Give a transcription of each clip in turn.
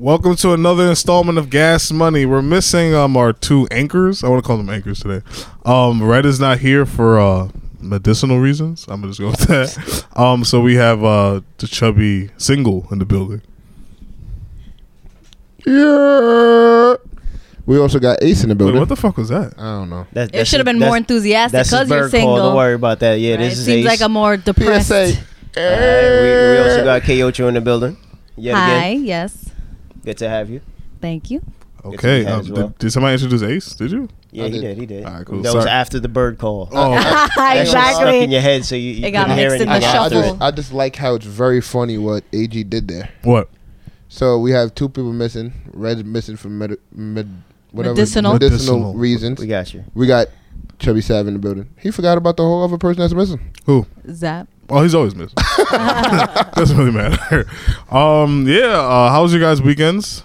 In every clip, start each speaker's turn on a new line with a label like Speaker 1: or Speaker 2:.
Speaker 1: Welcome to another installment of Gas Money. We're missing um our two anchors. I want to call them anchors today. Um, Red is not here for uh medicinal reasons. I'm gonna just go with that. Um, so we have uh the chubby single in the building. Yeah.
Speaker 2: We also got Ace in the
Speaker 1: Wait,
Speaker 2: building.
Speaker 1: what the fuck was that?
Speaker 2: I
Speaker 3: Uh,
Speaker 2: don't know.
Speaker 3: That,
Speaker 4: It should have been more enthusiastic
Speaker 3: That's his
Speaker 4: because you're
Speaker 3: bird call.
Speaker 4: single.
Speaker 3: Don't worry about that. Yeah,
Speaker 4: right?
Speaker 3: this
Speaker 4: it
Speaker 3: is Ace.
Speaker 4: seems like a more depressed.
Speaker 2: PSA.
Speaker 3: All right, we, we also got Kocho in the building. Yet
Speaker 4: Hi,
Speaker 3: Again.
Speaker 4: yes,
Speaker 3: Good to have you.
Speaker 4: thank you.
Speaker 1: Okay.
Speaker 3: It's okay
Speaker 1: Um,
Speaker 3: as
Speaker 1: did-
Speaker 3: well.
Speaker 1: did, somebody introduce Ace? Did you?
Speaker 3: Yeah,
Speaker 2: I
Speaker 3: he
Speaker 2: did.
Speaker 3: did. He did.
Speaker 1: All right, cool.
Speaker 3: That was
Speaker 1: Sorry.
Speaker 3: after the bird call.
Speaker 1: Oh,
Speaker 3: That shit stuck in
Speaker 4: exactly.
Speaker 3: your head, so you, you
Speaker 4: It got
Speaker 3: couldn't hear
Speaker 4: mixed in the
Speaker 3: anything
Speaker 2: I, I
Speaker 3: after
Speaker 4: shuffle.
Speaker 3: that.
Speaker 2: just I just like how it's very funny what AG did there.
Speaker 1: What?
Speaker 2: So we have two people missing. Red's missing for med, med whatever
Speaker 4: Medicinal.
Speaker 1: Medicinal.
Speaker 2: medicinal reasons.
Speaker 3: We got you.
Speaker 2: We got Chubby Sav in the building. He forgot about the whole other person that's missing.
Speaker 1: Who?
Speaker 4: Zap.
Speaker 1: Oh, he's always missing. Doesn't really matter. Um, yeah. Uh, how was your guys' weekends?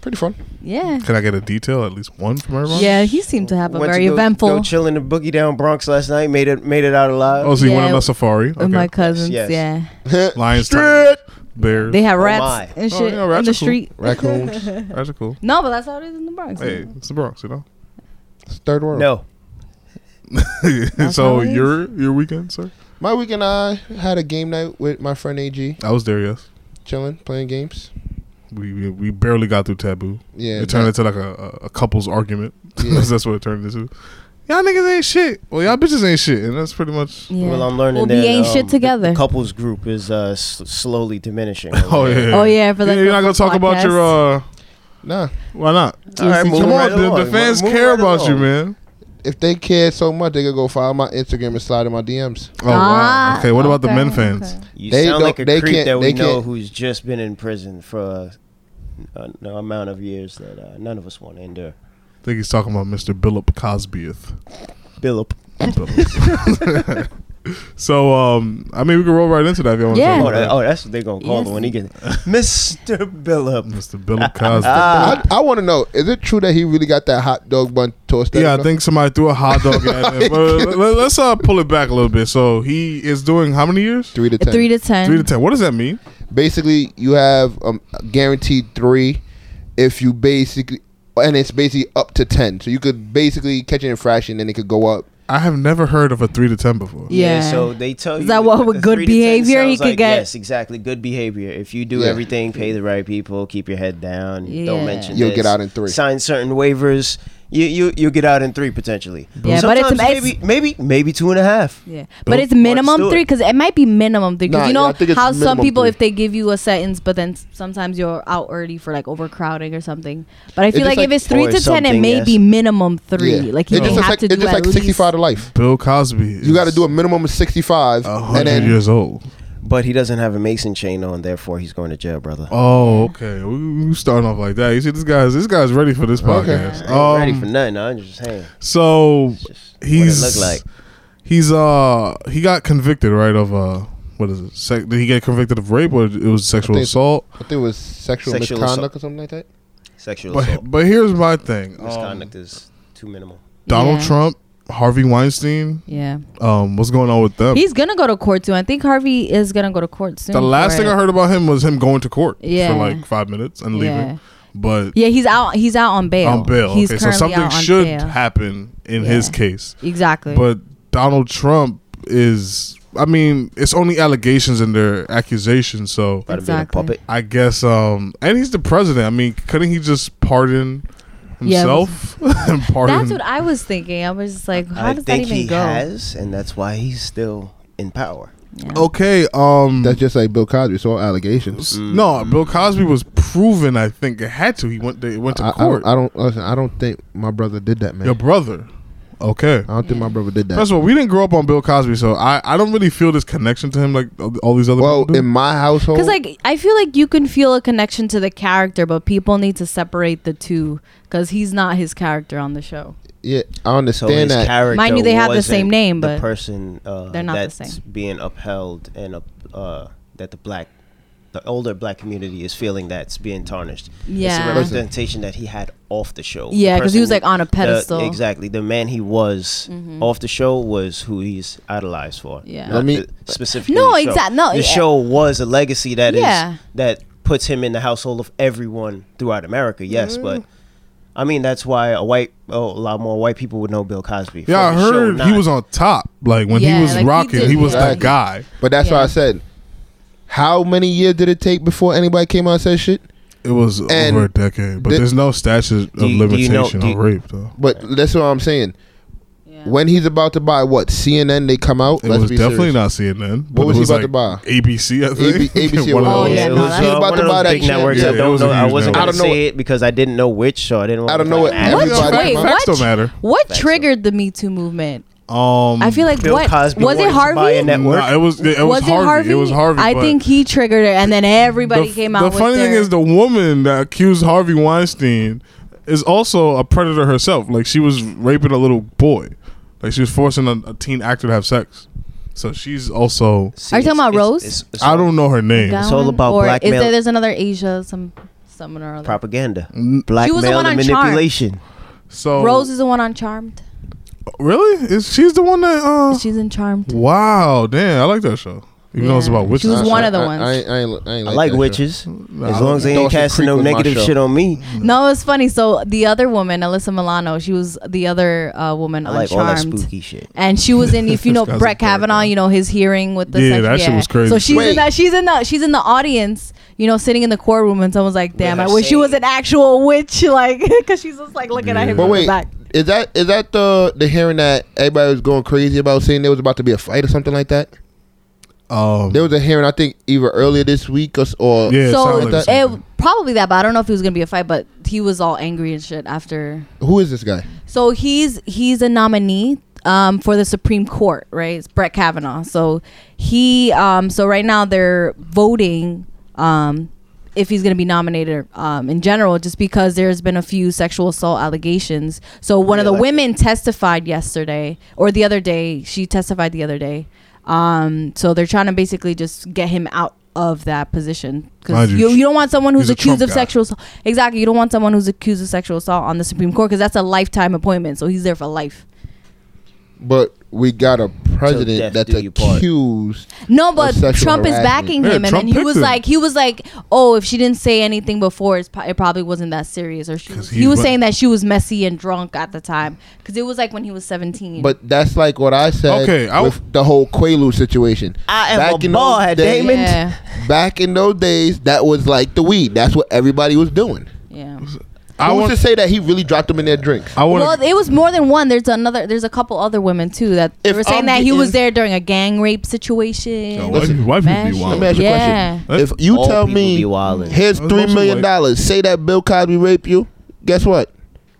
Speaker 2: Pretty fun.
Speaker 4: Yeah.
Speaker 1: Can I get a detail, at least one from everyone?
Speaker 4: Yeah, he seemed to have a
Speaker 3: Went
Speaker 4: very
Speaker 3: to go,
Speaker 4: eventful.
Speaker 3: Go chill in the boogie down Bronx last night. Made it. Made it out alive.
Speaker 1: Oh, so you went on
Speaker 4: Yeah.
Speaker 1: a safari?
Speaker 4: with my cousins,
Speaker 3: Yes.
Speaker 4: yeah,
Speaker 1: Lions,
Speaker 2: Strip.
Speaker 1: tigers, bears.
Speaker 4: they had
Speaker 3: Oh
Speaker 4: rats
Speaker 3: my.
Speaker 4: and
Speaker 1: Oh,
Speaker 4: shit
Speaker 1: yeah, rats
Speaker 4: in
Speaker 1: are cool.
Speaker 4: the street.
Speaker 2: Raccoons.
Speaker 1: That's cool.
Speaker 4: No, but that's how it is in the Bronx.
Speaker 1: Hey, it's the Bronx, you know.
Speaker 2: It's third
Speaker 1: Oh,
Speaker 2: world.
Speaker 3: no.
Speaker 1: so
Speaker 4: how it is.
Speaker 1: your your weekend, sir?
Speaker 2: My weekend I had a game night with my friend AG,
Speaker 1: I was there. Yes,
Speaker 2: chilling, playing games.
Speaker 1: we we, we barely got through taboo.
Speaker 2: Yeah.
Speaker 1: it turned
Speaker 2: that-
Speaker 1: into like a, a, a couple's argument.
Speaker 2: Yeah.
Speaker 1: that's what it turned into. Y'all niggas ain't shit. Well, y'all bitches ain't shit, and that's pretty much.
Speaker 4: Yeah.
Speaker 3: Well, I'm learning
Speaker 4: Well,
Speaker 3: that
Speaker 4: we ain't
Speaker 3: um,
Speaker 4: shit
Speaker 3: the-
Speaker 4: together.
Speaker 3: The couples group is uh, s- slowly diminishing.
Speaker 1: Oh yeah.
Speaker 4: Oh, yeah, for that
Speaker 1: you're not gonna talk about your. uh
Speaker 2: nah.
Speaker 1: Why not?
Speaker 3: All right, move
Speaker 1: Come
Speaker 3: right
Speaker 1: on, the,
Speaker 3: along.
Speaker 1: the fans
Speaker 3: Move
Speaker 1: care
Speaker 3: right
Speaker 1: about you,
Speaker 3: along.
Speaker 1: man.
Speaker 2: If they cared so much, they could go follow my Instagram and slide in my DMs.
Speaker 1: Oh wow.
Speaker 4: Ah,
Speaker 1: Okay, what about the
Speaker 4: okay,
Speaker 1: men fans?
Speaker 4: okay.
Speaker 3: You
Speaker 2: They
Speaker 3: sound
Speaker 2: don't-
Speaker 3: like a
Speaker 2: they
Speaker 3: creep
Speaker 2: can't-
Speaker 3: that we
Speaker 2: they
Speaker 3: know
Speaker 2: can't-
Speaker 3: who's just been in prison for uh, a, an amount of years that uh, none of us want to endure.
Speaker 1: I think he's talking about Mr. Billip Cosbyth.
Speaker 3: Billip.
Speaker 1: so um I mean we can roll right into that if you want
Speaker 4: Yeah.
Speaker 1: to
Speaker 3: Oh,
Speaker 1: talk
Speaker 3: that,
Speaker 1: about
Speaker 3: oh, that's what they're gonna call
Speaker 4: Yes.
Speaker 3: him when he gets Mr.
Speaker 1: that.
Speaker 3: Billip.
Speaker 1: Mr. Billip Cosby.
Speaker 4: Ah.
Speaker 2: I, I want to know: Is it true that he really got that hot dog bun toasted?
Speaker 1: yeah, I think somebody threw a hot dog at him. But let- let's uh, pull it back a little bit. So he is doing how many years?
Speaker 2: three to ten.
Speaker 4: Three to ten.
Speaker 1: Three to ten. What does that mean?
Speaker 2: basically, you have um, a guaranteed three if you basically, and it's basically up to ten. So you could basically catch an infraction, and it could go up.
Speaker 1: I have never heard of a three to ten before.
Speaker 4: Yeah.
Speaker 3: So they tell you.
Speaker 4: Is that what
Speaker 3: the
Speaker 4: with good
Speaker 3: three to ten
Speaker 4: behavior he
Speaker 3: sounds
Speaker 4: could get?
Speaker 3: Yes, exactly. Good behavior. If you do
Speaker 2: Yeah.
Speaker 3: everything, pay the right people, keep your head down,
Speaker 4: Yeah.
Speaker 3: don't mention.
Speaker 2: You'll
Speaker 3: this,
Speaker 2: get out in three.
Speaker 3: Sign certain waivers. You you you get out in three potentially.
Speaker 4: Yeah, but it's
Speaker 3: Sometimes
Speaker 4: an ex-
Speaker 3: maybe maybe maybe two and a half.
Speaker 4: Yeah,
Speaker 1: Boom.
Speaker 4: but it's
Speaker 3: do
Speaker 4: minimum
Speaker 3: it.
Speaker 4: three because it might be minimum three because
Speaker 2: Nah,
Speaker 4: you
Speaker 2: yeah, I
Speaker 4: know
Speaker 2: think it's
Speaker 4: how some
Speaker 2: minimum
Speaker 4: people
Speaker 2: three.
Speaker 4: if they give you a sentence but then s- sometimes you're out early for like overcrowding or something. But I feel
Speaker 2: just
Speaker 4: like,
Speaker 2: like-
Speaker 4: if it's three
Speaker 3: Or
Speaker 4: to ten, it
Speaker 3: something,
Speaker 4: may
Speaker 3: yes.
Speaker 4: be minimum three.
Speaker 2: Yeah.
Speaker 4: Like you
Speaker 2: It just
Speaker 4: have
Speaker 2: like,
Speaker 4: to
Speaker 2: it's
Speaker 4: do
Speaker 2: just
Speaker 4: at
Speaker 2: like
Speaker 4: least.
Speaker 2: sixty-five to life.
Speaker 1: Bill Cosby. Is
Speaker 2: You got to do a minimum of sixty-five,
Speaker 1: a
Speaker 2: and
Speaker 1: hundred
Speaker 2: then
Speaker 1: years old.
Speaker 3: But he doesn't have a mason chain on, therefore he's going to jail, brother.
Speaker 1: Oh, okay. We, we starting off like that. You see, this guy's this guy's ready for this podcast.
Speaker 3: I ain't ready
Speaker 1: Um,
Speaker 3: for nothing. I'm just saying.
Speaker 1: So
Speaker 3: Just
Speaker 1: he's
Speaker 3: what it look like.
Speaker 1: he's uh he got convicted right of uh what is it? Sec- did he get convicted of rape or it was sexual
Speaker 2: think-
Speaker 1: assault?
Speaker 2: I think it was sexual,
Speaker 3: Sexual assault.
Speaker 2: misconduct or something like that.
Speaker 3: Sexual
Speaker 1: But
Speaker 3: assault.
Speaker 1: but here's my thing. Um,
Speaker 3: Misconduct is too minimal.
Speaker 1: Donald
Speaker 4: Yeah.
Speaker 1: Trump, Harvey Weinstein.
Speaker 4: Yeah,
Speaker 1: Um, what's going on with them?
Speaker 4: he's gonna go to court too. I think Harvey is gonna go to court soon.
Speaker 1: the last
Speaker 4: for
Speaker 1: thing
Speaker 4: it.
Speaker 1: I heard about him was him going to court
Speaker 4: Yeah.
Speaker 1: for like five minutes and
Speaker 4: Yeah.
Speaker 1: leaving. But
Speaker 4: Yeah, he's out. He's out on bail.
Speaker 1: on bail,
Speaker 4: He's
Speaker 1: okay, so
Speaker 4: currently
Speaker 1: something
Speaker 4: out on
Speaker 1: should
Speaker 4: bail.
Speaker 1: happen in his
Speaker 4: Yeah.
Speaker 1: case.
Speaker 4: exactly.
Speaker 1: But Donald Trump is, I mean, it's only allegations and their accusations. So
Speaker 3: About
Speaker 4: Exactly.
Speaker 3: to be a puppet.
Speaker 1: I guess, um, and he's the president. I mean, couldn't he just pardon
Speaker 4: Yeah,
Speaker 1: himself and pardon?
Speaker 4: that's what I was thinking. I was just like, how
Speaker 3: I
Speaker 4: does
Speaker 3: think
Speaker 4: that even
Speaker 3: he
Speaker 4: go?
Speaker 3: has, and that's why he's still in power.
Speaker 1: okay, um,
Speaker 2: That's just like Bill Cosby. It's all allegations.
Speaker 1: no, Bill Cosby was proven. I think it had to. He went. They went to
Speaker 2: I, I
Speaker 1: court.
Speaker 2: don't. I don't, listen, I don't think my brother did that, man.
Speaker 1: Your brother. Okay.
Speaker 2: I don't think my brother did that.
Speaker 1: First of all, we didn't grow up on Bill Cosby, so I, I don't really feel this connection to him like all these other
Speaker 2: Well,
Speaker 1: people. do.
Speaker 2: in my household,
Speaker 4: Because like I feel like you can feel a connection to the character, but people need to separate the two because he's not his character on the show.
Speaker 2: yeah, I
Speaker 3: So
Speaker 2: understand
Speaker 3: his
Speaker 2: that.
Speaker 3: character.
Speaker 4: Mind you, they have the
Speaker 3: wasn't
Speaker 4: same name,
Speaker 3: the
Speaker 4: but
Speaker 3: person uh,
Speaker 4: they're not the
Speaker 3: that's
Speaker 4: same.
Speaker 3: being upheld and up, uh, that the black, the older black community is feeling that's being tarnished.
Speaker 4: Yeah.
Speaker 3: it's a
Speaker 4: Listen.
Speaker 3: representation that he had off the show. The
Speaker 4: Yeah, 'cause
Speaker 3: person
Speaker 4: he was, like,
Speaker 3: who-
Speaker 4: on a
Speaker 3: the-
Speaker 4: pedestal.
Speaker 3: exactly, the man he was off the show was who he's idolized for.
Speaker 4: Yeah.
Speaker 3: not
Speaker 2: Let me-
Speaker 3: the- specifically.
Speaker 4: No,
Speaker 3: the show.
Speaker 4: exact- no,
Speaker 3: the
Speaker 4: yeah.
Speaker 3: show was a legacy that is
Speaker 4: Yeah.
Speaker 3: that puts him in the household of everyone throughout America. Yes, but I mean that's why a white oh, a lot more white people would know Bill Cosby.
Speaker 1: Yeah, I
Speaker 3: From the show
Speaker 1: heard he
Speaker 3: not.
Speaker 1: was on top. Like when
Speaker 4: Yeah,
Speaker 1: he was
Speaker 4: like, he
Speaker 1: rocking, he,
Speaker 4: did
Speaker 1: was that
Speaker 2: exactly.
Speaker 1: guy.
Speaker 2: But that's why
Speaker 4: Yeah.
Speaker 2: I said, how many years did it take before anybody came out and said shit?
Speaker 1: It was
Speaker 2: And
Speaker 1: over a decade, but
Speaker 2: thi-
Speaker 1: there's no statute of
Speaker 3: Do you- do you know-
Speaker 1: limitation
Speaker 3: do you-
Speaker 1: on rape though.
Speaker 2: But that's what I'm saying.
Speaker 4: Yeah.
Speaker 2: When he's about to buy what CNN, they come out.
Speaker 1: It
Speaker 2: Let's
Speaker 1: was
Speaker 2: be
Speaker 1: definitely
Speaker 2: serious.
Speaker 1: not CNN. But it
Speaker 2: was he
Speaker 1: was
Speaker 2: about to
Speaker 1: like
Speaker 2: buy?
Speaker 1: ABC, I think.
Speaker 2: ABC
Speaker 1: One of
Speaker 4: Oh,
Speaker 1: those.
Speaker 4: yeah,
Speaker 3: it
Speaker 4: no,
Speaker 3: was,
Speaker 4: that's-
Speaker 3: uh,
Speaker 4: He was
Speaker 2: about
Speaker 3: one
Speaker 2: to
Speaker 3: of
Speaker 2: buy
Speaker 3: those
Speaker 2: that
Speaker 3: big
Speaker 2: shit.
Speaker 3: networks.
Speaker 1: Yeah,
Speaker 3: I
Speaker 1: it
Speaker 3: don't
Speaker 1: was
Speaker 3: know.
Speaker 1: a
Speaker 3: I
Speaker 1: huge network.
Speaker 3: wasn't gonna
Speaker 2: I don't know
Speaker 3: say it because I didn't know which show. I didn't.
Speaker 2: I don't know
Speaker 3: wanna
Speaker 2: what
Speaker 3: ask.
Speaker 4: What?
Speaker 2: Everybody
Speaker 4: Wait,
Speaker 2: come out.
Speaker 1: Facts
Speaker 4: what?
Speaker 1: don't matter.
Speaker 4: What
Speaker 3: Facts
Speaker 4: triggered the Me Too movement?
Speaker 1: Um,
Speaker 4: I feel like
Speaker 3: Mm. Bill
Speaker 4: what
Speaker 3: Cosby wanted
Speaker 4: was it
Speaker 3: to buy a
Speaker 4: Harvey?
Speaker 3: net- Network?
Speaker 1: Nah, it was it, was, Harvey. It was Harvey.
Speaker 4: I
Speaker 1: but
Speaker 4: think he triggered it, and then everybody
Speaker 1: the,
Speaker 4: came
Speaker 1: the
Speaker 4: out. with
Speaker 1: funny thing
Speaker 4: their-
Speaker 1: is, the woman that accused Harvey Weinstein is also a predator herself. Like she was raping a little boy. Like she was forcing a, a teen actor to have sex. So she's also.
Speaker 3: See,
Speaker 4: Are you talking
Speaker 3: it's-
Speaker 4: about
Speaker 3: it's-
Speaker 4: Rose?
Speaker 3: it's- it's
Speaker 1: I don't know her name.
Speaker 4: That
Speaker 3: It's all
Speaker 4: one?
Speaker 3: about
Speaker 4: or
Speaker 3: black
Speaker 4: Is
Speaker 3: male-
Speaker 4: there there's another Asia, some someone or other?
Speaker 3: propaganda,
Speaker 1: Mm.
Speaker 4: She was the
Speaker 3: blackmail,
Speaker 4: one
Speaker 3: and
Speaker 4: on Charmed.
Speaker 3: manipulation.
Speaker 1: So
Speaker 4: Rose is the one on Charmed.
Speaker 1: really is she's the one that. Uh,
Speaker 4: She's in Charmed.
Speaker 1: wow, damn! I like that show. Even though it's
Speaker 4: Yeah.
Speaker 1: about witches.
Speaker 4: She was
Speaker 1: and
Speaker 4: one
Speaker 1: shit.
Speaker 4: of the
Speaker 2: I- I-
Speaker 4: ones.
Speaker 2: I, ain't- I ain't- I ain't
Speaker 3: I like
Speaker 2: that shit.
Speaker 3: witches. Mm,
Speaker 1: Nah,
Speaker 3: As
Speaker 1: I
Speaker 3: long
Speaker 1: like
Speaker 3: as they ain't
Speaker 2: Dawson
Speaker 3: casting
Speaker 2: Creek
Speaker 3: no
Speaker 2: was my
Speaker 3: negative
Speaker 2: show.
Speaker 3: shit on me.
Speaker 4: No, it's funny. So the other woman, Alyssa Milano, she was the other uh, woman
Speaker 3: I
Speaker 4: on
Speaker 3: like all that
Speaker 4: Charmed.
Speaker 3: spooky shit.
Speaker 4: and she was in if you
Speaker 1: This
Speaker 4: know
Speaker 1: guy's a
Speaker 4: Brett Kavanaugh,
Speaker 1: character.
Speaker 4: you know his hearing with the
Speaker 1: Yeah,
Speaker 4: sex-
Speaker 1: that shit was crazy.
Speaker 4: So she's
Speaker 2: Wait.
Speaker 4: in that she's in the she's in the audience, you know, sitting in the courtroom, and someone's like, "Damn,
Speaker 3: her
Speaker 4: I wish she
Speaker 3: saying-
Speaker 4: was an actual witch," like because she's just like looking
Speaker 1: Yeah.
Speaker 4: at him.
Speaker 2: But
Speaker 4: from the
Speaker 2: wait,
Speaker 4: back.
Speaker 2: is that is that the the hearing that everybody was going crazy about saying there was about to be a fight or something like that?
Speaker 1: Um,
Speaker 2: There was a hearing I think either earlier this week or, s- or
Speaker 1: Yeah, it
Speaker 4: so
Speaker 1: sounded like
Speaker 4: it,
Speaker 1: something.
Speaker 4: probably that, but I don't know if it was gonna be a fight. But he was all angry and shit after.
Speaker 2: who is this guy?
Speaker 4: So he's he's a nominee um, for the Supreme Court, right? It's Brett Kavanaugh. So he um, so right now they're voting um, if he's going to be nominated um, in general, just because there's been a few sexual assault allegations. So one of the
Speaker 3: Reelected.
Speaker 4: women testified yesterday or the other day. She testified the other day. Um, so they're trying to basically just get him out of that position because
Speaker 1: Mind you,
Speaker 4: you, you don't want someone who's
Speaker 1: he's a
Speaker 4: accused
Speaker 1: Trump
Speaker 4: of
Speaker 1: guy.
Speaker 4: sexual assault. Exactly, you don't want someone who's accused of sexual assault on the Supreme Court because that's a lifetime appointment. So he's there for life.
Speaker 2: But we got a
Speaker 3: death
Speaker 2: president that's
Speaker 3: do you part.
Speaker 2: accused.
Speaker 4: No, but
Speaker 2: Of sexual
Speaker 4: Trump is
Speaker 2: harassment.
Speaker 4: backing
Speaker 1: Yeah,
Speaker 4: him, and
Speaker 1: Trump
Speaker 4: then he
Speaker 1: picked
Speaker 4: was
Speaker 1: him.
Speaker 4: like, he was like, oh, if she didn't say anything before, it's, pro- it probably wasn't that serious. Or she,
Speaker 1: 'Cause
Speaker 4: was,
Speaker 1: he
Speaker 4: he was
Speaker 1: wa-
Speaker 4: saying that she was messy and drunk at the time because it was like when he was seventeen.
Speaker 2: But that's like what I said
Speaker 1: Okay, I w-
Speaker 2: with the whole Quaalude situation.
Speaker 3: I am a
Speaker 2: in
Speaker 3: bald,
Speaker 2: those days,
Speaker 3: Damon.
Speaker 4: yeah,
Speaker 2: Back in those days, that was like the weed. That's what everybody was doing.
Speaker 4: yeah.
Speaker 1: I
Speaker 2: Who's to
Speaker 1: want.
Speaker 2: say that he really dropped them in their drinks?
Speaker 1: I want.
Speaker 4: Well, it was more than one. There's another. There's a couple other women too that they
Speaker 2: If
Speaker 4: were saying
Speaker 2: I'm
Speaker 4: that he
Speaker 2: getting-
Speaker 4: was there during a gang rape situation.
Speaker 1: Yo, why you- why people be wild?
Speaker 4: Mad shit.
Speaker 2: Let me ask you a question.
Speaker 4: yeah.
Speaker 2: if you
Speaker 3: All
Speaker 2: tell
Speaker 3: people
Speaker 2: me
Speaker 3: be wildin'.
Speaker 2: here's
Speaker 1: Those
Speaker 2: three
Speaker 1: are
Speaker 2: million
Speaker 1: white-
Speaker 2: dollars, say that Bill Cosby raped you, guess what?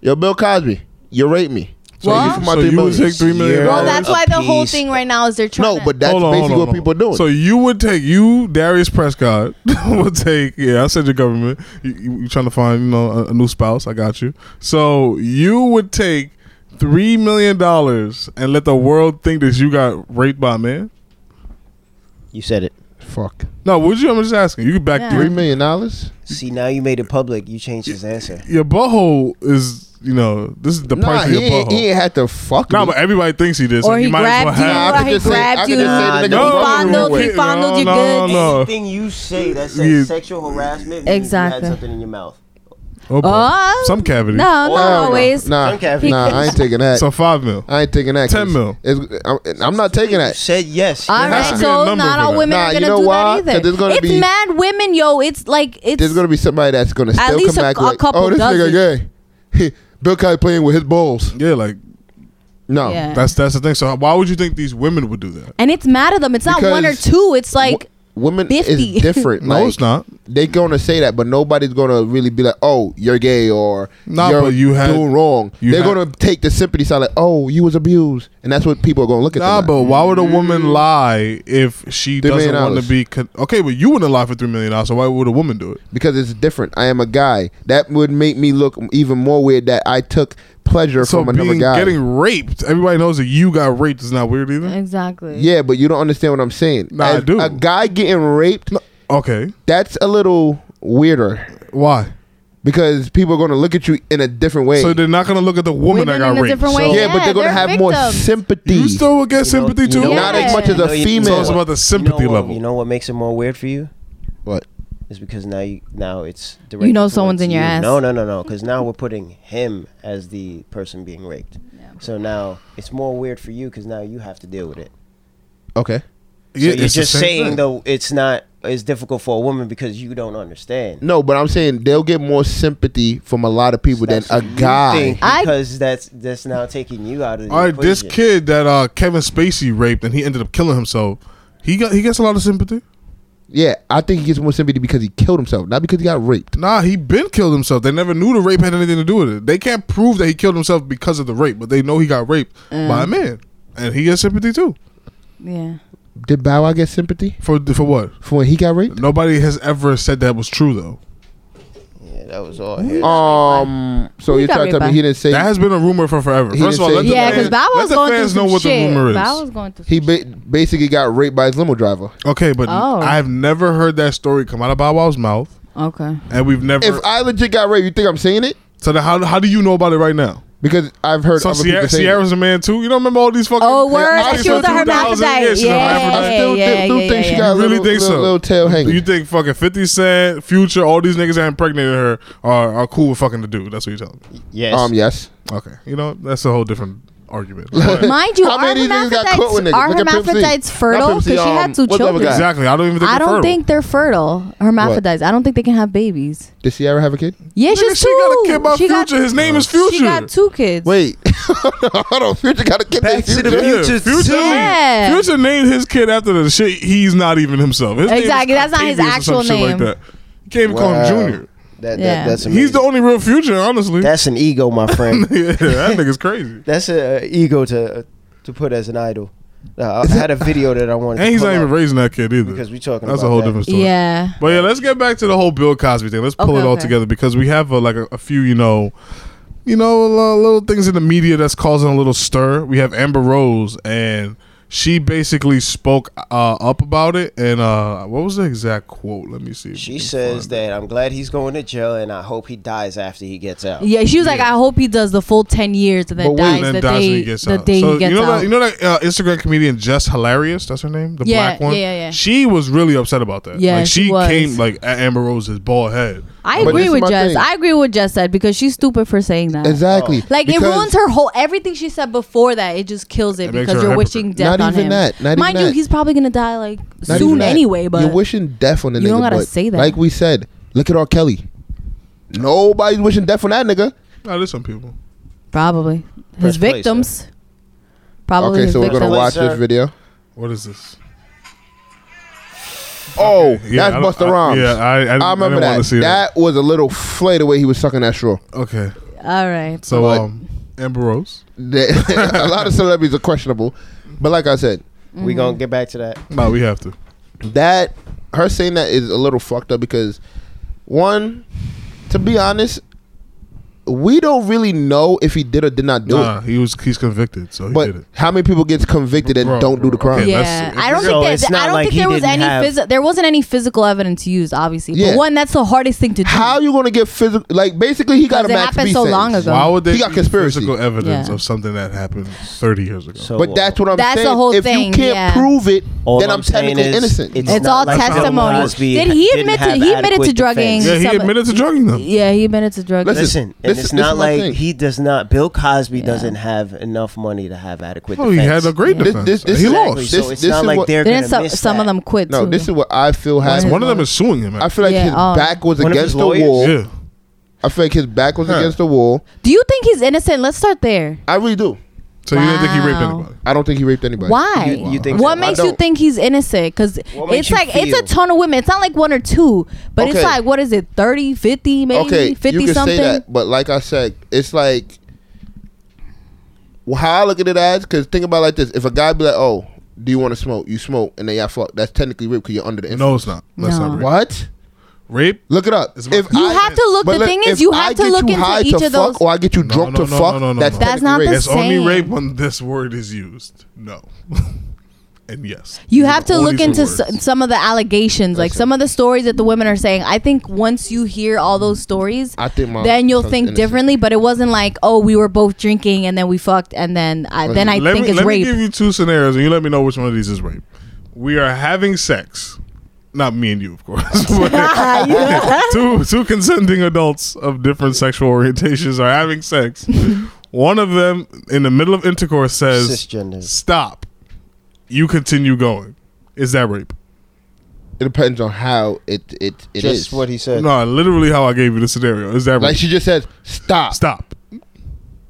Speaker 2: Yo, Bill Cosby, you raped me. So
Speaker 4: Well-
Speaker 2: you for my
Speaker 1: so
Speaker 2: three
Speaker 1: you would
Speaker 2: million.
Speaker 1: take three million.
Speaker 3: Yeah.
Speaker 4: Well,
Speaker 1: dollars?
Speaker 4: that's why the whole
Speaker 3: Apiece.
Speaker 4: thing right now is they're trying.
Speaker 2: no,
Speaker 4: to-
Speaker 2: but that's
Speaker 1: Hold on,
Speaker 2: basically
Speaker 1: hold on,
Speaker 2: what
Speaker 1: hold
Speaker 2: people
Speaker 1: on.
Speaker 2: doing.
Speaker 1: So you would take you Darius Prescott would take yeah I said your government you, you, you trying to find you know a, a new spouse I got you so you would take three million dollars and let the world think that you got raped by a man
Speaker 3: You said it.
Speaker 2: Fuck.
Speaker 1: no would you I'm just asking you could back
Speaker 4: Yeah.
Speaker 2: Three
Speaker 1: three
Speaker 2: million dollars?
Speaker 3: See, now you made it public. You changed his answer.
Speaker 1: your butthole is you know this is the
Speaker 2: Nah,
Speaker 1: price of
Speaker 2: he
Speaker 1: your
Speaker 2: ain't, he
Speaker 1: butthole
Speaker 2: ain't had to fuck
Speaker 1: nah
Speaker 2: me.
Speaker 1: but everybody thinks he did so
Speaker 4: or he
Speaker 1: you might as well
Speaker 4: grabbed you,
Speaker 1: have
Speaker 2: Nah, I
Speaker 4: or
Speaker 2: could
Speaker 4: he
Speaker 2: just say- I
Speaker 4: grabbed
Speaker 2: could
Speaker 4: you, he
Speaker 2: just
Speaker 3: say the nigga
Speaker 4: fondled,
Speaker 1: wait,
Speaker 4: he
Speaker 1: no,
Speaker 4: fondled your
Speaker 1: no,
Speaker 4: goods.
Speaker 1: no. Oh.
Speaker 3: Anything you say that says
Speaker 1: Yeah.
Speaker 3: sexual harassment means you
Speaker 4: Exactly.
Speaker 3: had something in your mouth.
Speaker 1: oh, boy.
Speaker 4: Uh,
Speaker 1: some cavity
Speaker 4: No, not
Speaker 3: Or-
Speaker 4: always.
Speaker 2: Nah,
Speaker 3: Some cavities.
Speaker 2: nah, I ain't taking that.
Speaker 1: so five mil
Speaker 2: I ain't taking that.
Speaker 1: 10
Speaker 2: 'cause
Speaker 1: mil.
Speaker 2: it's- I'm, I'm not taking
Speaker 3: You
Speaker 2: that.
Speaker 3: said yes.
Speaker 4: All
Speaker 1: There has
Speaker 4: right,
Speaker 1: to be a
Speaker 4: so
Speaker 1: number
Speaker 4: not
Speaker 1: for
Speaker 4: all
Speaker 1: that.
Speaker 4: women
Speaker 2: Nah,
Speaker 4: are
Speaker 2: you
Speaker 4: gonna
Speaker 2: know
Speaker 4: do
Speaker 2: why? 'Cause
Speaker 4: that either.
Speaker 2: there's gonna
Speaker 4: it's
Speaker 2: be-
Speaker 4: mad women, yo. It's like it's
Speaker 2: There's gonna be somebody that's gonna still
Speaker 4: least
Speaker 2: come
Speaker 4: a-
Speaker 2: back
Speaker 4: a
Speaker 2: like,
Speaker 4: couple
Speaker 2: oh, this nigga
Speaker 4: dozen.
Speaker 2: gay. Bill Cosby playing with his balls.
Speaker 1: yeah like
Speaker 2: No,
Speaker 4: Yeah.
Speaker 1: that's that's the thing so why would you think these women would do that
Speaker 4: and it's mad at them. It's not one or
Speaker 2: Because
Speaker 4: two. It's like
Speaker 2: women
Speaker 4: 50.
Speaker 2: is different.
Speaker 1: no
Speaker 2: like,
Speaker 1: it's not
Speaker 2: they gonna say that, but nobody's gonna really be like, "Oh, you're gay" or
Speaker 1: Nah,
Speaker 2: "You're
Speaker 1: but you had-
Speaker 2: doing wrong."
Speaker 1: you
Speaker 2: They're
Speaker 1: had-
Speaker 2: gonna take the sympathy side, like, "Oh, you was abused," and that's what people are gonna look at.
Speaker 1: Nah,
Speaker 2: them
Speaker 1: but
Speaker 2: like.
Speaker 1: why would a Mm. woman lie if she
Speaker 2: Three
Speaker 1: doesn't
Speaker 2: million
Speaker 1: want
Speaker 2: dollars.
Speaker 1: to be? Con- okay, but you wouldn't lie for three million dollars. So why would a woman do it?
Speaker 2: because it's different. I am a guy. That would make me look even more weird that I took pleasure
Speaker 1: So
Speaker 2: from another
Speaker 1: being
Speaker 2: guy.
Speaker 1: getting raped, everybody knows that you got raped is not weird
Speaker 4: Uh,
Speaker 1: either.
Speaker 4: exactly.
Speaker 2: yeah, but you don't understand what I'm saying.
Speaker 1: Nah, I
Speaker 2: As
Speaker 1: do.
Speaker 2: A guy getting raped,
Speaker 1: Okay,
Speaker 2: that's a little weirder
Speaker 1: why?
Speaker 2: because people are gonna look at you in a different way.
Speaker 1: So they're not gonna look at the woman
Speaker 4: Women
Speaker 1: that
Speaker 4: in
Speaker 1: got
Speaker 4: a
Speaker 1: raped.
Speaker 4: different
Speaker 1: So
Speaker 4: way.
Speaker 2: yeah, but
Speaker 4: Yeah,
Speaker 2: they're gonna
Speaker 4: they're
Speaker 2: have more
Speaker 4: victims.
Speaker 2: sympathy.
Speaker 1: you still would get
Speaker 3: You know-
Speaker 1: sympathy
Speaker 3: you
Speaker 1: too.
Speaker 3: know-
Speaker 2: Not as much as a
Speaker 3: You know- you know
Speaker 2: female.
Speaker 1: So it's about the
Speaker 3: what-
Speaker 1: sympathy
Speaker 3: you know what-
Speaker 1: level.
Speaker 3: You know what makes it more weird for you?
Speaker 2: what?
Speaker 3: is because now you now it's
Speaker 4: know
Speaker 3: directed
Speaker 4: someone's
Speaker 3: towards
Speaker 4: in your
Speaker 3: you.
Speaker 4: ass.
Speaker 3: No, no, no, no, because now we're putting him as the person being raped. So now it's more weird for you because now you have to deal with it.
Speaker 2: Okay.
Speaker 1: Yeah,
Speaker 3: so you're
Speaker 1: it's the
Speaker 3: just
Speaker 1: same
Speaker 3: saying
Speaker 1: thing.
Speaker 3: though it's not it's difficult for a woman because you don't understand.
Speaker 2: No, but I'm saying they'll get more sympathy from a lot of people than
Speaker 3: That's
Speaker 2: a
Speaker 3: what you
Speaker 2: guy.
Speaker 3: think
Speaker 4: I-
Speaker 3: because that's that's now taking you out of. The
Speaker 1: All right, this
Speaker 3: equation.
Speaker 1: kid that uh, Kevin Spacey raped and he ended up killing himself. He got he gets a lot of sympathy.
Speaker 2: Yeah, I think he gets more sympathy because he killed himself, not because he got raped.
Speaker 1: Nah, he been killed himself. They never knew the rape had anything to do with it. They can't prove that he killed himself because of the rape, but they know he got raped by
Speaker 2: Mm.
Speaker 1: a man, and he gets sympathy too.
Speaker 4: Yeah.
Speaker 2: Did Bow Wow get sympathy
Speaker 1: For for what?
Speaker 2: for when he got raped?
Speaker 1: Nobody has ever said that was true though.
Speaker 3: Yeah, that was all. Here.
Speaker 2: Um. So
Speaker 4: He
Speaker 2: you're
Speaker 4: got
Speaker 2: trying to
Speaker 4: raped
Speaker 2: tell
Speaker 4: by-
Speaker 2: me he didn't say
Speaker 1: That has been a rumor for forever.
Speaker 2: He
Speaker 1: First of all,
Speaker 2: didn't
Speaker 1: let
Speaker 2: say-
Speaker 1: the,
Speaker 4: Yeah,
Speaker 1: fan-
Speaker 4: because Bow
Speaker 1: let
Speaker 4: Wow's
Speaker 1: the
Speaker 4: going through
Speaker 1: fans know
Speaker 4: some
Speaker 1: what the
Speaker 4: shit.
Speaker 1: rumor is.
Speaker 4: Bow Wow's going through.
Speaker 2: he ba- basically got raped by his limo driver?
Speaker 1: Okay, but
Speaker 4: Oh.
Speaker 1: I've never heard that story come out of Bow Wow's mouth,
Speaker 4: okay.
Speaker 1: and we've never.
Speaker 2: If I legit got raped, you think I'm saying it?
Speaker 1: so then how, how do you know about it right now?
Speaker 2: Because I've heard
Speaker 1: So
Speaker 2: other
Speaker 1: Sierra,
Speaker 2: people say.
Speaker 1: Sierra's a man too. You don't remember all these fucking.
Speaker 4: Oh, word.
Speaker 1: all
Speaker 4: And
Speaker 1: these
Speaker 4: she was a
Speaker 1: 2000
Speaker 4: hermaphrodite.
Speaker 1: years, she's a
Speaker 4: Yeah.
Speaker 1: hermaphrodite.
Speaker 2: I still
Speaker 4: Yeah,
Speaker 2: do, do
Speaker 4: yeah,
Speaker 2: think
Speaker 4: yeah,
Speaker 2: she
Speaker 4: yeah.
Speaker 2: got
Speaker 1: You
Speaker 2: a
Speaker 1: really
Speaker 2: little,
Speaker 1: think
Speaker 2: little,
Speaker 1: so?
Speaker 2: little tail hanging.
Speaker 1: You think fucking Fifty Cent, Future, all these niggas that impregnated her are, are cool with fucking the dude? That's what you're telling me.
Speaker 3: yes.
Speaker 2: um, yes.
Speaker 1: Okay, you know that's a whole different argument. But-
Speaker 4: Mind you,
Speaker 2: How
Speaker 4: are
Speaker 2: many of these niggas got caught with
Speaker 4: hermaphrodites,
Speaker 2: niggas?
Speaker 4: are
Speaker 2: Look at Pimp C.
Speaker 4: hermaphrodites
Speaker 2: Not
Speaker 4: fertile?
Speaker 2: Pimp
Speaker 4: Because
Speaker 2: C,
Speaker 4: she
Speaker 2: um,
Speaker 4: had
Speaker 2: what's the
Speaker 4: two
Speaker 2: other
Speaker 4: children.
Speaker 2: guy?
Speaker 1: exactly, I don't even think.
Speaker 4: I
Speaker 1: they're
Speaker 4: don't
Speaker 1: fertile.
Speaker 4: think they're fertile. Hermaphrodites. I don't think they can have babies.
Speaker 2: Did Sierra have a kid?
Speaker 4: Yeah,
Speaker 1: Nigga,
Speaker 4: she's
Speaker 1: she got a
Speaker 4: two.
Speaker 1: kid by
Speaker 4: She got-
Speaker 1: Future. His name is
Speaker 4: She
Speaker 1: Future.
Speaker 4: got two kids.
Speaker 2: Wait, hold on. Future got a kid.
Speaker 3: Back to the
Speaker 2: Future?
Speaker 1: Yeah,
Speaker 3: Future too.
Speaker 1: named- Future named his kid after the shit. He's not even himself. His name is
Speaker 4: Exactly, that's not his
Speaker 1: Octavius or some
Speaker 4: actual
Speaker 1: shit Like
Speaker 4: name.
Speaker 1: that. You can't even call
Speaker 3: Wow.
Speaker 1: him Junior.
Speaker 3: That,
Speaker 4: Yeah.
Speaker 3: that, that's amazing.
Speaker 1: He's the only real Future, honestly.
Speaker 3: That's an ego, my friend.
Speaker 1: yeah, that nigga's crazy.
Speaker 3: that's a uh, ego to to put as an idol. Uh, I had a video that I wanted.
Speaker 1: And
Speaker 3: to
Speaker 1: he's
Speaker 3: pull
Speaker 1: not even
Speaker 3: up
Speaker 1: raising that kid either.
Speaker 3: because we talking.
Speaker 1: That's
Speaker 3: about
Speaker 1: a whole
Speaker 3: that.
Speaker 1: different story.
Speaker 4: Yeah.
Speaker 1: But yeah, let's get back to the whole Bill Cosby thing. Let's pull
Speaker 4: Okay,
Speaker 1: it all
Speaker 4: okay.
Speaker 1: together because we have uh, like a, a few, you know, you know, li- little things in the media that's causing a little stir. We have Amber Rose, and she basically spoke uh, up about it. And uh, what was the exact quote? Let me see. if we
Speaker 3: She
Speaker 1: can
Speaker 3: says
Speaker 1: find it.
Speaker 3: that I'm glad he's going to jail, and I hope he dies after he gets out.
Speaker 4: Yeah, she was like, I hope he does the full ten years and then
Speaker 2: But wait,
Speaker 4: dies
Speaker 1: And then
Speaker 4: the
Speaker 1: dies when
Speaker 4: day
Speaker 1: he gets
Speaker 4: the
Speaker 1: out.
Speaker 4: day
Speaker 1: so
Speaker 4: he gets
Speaker 1: you know
Speaker 4: out.
Speaker 1: that you know that uh, Instagram comedian Just Hilarious. That's her name, the
Speaker 4: Yeah,
Speaker 1: black one.
Speaker 4: yeah, yeah, yeah.
Speaker 1: She was really upset about that.
Speaker 4: Yeah,
Speaker 1: like
Speaker 4: she
Speaker 1: she,
Speaker 4: was.
Speaker 1: came like at Amber Rose's bald head.
Speaker 4: I
Speaker 2: But
Speaker 4: agree
Speaker 2: this is
Speaker 4: with
Speaker 2: my
Speaker 4: Jess.
Speaker 2: thing.
Speaker 4: I agree with Jess said because she's stupid for saying that.
Speaker 2: Exactly.
Speaker 4: Oh. Like
Speaker 2: Because
Speaker 4: it ruins her whole everything she said before that. It just kills it
Speaker 1: It makes
Speaker 4: because
Speaker 1: her a
Speaker 4: you're
Speaker 1: hypocrite.
Speaker 4: wishing death
Speaker 2: Not
Speaker 4: on
Speaker 2: even
Speaker 4: him.
Speaker 2: that, not
Speaker 4: Mind
Speaker 2: even
Speaker 4: you,
Speaker 2: that.
Speaker 4: he's probably gonna die like
Speaker 2: Not even
Speaker 4: soon
Speaker 2: that.
Speaker 4: anyway. But
Speaker 2: you're wishing death on the
Speaker 4: You
Speaker 2: nigga.
Speaker 4: don't gotta
Speaker 2: but
Speaker 4: say that.
Speaker 2: Like we said, look at R. Kelly. Nobody's wishing death on that nigga.
Speaker 1: Now there's some people.
Speaker 4: probably his
Speaker 3: First place,
Speaker 4: victims. probably
Speaker 2: okay,
Speaker 4: his
Speaker 2: so we're
Speaker 4: victims.
Speaker 2: gonna watch
Speaker 3: Sir.
Speaker 2: this video.
Speaker 1: What is this?
Speaker 2: Oh,
Speaker 1: Yeah, I
Speaker 2: that's
Speaker 1: don't-
Speaker 2: Buster
Speaker 1: I-
Speaker 2: Rhymes.
Speaker 1: Yeah, I, I, didn't-
Speaker 2: I
Speaker 1: I
Speaker 2: remember
Speaker 1: didn't want
Speaker 2: that.
Speaker 1: to see that.
Speaker 2: that. was a little flay the way he was sucking that straw.
Speaker 1: Okay,
Speaker 4: All right.
Speaker 1: so
Speaker 2: But-
Speaker 1: um, Amber Rose.
Speaker 2: That- a lot of celebrities are questionable, but like I said,
Speaker 3: We
Speaker 4: Mm-hmm.
Speaker 3: gonna get back to that.
Speaker 1: No, we have to.
Speaker 2: that her saying that is a little fucked up because one, to be honest, we don't really know if he did or did not do
Speaker 1: Nah,
Speaker 2: it.
Speaker 1: he was he's convicted, so he did
Speaker 2: But
Speaker 1: it.
Speaker 2: how many people gets convicted and
Speaker 1: Bro,
Speaker 2: don't do the
Speaker 1: bro,
Speaker 2: crime?
Speaker 1: okay.
Speaker 4: yeah,
Speaker 1: that's-
Speaker 4: I don't
Speaker 3: So
Speaker 4: think
Speaker 3: it's
Speaker 4: that,
Speaker 3: not
Speaker 4: I don't
Speaker 3: like
Speaker 4: think
Speaker 3: he
Speaker 4: there was
Speaker 3: didn't
Speaker 4: any
Speaker 3: have-
Speaker 4: phys- there wasn't any physical evidence used, obviously.
Speaker 2: Yeah.
Speaker 4: But one, that's the hardest thing to do.
Speaker 2: How you gonna get physical? Like basically, he got a
Speaker 4: Because it
Speaker 2: max
Speaker 4: happened
Speaker 2: B
Speaker 4: so
Speaker 2: sentence.
Speaker 4: long ago.
Speaker 1: Why would they
Speaker 2: He got
Speaker 1: be
Speaker 2: conspiracy.
Speaker 1: physical evidence
Speaker 4: Yeah.
Speaker 1: of something that happened 30 years ago?
Speaker 3: So,
Speaker 2: But that's what I'm
Speaker 4: That's the
Speaker 2: saying.
Speaker 4: whole
Speaker 2: if
Speaker 4: thing,
Speaker 2: you can't
Speaker 4: yeah.
Speaker 2: prove it,
Speaker 3: All
Speaker 2: then I'm,
Speaker 3: saying
Speaker 2: technically
Speaker 3: is
Speaker 2: innocent.
Speaker 4: It's
Speaker 3: not
Speaker 4: all
Speaker 3: like Bill
Speaker 4: testimony.
Speaker 3: Cosby
Speaker 4: Did he
Speaker 3: didn't
Speaker 4: admit to-
Speaker 3: have
Speaker 4: he admitted
Speaker 3: adequate
Speaker 4: to drugging?
Speaker 3: defense.
Speaker 1: yeah, he
Speaker 4: somebody-
Speaker 1: admitted to drugging them.
Speaker 4: Yeah, he admitted to drugs.
Speaker 2: Listen,
Speaker 3: Listen, and
Speaker 2: this
Speaker 3: it's
Speaker 2: is- this
Speaker 3: not
Speaker 2: is my
Speaker 3: like
Speaker 2: thing.
Speaker 3: he does not. Bill Cosby doesn't have enough money to have adequate.
Speaker 1: Oh, he
Speaker 3: defense.
Speaker 1: had a great
Speaker 2: This-
Speaker 1: defense.
Speaker 2: this- this
Speaker 1: he
Speaker 2: is
Speaker 3: Exactly,
Speaker 1: lost.
Speaker 3: So
Speaker 2: This-
Speaker 3: it's
Speaker 2: this
Speaker 3: not
Speaker 2: is
Speaker 3: like
Speaker 2: what-
Speaker 3: they're
Speaker 4: Didn't
Speaker 3: gonna
Speaker 4: some,
Speaker 3: miss
Speaker 4: some
Speaker 3: that.
Speaker 4: of them quit?
Speaker 2: No,
Speaker 4: too,
Speaker 2: this is
Speaker 4: though.
Speaker 2: what I feel happened.
Speaker 1: One of them is suing him.
Speaker 2: I feel like
Speaker 4: Yeah,
Speaker 2: his
Speaker 4: oh.
Speaker 2: back was
Speaker 3: One of his
Speaker 2: against the
Speaker 3: lawyers?
Speaker 2: wall.
Speaker 1: yeah.
Speaker 2: I feel like his back was
Speaker 1: Huh.
Speaker 2: against the wall.
Speaker 4: Do you think he's innocent? Let's start there.
Speaker 2: I really do.
Speaker 1: So you didn't think he raped
Speaker 4: Wow.
Speaker 1: anybody?
Speaker 2: I don't think he raped anybody.
Speaker 4: Why?
Speaker 3: You- you think
Speaker 4: what
Speaker 3: so?
Speaker 4: makes
Speaker 2: I
Speaker 4: you
Speaker 2: don't.
Speaker 4: think he's innocent? Because
Speaker 3: What makes
Speaker 4: it's
Speaker 3: you
Speaker 4: like it's a
Speaker 3: feel?
Speaker 4: ton of women. It's not like one or two, but it's
Speaker 2: Okay.
Speaker 4: like what is it, 30, 50, maybe
Speaker 2: okay,
Speaker 4: fifty
Speaker 2: you can
Speaker 4: something?
Speaker 2: say that, but like I said, it's like well, how I look at it as because think about it like this: if a guy be like, "Oh, do you want to smoke? You smoke," and then y'all fuck, that's technically rape because you're under the influence.
Speaker 1: No, it's not. That's
Speaker 4: No.
Speaker 1: not rape.
Speaker 2: What?
Speaker 1: Rape?
Speaker 2: Look it up.
Speaker 1: It's about-
Speaker 4: You have to look-
Speaker 2: but
Speaker 4: the thing is
Speaker 2: if
Speaker 4: you
Speaker 2: I
Speaker 4: have to
Speaker 2: get
Speaker 4: look
Speaker 2: you
Speaker 4: into
Speaker 2: high
Speaker 4: each
Speaker 2: to fuck
Speaker 4: of those-
Speaker 2: Or I get you
Speaker 1: No,
Speaker 2: drunk
Speaker 1: no,
Speaker 2: to
Speaker 1: no,
Speaker 2: fuck.
Speaker 1: no, no, no,
Speaker 2: that's
Speaker 1: no.
Speaker 4: That's not
Speaker 2: technically
Speaker 4: the
Speaker 2: rape.
Speaker 1: It's only
Speaker 4: Same.
Speaker 1: rape when this word is used. No. and yes.
Speaker 4: You
Speaker 1: These
Speaker 4: have
Speaker 1: are
Speaker 4: to
Speaker 1: all
Speaker 4: look
Speaker 1: these
Speaker 4: into
Speaker 1: words.
Speaker 4: s- some of the allegations, like
Speaker 2: Listen.
Speaker 4: some of the stories that the women are saying. I think once you hear all those stories,
Speaker 2: I think my
Speaker 4: then you'll
Speaker 2: son's
Speaker 4: think
Speaker 2: innocent.
Speaker 4: differently. But it wasn't like, oh, we were both drinking and then we fucked, and then I, then I
Speaker 1: let
Speaker 4: think
Speaker 1: me,
Speaker 4: it's
Speaker 1: let
Speaker 4: rape.
Speaker 1: me give you two scenarios, and you let me know which one of these is rape. We are having sex. not me and you, of course.
Speaker 4: Ah,
Speaker 1: but two two consenting adults of different sexual orientations are having sex. One of them, in the middle of intercourse, says,
Speaker 3: Cisgender.
Speaker 1: "Stop." You continue going. Is that rape?
Speaker 2: It depends on how it it it is.
Speaker 3: Just what he said.
Speaker 1: No, literally how I gave you the scenario. Is that rape?
Speaker 2: like she just says stop.
Speaker 1: Stop.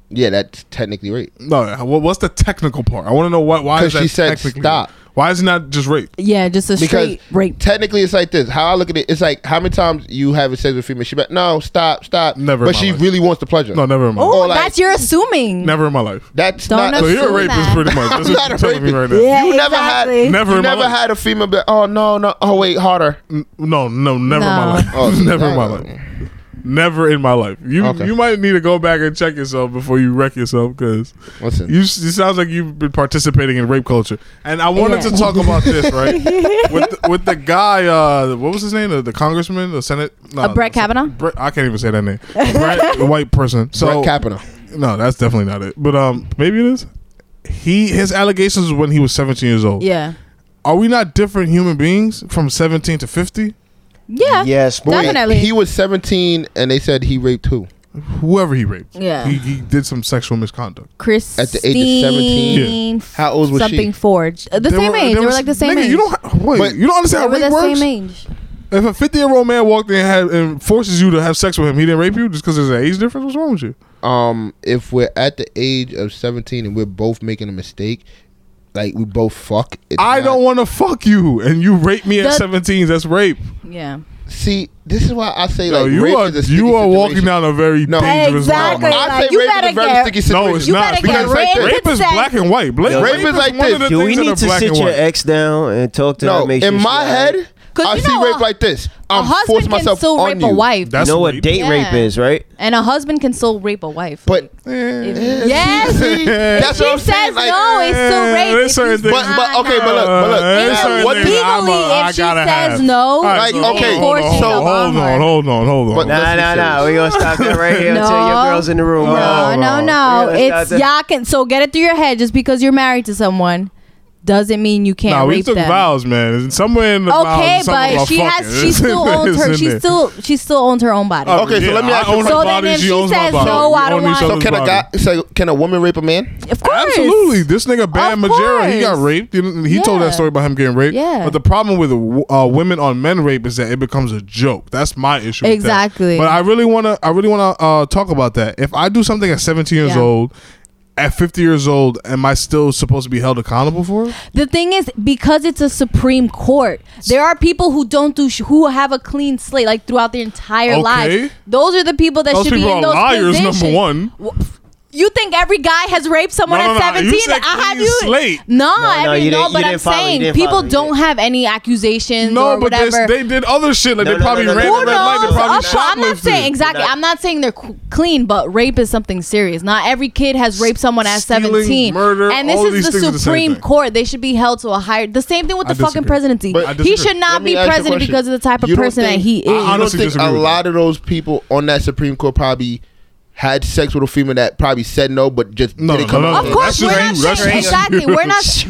Speaker 2: Yeah, that's technically rape.
Speaker 1: No, what, what's the technical part? I want to know what. Why is
Speaker 2: 'Cause
Speaker 1: that
Speaker 2: she said
Speaker 1: technically-
Speaker 2: stop.
Speaker 1: Why is it not just rape?
Speaker 4: Yeah, just a
Speaker 2: Because
Speaker 4: straight rape.
Speaker 2: technically, it's like this. How I look at it, it's like how many times you having sex with a female? She be like, no, stop, stop.
Speaker 1: Never in
Speaker 2: But
Speaker 1: my
Speaker 2: she
Speaker 1: life.
Speaker 2: really wants the pleasure.
Speaker 1: No, never in my life.
Speaker 4: oh,
Speaker 2: or like-
Speaker 4: that's you're assuming.
Speaker 1: Never in my life.
Speaker 2: That's
Speaker 4: Don't
Speaker 2: not.
Speaker 1: So you're a
Speaker 4: assume
Speaker 1: rapist,
Speaker 4: that.
Speaker 1: pretty much. That's
Speaker 2: I'm
Speaker 1: what
Speaker 2: not
Speaker 1: you're
Speaker 2: a
Speaker 1: telling me right
Speaker 2: rapist.
Speaker 1: now.
Speaker 4: Yeah,
Speaker 2: you never
Speaker 4: exactly.
Speaker 2: had.
Speaker 1: Never
Speaker 2: you
Speaker 1: in my
Speaker 2: never
Speaker 1: life.
Speaker 2: had a female be like, oh no, no, oh wait, harder.
Speaker 1: N- No, no, never in my
Speaker 4: No.
Speaker 1: life.
Speaker 2: Oh,
Speaker 1: never in my
Speaker 2: no.
Speaker 1: life. Never in my life. You
Speaker 2: Okay.
Speaker 1: you might need to go back and check yourself before you wreck yourself because
Speaker 2: Listen.
Speaker 1: you s- it sounds like you've been participating in rape culture. And I wanted to
Speaker 4: Yeah.
Speaker 1: talk about this right with the, with the guy. Uh, what was his name? The, the congressman, the senate. No,
Speaker 4: Uh, Brett Kavanaugh?
Speaker 1: Brett, I can't even say that name. Brett, the white person. So
Speaker 2: Brett Kavanaugh.
Speaker 1: no, that's definitely not it. But um, maybe it is. He his allegations was when he was 17 years old.
Speaker 4: Yeah.
Speaker 1: Are we not different human beings from 17 to 50?
Speaker 4: Yeah.
Speaker 3: Yes,
Speaker 2: But wait,
Speaker 3: boy.
Speaker 4: Definitely.
Speaker 2: He was 17 and they said he raped who?
Speaker 1: Whoever he raped.
Speaker 4: Yeah.
Speaker 1: He, he did some sexual misconduct.
Speaker 4: Christine.
Speaker 2: At the age of 17? How old was
Speaker 4: something
Speaker 2: she?
Speaker 4: Forge. Uh, The
Speaker 1: They
Speaker 4: same
Speaker 1: were-
Speaker 4: age. They were
Speaker 1: was-
Speaker 4: like the same
Speaker 1: nigga,
Speaker 4: age.
Speaker 1: You don't ha- wait,
Speaker 2: But-
Speaker 1: you don't understand
Speaker 4: they
Speaker 1: how rape
Speaker 4: were the
Speaker 1: works.
Speaker 4: same age.
Speaker 1: If a 50 year old man walked in and, had, and forces you to have sex with him, he didn't rape you just because there's an age difference. What's wrong with you?
Speaker 2: Um, if we're at the age of 17 and we're both making a mistake, like we both fuck. It's
Speaker 1: I
Speaker 2: not-
Speaker 1: don't want to fuck you, and you rape me at
Speaker 4: That-
Speaker 1: 17. That's rape.
Speaker 4: Yeah.
Speaker 2: see. This is why I say
Speaker 1: No,
Speaker 2: like
Speaker 1: you
Speaker 2: rape
Speaker 1: are
Speaker 2: is a sticky
Speaker 1: you are walking
Speaker 2: situation.
Speaker 1: down a very
Speaker 2: No.
Speaker 1: dangerous
Speaker 4: Exactly.
Speaker 1: road.
Speaker 2: I
Speaker 4: Like,
Speaker 2: say
Speaker 4: you
Speaker 2: rape is
Speaker 4: better
Speaker 2: a very
Speaker 4: get-
Speaker 2: sticky situation.
Speaker 1: No, it's
Speaker 4: You
Speaker 1: not.
Speaker 4: better
Speaker 1: Because
Speaker 4: get
Speaker 1: rape,
Speaker 4: raped
Speaker 1: is
Speaker 4: consent.
Speaker 1: black and white. Bla-
Speaker 3: Yo,
Speaker 1: rape,
Speaker 3: rape
Speaker 1: is
Speaker 2: is like
Speaker 1: one of the
Speaker 2: this.
Speaker 3: Do we
Speaker 1: things that
Speaker 3: need
Speaker 1: are
Speaker 3: to
Speaker 1: black
Speaker 3: sit
Speaker 1: and
Speaker 3: your
Speaker 1: white.
Speaker 3: ex down and talk to her?
Speaker 2: No,
Speaker 3: and make sure
Speaker 2: in
Speaker 3: she
Speaker 2: my
Speaker 3: all right?
Speaker 2: head,
Speaker 4: 'Cause
Speaker 2: I
Speaker 4: you
Speaker 2: see
Speaker 4: know
Speaker 2: rape
Speaker 4: a-
Speaker 2: like this.
Speaker 4: A
Speaker 2: I'm force
Speaker 4: husband can
Speaker 2: myself
Speaker 4: still
Speaker 2: on
Speaker 4: rape
Speaker 2: you.
Speaker 4: a wife.
Speaker 1: That's
Speaker 3: you know what
Speaker 1: rape.
Speaker 3: date
Speaker 4: Yeah.
Speaker 3: rape is, right?
Speaker 4: and a husband can still rape a wife.
Speaker 2: But
Speaker 1: Eh,
Speaker 4: yes.
Speaker 2: See, that's
Speaker 4: She
Speaker 2: what I'm
Speaker 4: says
Speaker 2: saying. Like,
Speaker 4: no, it's still
Speaker 1: eh,
Speaker 4: rape.
Speaker 1: there's
Speaker 4: If
Speaker 1: certain
Speaker 4: he's
Speaker 1: things-
Speaker 2: But- but-
Speaker 4: not-
Speaker 2: okay, but look, but look,
Speaker 1: Uh,
Speaker 2: now,
Speaker 1: certain
Speaker 2: what
Speaker 1: things
Speaker 4: legally,
Speaker 1: I'm a- I
Speaker 4: if she
Speaker 1: gotta
Speaker 4: says
Speaker 1: have.
Speaker 4: no,
Speaker 1: All right,
Speaker 2: Like, okay,
Speaker 1: hold on,
Speaker 4: forcing
Speaker 1: hold on,
Speaker 4: upon her.
Speaker 1: hold on, hold on.
Speaker 2: But
Speaker 1: Hold on.
Speaker 2: let's
Speaker 3: Nah,
Speaker 2: be
Speaker 3: nah, nah.
Speaker 2: serious.
Speaker 3: We gonna stop that right here until your
Speaker 4: No.
Speaker 3: girl's in the room.
Speaker 1: No.
Speaker 3: bro.
Speaker 4: No, no,
Speaker 3: no.
Speaker 4: no.
Speaker 3: Yeah, that's
Speaker 4: It's
Speaker 3: not the-
Speaker 4: y'all can. So get it through your head. Just because you're married to someone doesn't mean you can't
Speaker 1: Nah, we
Speaker 4: rape
Speaker 1: took
Speaker 4: them.
Speaker 1: vows, man. And Somewhere in the
Speaker 4: Okay,
Speaker 1: vows, some of
Speaker 4: but
Speaker 1: us
Speaker 4: she
Speaker 1: fuck
Speaker 4: has.
Speaker 1: it.
Speaker 4: She still
Speaker 1: It's
Speaker 4: owns
Speaker 1: in
Speaker 4: her. She
Speaker 1: there.
Speaker 4: still. She still owns her own body.
Speaker 1: Oh,
Speaker 2: Okay, so
Speaker 1: yeah,
Speaker 2: let me ask
Speaker 1: I
Speaker 2: you
Speaker 1: own
Speaker 2: a
Speaker 1: her
Speaker 2: question.
Speaker 4: So then
Speaker 1: body,
Speaker 4: if
Speaker 1: she
Speaker 4: she
Speaker 1: owns my
Speaker 4: says
Speaker 1: body.
Speaker 4: no, I don't
Speaker 1: Own each
Speaker 4: want-
Speaker 1: other's
Speaker 2: So can a
Speaker 1: body.
Speaker 2: guy? So can a woman rape a man?
Speaker 4: Of course,
Speaker 1: Absolutely, this nigga Bam
Speaker 4: Of
Speaker 1: Majera, he got
Speaker 4: course.
Speaker 1: raped. You know, He told
Speaker 4: Yeah.
Speaker 1: that story about him getting raped.
Speaker 4: Yeah.
Speaker 1: But the problem with uh, women on men rape is that it becomes a joke. That's my issue. with that.
Speaker 4: Exactly.
Speaker 1: But I really wanna, I really wanna uh, talk about that. If I do something at 17 years
Speaker 4: Yeah.
Speaker 1: old, at 50 years old, am I still supposed to be held accountable for it?
Speaker 4: The thing is, because it's a Supreme Court, there are people who don't do sh- who have a clean slate like throughout their entire
Speaker 1: Okay.
Speaker 4: lives. Those are the people that
Speaker 1: Those
Speaker 4: should
Speaker 1: people
Speaker 4: be in
Speaker 1: are
Speaker 4: those
Speaker 1: liars.
Speaker 4: positions.
Speaker 1: Number one.
Speaker 4: You think every guy has raped someone
Speaker 1: No, no,
Speaker 4: at
Speaker 1: no, you
Speaker 4: seventeen?
Speaker 1: said
Speaker 4: I have
Speaker 1: clean
Speaker 4: you.
Speaker 1: slate.
Speaker 4: No,
Speaker 3: No,
Speaker 4: I
Speaker 3: no,
Speaker 4: mean,
Speaker 3: you
Speaker 4: no,
Speaker 3: didn't- you
Speaker 4: but
Speaker 3: didn't
Speaker 4: I'm
Speaker 3: follow, you
Speaker 4: saying
Speaker 3: didn't
Speaker 4: people
Speaker 3: follow, you
Speaker 4: don't
Speaker 3: didn't.
Speaker 4: have any accusations
Speaker 1: No,
Speaker 4: or
Speaker 1: but
Speaker 4: whatever.
Speaker 1: this, they did other shit. Like
Speaker 3: No,
Speaker 1: they
Speaker 3: no,
Speaker 1: probably
Speaker 3: no, no,
Speaker 1: ran
Speaker 3: no,
Speaker 1: a
Speaker 4: Who
Speaker 1: red light. They
Speaker 4: knows?
Speaker 1: probably
Speaker 4: Up- I'm not
Speaker 1: shoplifted.
Speaker 4: saying exactly.
Speaker 3: Not-
Speaker 4: I'm not saying they're c- clean, but rape is something serious. Not every kid has raped someone at
Speaker 1: Stealing,
Speaker 4: 17.
Speaker 1: murder,
Speaker 4: and this
Speaker 1: all of these
Speaker 4: is the
Speaker 1: things are the same
Speaker 4: Supreme
Speaker 1: thing.
Speaker 4: Court. They should be held to a higher. The same thing with
Speaker 1: I
Speaker 4: the fucking
Speaker 1: disagree.
Speaker 4: presidency.
Speaker 1: But I
Speaker 4: He
Speaker 1: disagree.
Speaker 4: should
Speaker 2: Let
Speaker 4: not
Speaker 2: me
Speaker 4: be
Speaker 2: ask you a
Speaker 4: president
Speaker 2: question.
Speaker 4: because of the type of
Speaker 2: You don't
Speaker 4: person
Speaker 2: think-
Speaker 4: that he is.
Speaker 1: I
Speaker 2: You don't
Speaker 1: honestly
Speaker 2: think
Speaker 1: disagree
Speaker 2: a
Speaker 1: with
Speaker 2: lot of those people on that Supreme Court probably had sex with a female that probably said no, but just
Speaker 1: No,
Speaker 2: didn't
Speaker 1: no,
Speaker 2: come
Speaker 1: no,
Speaker 2: out
Speaker 1: no,
Speaker 4: of
Speaker 2: there?
Speaker 1: that's
Speaker 4: course,
Speaker 1: just
Speaker 4: we're
Speaker 1: you.
Speaker 4: not
Speaker 1: That's
Speaker 4: saying
Speaker 1: just
Speaker 4: exactly.
Speaker 1: you.
Speaker 4: We're not.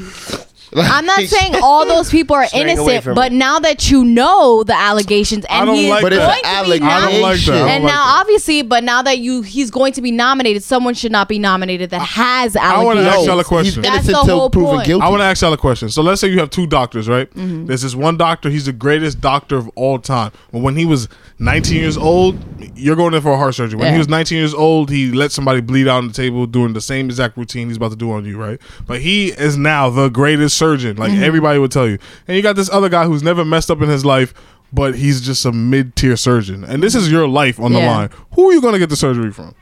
Speaker 2: Like-
Speaker 4: I'm not saying all those people are
Speaker 3: Straying away
Speaker 4: innocent,
Speaker 3: from
Speaker 4: but
Speaker 3: it.
Speaker 4: now that you know the allegations and
Speaker 1: don't
Speaker 4: he is
Speaker 1: like
Speaker 2: But it's
Speaker 1: that.
Speaker 4: going
Speaker 2: an
Speaker 4: to
Speaker 2: allegation.
Speaker 4: be
Speaker 1: I don't like that. I don't
Speaker 4: and
Speaker 1: like
Speaker 4: now, obviously, but now that you he's going to be nominated, someone should not be nominated that has
Speaker 1: I want to
Speaker 4: allegations.
Speaker 1: ask y'all a
Speaker 2: He's
Speaker 1: question.
Speaker 4: That's
Speaker 2: innocent
Speaker 4: the
Speaker 2: until
Speaker 4: whole
Speaker 2: proven
Speaker 4: point.
Speaker 2: guilty.
Speaker 1: I want to ask y'all a question. So let's say you have two doctors, right?
Speaker 4: Mm-hmm.
Speaker 1: There's this one doctor. He's the greatest doctor of all time. But when he was 19 years old, you're going in for a heart surgery. When he
Speaker 4: Yeah.
Speaker 1: was 19 years old, he let somebody bleed out on the table doing the same exact routine he's about to do on you, right? But he is now the greatest surgeon,
Speaker 4: Mm-hmm.
Speaker 1: like everybody would tell you. And you got this other guy who's never messed up in his life. But he's just a mid-tier surgeon, and this is your life on the
Speaker 4: Yeah.
Speaker 1: line. Who are you gonna get the surgery from?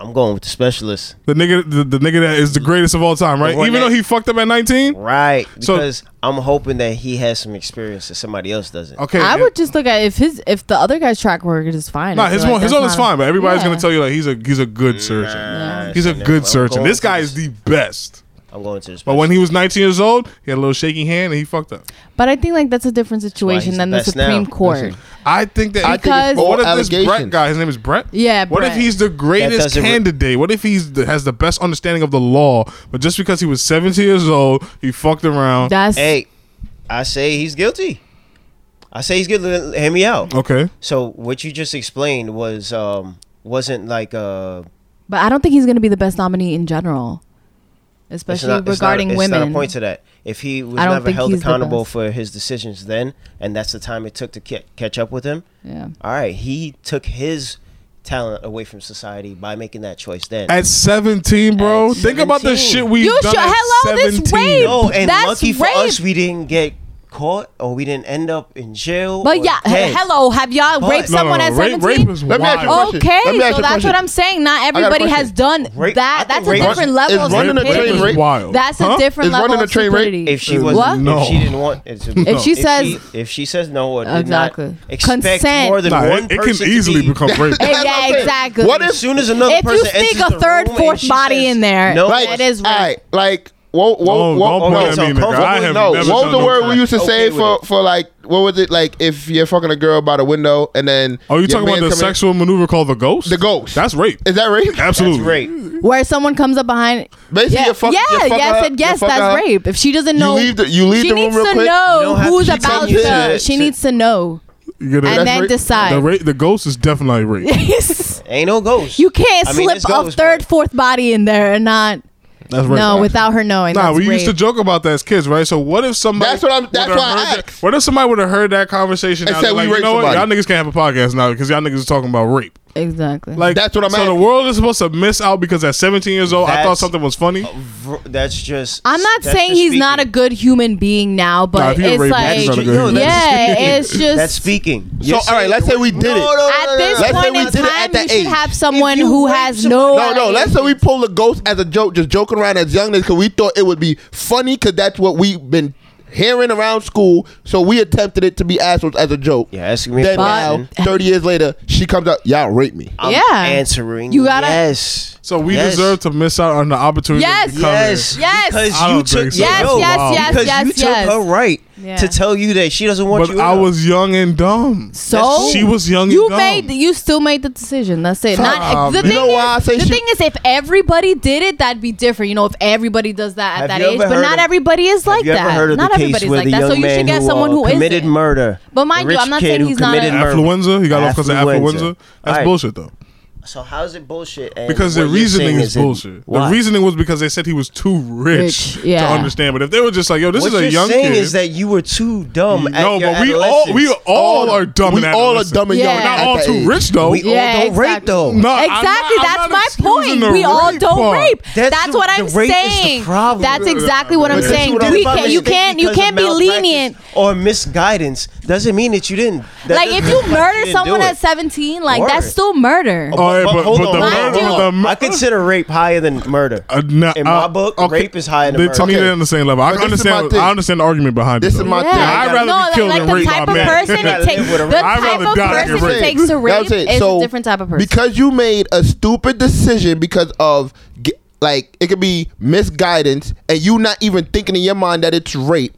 Speaker 3: I'm going with the specialist.
Speaker 1: The nigga, the, the nigga that is the greatest of all time, right?
Speaker 3: The one
Speaker 1: Even though
Speaker 3: that-
Speaker 1: he fucked up at 19.
Speaker 3: Right.
Speaker 1: So-
Speaker 3: Because I'm hoping that he has some experience that somebody else doesn't.
Speaker 1: Okay,
Speaker 4: I
Speaker 1: and-
Speaker 4: would just look at if his if the other guy's track record is fine.
Speaker 1: No,
Speaker 4: I feel
Speaker 1: his
Speaker 4: like
Speaker 1: one, his
Speaker 4: that's
Speaker 1: one is
Speaker 4: not a-
Speaker 1: fine, but everybody's
Speaker 4: Yeah.
Speaker 1: gonna tell you like he's a he's a good surgeon. He's a
Speaker 3: Nah,
Speaker 1: good
Speaker 3: I'm
Speaker 1: surgeon.
Speaker 3: going
Speaker 1: This
Speaker 3: to
Speaker 1: guy is the best.
Speaker 3: I'm going to the specialist.
Speaker 1: But when he was 19 years old, he had a little shaky hand and he fucked up.
Speaker 4: But I think like that's a different
Speaker 3: he's
Speaker 4: situation than
Speaker 3: the
Speaker 4: the
Speaker 3: best
Speaker 4: Supreme
Speaker 3: now.
Speaker 4: Court.
Speaker 1: I think that.
Speaker 2: I think
Speaker 4: Because-
Speaker 2: it's
Speaker 1: but
Speaker 2: all
Speaker 1: what if this Brett
Speaker 2: allegations.
Speaker 1: guy? His name is Brett.
Speaker 4: Yeah,
Speaker 1: What if
Speaker 4: Brett.
Speaker 1: he's the greatest
Speaker 3: doesn't re-
Speaker 1: candidate? what if he's the, has the best understanding of the law? But just because he was 17 years old, he fucked around.
Speaker 4: That's
Speaker 3: hey, I say he's guilty. I say he's good. Hear me out.
Speaker 1: Okay.
Speaker 3: So what you just explained was um wasn't like uh
Speaker 4: But I don't think he's going to be the best nominee in general,
Speaker 3: it's
Speaker 4: especially
Speaker 3: not, it's not-
Speaker 4: regarding
Speaker 3: it's
Speaker 4: women.
Speaker 3: not a point to that. If he was
Speaker 4: I don't
Speaker 3: never
Speaker 4: think
Speaker 3: held
Speaker 4: he's the
Speaker 3: accountable
Speaker 4: best.
Speaker 3: for his decisions then, and that's the time it took to ca- catch up with him.
Speaker 4: yeah.
Speaker 3: All right, he took his talent away from society by making that choice then.
Speaker 1: At 17, bro.
Speaker 3: At
Speaker 1: Think about the
Speaker 3: 17.
Speaker 1: shit we
Speaker 4: You
Speaker 1: done
Speaker 4: should-
Speaker 1: at
Speaker 4: hello, this
Speaker 1: 17.
Speaker 4: rape.
Speaker 3: no, and
Speaker 4: That's
Speaker 3: lucky for
Speaker 4: rape.
Speaker 3: us, we didn't get caught or we didn't end up in jail.
Speaker 4: But
Speaker 3: or
Speaker 4: yeah, he-
Speaker 3: dead.
Speaker 4: hello, have y'all
Speaker 3: But-
Speaker 4: raped
Speaker 1: No, no,
Speaker 4: someone
Speaker 1: no,
Speaker 4: at
Speaker 1: rape,
Speaker 4: 17?
Speaker 1: rape is
Speaker 2: Let me ask you a
Speaker 1: wild.
Speaker 2: question.
Speaker 4: Okay,
Speaker 2: Let me ask
Speaker 4: so
Speaker 2: you a
Speaker 4: that's
Speaker 2: question.
Speaker 4: what I'm saying. Not
Speaker 2: got a
Speaker 4: everybody
Speaker 2: question.
Speaker 4: has done
Speaker 3: Rape- I
Speaker 4: that.
Speaker 3: think
Speaker 4: That's a
Speaker 3: rape-
Speaker 4: different
Speaker 2: Is
Speaker 4: level of
Speaker 2: running a train
Speaker 4: stupidity.
Speaker 2: rape-
Speaker 1: wild.
Speaker 4: That's
Speaker 1: Huh?
Speaker 4: a different
Speaker 2: Is
Speaker 4: level
Speaker 2: running
Speaker 4: of
Speaker 2: a train rape-
Speaker 4: stupidity.
Speaker 3: If she
Speaker 1: Uh,
Speaker 3: was,
Speaker 4: What?
Speaker 1: no.
Speaker 3: if she didn't want, it to
Speaker 4: If she says-
Speaker 3: if she says no, or did
Speaker 4: Exactly.
Speaker 3: not expect
Speaker 4: Consent.
Speaker 3: more than
Speaker 1: Nah,
Speaker 3: one
Speaker 1: it, it
Speaker 3: person
Speaker 1: can
Speaker 3: to
Speaker 1: easily
Speaker 3: be-
Speaker 1: become rape.
Speaker 4: Yeah,
Speaker 2: what I'm saying.
Speaker 4: exactly.
Speaker 2: What if
Speaker 3: As soon as another
Speaker 4: If you
Speaker 3: person
Speaker 4: sneak
Speaker 3: enters
Speaker 4: a
Speaker 3: the
Speaker 4: third,
Speaker 3: room and
Speaker 4: fourth
Speaker 3: she
Speaker 4: body
Speaker 3: says,
Speaker 4: in there,
Speaker 3: no,
Speaker 4: Like- That is right.
Speaker 2: alright, like whoa, whoa,
Speaker 1: Don't-
Speaker 2: whoa,
Speaker 1: don't
Speaker 2: whoa.
Speaker 1: play at
Speaker 3: so
Speaker 1: me, nigga. I
Speaker 3: comfortable-
Speaker 1: have
Speaker 3: no,
Speaker 2: No,
Speaker 1: never
Speaker 2: what
Speaker 1: done
Speaker 2: was the
Speaker 1: no
Speaker 2: word
Speaker 1: crime.
Speaker 2: we used to
Speaker 3: Okay
Speaker 2: say
Speaker 3: with
Speaker 2: for,
Speaker 3: it.
Speaker 2: for like what was it like if you're fucking a girl by the window and then
Speaker 1: Oh, you
Speaker 2: your
Speaker 1: talking
Speaker 2: man
Speaker 1: about the
Speaker 2: come in-
Speaker 1: sexual maneuver called the ghost?
Speaker 2: The ghost.
Speaker 1: That's rape.
Speaker 2: Is that rape?
Speaker 1: Absolutely.
Speaker 3: That's rape.
Speaker 4: where someone comes up behind,
Speaker 2: Basically,
Speaker 4: yeah,
Speaker 2: you fuck-
Speaker 4: yeah,
Speaker 2: you fuck
Speaker 4: yes,
Speaker 2: her-
Speaker 4: and
Speaker 2: you
Speaker 4: yes,
Speaker 2: fuck
Speaker 4: that's
Speaker 2: her.
Speaker 4: rape. If she doesn't
Speaker 2: You
Speaker 4: know,
Speaker 2: leave the- you leave
Speaker 4: she
Speaker 2: the room
Speaker 4: needs
Speaker 2: real
Speaker 4: to
Speaker 2: quick.
Speaker 3: You
Speaker 4: know
Speaker 3: don't have-
Speaker 4: who's
Speaker 3: she
Speaker 4: about
Speaker 3: comes in
Speaker 4: to.
Speaker 3: to-
Speaker 4: She
Speaker 3: to-
Speaker 4: needs to know,
Speaker 1: You get it?
Speaker 4: and
Speaker 2: that's
Speaker 4: then
Speaker 2: rape.
Speaker 1: the
Speaker 4: decide.
Speaker 1: rape, the ghost is definitely rape.
Speaker 3: Ain't no ghost.
Speaker 4: you can't
Speaker 3: I mean,
Speaker 4: slip
Speaker 3: this
Speaker 4: a
Speaker 3: goes,
Speaker 4: third,
Speaker 3: but-
Speaker 4: fourth body in there and not.
Speaker 1: That's rape.
Speaker 4: No, without her knowing.
Speaker 1: Nah,
Speaker 4: that's
Speaker 1: we used
Speaker 4: rape.
Speaker 1: to joke about that as kids, right? So what if somebody?
Speaker 2: That's what I'm- that's
Speaker 1: would've
Speaker 2: why I
Speaker 1: heard that-
Speaker 2: asked.
Speaker 1: what if somebody would have heard that conversation?
Speaker 2: And
Speaker 1: now,
Speaker 2: said
Speaker 1: they're
Speaker 2: we
Speaker 1: like, you
Speaker 2: raped
Speaker 1: know what? Y'all
Speaker 2: somebody.
Speaker 1: niggas can't have a podcast now because y'all niggas are talking about rape.
Speaker 4: Exactly.
Speaker 1: Like
Speaker 2: That's what I'm
Speaker 1: So
Speaker 2: asking.
Speaker 1: the world is supposed to miss out because at 17 years old, I thought
Speaker 3: That's-
Speaker 1: something was funny.
Speaker 3: Vr- That's just.
Speaker 4: I'm not
Speaker 3: that's
Speaker 4: saying
Speaker 3: just
Speaker 4: he's not a
Speaker 3: speaking.
Speaker 4: good human being now,
Speaker 1: Nah,
Speaker 4: but
Speaker 1: if he a
Speaker 4: it's
Speaker 1: rapist,
Speaker 4: like,
Speaker 1: he's not a good
Speaker 4: yeah,
Speaker 1: human
Speaker 3: being.
Speaker 4: it's just
Speaker 3: That's speaking.
Speaker 2: So, all right, let's say we did it.
Speaker 4: at
Speaker 2: Let's
Speaker 4: this
Speaker 2: say
Speaker 4: point
Speaker 2: we
Speaker 4: in
Speaker 2: did it at
Speaker 4: time,
Speaker 2: that
Speaker 4: you should
Speaker 2: age.
Speaker 4: have someone
Speaker 3: you
Speaker 4: who
Speaker 3: rape
Speaker 4: has
Speaker 3: someone-
Speaker 4: no.
Speaker 2: No, no. Let's say we pull the ghost as a joke, just joking around as young niggas, because we thought it would be funny, because that's what we've been hearing around school. So we attempted it to be assholes as a joke.
Speaker 3: Yeah, asking me. a
Speaker 2: Then now,
Speaker 3: question,
Speaker 4: But-
Speaker 2: thirty years later, she comes out. Y'all rape me.
Speaker 3: I'm
Speaker 4: Yeah.
Speaker 3: answering.
Speaker 4: You gotta-
Speaker 3: Yes.
Speaker 1: So we
Speaker 3: Yes.
Speaker 1: deserve to miss out on the opportunity.
Speaker 4: Yes.
Speaker 1: to become
Speaker 3: Yes.
Speaker 1: it.
Speaker 4: Yes.
Speaker 1: I
Speaker 3: Because
Speaker 1: don't
Speaker 3: you took.
Speaker 1: think so.
Speaker 4: Yes,
Speaker 3: no,
Speaker 4: yes, yes,
Speaker 3: Because
Speaker 4: yes,
Speaker 3: you took
Speaker 4: yes.
Speaker 3: her right
Speaker 4: Yeah.
Speaker 3: to tell you that she doesn't want
Speaker 1: But
Speaker 3: you.
Speaker 1: I
Speaker 3: in.
Speaker 1: was young and dumb.
Speaker 4: So
Speaker 1: she was young.
Speaker 4: You
Speaker 1: and dumb.
Speaker 4: made you still made the decision. That's it.
Speaker 1: Ah,
Speaker 4: Not the
Speaker 1: man.
Speaker 4: thing
Speaker 2: You know
Speaker 4: is,
Speaker 2: why I say
Speaker 4: the
Speaker 2: she-
Speaker 4: thing is, if everybody did it, that'd be different. You know, if everybody does that at
Speaker 3: Have
Speaker 4: that
Speaker 3: you
Speaker 4: age,
Speaker 3: ever
Speaker 4: but
Speaker 3: heard
Speaker 4: not
Speaker 3: of-
Speaker 4: everybody is like
Speaker 3: Have you
Speaker 4: that.
Speaker 3: ever heard of
Speaker 4: not
Speaker 3: the case
Speaker 4: everybody's
Speaker 3: where
Speaker 4: like
Speaker 3: the
Speaker 4: that.
Speaker 3: young
Speaker 4: So you
Speaker 3: man
Speaker 4: should get
Speaker 3: who,
Speaker 4: someone
Speaker 3: uh,
Speaker 4: who
Speaker 3: committed
Speaker 4: isn't.
Speaker 3: murder?
Speaker 4: But mind
Speaker 3: the rich
Speaker 4: you, I'm not
Speaker 3: kid
Speaker 4: saying
Speaker 3: who
Speaker 4: he's not
Speaker 3: committed
Speaker 4: a-
Speaker 3: murder.
Speaker 1: Affluenza. He got off because of
Speaker 3: Affluenza.
Speaker 1: affluenza. That's
Speaker 3: Alright.
Speaker 1: bullshit though.
Speaker 3: So how's it bullshit? and
Speaker 1: Because
Speaker 3: what
Speaker 1: the
Speaker 3: you're
Speaker 1: reasoning
Speaker 3: saying
Speaker 1: is
Speaker 3: it-
Speaker 1: bullshit.
Speaker 3: Why?
Speaker 1: The reasoning was because they said he was too rich,
Speaker 4: Rich, yeah.
Speaker 1: to understand. But if they were just like, "Yo, this
Speaker 3: what
Speaker 1: is a
Speaker 3: you're
Speaker 1: young
Speaker 3: saying
Speaker 1: kid,"
Speaker 3: is that you were too dumb. at
Speaker 1: no,
Speaker 3: your
Speaker 1: but we all we
Speaker 3: adolescence.
Speaker 1: all are dumb.
Speaker 2: we
Speaker 1: in
Speaker 2: all are
Speaker 1: adolescence.
Speaker 2: dumb and
Speaker 4: Yeah.
Speaker 2: young.
Speaker 4: We're
Speaker 1: We're not
Speaker 2: at
Speaker 1: all
Speaker 2: that
Speaker 1: too
Speaker 2: age.
Speaker 1: rich though.
Speaker 3: We
Speaker 4: Yeah,
Speaker 3: all don't rape
Speaker 4: exactly.
Speaker 3: though.
Speaker 1: No, I'm not-
Speaker 4: Exactly.
Speaker 1: I'm
Speaker 4: that's
Speaker 1: not
Speaker 4: my
Speaker 1: excusing
Speaker 4: point.
Speaker 1: the
Speaker 4: We all
Speaker 1: rape
Speaker 4: don't
Speaker 1: part.
Speaker 4: rape.
Speaker 3: That's
Speaker 4: That's,
Speaker 3: the-
Speaker 4: what
Speaker 3: the
Speaker 4: I'm
Speaker 3: rape is the
Speaker 4: saying.
Speaker 3: problem.
Speaker 4: That's exactly what I'm
Speaker 1: But this
Speaker 4: saying.
Speaker 1: is what
Speaker 4: we
Speaker 1: I'm
Speaker 4: can, you
Speaker 1: saying.
Speaker 4: can't you
Speaker 3: Because of
Speaker 4: can't be
Speaker 3: malpractice
Speaker 4: lenient.
Speaker 3: or misguidance doesn't mean that you didn't. that
Speaker 4: Like
Speaker 3: doesn't
Speaker 4: if
Speaker 3: mean that
Speaker 4: you murder
Speaker 3: didn't
Speaker 4: someone
Speaker 3: do it.
Speaker 4: at 17, like
Speaker 3: Word.
Speaker 4: that's still murder.
Speaker 1: Oh, yeah, but- but the
Speaker 4: murder-
Speaker 3: hold
Speaker 4: the
Speaker 3: on.
Speaker 1: mur-
Speaker 3: I consider rape higher than murder.
Speaker 1: Uh, nah,
Speaker 3: In my
Speaker 1: uh,
Speaker 3: book,
Speaker 1: okay.
Speaker 3: rape is higher than
Speaker 1: They- To
Speaker 3: murder.
Speaker 1: me,
Speaker 2: Okay.
Speaker 1: they're on the same level. I
Speaker 2: But this is my
Speaker 1: understand.
Speaker 2: thing.
Speaker 1: I understand the argument behind
Speaker 2: This
Speaker 1: it.
Speaker 2: is
Speaker 1: though.
Speaker 2: my
Speaker 4: Yeah.
Speaker 2: thing.
Speaker 1: I'd rather be
Speaker 4: no, like,
Speaker 1: killed
Speaker 4: like
Speaker 1: than
Speaker 4: the
Speaker 1: raped
Speaker 4: type
Speaker 1: by
Speaker 4: of
Speaker 1: men.
Speaker 4: person
Speaker 3: Gotta
Speaker 4: that
Speaker 3: live
Speaker 4: takes
Speaker 3: with a
Speaker 4: the
Speaker 3: rape.
Speaker 1: I'd
Speaker 4: type
Speaker 1: rather
Speaker 4: of
Speaker 1: die than
Speaker 4: person
Speaker 1: get
Speaker 4: who
Speaker 1: raped.
Speaker 4: takes the
Speaker 2: That was
Speaker 4: rape
Speaker 2: it.
Speaker 4: is
Speaker 2: So,
Speaker 4: a different type of person.
Speaker 2: Because you made a stupid decision because of ge- like it could be misguidance and you not even thinking in your mind that it's rape.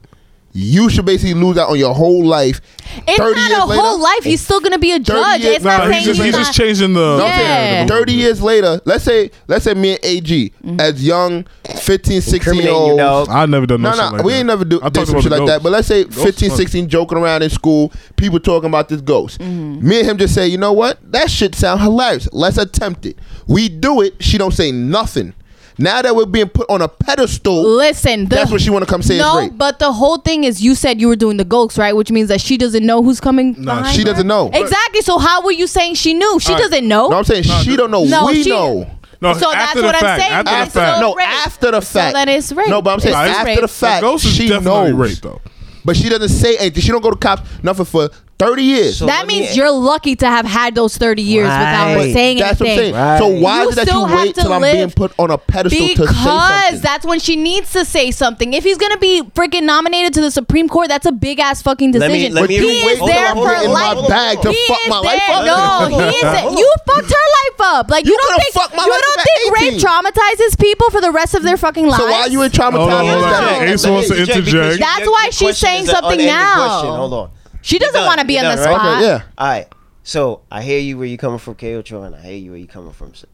Speaker 2: You should basically lose out on your whole life.
Speaker 4: it's
Speaker 2: 30
Speaker 4: not
Speaker 2: years
Speaker 4: a
Speaker 2: later-
Speaker 4: whole life. He's still gonna be a judge.
Speaker 2: years-
Speaker 4: it's
Speaker 1: Nah,
Speaker 4: not saying
Speaker 1: he's just,
Speaker 4: he's,
Speaker 1: he's
Speaker 4: not.
Speaker 1: just changing the.
Speaker 4: No, I'm saying Yeah. Mm-hmm.
Speaker 2: 30 years later, let's say let's say me and AG as young 15, 16 year
Speaker 3: Incriminating you,
Speaker 2: olds.
Speaker 3: dog.
Speaker 1: I never done
Speaker 2: No,
Speaker 1: no,
Speaker 2: no,
Speaker 1: shit like
Speaker 2: we
Speaker 1: that.
Speaker 2: ain't never do
Speaker 1: I
Speaker 2: did
Speaker 1: talked
Speaker 2: some
Speaker 1: about
Speaker 2: shit
Speaker 1: the
Speaker 2: like that.
Speaker 1: ghost.
Speaker 2: But let's say
Speaker 1: Ghost
Speaker 2: 15,
Speaker 1: fuck.
Speaker 2: 16, joking around in school, people talking about this ghost.
Speaker 4: Mm-hmm.
Speaker 2: Me and him just say, you know what? That shit sound hilarious. Let's attempt it. We do it. She don't say nothing. Now that we're being put on a pedestal,
Speaker 4: Listen, the,
Speaker 2: That's what she wanna come say is
Speaker 4: No,
Speaker 2: rape.
Speaker 4: but the whole thing is you said you were doing the ghosts, right? Which means that she doesn't know who's coming.
Speaker 1: Nah,
Speaker 4: behind
Speaker 2: she
Speaker 4: her.
Speaker 2: doesn't know.
Speaker 4: Exactly. So how were you saying she knew? She
Speaker 1: Alright.
Speaker 4: doesn't know.
Speaker 2: no, I'm saying she don't know.
Speaker 4: No,
Speaker 2: we
Speaker 4: she-
Speaker 2: know.
Speaker 1: No,
Speaker 4: So
Speaker 1: after
Speaker 4: that's
Speaker 1: the
Speaker 4: what I'm
Speaker 1: fact,
Speaker 4: saying.
Speaker 1: After
Speaker 4: That's
Speaker 1: the fact,
Speaker 4: so-
Speaker 2: no,
Speaker 4: rape.
Speaker 2: after the
Speaker 4: So
Speaker 2: fact.
Speaker 4: then it's rape.
Speaker 2: No, but I'm saying
Speaker 4: Nah, it's
Speaker 2: after
Speaker 4: rape.
Speaker 2: the
Speaker 4: The
Speaker 1: the
Speaker 2: fact,
Speaker 1: ghost is
Speaker 2: she
Speaker 1: definitely
Speaker 2: knows.
Speaker 1: rape though.
Speaker 2: But she doesn't say anything. She don't go to cops nothing for 30 years.
Speaker 3: So
Speaker 4: that
Speaker 3: let me-
Speaker 4: means you're lucky to have had those 30 years without
Speaker 3: Right.
Speaker 4: her saying
Speaker 2: That's what I'm
Speaker 4: anything.
Speaker 2: saying. So
Speaker 3: Right.
Speaker 2: why
Speaker 4: You
Speaker 2: is it that
Speaker 4: still
Speaker 2: you
Speaker 4: have
Speaker 2: wait
Speaker 4: to
Speaker 2: till I'm
Speaker 4: live
Speaker 2: being put on a pedestal to say
Speaker 4: Because
Speaker 2: something?
Speaker 4: that's when she needs to say something. If he's gonna be freaking nominated to the Supreme Court, that's a big ass fucking
Speaker 3: Let me-
Speaker 4: decision.
Speaker 3: let me-
Speaker 4: he
Speaker 3: But you
Speaker 4: is
Speaker 3: wait
Speaker 4: there
Speaker 3: till I'm
Speaker 4: for
Speaker 3: getting my
Speaker 4: life.
Speaker 3: bag to
Speaker 4: he
Speaker 2: fuck
Speaker 4: is
Speaker 2: my life
Speaker 4: there.
Speaker 2: up?
Speaker 4: No, he isn't. You fucked her life up. Like you,
Speaker 2: You
Speaker 4: don't
Speaker 2: could've
Speaker 4: think
Speaker 2: fucked my
Speaker 4: you
Speaker 2: life
Speaker 4: don't
Speaker 2: up
Speaker 4: think
Speaker 2: at
Speaker 4: rape
Speaker 2: 18.
Speaker 4: traumatizes people for the rest of their fucking lives.
Speaker 2: So why are you in traumatized?
Speaker 1: Hold on, hold on.
Speaker 2: now?
Speaker 1: Ace wants to interject.
Speaker 4: That's why she's saying something now.
Speaker 3: Hold on.
Speaker 4: She
Speaker 3: You're
Speaker 4: doesn't
Speaker 3: done.
Speaker 4: want to be
Speaker 3: You're
Speaker 4: on the
Speaker 3: done, right?
Speaker 4: spot.
Speaker 2: Okay, yeah.
Speaker 3: All right. So I hear you where you coming from, Kaotro, and I hear you where you coming from, S-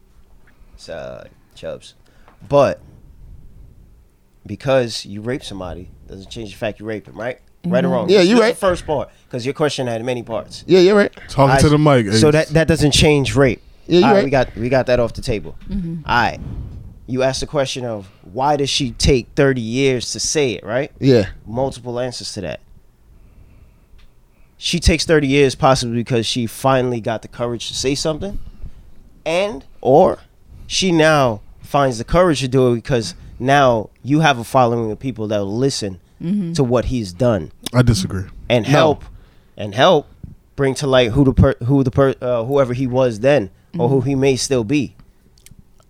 Speaker 3: S- uh, Chubbs. But because you rape somebody doesn't change the fact you rape him, right? Right
Speaker 4: Mm-hmm.
Speaker 3: or wrong?
Speaker 2: Yeah, you
Speaker 3: Just
Speaker 2: right.
Speaker 3: The first part, because your question had many parts.
Speaker 2: Yeah, you're right.
Speaker 1: Talking
Speaker 3: I-
Speaker 1: to the mic.
Speaker 3: So
Speaker 1: Ace.
Speaker 3: that that doesn't change rape.
Speaker 2: Yeah, you
Speaker 3: All
Speaker 2: right.
Speaker 3: We got we got that off the table. All right. You asked the question of why does she take thirty years to say it, right?
Speaker 2: Yeah.
Speaker 3: Multiple answers to that. She takes thirty years possibly because she finally got the courage to say something, and or she now finds the courage to do it because now you have a following of people that will listen to what he's done
Speaker 1: I disagree.
Speaker 3: and help and help bring to light who the per, who the per, uh, whoever he was then or who he may still be.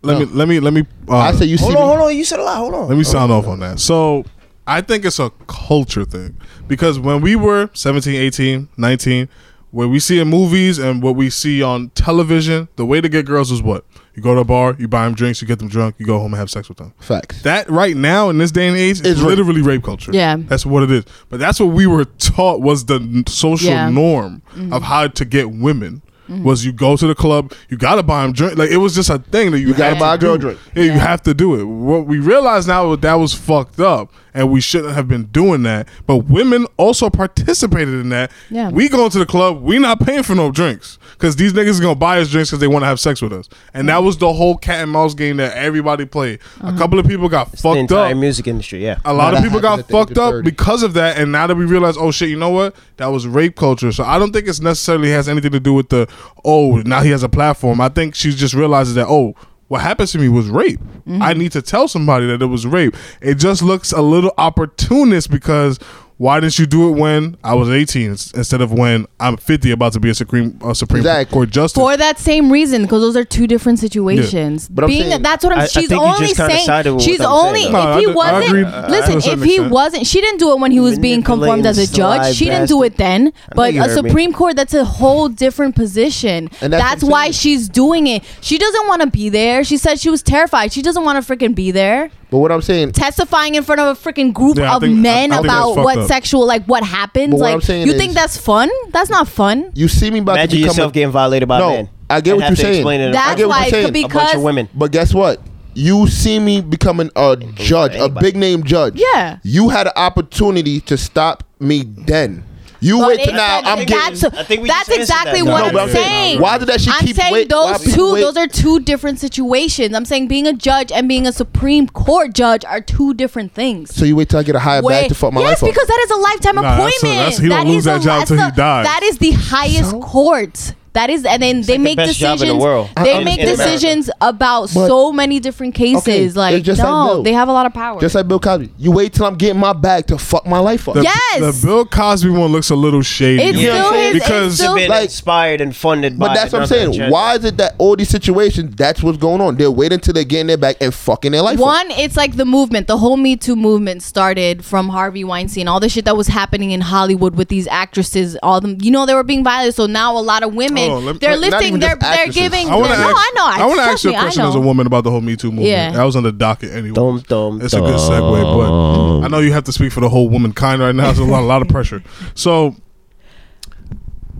Speaker 1: Let me let me let me. Uh,
Speaker 2: I say you
Speaker 3: Hold
Speaker 2: see
Speaker 3: on,
Speaker 2: me.
Speaker 3: hold on. You said a lot. Hold on.
Speaker 1: Let me sound off on that. So I think it's a culture thing because when we were 17, 18, 19, what we see in movies and what we see on television, the way to get girls is what? You go to a bar, you buy them drinks, you get them drunk, you go home and have sex with them.
Speaker 2: Facts.
Speaker 1: That right now in this day and age is
Speaker 2: It's rape.
Speaker 1: literally rape culture.
Speaker 4: Yeah.
Speaker 1: That's what it is. But that's what we were taught was the n- social
Speaker 4: Yeah. Mm-hmm.
Speaker 1: norm of how to get women. Was you go to the club, you gotta buy them drink. Like it was just a thing that you,
Speaker 2: gotta
Speaker 1: had to
Speaker 2: buy a girl
Speaker 1: do.
Speaker 2: drink.
Speaker 1: Yeah, you have to do it. What we realize now is that was fucked up, and we shouldn't have been doing that. But women also participated in that.
Speaker 4: Yeah.
Speaker 1: we going to the club. We not paying for no drinks because these niggas is gonna buy us drinks because they want to have sex with us. And that was the whole cat and mouse game that everybody played. A couple of people got
Speaker 3: the
Speaker 1: fucked
Speaker 3: entire
Speaker 1: up.
Speaker 3: music industry. Yeah.
Speaker 1: A lot
Speaker 2: No,
Speaker 1: of
Speaker 2: that
Speaker 1: people
Speaker 2: happened
Speaker 1: got
Speaker 2: at the age of
Speaker 1: fucked up
Speaker 2: 30.
Speaker 1: because of that, and now that we realize, oh shit, you know what? That was rape culture. So I don't think it's necessarily has anything to do with the oh now he has a platform. I think she just realizes that oh what happened to me was rape. I
Speaker 2: Mm-hmm.
Speaker 1: need to tell somebody that it was rape. It just looks a little opportunist because why didn't you do it when I was 18 ins- instead of when I'm 50 about to be a supreme a supreme
Speaker 2: Exactly.
Speaker 1: court justice?
Speaker 4: for that same reason because those are two different situations.
Speaker 2: But I'm
Speaker 4: Being
Speaker 2: saying-
Speaker 4: that's what I'm.
Speaker 3: I- I
Speaker 4: she's
Speaker 3: think you just
Speaker 4: only
Speaker 3: kinda sided
Speaker 4: saying.
Speaker 3: with
Speaker 4: She's
Speaker 3: what I'm
Speaker 4: only
Speaker 3: saying,
Speaker 1: though. No, I
Speaker 4: if he
Speaker 1: do- I
Speaker 4: wasn't.
Speaker 1: agree, uh, to a
Speaker 4: listen,
Speaker 1: certain
Speaker 4: if he
Speaker 1: extent.
Speaker 4: wasn't, she didn't do it when he was being
Speaker 3: Manipulating
Speaker 4: confirmed as a
Speaker 3: sly
Speaker 4: judge. She didn't do
Speaker 3: bastard.
Speaker 4: it then.
Speaker 3: I know
Speaker 4: But
Speaker 3: you
Speaker 4: a
Speaker 3: heard me.
Speaker 4: Supreme Court, that's a whole different position.
Speaker 2: And that's
Speaker 4: that's
Speaker 2: what I'm
Speaker 4: why
Speaker 2: saying.
Speaker 4: she's doing it. She doesn't want to be there. She said she was terrified. She doesn't want to freaking be there
Speaker 2: But what I'm saying,
Speaker 4: testifying in front of a freaking group
Speaker 1: Yeah, I
Speaker 4: of
Speaker 1: think- I-
Speaker 4: men
Speaker 1: I think that's
Speaker 4: about
Speaker 1: fucked
Speaker 4: what
Speaker 1: up.
Speaker 4: sexual like what happens.
Speaker 2: But what
Speaker 4: like
Speaker 2: I'm saying
Speaker 4: you
Speaker 2: is-
Speaker 4: think that's fun? That's not fun.
Speaker 2: you see me about
Speaker 3: Imagine
Speaker 2: to become
Speaker 3: yourself
Speaker 2: a,
Speaker 3: getting violated by
Speaker 2: No,
Speaker 3: a man.
Speaker 2: I get
Speaker 3: and
Speaker 2: what
Speaker 3: have
Speaker 2: you're
Speaker 3: to
Speaker 2: saying.
Speaker 3: explain it in
Speaker 4: That's
Speaker 2: I get what
Speaker 4: why
Speaker 2: you're saying.
Speaker 4: it,
Speaker 2: A bunch
Speaker 3: front of a bunch
Speaker 4: because
Speaker 3: of women.
Speaker 2: But guess what? You see me becoming a judge, a
Speaker 3: anybody.
Speaker 2: big name judge.
Speaker 4: Yeah.
Speaker 2: You had an opportunity to stop me then. You
Speaker 4: But
Speaker 2: wait till
Speaker 4: it's
Speaker 2: now.
Speaker 4: like-
Speaker 2: I'm getting.
Speaker 4: that's,
Speaker 3: I think we
Speaker 4: that's
Speaker 3: just answered
Speaker 4: exactly
Speaker 3: that.
Speaker 4: what
Speaker 2: No,
Speaker 4: I'm,
Speaker 2: but I'm saying,
Speaker 4: saying.
Speaker 2: why did that she
Speaker 4: I'm
Speaker 2: keep
Speaker 4: saying
Speaker 2: wait- why
Speaker 4: those
Speaker 2: people
Speaker 4: two.
Speaker 2: wait-
Speaker 4: Those are two different situations. I'm saying being a judge and being a Supreme Court judge are two different things.
Speaker 2: So you wait till I get a higher
Speaker 4: Wait-
Speaker 2: bag to fuck my
Speaker 4: yes,
Speaker 2: life
Speaker 4: because
Speaker 2: up.
Speaker 4: that is a lifetime
Speaker 1: Nah, that's a-
Speaker 4: appointment.
Speaker 1: that's- he don't
Speaker 4: is
Speaker 1: lose
Speaker 4: a-
Speaker 1: that job
Speaker 4: that's
Speaker 1: till he
Speaker 4: a-
Speaker 1: dies.
Speaker 4: That is the highest
Speaker 2: So?
Speaker 4: court. That is, and then they
Speaker 3: like the
Speaker 4: make
Speaker 3: best job
Speaker 4: decisions.
Speaker 3: in the world.
Speaker 4: They
Speaker 2: Uh-uh.
Speaker 3: In-
Speaker 4: make
Speaker 3: in America.
Speaker 4: decisions about
Speaker 2: But-
Speaker 4: so many different cases.
Speaker 2: Okay,
Speaker 4: like
Speaker 2: it's just like
Speaker 4: no,
Speaker 2: Bill.
Speaker 4: they have a lot of power.
Speaker 2: Just like Bill Cosby. You wait till I'm getting my bag to fuck my life up.
Speaker 1: The,
Speaker 4: Yes!
Speaker 1: the Bill Cosby one looks a little shady.
Speaker 4: it's
Speaker 2: know what
Speaker 4: still
Speaker 2: I'm saying?
Speaker 4: his.
Speaker 1: Because-
Speaker 4: it's still
Speaker 3: Been
Speaker 2: Like-
Speaker 3: inspired and funded by
Speaker 2: But that's what I'm
Speaker 3: another
Speaker 2: saying.
Speaker 3: agenda.
Speaker 2: Why is it that all these situations, that's what's going on? They're waiting till they're getting their bag and fucking their life up.
Speaker 4: One, it's like the movement. The whole Me Too movement started from Harvey Weinstein. All the shit that was happening in Hollywood with these actresses, all them, you know, they were being violated. So now a lot of women,
Speaker 1: Hold on, Oh, let me-
Speaker 4: they're
Speaker 2: not even
Speaker 4: lifting, they're
Speaker 2: just
Speaker 4: they're
Speaker 2: actresses.
Speaker 4: giving.
Speaker 1: I want to
Speaker 4: no,
Speaker 1: ask,
Speaker 4: I know. I,
Speaker 1: I want to
Speaker 4: trust
Speaker 1: ask you a
Speaker 4: me, I
Speaker 1: question
Speaker 4: know.
Speaker 1: as a woman about the whole Me Too movement.
Speaker 4: Yeah.
Speaker 1: That was on the docket anyway.
Speaker 3: Dum, dum,
Speaker 1: it's a good segue, but I know you have to speak for the whole womankind right now. There's a lot, a lot of pressure. So,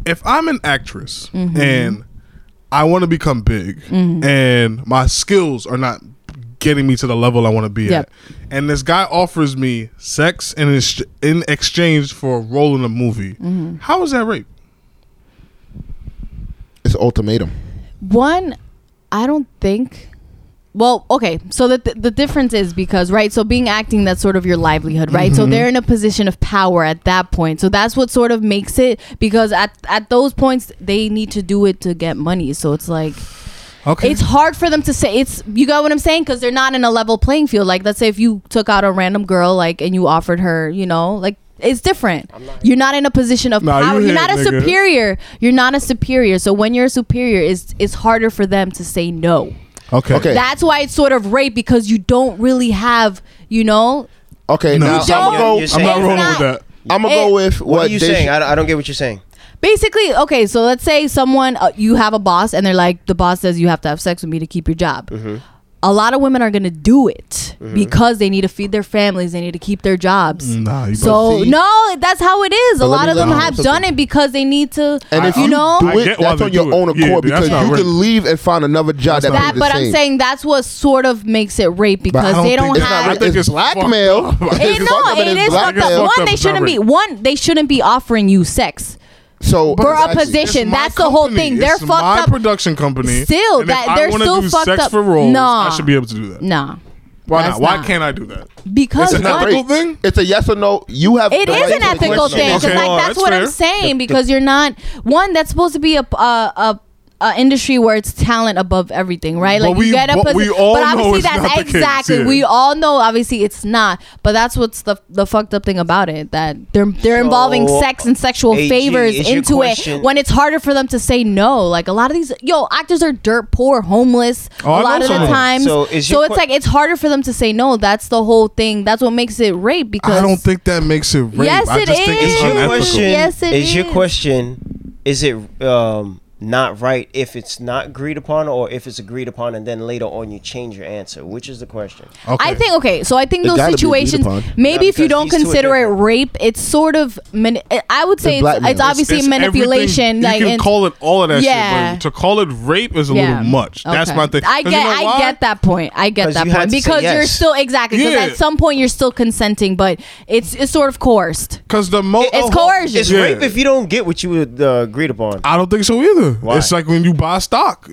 Speaker 1: if I'm an actress
Speaker 4: Mm-hmm.
Speaker 1: and I want to become big, and my skills are not getting me to the level I want to be
Speaker 4: Yep.
Speaker 1: at, and this guy offers me sex in ex- in exchange for a role in a movie,
Speaker 4: Mm-hmm.
Speaker 1: how is that rape?
Speaker 2: It's ultimatum.
Speaker 4: One, I don't think. Well, okay. So the the difference is because right. So being acting, that's sort of your livelihood, right?
Speaker 1: Mm-hmm.
Speaker 4: So they're in a position of power at that point. So that's what sort of makes it because at at those points they need to do it to get money. So it's like
Speaker 1: Okay,
Speaker 4: it's hard for them to say it's you got what i'm saying because they're not in a level playing field like let's say if you took out a random girl like and you offered her you know like it's different you're not in a position of
Speaker 1: Nah, you
Speaker 4: power
Speaker 1: hit
Speaker 4: you're
Speaker 1: it,
Speaker 4: not a
Speaker 1: nigga.
Speaker 4: superior you're not a superior so when you're a superior it's it's harder for them to say no
Speaker 1: okay,
Speaker 2: Okay.
Speaker 4: that's why it's sort of rape because you don't really have you know
Speaker 2: Okay,
Speaker 1: No,
Speaker 2: now
Speaker 1: you
Speaker 2: I'm
Speaker 4: don't-
Speaker 2: going
Speaker 3: You're
Speaker 1: I'm not
Speaker 3: saying-
Speaker 1: rolling
Speaker 4: not-
Speaker 1: with that.
Speaker 2: to go with what,
Speaker 3: What are you
Speaker 2: they
Speaker 3: saying?
Speaker 2: should-
Speaker 3: I, don't- I don't get what you're saying.
Speaker 4: basically okay so
Speaker 2: Mm-hmm.
Speaker 4: let's say someone uh, you have a boss and they're like the boss says you have to have sex with me to keep your job a lot of women are going to do it because they need to feed their families, they need to keep their jobs.
Speaker 1: Nah, you
Speaker 4: So
Speaker 2: see-
Speaker 4: no, that's how it is. A
Speaker 2: But let
Speaker 4: lot
Speaker 2: me
Speaker 4: of them
Speaker 2: let you
Speaker 4: have
Speaker 2: know
Speaker 4: done
Speaker 2: something.
Speaker 4: it because they need to.
Speaker 2: And if
Speaker 4: you,
Speaker 2: you
Speaker 4: know,
Speaker 2: do
Speaker 1: I
Speaker 2: it,
Speaker 1: get why
Speaker 2: that's
Speaker 1: they
Speaker 2: on your
Speaker 1: do it.
Speaker 2: own accord
Speaker 1: Yeah, that's
Speaker 2: because you
Speaker 1: not right.
Speaker 2: can leave and find another job that,
Speaker 4: that,
Speaker 2: pays
Speaker 4: but
Speaker 2: the
Speaker 4: I'm
Speaker 2: same.
Speaker 4: saying that's what sort of makes it rape because
Speaker 1: don't
Speaker 4: they
Speaker 1: think
Speaker 4: don't
Speaker 1: it's
Speaker 2: it's not
Speaker 4: have.
Speaker 1: I
Speaker 2: right.
Speaker 1: think
Speaker 2: It's
Speaker 1: it's
Speaker 2: blackmail.
Speaker 1: fucked up.
Speaker 2: It's
Speaker 4: It,
Speaker 2: fucked up
Speaker 4: no,
Speaker 2: and
Speaker 4: it
Speaker 2: it's
Speaker 4: is
Speaker 1: It's
Speaker 4: fucked up.
Speaker 2: blackmail.
Speaker 1: fucked
Speaker 4: One,
Speaker 1: up.
Speaker 4: they
Speaker 1: It's not
Speaker 4: shouldn't be
Speaker 1: right.
Speaker 4: one. They shouldn't be offering you sex
Speaker 2: So
Speaker 4: for a
Speaker 2: Exactly.
Speaker 4: position.
Speaker 1: It's my
Speaker 4: That's the whole thing.
Speaker 1: company.
Speaker 4: They're
Speaker 1: It's
Speaker 4: fucked
Speaker 1: my
Speaker 4: up.
Speaker 1: production company.
Speaker 4: Still,
Speaker 1: and
Speaker 4: that-
Speaker 1: if I
Speaker 4: they're
Speaker 1: wanna
Speaker 4: still
Speaker 1: do
Speaker 4: fucked
Speaker 1: sex
Speaker 4: up.
Speaker 1: for roles. I
Speaker 4: Nah.
Speaker 1: should be able to do that.
Speaker 4: Nah,
Speaker 1: Why
Speaker 4: That's
Speaker 1: not? Why
Speaker 4: not.
Speaker 1: can't I do that?
Speaker 4: because
Speaker 2: It's
Speaker 1: It's an
Speaker 2: not
Speaker 4: what-
Speaker 1: ethical
Speaker 2: rape.
Speaker 1: thing?
Speaker 2: It's a yes or no. You have.
Speaker 4: It
Speaker 2: the
Speaker 4: is
Speaker 2: right
Speaker 4: an
Speaker 2: to
Speaker 4: ethical
Speaker 2: question
Speaker 4: thing
Speaker 2: it.
Speaker 4: because,
Speaker 1: Okay.
Speaker 4: like,
Speaker 1: Well,
Speaker 4: that's,
Speaker 1: that's
Speaker 4: what I'm
Speaker 1: fair.
Speaker 4: saying. Because you're not one that's supposed to be a a a, a industry where it's talent above everything, right?
Speaker 1: But
Speaker 4: Like
Speaker 1: we-
Speaker 4: you get a
Speaker 1: but
Speaker 4: posi-
Speaker 1: we all
Speaker 4: but
Speaker 1: know
Speaker 4: obviously
Speaker 1: it's
Speaker 4: that's
Speaker 1: not the case,
Speaker 4: exactly
Speaker 1: yeah.
Speaker 4: we all know. Obviously, it's not. But that's what's the the fucked up thing about it that they're they're involving
Speaker 3: So,
Speaker 4: sex and sexual
Speaker 3: AG,
Speaker 4: favors
Speaker 3: is your
Speaker 4: into it
Speaker 3: question-
Speaker 4: when it's harder for them to say no. Like a lot of these yo actors are dirt poor, homeless
Speaker 1: Oh, I
Speaker 4: a lot
Speaker 1: know
Speaker 4: of the
Speaker 1: someone.
Speaker 4: times.
Speaker 3: So
Speaker 4: So,
Speaker 3: is your
Speaker 4: it's
Speaker 3: que-
Speaker 4: like it's harder for them to say no. That's the whole thing. That's what makes it rape because
Speaker 1: I don't think that makes it rape.
Speaker 4: Yes,
Speaker 1: I
Speaker 4: it
Speaker 1: just think
Speaker 4: is.
Speaker 1: it's
Speaker 3: Is your
Speaker 1: unethical.
Speaker 3: question?
Speaker 4: Yes, it
Speaker 3: is your
Speaker 4: is.
Speaker 3: question? Is it um, not right if it's not agreed upon, or if it's agreed upon and then later on you change your answer? Which is the question?
Speaker 1: Okay.
Speaker 4: I think okay. So I think
Speaker 2: It gotta
Speaker 4: those
Speaker 2: be agreed
Speaker 4: situations,
Speaker 2: upon.
Speaker 4: maybe
Speaker 3: Yeah,
Speaker 4: if you
Speaker 3: because
Speaker 4: don't
Speaker 3: these two are
Speaker 4: consider it
Speaker 3: different.
Speaker 4: rape, it's sort of. Mani- eh, I would say
Speaker 2: It's
Speaker 4: it's, it's,
Speaker 2: blackmail.
Speaker 4: obviously
Speaker 1: It's everything-
Speaker 4: manipulation.
Speaker 1: You
Speaker 4: like
Speaker 1: can
Speaker 4: and-
Speaker 1: call it all of that
Speaker 4: Yeah.
Speaker 1: shit, but to call it rape is a
Speaker 4: yeah.
Speaker 1: little much. That's
Speaker 4: Okay.
Speaker 1: my thing.
Speaker 4: I
Speaker 1: 'Cause
Speaker 4: get.
Speaker 1: you know
Speaker 4: I
Speaker 1: why?
Speaker 4: get that point. I get
Speaker 3: 'Cause
Speaker 4: that
Speaker 3: you had
Speaker 4: point
Speaker 3: to say
Speaker 4: because you're
Speaker 3: yes.
Speaker 4: still exactly because
Speaker 1: Yeah.
Speaker 4: at some point you're still consenting, but it's it's sort of coerced.
Speaker 1: Because the mo-
Speaker 4: It's coercion.
Speaker 3: It's
Speaker 1: Yeah.
Speaker 3: rape if you don't get what you would uh, agreed upon.
Speaker 1: I don't think so either.
Speaker 3: Why?
Speaker 1: It's like when you buy stock.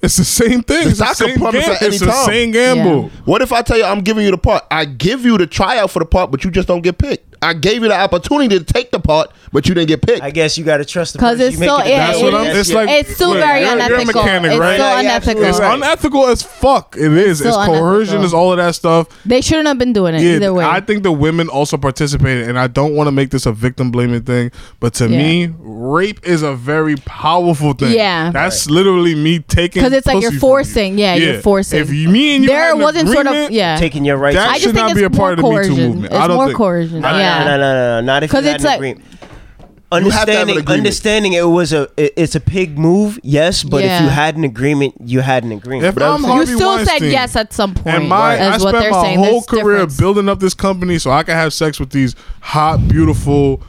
Speaker 1: It's the same thing. it's
Speaker 2: The
Speaker 1: the
Speaker 2: stock could
Speaker 1: same,
Speaker 2: plummet
Speaker 1: gam-
Speaker 2: at any
Speaker 1: it's the
Speaker 2: time.
Speaker 1: same gamble.
Speaker 2: What if I tell you I'm giving you the part? I give you the tryout for the part, but you just don't get picked. I gave you the opportunity to take the part, but you didn't get picked.
Speaker 3: I guess you got to trust the
Speaker 4: 'Cause
Speaker 3: person
Speaker 4: it's
Speaker 3: you make
Speaker 4: so-
Speaker 3: it.
Speaker 4: yeah,
Speaker 1: That's what I'm. It's like
Speaker 4: It's still
Speaker 1: look, you're-
Speaker 4: very
Speaker 1: you're a
Speaker 4: unethical.
Speaker 1: mechanic,
Speaker 4: it's
Speaker 1: right?
Speaker 4: so
Speaker 3: Yeah, yeah,
Speaker 4: unethical.
Speaker 3: absolutely.
Speaker 1: It's
Speaker 3: Right.
Speaker 1: unethical as fuck. It is. It's,
Speaker 4: so
Speaker 1: coercion.
Speaker 4: unethical.
Speaker 1: It's all of that stuff.
Speaker 4: They shouldn't have been doing it
Speaker 1: Yeah,
Speaker 4: either way.
Speaker 1: I think the women also participated, and I don't want to make this a victim blaming thing, but to me, rape is a very powerful thing.
Speaker 4: Yeah.
Speaker 1: that's literally me taking
Speaker 4: because it's like
Speaker 1: pussy
Speaker 4: you're
Speaker 1: from you.
Speaker 4: forcing. Yeah, you're forcing.
Speaker 1: If you, me and you,
Speaker 4: there wasn't sort of yeah.
Speaker 3: taking your rights.
Speaker 1: That
Speaker 4: I
Speaker 3: away.
Speaker 1: should
Speaker 4: just
Speaker 1: not
Speaker 4: think
Speaker 1: be a
Speaker 4: it's more
Speaker 1: part of the Me Too
Speaker 4: coercion.
Speaker 1: movement. I
Speaker 4: It's
Speaker 1: don't
Speaker 4: more
Speaker 1: think-
Speaker 4: coercion.
Speaker 3: No,
Speaker 4: Yeah.
Speaker 3: no, no, no, no, not if
Speaker 4: 'Cause
Speaker 3: you're not
Speaker 4: it's
Speaker 3: in
Speaker 4: like-
Speaker 3: agreement.
Speaker 2: You have to have an
Speaker 3: Understanding,
Speaker 2: agreement.
Speaker 3: understanding it was a it- it's a pig move, yes, but if
Speaker 4: Yeah.
Speaker 3: you had an agreement, you had an agreement.
Speaker 1: If I'm
Speaker 4: You
Speaker 1: Harvey
Speaker 4: still said
Speaker 1: Weinstein,
Speaker 4: yes at some point.
Speaker 1: And my,
Speaker 4: is
Speaker 1: I
Speaker 4: what
Speaker 1: spent
Speaker 4: they're
Speaker 1: my
Speaker 4: saying.
Speaker 1: whole
Speaker 4: There's
Speaker 1: career
Speaker 4: difference.
Speaker 1: building up this company so I can have sex with these hot, beautiful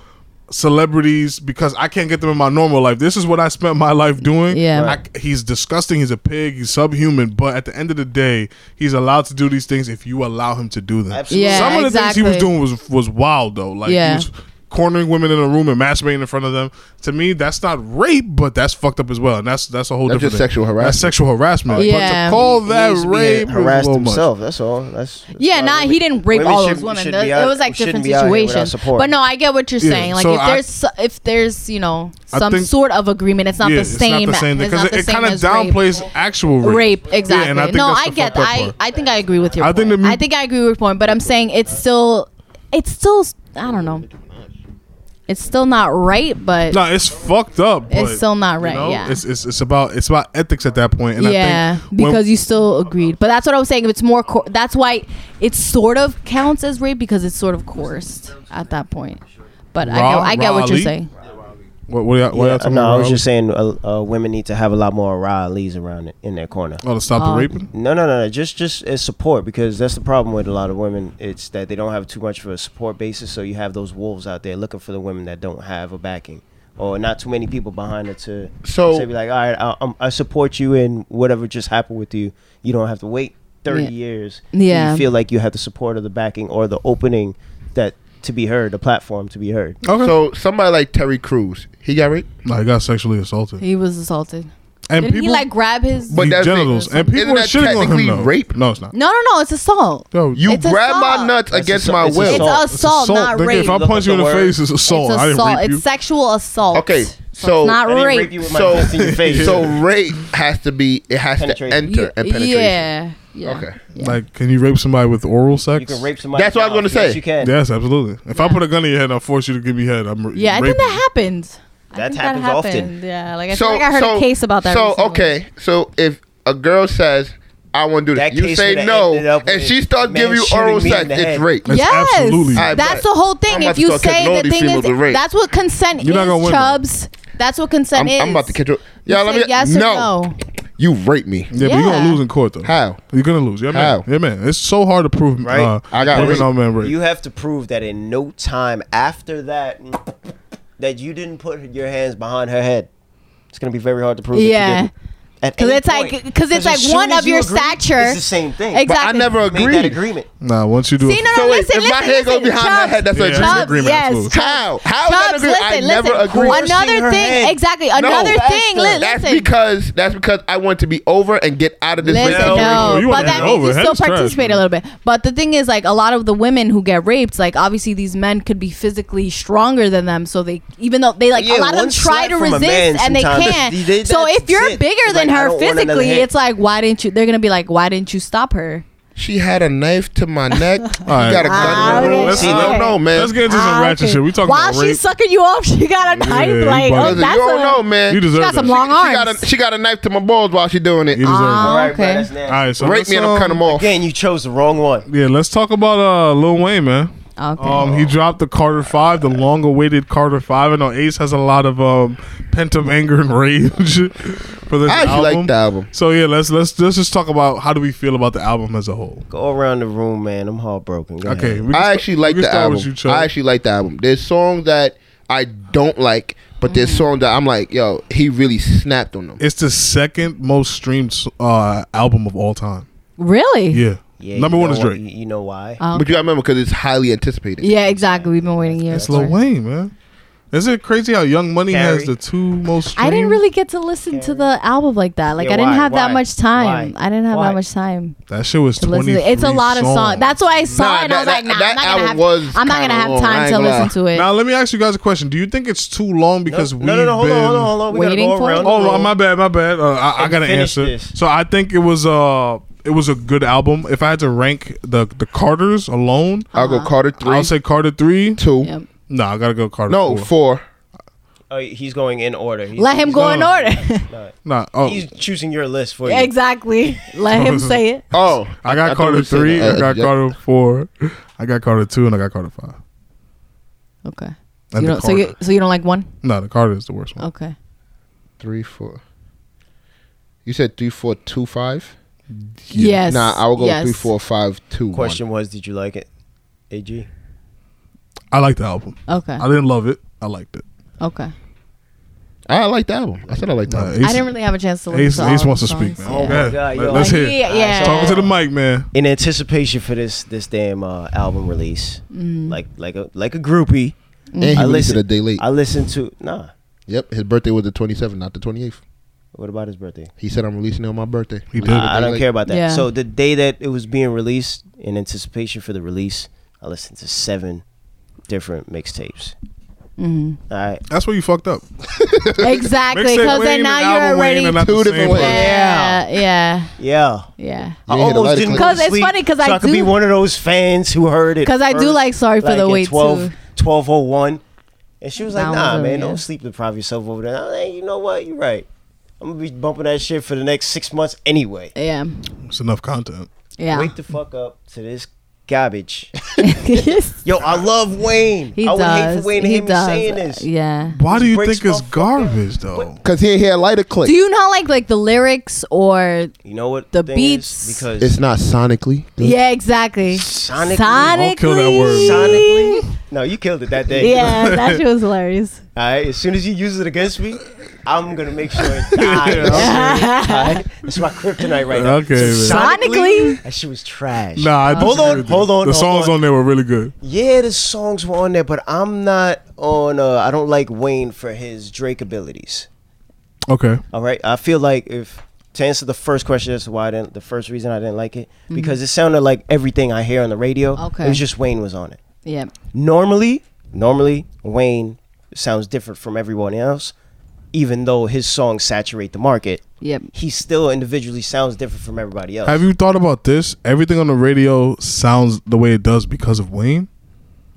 Speaker 1: celebrities because I can't get them in my normal life. This is what I spent my life doing.
Speaker 4: Yeah.
Speaker 1: I, he's disgusting. He's a pig. He's subhuman. But at the end of the day, he's allowed to do these things if you allow him to do them.
Speaker 3: Absolutely.
Speaker 4: Yeah,
Speaker 1: Some of the things he
Speaker 4: exactly.
Speaker 1: was doing was was wild though. Like
Speaker 4: Yeah.
Speaker 1: he was cornering women in a room and masturbating in front of them. To me, that's not rape, but that's fucked up as well. And that's that's a whole
Speaker 2: That's
Speaker 1: different
Speaker 2: just
Speaker 1: thing.
Speaker 2: sexual harassment.
Speaker 1: That's sexual harassment. But
Speaker 4: Yeah.
Speaker 1: to call
Speaker 3: He
Speaker 1: that
Speaker 3: needs to be
Speaker 1: rape is a
Speaker 3: harassed
Speaker 1: little much.
Speaker 3: himself. That's all. That's, that's
Speaker 4: Yeah,
Speaker 3: why
Speaker 4: nah,
Speaker 3: women-
Speaker 4: he didn't rape
Speaker 3: women
Speaker 4: all
Speaker 3: shouldn't-
Speaker 4: those women.
Speaker 3: shouldn't
Speaker 4: There-
Speaker 3: be
Speaker 4: it
Speaker 3: out-
Speaker 4: was like
Speaker 3: shouldn't
Speaker 4: different
Speaker 3: be out here without
Speaker 4: situations.
Speaker 3: support.
Speaker 4: But no, I get what you're
Speaker 1: Yeah,
Speaker 4: saying. Like
Speaker 1: so
Speaker 4: if
Speaker 1: I-
Speaker 4: there's if there's you know
Speaker 1: I
Speaker 4: some
Speaker 1: think-
Speaker 4: sort of agreement, it's not
Speaker 1: yeah,
Speaker 4: the
Speaker 1: it's
Speaker 4: same.
Speaker 1: not the same
Speaker 4: it's
Speaker 1: because
Speaker 4: not
Speaker 1: it,
Speaker 4: the same
Speaker 1: kind of
Speaker 4: as rape.
Speaker 1: downplays actual rape.
Speaker 4: Rape, exactly.
Speaker 1: Yeah, and I think
Speaker 4: no,
Speaker 1: that's
Speaker 4: I
Speaker 1: the
Speaker 4: get
Speaker 1: fucked up
Speaker 4: that. I,
Speaker 1: part.
Speaker 4: I think I agree with your.
Speaker 1: I
Speaker 4: point.
Speaker 1: think the mu-
Speaker 4: I think I agree with your point, but I'm saying it's still, it's still, I don't know, it's still not right. But
Speaker 1: No, it's fucked up.
Speaker 4: It's
Speaker 1: but,
Speaker 4: still not right,
Speaker 1: You know,
Speaker 4: yeah.
Speaker 1: it's, it's it's about it's about ethics at that point. And I
Speaker 4: yeah,
Speaker 1: think when-
Speaker 4: because you still agreed. But that's what I was saying. If it's more, co- that's why it sort of counts as rape because it's sort of coerced at that point. But
Speaker 1: Ra-
Speaker 4: I get, I get what you're
Speaker 1: Raleigh?
Speaker 4: saying.
Speaker 1: what, what, y'all- what y'all
Speaker 3: Yeah,
Speaker 1: talking
Speaker 3: no, I
Speaker 1: about?
Speaker 3: was just saying uh, uh, women need to have a lot more Riley's around it, in their corner.
Speaker 1: oh to stop
Speaker 4: Oh.
Speaker 1: the raping.
Speaker 3: No, no, no, no. Just, just as support because that's the problem with a lot of women. It's that they don't have too much of a support basis. So you have those wolves out there looking for the women that don't have a backing, or not too many people behind her to
Speaker 2: So-
Speaker 3: say, be like, all right, I, I'm, I support you in whatever just happened with you. You don't have to wait 30
Speaker 4: Yeah.
Speaker 3: years.
Speaker 4: Yeah.
Speaker 3: You feel like you have the support or the backing or the opening that to be heard, the platform to be heard.
Speaker 1: Okay.
Speaker 2: So somebody like Terry Crews, he got raped,
Speaker 1: no, he got sexually assaulted.
Speaker 4: He was assaulted.
Speaker 1: and
Speaker 4: Didn't
Speaker 1: people,
Speaker 4: he like grab his?
Speaker 2: But
Speaker 1: the
Speaker 2: that's it.
Speaker 1: genitals, and people
Speaker 2: Isn't
Speaker 1: are
Speaker 2: that
Speaker 1: shitting on
Speaker 2: technically
Speaker 1: him though.
Speaker 2: rape?
Speaker 1: No, it's not.
Speaker 4: no, no, no. It's assault.
Speaker 1: Yo,
Speaker 2: you
Speaker 4: It's
Speaker 2: grab
Speaker 4: assault.
Speaker 2: my nuts
Speaker 3: That's
Speaker 2: against
Speaker 3: assault.
Speaker 2: my
Speaker 3: It's
Speaker 2: will.
Speaker 4: It's
Speaker 3: Assault.
Speaker 4: assault, not
Speaker 1: nigga.
Speaker 4: rape.
Speaker 1: If I
Speaker 3: Look
Speaker 1: punch
Speaker 3: up
Speaker 1: you in
Speaker 3: the
Speaker 1: the
Speaker 3: word.
Speaker 1: face, it's assault.
Speaker 4: It's
Speaker 1: I
Speaker 4: assault.
Speaker 1: didn't rape
Speaker 4: it's
Speaker 1: you.
Speaker 4: sexual assault.
Speaker 2: Okay, so-
Speaker 4: it's not
Speaker 3: I didn't
Speaker 4: rape.
Speaker 3: rape you with my
Speaker 2: So,
Speaker 3: fist in your face.
Speaker 2: so rape has to be. It has to
Speaker 3: Penetration.
Speaker 2: enter
Speaker 4: You-
Speaker 2: and penetration.
Speaker 4: Yeah. Yeah.
Speaker 2: Okay.
Speaker 4: Yeah.
Speaker 1: Like, can you rape somebody with oral sex?
Speaker 3: you can rape somebody.
Speaker 2: That's what I was
Speaker 3: down.
Speaker 2: gonna say.
Speaker 3: Yes, you can.
Speaker 1: Yes, absolutely. If I put a gun in your head, and I force you to give me head. I'm ra-
Speaker 4: yeah, I
Speaker 1: raping
Speaker 4: think
Speaker 1: you.
Speaker 4: that happens. I
Speaker 3: That
Speaker 4: think
Speaker 3: happens often.
Speaker 4: Yeah, like I feel like I heard a case about that.
Speaker 2: So
Speaker 4: recently.
Speaker 2: okay, so if a girl says, "I want to do this,"
Speaker 3: That
Speaker 2: you
Speaker 3: case
Speaker 2: say
Speaker 3: would've ended
Speaker 2: no,
Speaker 3: up
Speaker 2: and
Speaker 3: with
Speaker 2: she starts
Speaker 3: man
Speaker 2: giving you
Speaker 3: shooting
Speaker 2: oral
Speaker 3: me in
Speaker 2: sex,
Speaker 3: the
Speaker 2: it's
Speaker 3: head.
Speaker 2: rape.
Speaker 1: That's
Speaker 4: yes,
Speaker 1: absolutely-
Speaker 2: I bet.
Speaker 4: that's the whole
Speaker 2: I'm
Speaker 4: thing.
Speaker 2: about
Speaker 4: If
Speaker 2: to
Speaker 4: you
Speaker 2: start catching all
Speaker 4: say the
Speaker 2: these
Speaker 4: thing
Speaker 2: females with rape.
Speaker 4: is, that's what consent
Speaker 1: You're not gonna
Speaker 4: is,
Speaker 1: win, though.
Speaker 4: Chubbs. That's what consent
Speaker 2: I'm,
Speaker 4: is.
Speaker 2: I'm about to catch you.
Speaker 4: You
Speaker 2: Yeah, let
Speaker 4: say
Speaker 2: me.
Speaker 4: yes or
Speaker 2: no.
Speaker 4: no.
Speaker 2: You rape me.
Speaker 1: Yeah, but you're gonna
Speaker 5: Yeah.
Speaker 1: lose in court though.
Speaker 2: How?
Speaker 1: You're gonna lose. Yeah, man.
Speaker 2: How?
Speaker 1: Yeah, man. It's so hard to prove.
Speaker 3: Right.
Speaker 1: Uh,
Speaker 2: I got
Speaker 1: women
Speaker 2: raped.
Speaker 1: on man rape.
Speaker 3: You have to prove that in no time after that, that you didn't put your hands behind her head. It's gonna be very hard to prove.
Speaker 4: Yeah.
Speaker 3: because
Speaker 4: Because it's like, because it's like one of your stature.
Speaker 3: It's the same thing.
Speaker 4: Exactly.
Speaker 2: But I never
Speaker 3: You Made that
Speaker 2: agreed.
Speaker 3: agreement.
Speaker 1: nah, once you do,
Speaker 4: See,
Speaker 1: it-
Speaker 4: no,
Speaker 2: So
Speaker 4: no,
Speaker 2: wait,
Speaker 4: listen,
Speaker 2: if my
Speaker 4: listen,
Speaker 2: head goes
Speaker 4: listen,
Speaker 2: behind my
Speaker 4: Chubbs,
Speaker 2: head, that's
Speaker 1: Yeah,
Speaker 2: an
Speaker 1: it's
Speaker 2: agreement.
Speaker 1: an
Speaker 4: Chubbs,
Speaker 1: agreement.
Speaker 4: yes,
Speaker 1: absolutely.
Speaker 2: How? How is that
Speaker 4: Chubbs,
Speaker 2: an agreement? I
Speaker 4: listen,
Speaker 2: never
Speaker 4: listen.
Speaker 2: agreed.
Speaker 3: Coercing her
Speaker 4: Another thing,
Speaker 3: hand.
Speaker 4: exactly.
Speaker 2: No,
Speaker 4: Another thing,
Speaker 3: faster.
Speaker 4: li-
Speaker 2: That's
Speaker 4: listen.
Speaker 2: because that's because I want to be over and get out of this
Speaker 4: Listen,
Speaker 2: relationship.
Speaker 1: Oh,
Speaker 4: no,
Speaker 1: you wanna
Speaker 4: but that
Speaker 1: get
Speaker 4: means
Speaker 1: over.
Speaker 4: you
Speaker 1: Head
Speaker 4: still
Speaker 1: is trash,
Speaker 4: participate
Speaker 1: man.
Speaker 4: a little bit. But the thing is, like a lot of the women who get raped, like obviously these men could be physically stronger than them, so they even though they like
Speaker 3: Yeah,
Speaker 4: a lot of
Speaker 3: one
Speaker 4: them try
Speaker 3: slap
Speaker 4: to
Speaker 3: from a
Speaker 4: resist
Speaker 3: man
Speaker 4: and they
Speaker 3: sometimes,
Speaker 4: can't.
Speaker 3: they- they-
Speaker 4: so
Speaker 3: that's
Speaker 4: if you're
Speaker 3: it.
Speaker 4: bigger
Speaker 3: It's
Speaker 4: than
Speaker 3: like, I
Speaker 4: her
Speaker 3: don't want another
Speaker 4: physically,
Speaker 3: hit.
Speaker 4: it's like why didn't you? They're gonna be like, why didn't you stop her?
Speaker 2: She had a knife to my neck. she
Speaker 1: right.
Speaker 2: got a gun in her
Speaker 4: Okay.
Speaker 2: room.
Speaker 1: Let's-
Speaker 2: I don't know, man.
Speaker 1: let's get into some
Speaker 4: Ah,
Speaker 1: ratchet
Speaker 4: okay.
Speaker 1: shit. We talking
Speaker 4: While
Speaker 1: about rape.
Speaker 4: she's sucking you off, she got a knife.
Speaker 1: you
Speaker 4: like,
Speaker 1: bugging.
Speaker 4: oh,
Speaker 1: Listen,
Speaker 2: Listen,
Speaker 4: that's
Speaker 2: you don't
Speaker 4: a-
Speaker 2: know, man.
Speaker 1: you deserve
Speaker 4: got some
Speaker 1: that.
Speaker 4: long
Speaker 2: she got a
Speaker 4: arms.
Speaker 2: she got a knife to my balls while she doing it.
Speaker 1: You deserve
Speaker 4: Ah.
Speaker 1: that.
Speaker 3: All right, bro,
Speaker 4: okay.
Speaker 3: that's
Speaker 1: All
Speaker 3: nasty.
Speaker 1: right, so
Speaker 2: Rape
Speaker 1: let's,
Speaker 2: me and
Speaker 1: um,
Speaker 2: I'm cutting them off.
Speaker 3: Again, you chose the wrong one.
Speaker 1: Yeah, let's talk about uh, Lil Wayne, man.
Speaker 4: Okay.
Speaker 1: Um,
Speaker 2: Oh.
Speaker 1: he dropped the Carter Five, the long-awaited Carter Five. I know Ace has a lot of um, pent-up anger and rage for this
Speaker 2: I actually
Speaker 1: album.
Speaker 2: like the album.
Speaker 1: So yeah, let's let's let's just talk about how do we feel about the album as a whole.
Speaker 3: Go around the room, man. I'm heartbroken. Go ahead.
Speaker 1: Okay, we can
Speaker 2: I
Speaker 1: sta-
Speaker 2: actually
Speaker 1: we
Speaker 2: like
Speaker 1: can
Speaker 2: the
Speaker 1: start with
Speaker 2: album.
Speaker 1: you, Chuck.
Speaker 2: I actually like the album. There's songs that I don't like, but
Speaker 4: Mm.
Speaker 2: there's songs that I'm like, yo, he really snapped on them.
Speaker 1: it's the second most streamed uh, album of all time.
Speaker 4: Really?
Speaker 1: Yeah,
Speaker 3: Yeah,
Speaker 1: number
Speaker 3: you
Speaker 1: one
Speaker 3: know
Speaker 1: is
Speaker 3: why-
Speaker 1: Drake.
Speaker 3: You, you know why?
Speaker 4: Oh.
Speaker 2: But you gotta remember because it's highly anticipated.
Speaker 4: Yeah, exactly. We've been waiting years.
Speaker 1: It's Lil
Speaker 4: for it.
Speaker 1: Wayne, man. Isn't it crazy how Young Money has the
Speaker 3: Carrie.
Speaker 1: two most? Streamed?
Speaker 4: I didn't really get to listen to the album like that. Like
Speaker 3: Yeah,
Speaker 4: I didn't
Speaker 3: why?
Speaker 4: have
Speaker 3: Why?
Speaker 4: that much time.
Speaker 3: Why?
Speaker 4: I didn't have
Speaker 3: Why?
Speaker 4: that much time
Speaker 1: That shit was
Speaker 4: to listen
Speaker 1: twenty.
Speaker 4: to it. It's a lot of songs. That's why I saw
Speaker 2: Nah,
Speaker 4: it and
Speaker 2: that-
Speaker 4: I was
Speaker 2: that-
Speaker 4: like, nah,
Speaker 2: that
Speaker 4: I'm not
Speaker 2: album
Speaker 4: gonna have
Speaker 2: was
Speaker 4: I'm not gonna
Speaker 2: kinda
Speaker 4: have
Speaker 2: long. I
Speaker 4: time
Speaker 2: ain't
Speaker 4: to
Speaker 2: gonna lie.
Speaker 4: listen to it.
Speaker 1: Now let me ask you guys a question. Do you think it's too long because
Speaker 3: no,
Speaker 1: we
Speaker 3: no, no, no, hold
Speaker 1: been,
Speaker 3: on, hold on, hold on. We
Speaker 4: waiting
Speaker 3: gotta go
Speaker 4: for
Speaker 3: around
Speaker 4: it?
Speaker 3: the
Speaker 1: Oh,
Speaker 3: room.
Speaker 1: my bad, my bad. Uh, I, I
Speaker 3: And
Speaker 1: got an
Speaker 3: finish
Speaker 1: answer.
Speaker 3: this.
Speaker 1: So I think it was uh it was a good album. If I had to rank the the Carters alone,
Speaker 2: I'll
Speaker 4: Uh-huh.
Speaker 2: go Carter three,
Speaker 1: I'll say Carter three.
Speaker 2: two,
Speaker 4: Yep.
Speaker 1: No, I gotta go Carter.
Speaker 2: no
Speaker 1: four.
Speaker 2: four.
Speaker 3: Oh, he's going in order. He's,
Speaker 4: Let him go in
Speaker 1: No.
Speaker 4: order.
Speaker 1: Nah, oh,
Speaker 3: He's choosing your list for you.
Speaker 4: exactly. Let him say it.
Speaker 2: Oh,
Speaker 1: I got
Speaker 2: I thought
Speaker 1: Carter
Speaker 2: we said
Speaker 1: three.
Speaker 2: that.
Speaker 1: I
Speaker 3: Uh,
Speaker 1: got
Speaker 2: Yeah.
Speaker 1: Carter four. I got Carter two, and I got Carter five.
Speaker 4: Okay.
Speaker 1: And the
Speaker 4: You don't, so you
Speaker 1: Carter.
Speaker 4: so you don't like one?
Speaker 1: No, the Carter is the worst one.
Speaker 4: Okay.
Speaker 2: three, four. You said three, four, two, five.
Speaker 4: Yes.
Speaker 2: Nah, I will go
Speaker 4: yes.
Speaker 2: three, four, five, two,
Speaker 3: Question was, did you like it? Ag.
Speaker 1: I like the album.
Speaker 4: Okay.
Speaker 1: I didn't love it. I liked it.
Speaker 4: Okay.
Speaker 2: one. I like the album. I said I like the
Speaker 1: Nah,
Speaker 2: album.
Speaker 1: Uh, Ace,
Speaker 4: I didn't really have a chance to listen
Speaker 1: Ace,
Speaker 4: to all
Speaker 1: Ace
Speaker 4: the
Speaker 1: wants to
Speaker 4: songs.
Speaker 1: speak, man.
Speaker 3: Oh
Speaker 1: Go
Speaker 3: my
Speaker 1: ahead.
Speaker 3: God,
Speaker 1: Let-
Speaker 3: yo.
Speaker 1: Let's hear. it.
Speaker 4: Yeah, yeah.
Speaker 1: Talking to the mic, man.
Speaker 3: in anticipation for this this damn uh, album release, like like a like a groupie,
Speaker 2: And he
Speaker 3: I
Speaker 2: released it
Speaker 3: listen-
Speaker 2: a day late.
Speaker 3: I listened to nah.
Speaker 2: yep, his birthday was the 27th, not the 28th.
Speaker 3: What about his birthday?
Speaker 2: He said I'm releasing it on my birthday.
Speaker 1: He
Speaker 2: Released
Speaker 1: did.
Speaker 2: it a
Speaker 3: I, I
Speaker 2: day
Speaker 3: don't
Speaker 2: late.
Speaker 3: care about that.
Speaker 4: Yeah.
Speaker 3: So the day that it was being released, in anticipation for the release, I listened to seven different mixtapes.
Speaker 4: Mhm.
Speaker 3: All right,
Speaker 1: That's where you fucked up.
Speaker 4: Exactly.
Speaker 1: Mixtape
Speaker 4: Because
Speaker 1: Wayne
Speaker 4: then now
Speaker 1: and
Speaker 4: you're
Speaker 1: album Wayne
Speaker 4: already.
Speaker 1: are not the
Speaker 2: Two
Speaker 1: same
Speaker 2: different
Speaker 1: person.
Speaker 2: ways.
Speaker 4: Yeah. Yeah.
Speaker 3: yeah.
Speaker 4: Yeah.
Speaker 2: You
Speaker 3: I
Speaker 2: ain't hit a light
Speaker 3: almost didn't
Speaker 2: clip.
Speaker 3: go to
Speaker 4: 'Cause it's
Speaker 3: sleep,
Speaker 4: funny 'cause
Speaker 3: so
Speaker 4: I
Speaker 3: I could be
Speaker 4: do-
Speaker 3: one of those fans who heard it.
Speaker 4: 'Cause I do
Speaker 3: first,
Speaker 4: like Sorry for the
Speaker 3: at
Speaker 4: Wait,
Speaker 3: 12,
Speaker 4: too.
Speaker 3: 1201. And she was like,
Speaker 4: That
Speaker 3: nah,
Speaker 4: was a-
Speaker 3: man,
Speaker 4: yeah.
Speaker 3: don't sleep deprive yourself over there. I was like, you know what? You're right. I'm going to be bumping that shit for the next six months anyway.
Speaker 4: Yeah.
Speaker 1: It's enough content.
Speaker 4: Yeah.
Speaker 3: Wake the fuck up to this garbage. Yo, I love Wayne.
Speaker 4: he
Speaker 3: I would
Speaker 4: does.
Speaker 3: hate for Wayne to
Speaker 4: he
Speaker 3: hear me
Speaker 4: does.
Speaker 3: saying this.
Speaker 4: Yeah.
Speaker 1: Why do
Speaker 3: Just
Speaker 1: you
Speaker 3: breaks
Speaker 1: think it's
Speaker 3: my fucking-
Speaker 1: garbage though?
Speaker 2: Cause he ain't had lighter click.
Speaker 4: Do you not like like the lyrics or?
Speaker 3: You know what?
Speaker 4: The
Speaker 3: thing
Speaker 4: beats.
Speaker 3: Is? Because
Speaker 2: it's not sonically. good.
Speaker 4: Yeah. Exactly.
Speaker 3: Sonically-
Speaker 1: Don't kill that word.
Speaker 3: sonically. No, you killed it that day.
Speaker 4: Yeah, that shit was hilarious.
Speaker 3: All right. As soon as you use it against me, I'm gonna make sure it dies. All right? That's my kryptonite right now.
Speaker 1: Okay,
Speaker 3: So
Speaker 4: man. Sonically?
Speaker 3: that shit was trash.
Speaker 1: Nah, I
Speaker 3: Hold
Speaker 1: disagree
Speaker 3: on,
Speaker 1: with you.
Speaker 3: hold on,
Speaker 1: The
Speaker 3: hold
Speaker 1: songs
Speaker 3: on.
Speaker 1: on there were really good.
Speaker 3: Yeah, the songs were on there, but I'm not on. Uh, I don't like Wayne for his Drake abilities.
Speaker 1: Okay.
Speaker 3: All right. I feel like if to answer the first question, that's why I didn't. The first reason I didn't like it because it sounded like everything I hear on the radio.
Speaker 4: Mm-hmm. Okay.
Speaker 3: It was just Wayne was on it.
Speaker 4: Yeah.
Speaker 3: normally normally wayne sounds different from everyone else even though his songs saturate the market
Speaker 4: Yep.
Speaker 3: he still individually sounds different from everybody else
Speaker 1: Have you thought about this? Everything on the radio sounds the way it does because of Wayne.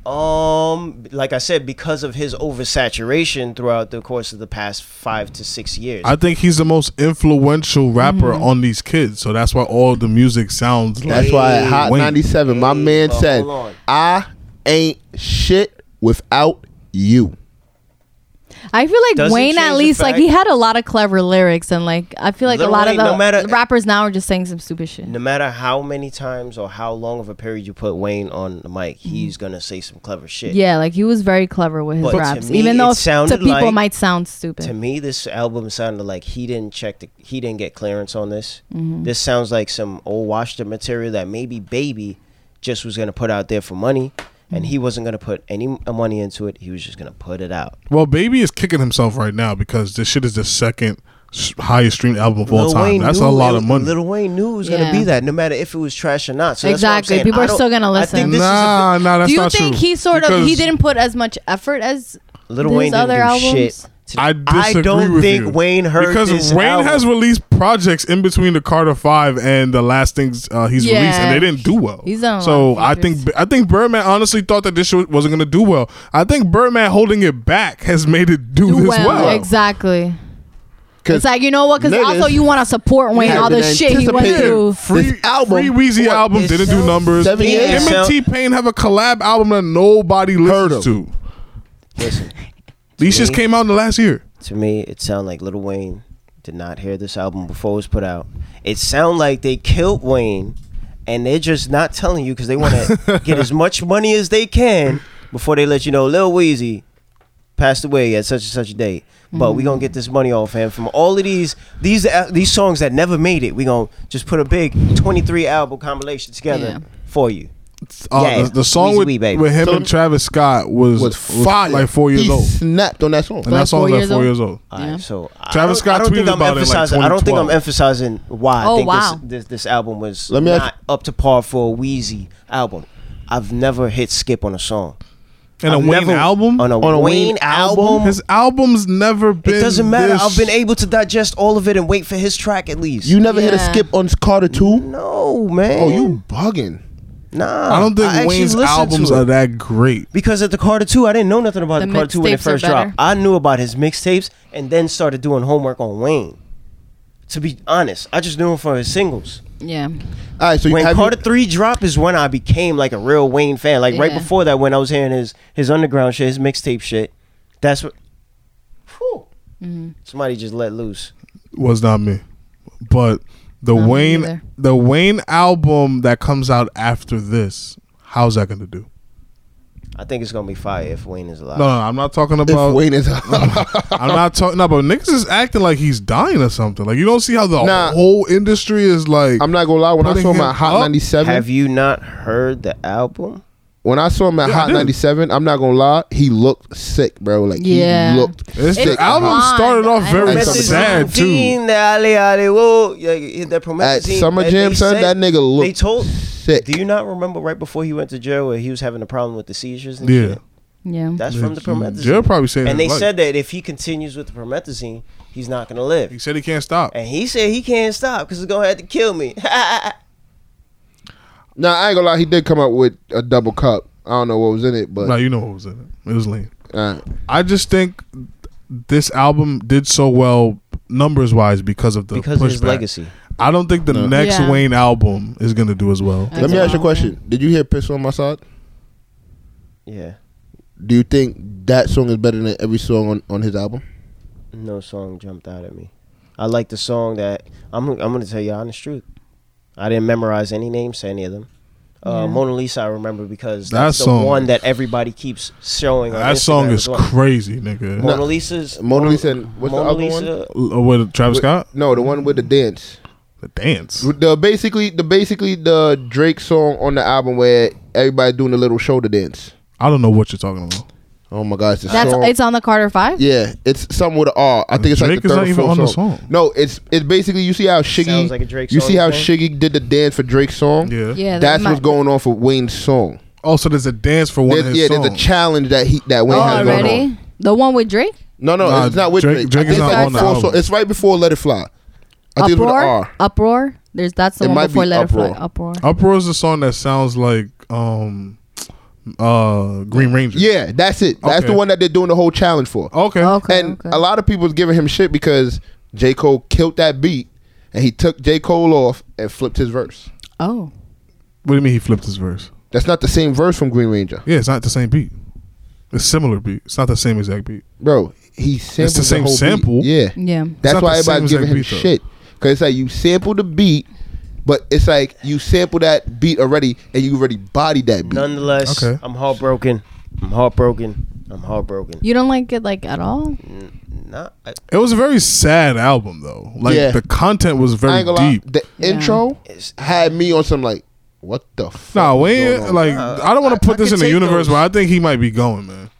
Speaker 3: um like i said because of his oversaturation throughout the course of the past five to six years
Speaker 1: I think he's the most influential rapper on these kids, so that's why all the music sounds like.
Speaker 2: That's why at Hot
Speaker 1: Wayne.
Speaker 2: 97, my
Speaker 3: Hey,
Speaker 2: man
Speaker 3: but
Speaker 2: said,
Speaker 3: hold on.
Speaker 2: I ain't shit without you.
Speaker 4: I feel like
Speaker 3: Doesn't
Speaker 4: Wayne
Speaker 3: change
Speaker 4: at
Speaker 3: the
Speaker 4: least like
Speaker 3: fact-
Speaker 4: he had a lot of clever lyrics and like I feel like
Speaker 3: Lil
Speaker 4: a lot
Speaker 3: Wayne,
Speaker 4: of the
Speaker 3: no matter-
Speaker 4: rappers now are just saying some stupid shit.
Speaker 3: No matter how many times or how long of a period you put Wayne on the mic, he's gonna say some clever shit.
Speaker 4: Yeah, like he was very clever with his
Speaker 3: But to
Speaker 4: raps,
Speaker 3: me,
Speaker 4: even though
Speaker 3: it sounded
Speaker 4: to people
Speaker 3: like-
Speaker 4: might sound
Speaker 3: To
Speaker 4: stupid.
Speaker 3: me, this album sounded like he didn't check the he didn't get clearance on this.
Speaker 4: Mm-hmm.
Speaker 3: This sounds like some old washed up material that maybe Baby just was gonna put out there for money, and
Speaker 4: Mm-hmm.
Speaker 3: he wasn't gonna put any money into it. He was just gonna put it out.
Speaker 1: Well, Baby is kicking himself right now because this shit is the second s- highest streamed album of all
Speaker 3: Lil
Speaker 1: time.
Speaker 3: Wayne
Speaker 1: That's
Speaker 3: knew
Speaker 1: a lot
Speaker 3: it-
Speaker 1: of money.
Speaker 3: Lil Wayne knew it was gonna
Speaker 4: Yeah.
Speaker 3: be that, no matter if it was trash or not. So that's what I'm
Speaker 4: Exactly.
Speaker 3: saying.
Speaker 4: People
Speaker 3: I
Speaker 4: are
Speaker 3: don't-
Speaker 4: still gonna
Speaker 3: I
Speaker 4: listen.
Speaker 3: think this is
Speaker 1: nah, nah, that's
Speaker 4: Do you
Speaker 1: not
Speaker 4: think
Speaker 1: true.
Speaker 4: he sort of he
Speaker 1: Because
Speaker 4: didn't put as much effort as
Speaker 3: a, Lil
Speaker 4: his
Speaker 3: Wayne didn't
Speaker 4: other
Speaker 3: do
Speaker 4: albums?
Speaker 3: shit. to-
Speaker 1: I disagree
Speaker 3: don't
Speaker 1: with
Speaker 3: think
Speaker 1: you.
Speaker 3: Wayne heard
Speaker 1: because
Speaker 3: this
Speaker 1: Wayne
Speaker 3: album.
Speaker 1: has released projects in between the Carter Five and the last things uh, he's
Speaker 4: Yeah.
Speaker 1: released, and they didn't do well.
Speaker 4: He's done a
Speaker 1: so
Speaker 4: lot
Speaker 1: I
Speaker 4: of
Speaker 1: think I think Birdman honestly thought that this shit wasn't gonna do well. I think Birdman holding it back has made it do, this well.
Speaker 4: Exactly.
Speaker 2: 'Cause
Speaker 4: It's like you know what? Because
Speaker 2: niggas-
Speaker 4: also you want to support Wayne
Speaker 2: Yeah,
Speaker 4: all the
Speaker 2: been
Speaker 4: shit he went
Speaker 2: anticipating
Speaker 4: through.
Speaker 2: Free
Speaker 1: Free,
Speaker 2: album.
Speaker 1: Free Weezy
Speaker 2: What?
Speaker 1: album
Speaker 3: It
Speaker 1: didn't do
Speaker 3: sounds-
Speaker 1: numbers.
Speaker 2: Seven
Speaker 1: Him
Speaker 2: years.
Speaker 1: and T Pain have a collab album that nobody
Speaker 2: Heard
Speaker 1: listens to.
Speaker 3: Listen,
Speaker 1: These shits
Speaker 3: Me?
Speaker 1: came out in the last year.
Speaker 3: to me, it sounded like Lil Wayne did not hear this album before it was put out. It sounded like they killed Wayne, and they're just not telling you because they want to get as much money as they can before they let you know Lil Weezy passed away at such and such a date. But we gonna get this money off him from all of these these uh, these songs that never made it. We gonna just put a big twenty three album compilation together
Speaker 4: Yeah.
Speaker 3: for you.
Speaker 1: Uh,
Speaker 3: Yeah,
Speaker 1: the, the song
Speaker 3: Weezy
Speaker 1: with,
Speaker 3: Wee, baby.
Speaker 1: with him
Speaker 2: So-
Speaker 1: and Travis Scott was,
Speaker 2: was fire.
Speaker 1: like four years
Speaker 2: he
Speaker 1: old.
Speaker 2: Snapped on that song.
Speaker 1: And
Speaker 4: Like
Speaker 1: that song
Speaker 4: four
Speaker 1: was like
Speaker 4: years
Speaker 1: four
Speaker 4: old?
Speaker 1: years old.
Speaker 3: All right, so I
Speaker 1: Travis
Speaker 3: don't- I
Speaker 1: Scott
Speaker 3: don't think
Speaker 1: tweeted
Speaker 3: I'm
Speaker 1: about it in, like,
Speaker 3: emphasizing- I don't think I'm
Speaker 1: 2012.
Speaker 3: emphasizing why I
Speaker 4: Oh,
Speaker 3: think
Speaker 4: wow.
Speaker 3: this, this this album was
Speaker 2: Let me
Speaker 3: not
Speaker 2: ask-
Speaker 3: up to par for a Wheezy album. I've never hit skip on a song.
Speaker 1: And a
Speaker 3: I've
Speaker 1: Wayne
Speaker 3: never-
Speaker 1: album?
Speaker 3: On a,
Speaker 2: a
Speaker 3: Wayne,
Speaker 2: Wayne
Speaker 3: album.
Speaker 2: album?
Speaker 1: His album's never been.
Speaker 3: it doesn't matter.
Speaker 1: this-
Speaker 3: I've been able to digest all of it and wait for his track at least.
Speaker 2: You never hit a
Speaker 4: Yeah.
Speaker 2: skip on Carter Two.
Speaker 3: no man.
Speaker 2: Oh, you bugging?
Speaker 3: nah.
Speaker 1: I don't think
Speaker 3: actually
Speaker 1: Wayne's
Speaker 3: listened to
Speaker 1: albums
Speaker 3: it.
Speaker 1: are that great.
Speaker 3: Because at the Carter 2, I didn't know nothing about the,
Speaker 4: The
Speaker 3: Carter 2 when it
Speaker 4: mixtapes are
Speaker 3: first
Speaker 4: better.
Speaker 3: dropped. I knew about his mixtapes and then started doing homework on Wayne. To be honest, I just knew him for his singles.
Speaker 4: Yeah.
Speaker 2: All right, so you
Speaker 3: when
Speaker 2: have you-
Speaker 3: Carter Three drop is when I became like a real Wayne fan. Like right
Speaker 4: Yeah.
Speaker 3: before that, when I was hearing his his underground shit, his mixtape shit. That's what. Whew.
Speaker 4: Mm-hmm.
Speaker 3: Somebody just let loose.
Speaker 1: Was not me. But the
Speaker 4: Not me
Speaker 1: Wayne
Speaker 4: either.
Speaker 1: the Wayne album that comes out after this, how's that gonna do?
Speaker 3: I think it's gonna be fire if Wayne is alive.
Speaker 1: No, no, I'm not talking
Speaker 2: if
Speaker 1: about
Speaker 2: Wayne is
Speaker 1: I'm not talking no, but niggas is acting like he's dying or something. Like you don't see how the
Speaker 2: Nah.
Speaker 1: whole industry is like
Speaker 2: I'm not gonna lie. When I
Speaker 1: Putting
Speaker 2: saw him
Speaker 1: him
Speaker 2: at Hot
Speaker 1: up.
Speaker 2: ninety
Speaker 3: Have
Speaker 2: seven,
Speaker 3: you not heard the album?
Speaker 2: when I saw him at
Speaker 1: Yeah, I
Speaker 2: Hot
Speaker 1: did.
Speaker 2: ninety seven, I'm not gonna lie. He looked sick, bro. Like
Speaker 4: Yeah.
Speaker 2: he looked
Speaker 1: it's,
Speaker 4: It's
Speaker 1: the album
Speaker 4: blind.
Speaker 1: started off
Speaker 4: I
Speaker 1: very
Speaker 2: don't-
Speaker 1: sad too.
Speaker 3: Promethazine, the alley, alley, whoa, yeah, you hit that
Speaker 2: at
Speaker 3: promethazine,
Speaker 2: Summer
Speaker 3: and
Speaker 2: Jam,
Speaker 3: they
Speaker 2: son.
Speaker 3: said-
Speaker 2: That nigga looked
Speaker 3: They told.
Speaker 2: sick.
Speaker 3: Do you not remember right before he went to jail where he was having a problem with the seizures? And
Speaker 1: Yeah.
Speaker 3: shit?
Speaker 4: Yeah.
Speaker 3: that's from the promethazine.
Speaker 1: Jared probably said
Speaker 3: and they said that if he continues with the promethazine, he's not gonna
Speaker 1: he
Speaker 3: live.
Speaker 1: said he can't stop.
Speaker 3: And he said he can't stop because it's gonna have to kill me.
Speaker 2: Nah, I ain't gonna lie. He did come up with a double cup. I don't know what was in it, but
Speaker 1: No, you know what was in it. It was lean.
Speaker 2: uh,
Speaker 1: I just think this album did so well numbers wise because of the
Speaker 3: because of his
Speaker 1: pushback.
Speaker 3: legacy.
Speaker 1: I don't think the next
Speaker 4: Yeah.
Speaker 1: Wayne album is gonna do as well.
Speaker 4: That's
Speaker 2: let me ask you a
Speaker 4: wild,
Speaker 2: question. Did you hear "Piss on My Side"?
Speaker 3: Yeah,
Speaker 2: Do you think that song is better than every song on, on his album?
Speaker 3: no song jumped out at me. I like the song that I'm. I'm gonna tell you honest truth. I didn't memorize any names to any of them. Uh,
Speaker 4: Yeah.
Speaker 3: Mona Lisa, I remember because
Speaker 1: That
Speaker 3: that's
Speaker 1: song-
Speaker 3: the one that everybody keeps showing. on
Speaker 1: That song
Speaker 3: Instagram
Speaker 1: is
Speaker 3: as well.
Speaker 1: crazy, nigga.
Speaker 3: Mona Lisa's
Speaker 2: Mona Lisa and- what's the
Speaker 3: Mona
Speaker 2: other
Speaker 3: Lisa,
Speaker 1: L- uh, With Travis Scott,
Speaker 2: No, the one with the dance.
Speaker 1: the dance.
Speaker 2: The basically the basically the Drake song on the album where everybody doing the little shoulder dance.
Speaker 1: I don't know what you're talking about.
Speaker 2: Oh my gosh, it's a
Speaker 4: That's
Speaker 2: song.
Speaker 4: it's on the Carter Five.
Speaker 2: yeah, it's something with an R. I think it's like
Speaker 1: Drake
Speaker 2: the
Speaker 1: is
Speaker 2: third
Speaker 1: not
Speaker 2: or
Speaker 1: even
Speaker 2: fourth
Speaker 1: on the
Speaker 2: song.
Speaker 1: song.
Speaker 2: No, it's it's basically you see how Shiggy
Speaker 3: Sounds like a Drake
Speaker 2: you
Speaker 3: song,
Speaker 2: see how
Speaker 3: you think?
Speaker 2: Shiggy did the dance for Drake's song.
Speaker 1: Yeah.
Speaker 4: Yeah.
Speaker 2: that's
Speaker 4: that
Speaker 2: what's
Speaker 4: might-
Speaker 2: going on for Wayne's song.
Speaker 1: Oh, so there's a dance for one
Speaker 2: There's-
Speaker 1: of his
Speaker 2: yeah,
Speaker 1: songs.
Speaker 2: there's a challenge that he that Wayne
Speaker 4: Oh,
Speaker 2: has going on.
Speaker 4: already? The one with Drake?
Speaker 2: No, no,
Speaker 1: Nah,
Speaker 2: it's not with
Speaker 1: Drake-
Speaker 2: Drake.
Speaker 1: Drake
Speaker 2: I
Speaker 1: is not
Speaker 2: think it's
Speaker 4: on
Speaker 2: like
Speaker 4: the
Speaker 2: four
Speaker 1: album.
Speaker 2: songs. It's right before Let It Fly. I think it's with an
Speaker 4: Uproar.
Speaker 2: R.
Speaker 4: Uproar. There's that's the
Speaker 2: It
Speaker 4: one
Speaker 2: might
Speaker 4: before
Speaker 2: be
Speaker 4: Let It Fly.
Speaker 2: Uproar.
Speaker 4: Uproar.
Speaker 1: Uproar is a song that sounds like um, uh, Green Ranger.
Speaker 2: Yeah, that's it. That's
Speaker 1: Okay.
Speaker 2: the one that they're doing the whole challenge for.
Speaker 1: Okay.
Speaker 4: Okay.
Speaker 2: and
Speaker 4: okay.
Speaker 2: a lot of people's giving him shit because J. Cole killed that beat and he took J. Cole off and flipped his verse.
Speaker 4: oh.
Speaker 1: What do you mean he flipped his verse?
Speaker 2: That's not the same verse from Green Ranger.
Speaker 1: Yeah, it's not the same beat. It's similar beat. It's not the same exact beat.
Speaker 2: Bro, he sampled
Speaker 1: same
Speaker 2: whole beat.
Speaker 1: sample.
Speaker 2: Yeah,
Speaker 4: Yeah.
Speaker 2: that's
Speaker 1: not
Speaker 2: why
Speaker 1: the same
Speaker 2: everybody's
Speaker 1: as
Speaker 2: giving
Speaker 1: that
Speaker 2: him
Speaker 1: beat, though.
Speaker 2: shit. Cause it's like you sample the beat, but it's like you sample that beat already, and you already bodied that beat.
Speaker 3: Nonetheless,
Speaker 1: Okay.
Speaker 3: I'm heartbroken. I'm heartbroken. I'm heartbroken.
Speaker 4: You don't like it like at all?
Speaker 3: Not, I,
Speaker 1: It was a very sad album though. Like
Speaker 2: Yeah.
Speaker 1: the content was
Speaker 2: I
Speaker 1: very
Speaker 2: ain't gonna
Speaker 1: deep.
Speaker 2: lie, the intro
Speaker 3: it's,
Speaker 2: had me on some like, what the fuck?
Speaker 1: Nah, we
Speaker 2: is
Speaker 1: ain't,
Speaker 2: going on?
Speaker 1: like
Speaker 3: Nah,
Speaker 1: I don't want
Speaker 3: I-
Speaker 1: to put
Speaker 3: I
Speaker 1: this
Speaker 3: could
Speaker 1: in the
Speaker 3: take
Speaker 1: universe,
Speaker 3: those.
Speaker 1: but I think he might be going, man.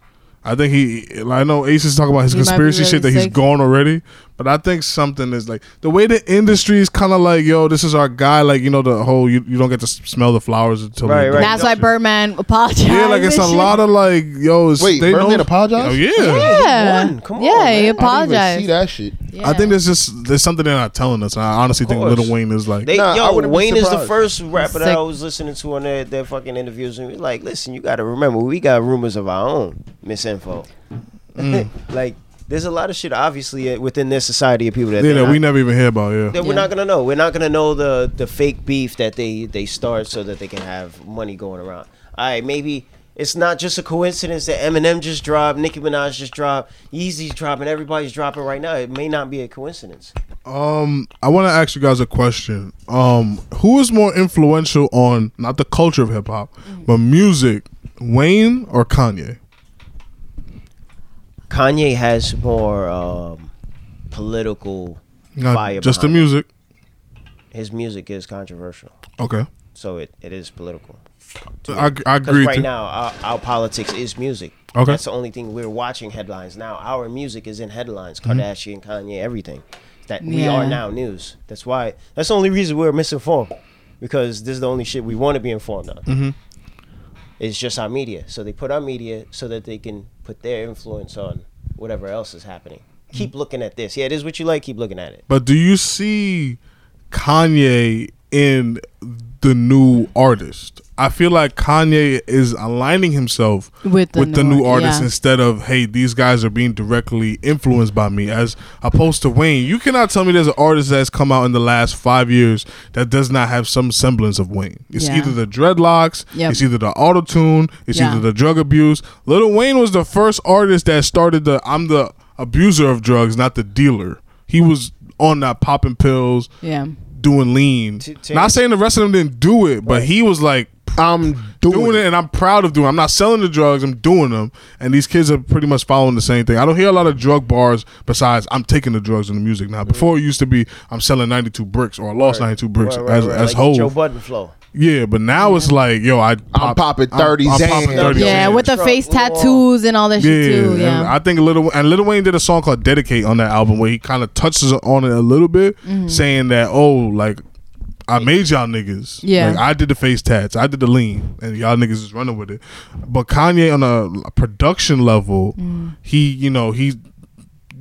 Speaker 1: I think he. I know Ace is talking about his
Speaker 4: He might be
Speaker 1: conspiracy
Speaker 4: really
Speaker 1: shit that he's
Speaker 4: sick.
Speaker 1: gone already, but I think something is like the way the industry is kind of like, yo, this is our guy. Like you know the whole you, you don't get to s- smell the flowers until
Speaker 3: Right,
Speaker 1: they're
Speaker 3: right.
Speaker 1: done.
Speaker 4: That's why Birdman apologized.
Speaker 1: Yeah, like it's a
Speaker 4: and shit.
Speaker 1: lot of like yo. It's,
Speaker 2: Wait,
Speaker 1: they
Speaker 2: Birdman
Speaker 1: know-
Speaker 2: apologized?
Speaker 1: Oh yeah.
Speaker 4: Yeah.
Speaker 3: One, come on,
Speaker 4: yeah, he
Speaker 3: man.
Speaker 2: I didn't even
Speaker 4: apologized.
Speaker 2: see that shit.
Speaker 1: I think there's just there's something they're not telling us. I honestly think
Speaker 3: course.
Speaker 1: Little Wayne is like
Speaker 3: They,
Speaker 2: Nah, I
Speaker 3: yo,
Speaker 2: wouldn't be
Speaker 3: Wayne is the
Speaker 2: surprised.
Speaker 3: first rapper that
Speaker 4: Sick.
Speaker 3: I was listening to on their, their fucking interviews, and we like, listen, you got to remember, we got rumors of our own misinfo.
Speaker 1: Mm.
Speaker 3: like, there's a lot of shit obviously uh, within their society of people that
Speaker 1: yeah
Speaker 3: they're
Speaker 1: that we
Speaker 3: not-
Speaker 1: never even hear about. Yeah.
Speaker 3: that we're
Speaker 4: Yeah.
Speaker 3: not gonna know. We're not gonna know the the fake beef that they they start so that they can have money going around. All right, maybe it's not just a coincidence that Eminem just dropped, Nicki Minaj just dropped, Yeezy's dropping, everybody's dropping right now. It may not be a coincidence.
Speaker 1: Um, I want to ask you guys a question. Um, who is more influential on not the culture of hip hop, but music, Wayne or Kanye?
Speaker 3: Kanye has more um, political
Speaker 1: Not
Speaker 3: fire.
Speaker 1: just the
Speaker 3: behind
Speaker 1: music.
Speaker 3: it. His music is controversial,
Speaker 1: Okay,
Speaker 3: so it, it is political.
Speaker 1: I, I agree.
Speaker 3: Because right
Speaker 1: too.
Speaker 3: now, our, our politics is music.
Speaker 1: Okay.
Speaker 3: That's the only thing we're watching headlines now. Our music is in headlines.
Speaker 1: Mm-hmm.
Speaker 3: Kardashian, Kanye, everything. That we are
Speaker 4: Yeah.
Speaker 3: now news. That's why. That's the only reason we're misinformed. Because this is the only shit we want to be informed on.
Speaker 1: Mm-hmm.
Speaker 3: It's just our media. So they put our media so that they can put their influence on whatever else is happening.
Speaker 1: Mm-hmm.
Speaker 3: Keep looking at this. Yeah, it is what you like. Keep looking at it.
Speaker 1: but do you see Kanye in the new artist? I feel like Kanye is aligning himself
Speaker 4: With the new
Speaker 1: new
Speaker 4: ar-
Speaker 1: artist
Speaker 4: yeah.
Speaker 1: instead of hey, these guys are being directly influenced by me, as opposed to Wayne. You cannot tell me there's an artist that's come out in the last five years that does not have some semblance of Wayne. It's
Speaker 4: Yeah.
Speaker 1: either the dreadlocks,
Speaker 4: Yep.
Speaker 1: it's either the auto tune, it's
Speaker 4: Yeah.
Speaker 1: either the drug abuse. Little Wayne was the first artist that started the I'm the abuser of drugs, not the dealer. He was on that popping pills,
Speaker 4: Yeah.
Speaker 1: doing lean.
Speaker 3: To- to-
Speaker 1: not saying the rest of them didn't do it, but he was like
Speaker 2: I'm doing,
Speaker 1: doing it and I'm proud of doing. it. I'm not selling the drugs, I'm doing them. And these kids are pretty much following the same thing. I don't hear a lot of drug bars besides I'm taking the drugs in the music now. Before it used to be I'm selling 92 bricks or I lost 92 bricks
Speaker 3: Right, right,
Speaker 1: as
Speaker 3: right.
Speaker 1: as
Speaker 3: Like
Speaker 1: whole.
Speaker 3: Joe Budden flow.
Speaker 1: Yeah, but now it's like, yo, I pop-
Speaker 2: popping 30s
Speaker 1: I'm, I'm
Speaker 2: and-
Speaker 1: popping
Speaker 2: Yeah,
Speaker 1: 30s.
Speaker 4: Yeah,
Speaker 1: and-
Speaker 4: with the
Speaker 3: Truck
Speaker 4: face
Speaker 3: law.
Speaker 4: tattoos and all that shit too.
Speaker 1: and
Speaker 4: Yeah.
Speaker 1: I think Little and Little Wayne did a song called "Dedicate" on that album where he kind of touches on it a little bit,
Speaker 4: Mm-hmm.
Speaker 1: saying that oh, like I made y'all niggas.
Speaker 4: Yeah.
Speaker 1: like, I did the face tats, I did the lean, and y'all niggas is running with it. But Kanye on a production level,
Speaker 4: Mm.
Speaker 1: he you know he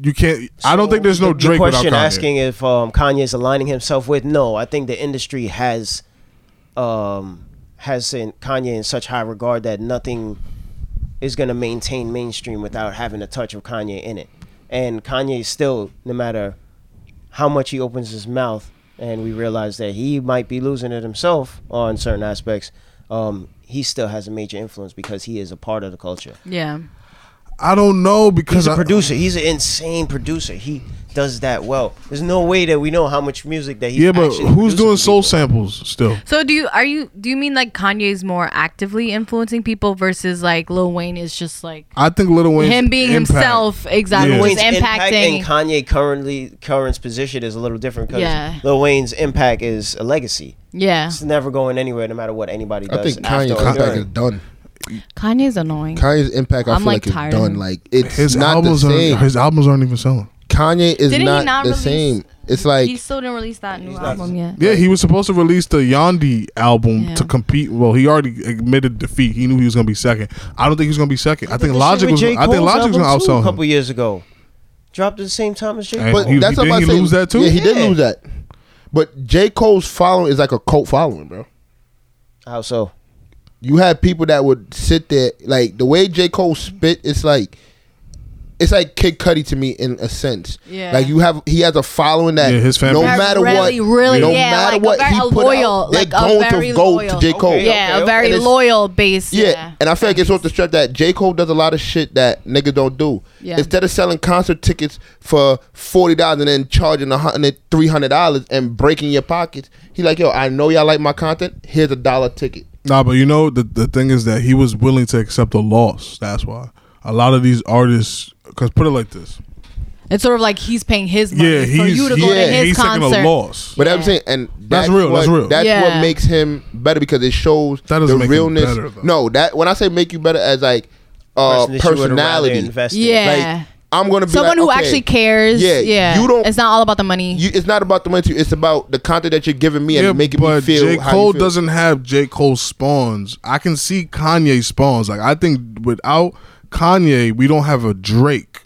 Speaker 1: you can't. I don't think there's no
Speaker 3: the,
Speaker 1: Drake
Speaker 3: the
Speaker 1: without
Speaker 3: question
Speaker 1: Kanye.
Speaker 3: asking if um, Kanye's aligning himself with no. I think the industry has um, has in Kanye in such high regard that nothing is going to maintain mainstream without having a touch of Kanye in it. And Kanye still, no matter how much he opens his mouth, and we realize that he might be losing it himself on certain aspects. Um, he still has a major influence because he is a part of the culture.
Speaker 4: yeah.
Speaker 1: I don't know because
Speaker 3: He's a
Speaker 1: I-
Speaker 3: producer. He's an insane producer. He does that well. There's no way that we know how much music that he's
Speaker 1: Yeah, but
Speaker 3: actually
Speaker 1: who's
Speaker 3: producing
Speaker 1: doing
Speaker 3: for
Speaker 1: soul
Speaker 3: people.
Speaker 1: samples still?
Speaker 4: So do you are you do you mean like Kanye's more actively influencing people versus like Lil Wayne is just like
Speaker 1: I think Little Wayne
Speaker 4: him being himself exactly
Speaker 1: Yeah.
Speaker 4: just
Speaker 3: Wayne's impact
Speaker 4: impacting
Speaker 3: and Kanye currently current's position is a little different because
Speaker 4: Yeah.
Speaker 3: Lil Wayne's impact is a legacy.
Speaker 4: yeah
Speaker 3: It's never going anywhere, no matter what anybody does.
Speaker 2: I think
Speaker 3: after
Speaker 2: Kanye's
Speaker 3: or
Speaker 2: impact is
Speaker 3: during.
Speaker 2: done.
Speaker 4: Kanye's annoying
Speaker 2: Kanye's impact, I
Speaker 4: I'm,
Speaker 2: feel
Speaker 4: like,
Speaker 2: like, is
Speaker 4: tired of
Speaker 2: done.
Speaker 4: him.
Speaker 2: Like it's
Speaker 1: His
Speaker 2: not
Speaker 1: albums
Speaker 2: the same.
Speaker 1: are his albums aren't even selling.
Speaker 2: Kanye is
Speaker 4: Didn't he
Speaker 2: not,
Speaker 4: not
Speaker 2: the
Speaker 4: release-
Speaker 2: same. It's like
Speaker 4: he still didn't release that new
Speaker 3: He's not-
Speaker 4: album yet
Speaker 1: Yeah, he was supposed to release the Yandi album
Speaker 4: Yeah.
Speaker 1: to compete. Well, he already admitted defeat. He knew he was going to be second. I don't think he's going to be second. I think
Speaker 3: Did this shit
Speaker 1: Logic
Speaker 3: with
Speaker 1: was.
Speaker 3: J.
Speaker 1: I think
Speaker 3: Cole's
Speaker 1: Logic's going
Speaker 3: album
Speaker 1: to
Speaker 3: too, a
Speaker 1: outsell
Speaker 3: couple
Speaker 1: him.
Speaker 3: years ago. Dropped at the same time as J.
Speaker 1: And
Speaker 3: Cole.
Speaker 1: he-
Speaker 2: that's
Speaker 1: didn't
Speaker 2: what I'm
Speaker 1: he
Speaker 2: about to say.
Speaker 1: lose that too?
Speaker 2: Yeah, he did
Speaker 3: Yeah.
Speaker 2: lose that. But J. Cole's following is like a cult following, bro.
Speaker 3: How so?
Speaker 2: You have people that would sit there like the way J. Cole spit. It's like it's like Kid Cudi to me in a sense.
Speaker 4: Yeah.
Speaker 2: Like you have, he has a following that
Speaker 1: Yeah, his fan
Speaker 2: no
Speaker 1: base.
Speaker 2: matter
Speaker 4: Really,
Speaker 2: what,
Speaker 4: really,
Speaker 2: no
Speaker 4: yeah,
Speaker 2: matter
Speaker 4: like a
Speaker 2: what
Speaker 4: very-
Speaker 2: he
Speaker 4: a
Speaker 2: put
Speaker 4: loyal,
Speaker 2: out, they're
Speaker 4: like a
Speaker 2: going
Speaker 4: very
Speaker 2: to go
Speaker 4: loyal.
Speaker 2: to J Cole.
Speaker 4: Yeah,
Speaker 3: okay,
Speaker 4: a very
Speaker 2: okay.
Speaker 4: loyal base.
Speaker 2: Yeah.
Speaker 4: Yeah.
Speaker 2: and I feel like it's off the strip that J. Cole does a lot of shit that nigga don't do.
Speaker 4: Yeah.
Speaker 2: Instead of selling concert tickets for forty dollars and then charging a hundred, three hundred dollars and breaking your pockets, he like, yo, I know y'all like my content. Here's a dollar ticket.
Speaker 1: Nah, but you know the the thing is that he was willing to accept a loss. That's why a lot of these artists, because put it like this,
Speaker 4: It's sort of like he's paying his money
Speaker 1: yeah,
Speaker 4: for
Speaker 1: he's
Speaker 4: you to go
Speaker 2: yeah,
Speaker 4: to his
Speaker 1: he's
Speaker 4: concert.
Speaker 1: taking a loss.
Speaker 2: But I'm saying, and
Speaker 1: That's real,
Speaker 2: What,
Speaker 1: that's real.
Speaker 2: That's what
Speaker 4: Yeah.
Speaker 2: makes him better because it shows
Speaker 1: That
Speaker 2: the
Speaker 1: doesn't make him
Speaker 2: realness.
Speaker 1: better, though.
Speaker 2: no, that when I say make you better as like uh,
Speaker 3: Person that you would rather
Speaker 2: personality,
Speaker 3: invest in.
Speaker 4: Yeah.
Speaker 2: like I'm gonna be
Speaker 4: Someone
Speaker 2: like,
Speaker 4: who
Speaker 2: okay,
Speaker 4: actually cares.
Speaker 2: Yeah,
Speaker 4: Yeah, yeah.
Speaker 2: you don't-
Speaker 4: It's not all about the money.
Speaker 2: You, it's not about the money. To you, it's about the content that you're giving me and making me feel.
Speaker 1: J.
Speaker 2: how you
Speaker 1: Cole
Speaker 2: feel.
Speaker 1: doesn't have J. Cole spawns. I can see Kanye spawns. Like I think without Kanye, we don't have a Drake.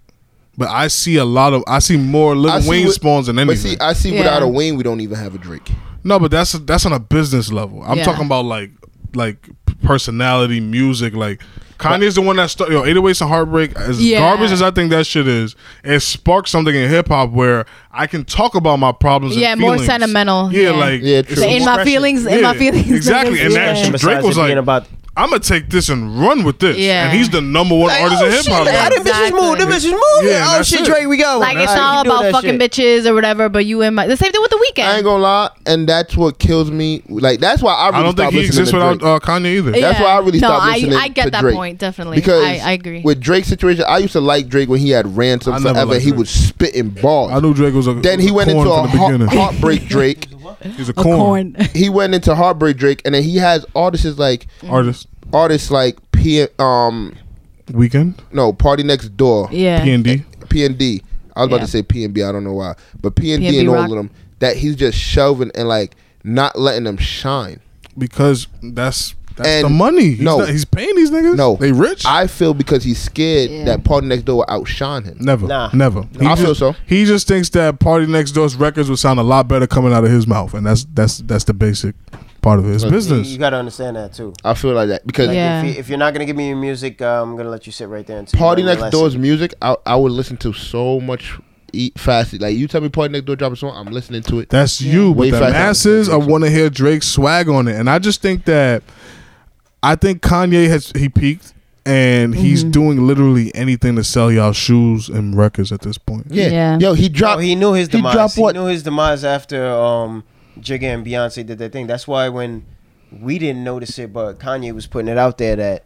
Speaker 1: But I see a lot of I see more
Speaker 2: I
Speaker 1: Lil
Speaker 2: see
Speaker 1: Wayne
Speaker 2: what-
Speaker 1: spawns than
Speaker 2: But
Speaker 1: anything.
Speaker 2: see, I see
Speaker 4: Yeah.
Speaker 2: without a Wayne, we don't even have a Drake.
Speaker 1: No, but that's that's on a business level. I'm
Speaker 4: Yeah.
Speaker 1: talking about like like personality, music. Like Kanye's the one that started. Yo, 808s and Heartbreak. As
Speaker 4: Yeah.
Speaker 1: garbage as I think that shit is, it sparked something in hip hop where I can talk about my problems.
Speaker 4: Yeah,
Speaker 1: and
Speaker 4: more
Speaker 1: feelings.
Speaker 4: sentimental.
Speaker 1: Yeah,
Speaker 4: Yeah.
Speaker 1: like
Speaker 2: Yeah,
Speaker 1: it's
Speaker 2: true.
Speaker 1: a
Speaker 4: The in
Speaker 1: more-
Speaker 4: my feelings, in my
Speaker 1: Yeah,
Speaker 4: feelings.
Speaker 1: Exactly, and
Speaker 4: Yeah.
Speaker 1: that- Drake
Speaker 3: Besides
Speaker 1: was
Speaker 3: it
Speaker 1: like-
Speaker 3: being about
Speaker 1: I'm gonna take this and run with this.
Speaker 4: Yeah.
Speaker 1: and he's the number one artist
Speaker 3: oh,
Speaker 1: in hip hop.
Speaker 4: like, I
Speaker 1: now.
Speaker 4: didn't- Exactly.
Speaker 3: bitches moving.
Speaker 1: Yeah, that's it.
Speaker 3: we got one.
Speaker 4: like it's
Speaker 3: All right, you
Speaker 4: all
Speaker 3: doing
Speaker 4: about
Speaker 3: that
Speaker 4: fucking
Speaker 3: shit.
Speaker 4: bitches or whatever. But you and my the same thing with the
Speaker 2: I ain't
Speaker 4: weekend.
Speaker 2: gonna lie, and that's what kills me. Like that's why I really
Speaker 1: I don't think
Speaker 2: stopped
Speaker 1: he
Speaker 2: listening
Speaker 1: exists
Speaker 2: to
Speaker 1: without
Speaker 2: Drake.
Speaker 1: uh, Kanye either.
Speaker 4: Yeah.
Speaker 2: That's why I really
Speaker 4: No,
Speaker 2: stopped
Speaker 4: I-
Speaker 2: listening
Speaker 4: I get
Speaker 2: to
Speaker 4: that
Speaker 2: Drake.
Speaker 4: point, definitely.
Speaker 2: Because
Speaker 4: I- I agree.
Speaker 2: With Drake's situation, I used to like Drake when he had
Speaker 1: I
Speaker 2: ransom
Speaker 1: never
Speaker 2: forever.
Speaker 1: liked
Speaker 2: He
Speaker 1: Drake.
Speaker 2: was spitting bars.
Speaker 1: I knew Drake was a
Speaker 2: then he went
Speaker 1: corn
Speaker 2: into a
Speaker 1: from the
Speaker 2: heart-
Speaker 1: beginning.
Speaker 2: heartbreak Drake.
Speaker 1: He's a corn,
Speaker 2: he went into heartbreak Drake, and then he has artists like
Speaker 4: Mm.
Speaker 1: artist.
Speaker 2: artists like P um
Speaker 1: Weekend,
Speaker 2: no Party Next Door.
Speaker 4: Yeah.
Speaker 1: P and D.
Speaker 2: PND. I was about to
Speaker 4: Yeah.
Speaker 2: say PNB. I don't know why, but PND
Speaker 4: PNB
Speaker 2: and all
Speaker 4: rock.
Speaker 2: of them that he's just shelving and like not letting them shine.
Speaker 1: because that's that's
Speaker 2: And
Speaker 1: the money. He's
Speaker 2: no.
Speaker 1: not- he's paying these niggas.
Speaker 2: No,
Speaker 1: they rich.
Speaker 2: I feel because he's scared
Speaker 4: Yeah.
Speaker 2: that Party Next Door will outshine him.
Speaker 1: never,
Speaker 3: Nah.
Speaker 1: never. He
Speaker 2: I feel
Speaker 1: just-
Speaker 2: so.
Speaker 1: He just thinks that Party Next Door's records would sound a lot better coming out of his mouth, and that's that's that's the basic part of his business.
Speaker 3: You gotta understand that too.
Speaker 2: I feel like that because
Speaker 3: Like
Speaker 4: Yeah.
Speaker 3: if, you, if you're not gonna give me your music, uh, I'm gonna let you sit right there and
Speaker 2: Party Next Door's music, I, I would listen to so much e- faster. Like you tell me Party Next Door drop a song, I'm listening to it.
Speaker 1: That's you,
Speaker 2: Way
Speaker 1: but the
Speaker 2: faster.
Speaker 1: masses, I want to hear Drake's swag on it, and I just think that I think Kanye has he peaked, and he's
Speaker 3: Mm-hmm.
Speaker 1: doing literally anything to sell y'all shoes and records at this point.
Speaker 2: yeah.
Speaker 4: Yeah.
Speaker 2: yo, he dropped.
Speaker 3: Oh, he knew his
Speaker 2: he
Speaker 3: demise.
Speaker 2: dropped
Speaker 3: he
Speaker 2: what?
Speaker 3: knew his demise after um, Jigga and Beyonce did their thing. That's why when we didn't notice it, but Kanye was putting it out there that,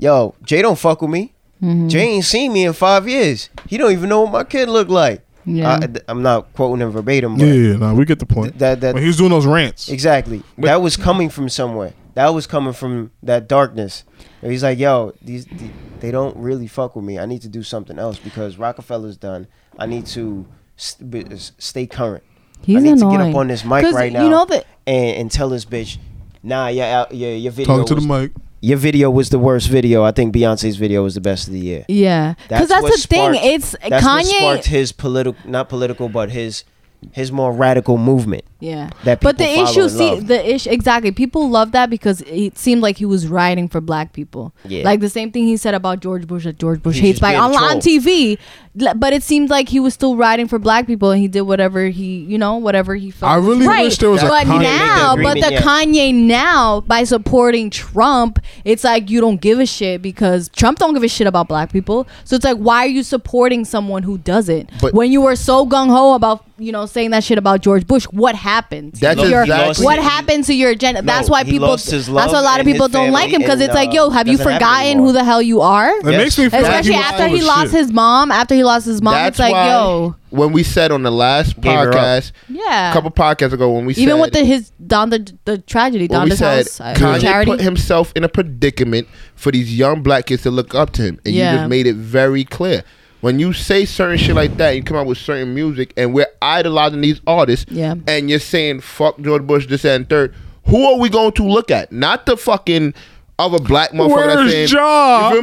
Speaker 3: yo, Jay don't fuck with me.
Speaker 4: Mm-hmm.
Speaker 3: Jay ain't seen me in five years. He don't even know what my kid look like.
Speaker 4: Yeah.
Speaker 3: I, am not quoting him verbatim, but
Speaker 1: Yeah, yeah, no, we get the point.
Speaker 3: that that
Speaker 1: but he was doing those rants.
Speaker 3: Exactly. that was coming from somewhere. That was coming from that darkness. And he's like, yo, these the- they don't really fuck with me. I need to do something else because Rockefeller's done. I need to st- b- s- stay current.
Speaker 5: He's
Speaker 3: I need to get up
Speaker 5: annoying.
Speaker 3: on this mic
Speaker 5: 'Cause
Speaker 3: right now
Speaker 5: you know that-
Speaker 3: and, and tell this bitch, nah, your, al- your, your video
Speaker 1: Talking to the
Speaker 3: was,
Speaker 1: mic.
Speaker 3: your video was the worst video. I think Beyonce's video was the best of the year.
Speaker 5: Yeah, because
Speaker 3: That's
Speaker 5: that's,
Speaker 3: what
Speaker 5: the thing.
Speaker 3: sparked-
Speaker 5: It's
Speaker 3: That's what
Speaker 5: Kanye.
Speaker 3: sparked his political, not political, but his his more radical movement.
Speaker 5: yeah,
Speaker 3: that
Speaker 5: but the
Speaker 3: people follow
Speaker 5: issue,
Speaker 3: and
Speaker 5: see,
Speaker 3: love.
Speaker 5: the issue exactly. People love that because it seemed like he was riding for black people.
Speaker 3: Yeah.
Speaker 5: like the same thing he said about George Bush that George Bush
Speaker 3: He's
Speaker 5: hates
Speaker 3: just
Speaker 5: black
Speaker 3: being a
Speaker 5: on, on
Speaker 3: troll.
Speaker 5: TV. L- But it seemed like he was still riding for black people, and he did whatever he, you know, whatever he felt.
Speaker 1: I
Speaker 5: was
Speaker 1: really
Speaker 5: right.
Speaker 1: wish there was a
Speaker 5: but
Speaker 1: Kanye-
Speaker 5: now,
Speaker 3: He didn't
Speaker 5: but
Speaker 3: make the
Speaker 5: the Kanye now by supporting Trump, it's like you don't give a shit because Trump don't give a shit about black people. So it's like, why are you supporting someone who doesn't?
Speaker 2: But-
Speaker 5: when you were so gung ho about you know saying that shit about George Bush, what happened? to
Speaker 2: That's
Speaker 5: your,
Speaker 2: exactly-
Speaker 5: what happened to your agenda. that's why
Speaker 3: he
Speaker 5: people.
Speaker 3: lost his
Speaker 5: That's
Speaker 3: love
Speaker 5: why a lot of
Speaker 3: and his
Speaker 5: people don't like him
Speaker 3: family
Speaker 5: because
Speaker 3: and,
Speaker 5: it's like,
Speaker 3: uh,
Speaker 5: yo, have you
Speaker 3: doesn't happen
Speaker 5: forgotten
Speaker 3: anymore.
Speaker 5: who the hell you are?
Speaker 1: It makes me feel like
Speaker 5: Especially
Speaker 1: was
Speaker 5: after
Speaker 1: full
Speaker 5: he
Speaker 1: of
Speaker 5: lost
Speaker 1: shit.
Speaker 5: his mom, after he lost his mom,
Speaker 2: That's
Speaker 5: it's like,
Speaker 2: why
Speaker 5: yo,
Speaker 2: when we said on the last
Speaker 3: Gave her up.
Speaker 2: podcast,
Speaker 5: yeah.
Speaker 2: a couple podcasts ago, when we
Speaker 5: Even
Speaker 2: said,
Speaker 5: with the his Don the, the tragedy,
Speaker 2: when
Speaker 5: Don
Speaker 2: we
Speaker 5: the
Speaker 2: said
Speaker 5: house uh,
Speaker 2: Kanye
Speaker 5: charity.
Speaker 2: put himself in a predicament for these young black kids to look up to him, and you
Speaker 5: Yeah.
Speaker 2: just made it very clear. When you say certain shit like that, you come out with certain music, and we're idolizing these artists,
Speaker 5: Yeah.
Speaker 2: and you're saying fuck George Bush, this that, and third. Who are we going to look at? Not the fucking other black motherfucker
Speaker 1: Where's
Speaker 2: that's saying,
Speaker 1: Ja?
Speaker 2: You feel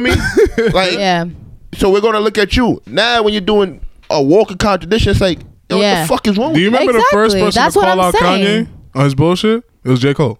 Speaker 2: me? like,
Speaker 5: yeah.
Speaker 2: so we're gonna look at you now when you're doing a walk of contradiction. It's like, yo, what
Speaker 5: Yeah.
Speaker 2: the fuck is wrong?
Speaker 1: Do you
Speaker 2: with
Speaker 1: remember the first
Speaker 5: Exactly.
Speaker 1: person
Speaker 5: That's
Speaker 1: to
Speaker 5: what
Speaker 1: call
Speaker 5: I'm
Speaker 1: out
Speaker 5: saying.
Speaker 1: Kanye on his bullshit? It was J Cole.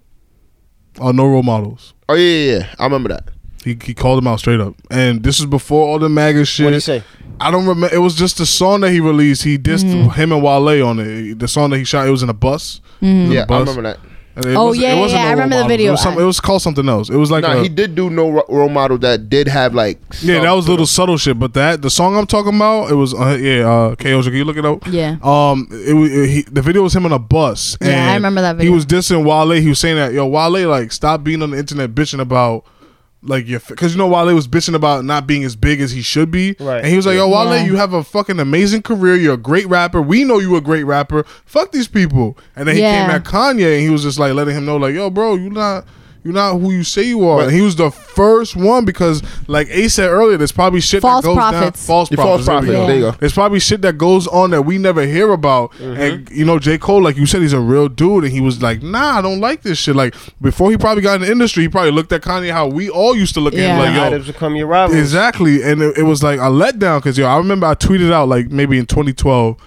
Speaker 1: On no role models.
Speaker 2: Oh
Speaker 1: Mm-hmm.
Speaker 2: yeah, yeah, yeah. I remember that.
Speaker 1: He, he called him out straight up, and this is before all the MAGA shit.
Speaker 3: What'd he say?
Speaker 1: I don't remember. It was just the song that he released. He dissed
Speaker 5: Mm-hmm.
Speaker 1: him and Wale on it. The song that he shot. It was in a bus. It was in a
Speaker 2: Yeah, I
Speaker 1: bus.
Speaker 2: remember that.
Speaker 1: And it
Speaker 4: Oh,
Speaker 1: wasn't-
Speaker 4: yeah,
Speaker 1: it
Speaker 4: yeah,
Speaker 1: wasn't
Speaker 4: yeah,
Speaker 1: no
Speaker 4: I
Speaker 1: role
Speaker 4: remember the
Speaker 1: model. It
Speaker 4: video.
Speaker 1: was, some- it was called something else. It was like
Speaker 2: Nah,
Speaker 1: a-
Speaker 2: he did do no ro- role model that did have like.
Speaker 1: Yeah, that
Speaker 2: some-
Speaker 1: was little subtle shit, but that the song I'm talking about, it was uh, yeah, uh, K.O. Can you look it up?
Speaker 4: Yeah.
Speaker 1: Um, it, wa- it he, the video was him on a bus.
Speaker 4: Yeah, I
Speaker 1: and
Speaker 4: remember that
Speaker 1: He
Speaker 4: video.
Speaker 1: was dissing Wale. He was saying that yo Wale like stop being on the internet bitching about. Like your, because you know Wale was bitching about not being as big as he should be,
Speaker 3: Right.
Speaker 1: And he was like, "Yo, Wale,
Speaker 4: Yeah.
Speaker 1: you have a fucking amazing career. You're a great rapper. We know you a great rapper. Fuck these people." And then he
Speaker 4: Yeah.
Speaker 1: came at Kanye, and he was just like letting him know, like, "Yo, bro, you not, you not who you say you are."
Speaker 2: Right.
Speaker 1: And he was the first one because, like A said earlier, there's probably shit
Speaker 4: False
Speaker 1: that goes
Speaker 4: prophets.
Speaker 1: down. False
Speaker 2: Yeah, false
Speaker 1: prophets. there we
Speaker 2: prophets,
Speaker 1: go.
Speaker 2: there you go. Mm-hmm.
Speaker 1: There's probably shit that goes on that we never hear about. And you know, J Cole, like you said, he's a real dude, and he was like, "Nah, I don't like this shit." Like before, he probably got in the industry, he probably looked at Kanye how we all used to look
Speaker 4: Yeah.
Speaker 1: at him, like, "Yo,
Speaker 3: Items become your rivals.
Speaker 1: Exactly, and it, it was like a letdown because yo, I remember I tweeted out like maybe in 2012,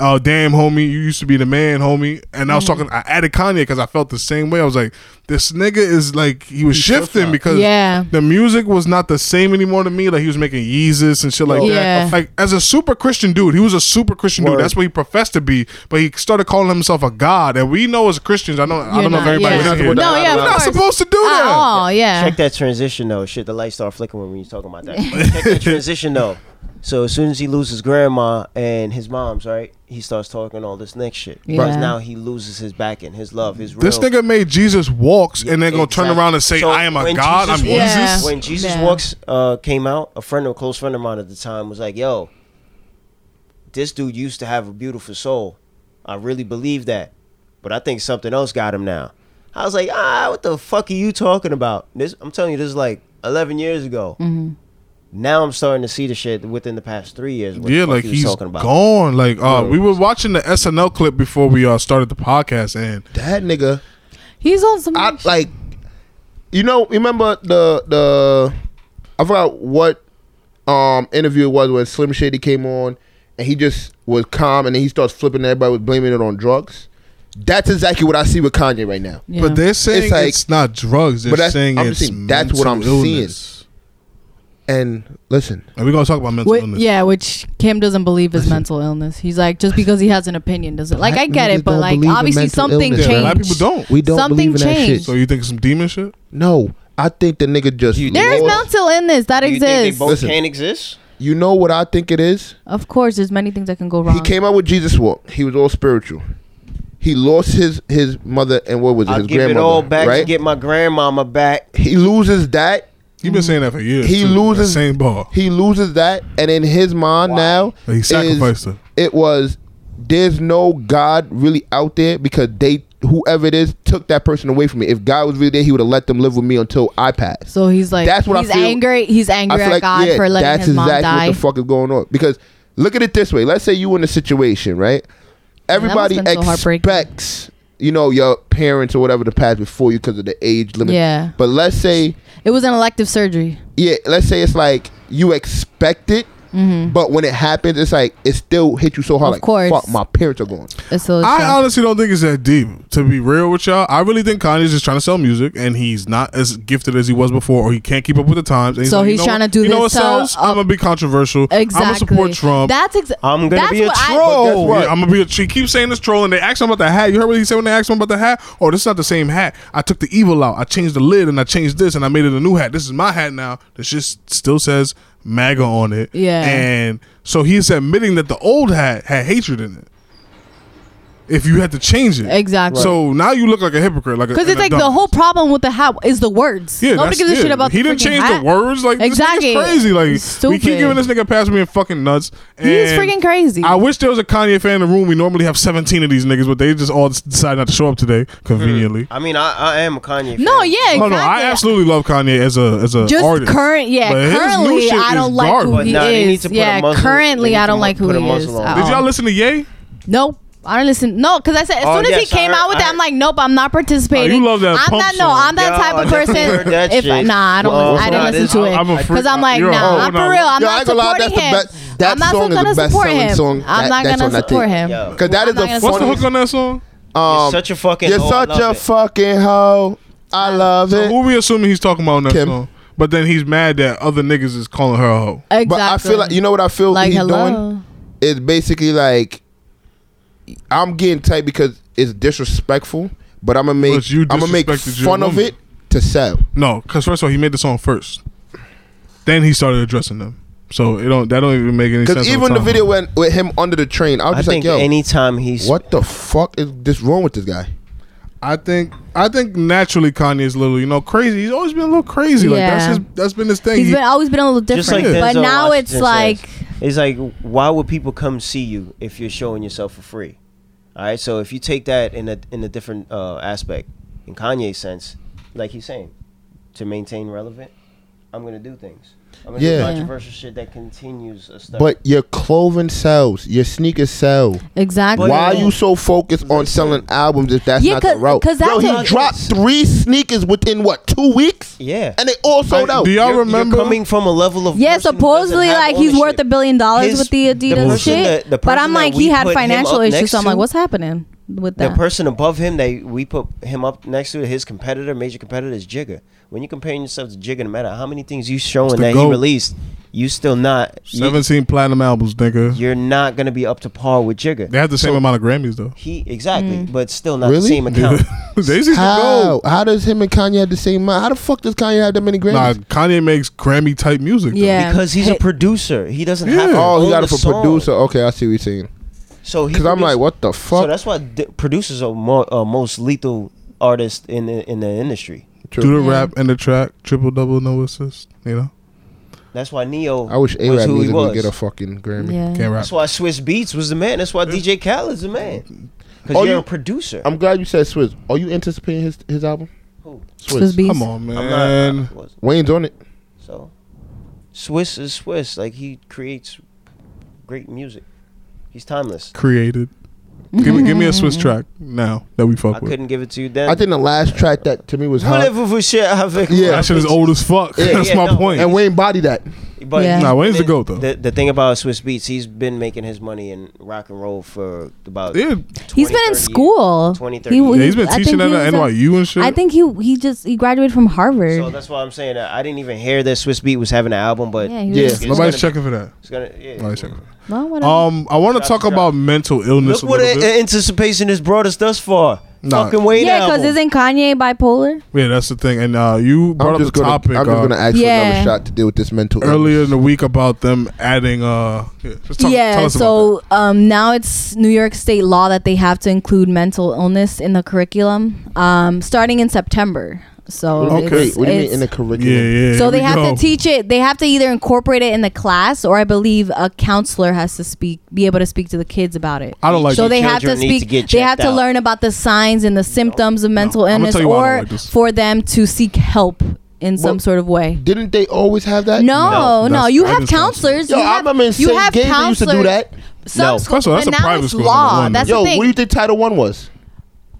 Speaker 1: uh, "Damn, homie, you used to be the man, homie." And I
Speaker 4: Mm.
Speaker 1: was talking, I added Kanye because I felt the same way. I was like, this nigga is like he was shifting because
Speaker 4: Yeah.
Speaker 1: the music was not the same anymore to me. Like he was making Yeezus and shit like
Speaker 4: Yeah.
Speaker 1: that. Like as a super Christian dude, he was a super Christian dude.
Speaker 3: Word.
Speaker 1: That's what he professed to be, but he started calling himself a god. And we know as Christians, I know I
Speaker 4: You're
Speaker 1: don't know if
Speaker 4: not,
Speaker 1: everybody
Speaker 4: yeah.
Speaker 1: in here.
Speaker 2: We're
Speaker 4: No,
Speaker 2: not
Speaker 4: yeah,
Speaker 1: We're
Speaker 4: of
Speaker 1: not
Speaker 4: course.
Speaker 1: supposed to do
Speaker 4: At
Speaker 1: that.
Speaker 4: all, yeah.
Speaker 3: Check that transition though. Shit, the lights start flickering when you talking about that. Check that transition though. So as soon as he loses grandma and his mom's right, he starts talking all this next shit. Because
Speaker 4: Yeah.
Speaker 3: now he loses his backing, his love, his real.
Speaker 1: This nigga made Jesus walks and then gonna turn
Speaker 3: Exactly.
Speaker 1: around and say,
Speaker 3: So
Speaker 1: "I am a
Speaker 3: when
Speaker 1: God.
Speaker 3: Jesus
Speaker 1: I'm
Speaker 3: Walks-
Speaker 4: Yeah.
Speaker 1: Jesus."
Speaker 3: When Jesus
Speaker 4: Yeah.
Speaker 3: Walks uh, came out, a friend, a close friend of mine at the time, was like, "Yo, this dude used to have a beautiful soul. I really believe that, but I think something else got him now." I was like, "Ah, what the fuck are you talking about? This, I'm telling you, this is like 11 years ago.
Speaker 4: Mm-hmm.
Speaker 3: Now I'm starting to see the shit within the past three years. What
Speaker 1: Yeah,
Speaker 3: the fuck
Speaker 1: like
Speaker 3: he was
Speaker 1: he's
Speaker 3: talking about.
Speaker 1: gone. Like uh,
Speaker 3: Bro.
Speaker 1: we were watching the SNL clip before we uh, started the podcast, and
Speaker 2: that nigga.
Speaker 4: He's on some.
Speaker 2: I like. You know, remember the the I forgot what um interview it was when Slim Shady came on and he just was calm and then he starts flipping. And everybody was blaming it on drugs. That's exactly what I see with Kanye right now.
Speaker 4: yeah.
Speaker 1: but they're saying it's,
Speaker 2: like-
Speaker 1: not drugs. They're
Speaker 2: but that's-
Speaker 1: saying
Speaker 2: I'm
Speaker 1: it's
Speaker 2: saying that's what
Speaker 1: mental
Speaker 2: I'm seeing.
Speaker 1: illness.
Speaker 2: And listen,
Speaker 1: And we're gonna talk about mental
Speaker 4: Wh-
Speaker 1: illness.
Speaker 4: yeah, which Kim doesn't believe is mental illness. He's like, just because he has an opinion doesn't. Like, I get
Speaker 2: niggas
Speaker 4: it, but
Speaker 2: don't
Speaker 4: like,
Speaker 2: believe in
Speaker 4: obviously
Speaker 2: mental
Speaker 4: something
Speaker 2: illness.
Speaker 1: Yeah,
Speaker 4: changed.
Speaker 1: a lot of people don't.
Speaker 2: we don't
Speaker 4: Something
Speaker 2: believe in that shit.
Speaker 4: changed.
Speaker 1: So you think it's some demon shit?
Speaker 2: no, I think the nigga just
Speaker 3: You-
Speaker 4: There's
Speaker 2: lost-
Speaker 4: mental illness that
Speaker 3: Do you think they
Speaker 4: exists.
Speaker 3: both
Speaker 2: Listen.
Speaker 3: can't exist?
Speaker 2: You know what I think it is?
Speaker 4: Of course, there's many things that can go wrong.
Speaker 2: He came out with Jesus Walk. He was all spiritual. He lost his his mother and what was it?
Speaker 3: I'll
Speaker 2: his
Speaker 3: give it
Speaker 2: grandmother.
Speaker 3: all back
Speaker 2: right?
Speaker 3: to get my grandmama back.
Speaker 2: he loses that.
Speaker 1: You've
Speaker 4: Mm-hmm.
Speaker 1: been saying that for years.
Speaker 2: He
Speaker 1: too, that
Speaker 2: loses-
Speaker 1: same ball.
Speaker 2: He loses that, and in his mind now,
Speaker 1: He sacrificed
Speaker 2: is-
Speaker 1: her.
Speaker 2: It was there's no God really out there because they whoever it is took that person away from me. If God was really there, He would have let them live with me until I passed.
Speaker 4: So he's like,
Speaker 2: That's what I
Speaker 4: he's
Speaker 2: feel-
Speaker 4: angry. He's angry at God
Speaker 2: yeah,
Speaker 4: for letting his mom die.
Speaker 2: what the fuck is going on. Because look at it this way: let's say you in a situation, right? Everybody
Speaker 4: been so heartbreaking.
Speaker 2: expects you know your parents or whatever to pass before you because of the age limit.
Speaker 4: Yeah.
Speaker 2: But let's say
Speaker 4: it was an elective surgery.
Speaker 2: yeah, let's say it's like you expect it. But when it happens, it's like it still hit you so hard.
Speaker 4: Mm-hmm. Of
Speaker 2: like,
Speaker 4: course.
Speaker 2: fuck, my parents are gone.
Speaker 4: It's so
Speaker 1: I honestly don't think it's that deep. To be real with y'all, I really think Kanye's just trying to sell music, and he's not as gifted as he was before, or he can't keep up with the times. And
Speaker 4: So
Speaker 1: like, you
Speaker 4: he's
Speaker 1: know
Speaker 4: trying
Speaker 1: what?
Speaker 4: to do
Speaker 1: you know
Speaker 4: this
Speaker 1: what
Speaker 4: to
Speaker 1: sells? I'm
Speaker 4: up-
Speaker 1: gonna be controversial.
Speaker 4: exactly.
Speaker 1: I'm gonna support Trump.
Speaker 4: That's exactly.
Speaker 3: I'm gonna be a troll.
Speaker 2: But guess what?
Speaker 1: Yeah, I'm gonna be a. She keeps saying this troll, and they asked him about the hat. You heard what he said when they asked him about the hat? Oh, this is not the same hat. I took the evil out. I changed the lid, and I changed this, and I made it a new hat. This is my hat now. This just still says MAGA on it.
Speaker 4: Yeah.
Speaker 1: And so he's admitting that the old hat had hatred in it. If you had to change it,
Speaker 4: Exactly.
Speaker 1: So now you look like a hypocrite, like
Speaker 4: Because
Speaker 1: a,
Speaker 4: it's
Speaker 1: and a
Speaker 4: like the
Speaker 1: dumbass.
Speaker 4: whole problem with the hat is the words.
Speaker 1: Yeah,
Speaker 4: Nobody
Speaker 1: that's
Speaker 4: gives a
Speaker 1: it.
Speaker 4: shit about
Speaker 1: He
Speaker 4: the
Speaker 1: didn't
Speaker 4: freaking
Speaker 1: change
Speaker 4: hat.
Speaker 1: the words. Like
Speaker 4: Exactly.
Speaker 1: this nigga's crazy. Like we
Speaker 4: Stupid.
Speaker 1: keep giving this nigga pass me and fucking nuts. And
Speaker 4: He's freaking crazy.
Speaker 1: I wish there was a Kanye fan in the room. We normally have seventeen of these niggas, but they just all decided not to show up today, conveniently.
Speaker 3: I mean, I, I am a Kanye. fan.
Speaker 4: No, yeah, Mm. exactly.
Speaker 1: No, no, I absolutely love Kanye as a as a
Speaker 4: just
Speaker 1: artist.
Speaker 4: current, yeah.
Speaker 1: But his new
Speaker 4: Currently,
Speaker 1: shit
Speaker 4: I
Speaker 1: is
Speaker 4: don't like who
Speaker 1: garbage.
Speaker 4: he
Speaker 3: Nah, they need
Speaker 4: is.
Speaker 3: to put a
Speaker 4: Yeah,
Speaker 3: muzzle- they
Speaker 4: currently,
Speaker 3: need to
Speaker 4: I don't like who
Speaker 3: put a
Speaker 4: he is.
Speaker 3: muzzle on.
Speaker 4: at
Speaker 1: Did y'all
Speaker 4: all.
Speaker 1: listen to Ye?
Speaker 4: Nope. I don't listen. No, because I said as
Speaker 3: Oh,
Speaker 4: soon as
Speaker 3: yes,
Speaker 4: he
Speaker 3: I
Speaker 4: came
Speaker 3: heard-
Speaker 4: out with
Speaker 3: I
Speaker 4: that, I'm
Speaker 3: heard-
Speaker 4: like, nope, I'm not participating.
Speaker 1: Oh, you love that
Speaker 4: I'm
Speaker 1: pump
Speaker 4: not. No,
Speaker 1: song.
Speaker 4: I'm that
Speaker 3: Yo,
Speaker 4: type of
Speaker 3: I definitely heard
Speaker 4: person.
Speaker 3: that
Speaker 4: If I,
Speaker 3: shit.
Speaker 4: nah, I don't.
Speaker 3: Oh,
Speaker 4: listen,
Speaker 3: nah,
Speaker 4: I didn't
Speaker 3: this-
Speaker 4: listen to it.
Speaker 1: I'm a freak.
Speaker 4: because I'm like,
Speaker 1: You're a
Speaker 4: nah,
Speaker 1: hoe.
Speaker 4: I'm
Speaker 1: Nah,
Speaker 4: for real. I'm
Speaker 2: Yo, I
Speaker 4: not
Speaker 2: ain't gonna lie,
Speaker 4: supporting him.
Speaker 2: that's the best. That
Speaker 4: I'm not
Speaker 2: song is
Speaker 4: gonna
Speaker 2: the best
Speaker 4: support
Speaker 2: selling
Speaker 4: him.
Speaker 2: song that-
Speaker 4: I'm not
Speaker 2: that's
Speaker 4: gonna
Speaker 2: on that
Speaker 4: support
Speaker 2: tape.
Speaker 4: him.
Speaker 3: Yo.
Speaker 2: Because that
Speaker 4: I'm
Speaker 2: is
Speaker 4: not
Speaker 2: a
Speaker 4: gonna
Speaker 1: What's the
Speaker 4: Funny.
Speaker 1: hook
Speaker 2: funny.
Speaker 1: on that song?
Speaker 3: You're
Speaker 2: Um,
Speaker 3: such a fucking.
Speaker 2: you're
Speaker 3: hoe. I
Speaker 2: such
Speaker 3: love
Speaker 2: a
Speaker 3: it.
Speaker 2: fucking hoe. I love
Speaker 1: Who
Speaker 2: it.
Speaker 1: we assuming he's talking about on that
Speaker 2: Uh, Kim.
Speaker 1: song? But then he's mad that other niggas is calling her a hoe.
Speaker 4: Exactly.
Speaker 2: But I feel like you know what I feel
Speaker 4: Like,
Speaker 2: he's
Speaker 4: hello.
Speaker 2: doing is basically like I'm getting tight because it's disrespectful, but I'm gonna make
Speaker 1: But you
Speaker 2: I'm gonna make
Speaker 1: disrespected your
Speaker 2: fun of
Speaker 1: woman.
Speaker 2: it to sell.
Speaker 1: No, because first of all, he made the song first. Then he started addressing them. So it don't that don't even make any sense.
Speaker 2: Because
Speaker 1: on
Speaker 2: even the
Speaker 1: timeline.
Speaker 2: video went with him under the train. I was
Speaker 3: I
Speaker 2: just like,
Speaker 3: think
Speaker 2: yo,
Speaker 3: anytime he's
Speaker 2: what the fuck is this wrong with this guy?
Speaker 1: I think I think naturally Kanye's a little, you know, crazy. He's always been a little crazy. Like that's
Speaker 4: Yeah.
Speaker 1: his that's been his thing.
Speaker 4: he's
Speaker 1: He-
Speaker 4: been always been a little
Speaker 5: Just
Speaker 4: different.
Speaker 3: just like
Speaker 1: different.
Speaker 3: Denzel
Speaker 4: but now
Speaker 3: Washington
Speaker 4: it's
Speaker 3: says,
Speaker 4: like
Speaker 3: it's like why would people come see you if you're showing yourself for free? All right, so if you take that in a in a different uh, aspect, in Kanye's sense, like he's saying, to maintain relevant, I'm gonna do things. I'm gonna
Speaker 2: Yeah.
Speaker 3: do controversial shit that continues a stuff.
Speaker 2: But your clothing sells, your sneakers sell.
Speaker 4: exactly.
Speaker 3: But-
Speaker 2: Why are you so focused on selling albums if that's
Speaker 5: Yeah,
Speaker 2: not the
Speaker 5: 'cause-
Speaker 2: route?
Speaker 5: 'cause that's
Speaker 2: Yo, he
Speaker 5: what-
Speaker 2: dropped three sneakers within what two weeks?
Speaker 3: Yeah.
Speaker 2: and they all sold out.
Speaker 1: do y'all
Speaker 3: You're-
Speaker 1: remember?
Speaker 3: you're coming from a level of
Speaker 5: Yeah,
Speaker 3: person who doesn't
Speaker 5: supposedly
Speaker 3: have
Speaker 5: like he's worth a
Speaker 3: ownership.
Speaker 5: billion dollars
Speaker 3: His-
Speaker 5: with the
Speaker 3: the
Speaker 5: Adidas
Speaker 3: person
Speaker 5: shit.
Speaker 3: that- the
Speaker 5: but I'm
Speaker 3: person
Speaker 5: like,
Speaker 3: that
Speaker 5: he
Speaker 3: we
Speaker 5: had
Speaker 3: put him
Speaker 5: financial
Speaker 3: up
Speaker 5: issues.
Speaker 3: next
Speaker 5: So I'm like,
Speaker 3: to-
Speaker 5: what's happening with
Speaker 3: the
Speaker 5: that?
Speaker 3: person above him that we put him up next to his competitor major competitor is jigga when you're comparing yourself to jigga no matter how many things you showing
Speaker 1: the
Speaker 3: that
Speaker 1: GOAT.
Speaker 3: he released you still not you,
Speaker 1: Seventeen platinum albums, nigga.
Speaker 3: you're not going to be up to par with jigga
Speaker 1: They have the same
Speaker 3: So
Speaker 1: amount of Grammys though.
Speaker 3: he exactly
Speaker 5: Mm.
Speaker 3: but still not the
Speaker 2: Really?
Speaker 3: same account
Speaker 1: They see some
Speaker 2: How?
Speaker 1: gold.
Speaker 2: How does him and Kanye have the same mind? How the fuck does Kanye have that many
Speaker 1: Nah,
Speaker 2: Grammys?
Speaker 1: Kanye makes Grammy type music. though.
Speaker 4: Yeah.
Speaker 3: because he's a
Speaker 4: Hit-
Speaker 3: producer he doesn't have
Speaker 1: Yeah.
Speaker 3: to
Speaker 2: Oh, he
Speaker 3: own
Speaker 2: got
Speaker 3: the
Speaker 2: it for
Speaker 3: song.
Speaker 2: producer. Okay, I see what you're saying.
Speaker 3: so he
Speaker 2: Because I'm like,
Speaker 3: produced-
Speaker 2: what the
Speaker 3: so
Speaker 2: fuck?
Speaker 3: that's why d- producers are more, uh, most lethal artists in the, in the industry
Speaker 1: Do the rap and the track, triple double, no assist. You know,
Speaker 3: that's why neo
Speaker 2: I wish A
Speaker 3: was
Speaker 2: Rap
Speaker 3: who he
Speaker 2: Music would
Speaker 3: was
Speaker 2: get a fucking Grammy.
Speaker 4: yeah.
Speaker 1: can't rap.
Speaker 3: That's why Swiss Beats was the man. That's why DJ Khaled's the man. Because
Speaker 2: Oh,
Speaker 3: you're
Speaker 2: you-
Speaker 3: a producer.
Speaker 2: I'm glad you said Swizz. Are you anticipating his his album?
Speaker 3: Who?
Speaker 4: Swiss beats.
Speaker 1: Come on,
Speaker 3: I'm not.
Speaker 1: man.
Speaker 3: I was-
Speaker 2: Wayne's on it.
Speaker 3: so, Swiss is Swiss. Like he creates great music. He's timeless.
Speaker 1: Created. Give me, give me a Swiss track now that we
Speaker 3: I
Speaker 1: fuck with.
Speaker 3: couldn't give it to you then.
Speaker 2: I think the last track that to me was hot.
Speaker 3: Whatever we share, I think.
Speaker 2: Yeah.
Speaker 1: That shit is old as fuck.
Speaker 2: Yeah,
Speaker 1: That's
Speaker 3: yeah,
Speaker 1: my
Speaker 3: no.
Speaker 1: point.
Speaker 2: And Wayne body that.
Speaker 3: But
Speaker 4: Yeah.
Speaker 3: he's
Speaker 1: Nah, Wayne's the
Speaker 3: been-
Speaker 1: goat, though.
Speaker 3: The, the thing about Swiss Beats, he's been making his money in rock and roll for about.
Speaker 1: Yeah.
Speaker 5: He's been in
Speaker 3: 20, 30 years.
Speaker 5: school.
Speaker 3: 20,
Speaker 5: He-
Speaker 3: 30
Speaker 1: Yeah,
Speaker 3: years.
Speaker 1: he's been
Speaker 5: I think
Speaker 1: teaching
Speaker 5: he
Speaker 1: that at
Speaker 5: was a-
Speaker 1: NYU and shit.
Speaker 5: I think he he just he graduated from Harvard.
Speaker 3: So that's why I'm saying that I didn't even hear that Swiss Beat was having an album, but
Speaker 5: yeah, he was
Speaker 2: Yeah.
Speaker 5: just-
Speaker 1: nobody's
Speaker 3: it's
Speaker 1: checking for that.
Speaker 3: it's gonna. Yeah,
Speaker 1: Nobody's checking. for that.
Speaker 5: well, whatever.
Speaker 1: Um, I want to
Speaker 3: Drop
Speaker 1: talk
Speaker 3: the drop.
Speaker 1: about mental illness
Speaker 3: Look
Speaker 1: a
Speaker 3: what
Speaker 1: little
Speaker 3: a-
Speaker 1: bit.
Speaker 3: a- anticipation has brought us thus far.
Speaker 1: Nah.
Speaker 3: Fucking Wayne
Speaker 5: yeah, because
Speaker 3: album.
Speaker 5: isn't Kanye bipolar?
Speaker 1: Yeah, that's the thing. And uh, you brought
Speaker 2: I'm
Speaker 1: up the
Speaker 2: just gonna.
Speaker 1: topic
Speaker 2: I'm just
Speaker 1: uh,
Speaker 2: gonna ask for
Speaker 5: Yeah.
Speaker 2: another shot to deal with this mental.
Speaker 1: earlier
Speaker 2: illness.
Speaker 1: in the week about them adding. Uh, yeah, just talk,
Speaker 5: yeah
Speaker 1: tell us about
Speaker 5: so um, now it's new york state law that they have to include mental illness in the curriculum um, starting in september so
Speaker 2: Okay.
Speaker 5: it's-
Speaker 2: Wait, what do you mean
Speaker 5: it's-
Speaker 2: in the
Speaker 1: that.
Speaker 2: curriculum?
Speaker 1: yeah, yeah.
Speaker 5: so
Speaker 1: here
Speaker 5: they
Speaker 1: we
Speaker 5: have
Speaker 1: go.
Speaker 5: to teach it they have to either incorporate it in the class or i believe a counselor has to speak be able to speak to the kids about it
Speaker 1: I don't like.
Speaker 5: so
Speaker 1: this.
Speaker 5: they
Speaker 3: Children
Speaker 5: have to
Speaker 3: need to
Speaker 5: speak
Speaker 3: get
Speaker 5: they have
Speaker 3: checked
Speaker 5: to
Speaker 3: out.
Speaker 5: learn about the signs and the symptoms of mental
Speaker 1: I'ma
Speaker 5: illness
Speaker 1: tell you why I don't
Speaker 5: or
Speaker 1: like this.
Speaker 5: for them to seek help in some
Speaker 2: Well,
Speaker 5: sort of way
Speaker 2: Didn't they always have that?
Speaker 5: no, no,
Speaker 1: That's-
Speaker 5: you
Speaker 1: I
Speaker 5: have
Speaker 1: just don't see it.
Speaker 5: counselors.
Speaker 2: Yo,
Speaker 5: you
Speaker 2: I
Speaker 5: have,
Speaker 2: remember in
Speaker 5: you
Speaker 2: St.
Speaker 5: have
Speaker 2: Gabriel used to do
Speaker 5: counselors.
Speaker 2: that.
Speaker 5: Some
Speaker 3: No.
Speaker 5: schools,
Speaker 1: First of all, that's
Speaker 5: but
Speaker 1: a
Speaker 5: now
Speaker 1: private
Speaker 5: it's
Speaker 1: school, number
Speaker 5: law.
Speaker 1: one.
Speaker 5: That's
Speaker 2: Yo,
Speaker 5: the thing.
Speaker 2: what do you think Title One was?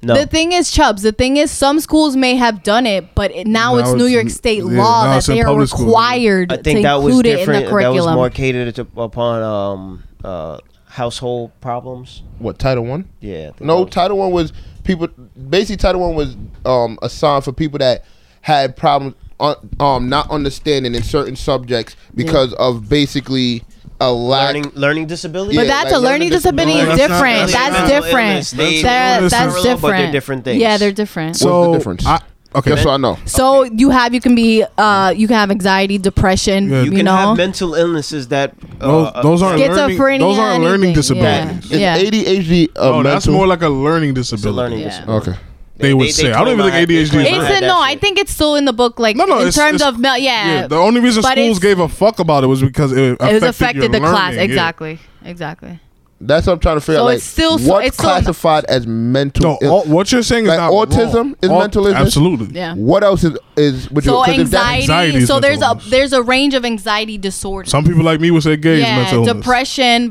Speaker 3: no.
Speaker 4: The thing is, Chubbs. The thing is, some schools may have done it, but it, now,
Speaker 1: Now
Speaker 4: it's,
Speaker 1: it's
Speaker 4: New
Speaker 1: in-
Speaker 4: York State
Speaker 1: yeah,
Speaker 4: law
Speaker 1: now
Speaker 4: that
Speaker 1: it's in
Speaker 4: they are
Speaker 1: public schools.
Speaker 4: required
Speaker 3: I
Speaker 4: to
Speaker 3: think that was
Speaker 4: include it in the
Speaker 3: different. That was
Speaker 4: curriculum.
Speaker 3: more catered to, upon um, uh, household problems.
Speaker 2: What Title One?
Speaker 3: Yeah. I think
Speaker 2: No,
Speaker 3: that was-
Speaker 2: Title One was people. Basically, Title One was um, a sign for people that had problems on, um, not understanding in certain subjects
Speaker 1: Mm.
Speaker 2: because of basically a lack.
Speaker 3: learning learning disability.
Speaker 4: but
Speaker 2: Yeah,
Speaker 4: that's
Speaker 2: like
Speaker 4: a learning
Speaker 2: learning disability.
Speaker 4: disability
Speaker 1: No,
Speaker 4: is
Speaker 1: that's not-
Speaker 4: different.
Speaker 1: that's
Speaker 4: That's
Speaker 1: mental
Speaker 4: different.
Speaker 3: illness. They-
Speaker 4: That-
Speaker 1: Illness
Speaker 4: That's
Speaker 1: is-
Speaker 4: different.
Speaker 3: But they're different things.
Speaker 4: Yeah, they're different.
Speaker 1: So
Speaker 2: the difference?
Speaker 1: I, okay,
Speaker 2: Just so I know.
Speaker 4: So you have you can be uh you can have anxiety, depression,
Speaker 1: Yeah.
Speaker 4: you,
Speaker 1: You
Speaker 3: you can
Speaker 4: know.
Speaker 3: have mental illnesses that
Speaker 1: those,
Speaker 3: uh,
Speaker 1: those aren't learning.
Speaker 4: schizophrenia,
Speaker 1: Those aren't learning
Speaker 4: anything.
Speaker 1: disabilities.
Speaker 2: Is
Speaker 4: Yeah.
Speaker 2: ADHD a
Speaker 1: Oh,
Speaker 2: uh, mental?
Speaker 1: that's more like a learning
Speaker 3: it's a
Speaker 1: disability.
Speaker 3: learning
Speaker 4: Yeah.
Speaker 3: disability.
Speaker 2: okay.
Speaker 1: They would say. I don't
Speaker 3: claim
Speaker 1: even think
Speaker 3: had- they
Speaker 1: ADHD is
Speaker 3: claim
Speaker 1: learning.
Speaker 4: it's
Speaker 3: I had
Speaker 4: a,
Speaker 3: that
Speaker 4: no, I
Speaker 3: shit.
Speaker 4: think it's still in the book like
Speaker 1: No, no,
Speaker 4: in
Speaker 1: it's-
Speaker 4: terms
Speaker 1: it's-
Speaker 4: of mel- yeah.
Speaker 1: Yeah, the only reason
Speaker 4: But
Speaker 1: schools
Speaker 4: it's-
Speaker 1: gave a fuck about it was because it affected,
Speaker 4: it was
Speaker 1: your
Speaker 4: affected the class
Speaker 1: learning, yeah.
Speaker 4: exactly. Exactly.
Speaker 2: That's what I'm trying to figure
Speaker 4: So
Speaker 2: out. Like,
Speaker 4: it's still- so
Speaker 2: what's
Speaker 4: it's still-
Speaker 2: classified as mental?
Speaker 1: No,
Speaker 2: ill-
Speaker 1: all, what you're saying is
Speaker 2: Like
Speaker 1: not
Speaker 2: autism
Speaker 1: wrong.
Speaker 2: is mental illness?
Speaker 1: Absolutely.
Speaker 4: Yeah.
Speaker 2: what else is is would
Speaker 4: So
Speaker 2: you? 'cause if that-
Speaker 4: anxiety,
Speaker 1: Anxiety is
Speaker 4: so
Speaker 1: mental
Speaker 4: there's a
Speaker 1: illness.
Speaker 4: there's a range of anxiety disorders.
Speaker 1: Some people like me would say gay is
Speaker 4: yeah,
Speaker 1: mental illness.
Speaker 4: depression,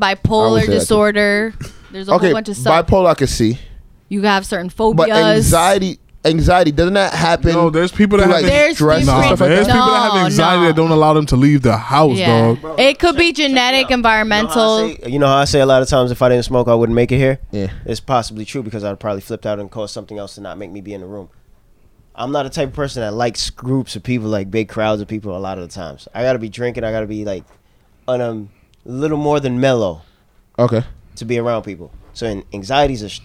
Speaker 2: say
Speaker 4: bipolar
Speaker 2: that too.
Speaker 4: disorder. There's a
Speaker 2: okay,
Speaker 4: whole bunch of stuff.
Speaker 2: bipolar I can see,
Speaker 4: you have certain
Speaker 2: but
Speaker 4: phobias.
Speaker 2: anxiety, anxiety doesn't that happen?
Speaker 1: No, there's people that
Speaker 2: through,
Speaker 1: have
Speaker 2: like,
Speaker 4: There's
Speaker 2: stress and
Speaker 1: Nah,
Speaker 4: different-
Speaker 2: stuff like
Speaker 1: there's
Speaker 2: that.
Speaker 1: people that
Speaker 4: No,
Speaker 1: have anxiety
Speaker 4: no.
Speaker 1: that don't allow them to leave the house,
Speaker 4: yeah.
Speaker 1: dog.
Speaker 4: It could be genetic, environmental.
Speaker 3: You know, how I say, you know how I say a lot of times if I didn't smoke, I wouldn't make it here?
Speaker 2: Yeah.
Speaker 3: It's possibly true because I'd probably flipped out and caused something else to not make me be in the room. I'm not the type of person that likes groups of people, like big crowds of people. A lot of the times, I gotta be drinking. I gotta be like, on a little more than mellow
Speaker 2: Okay.
Speaker 3: to be around people. So, an- anxiety's a, sh-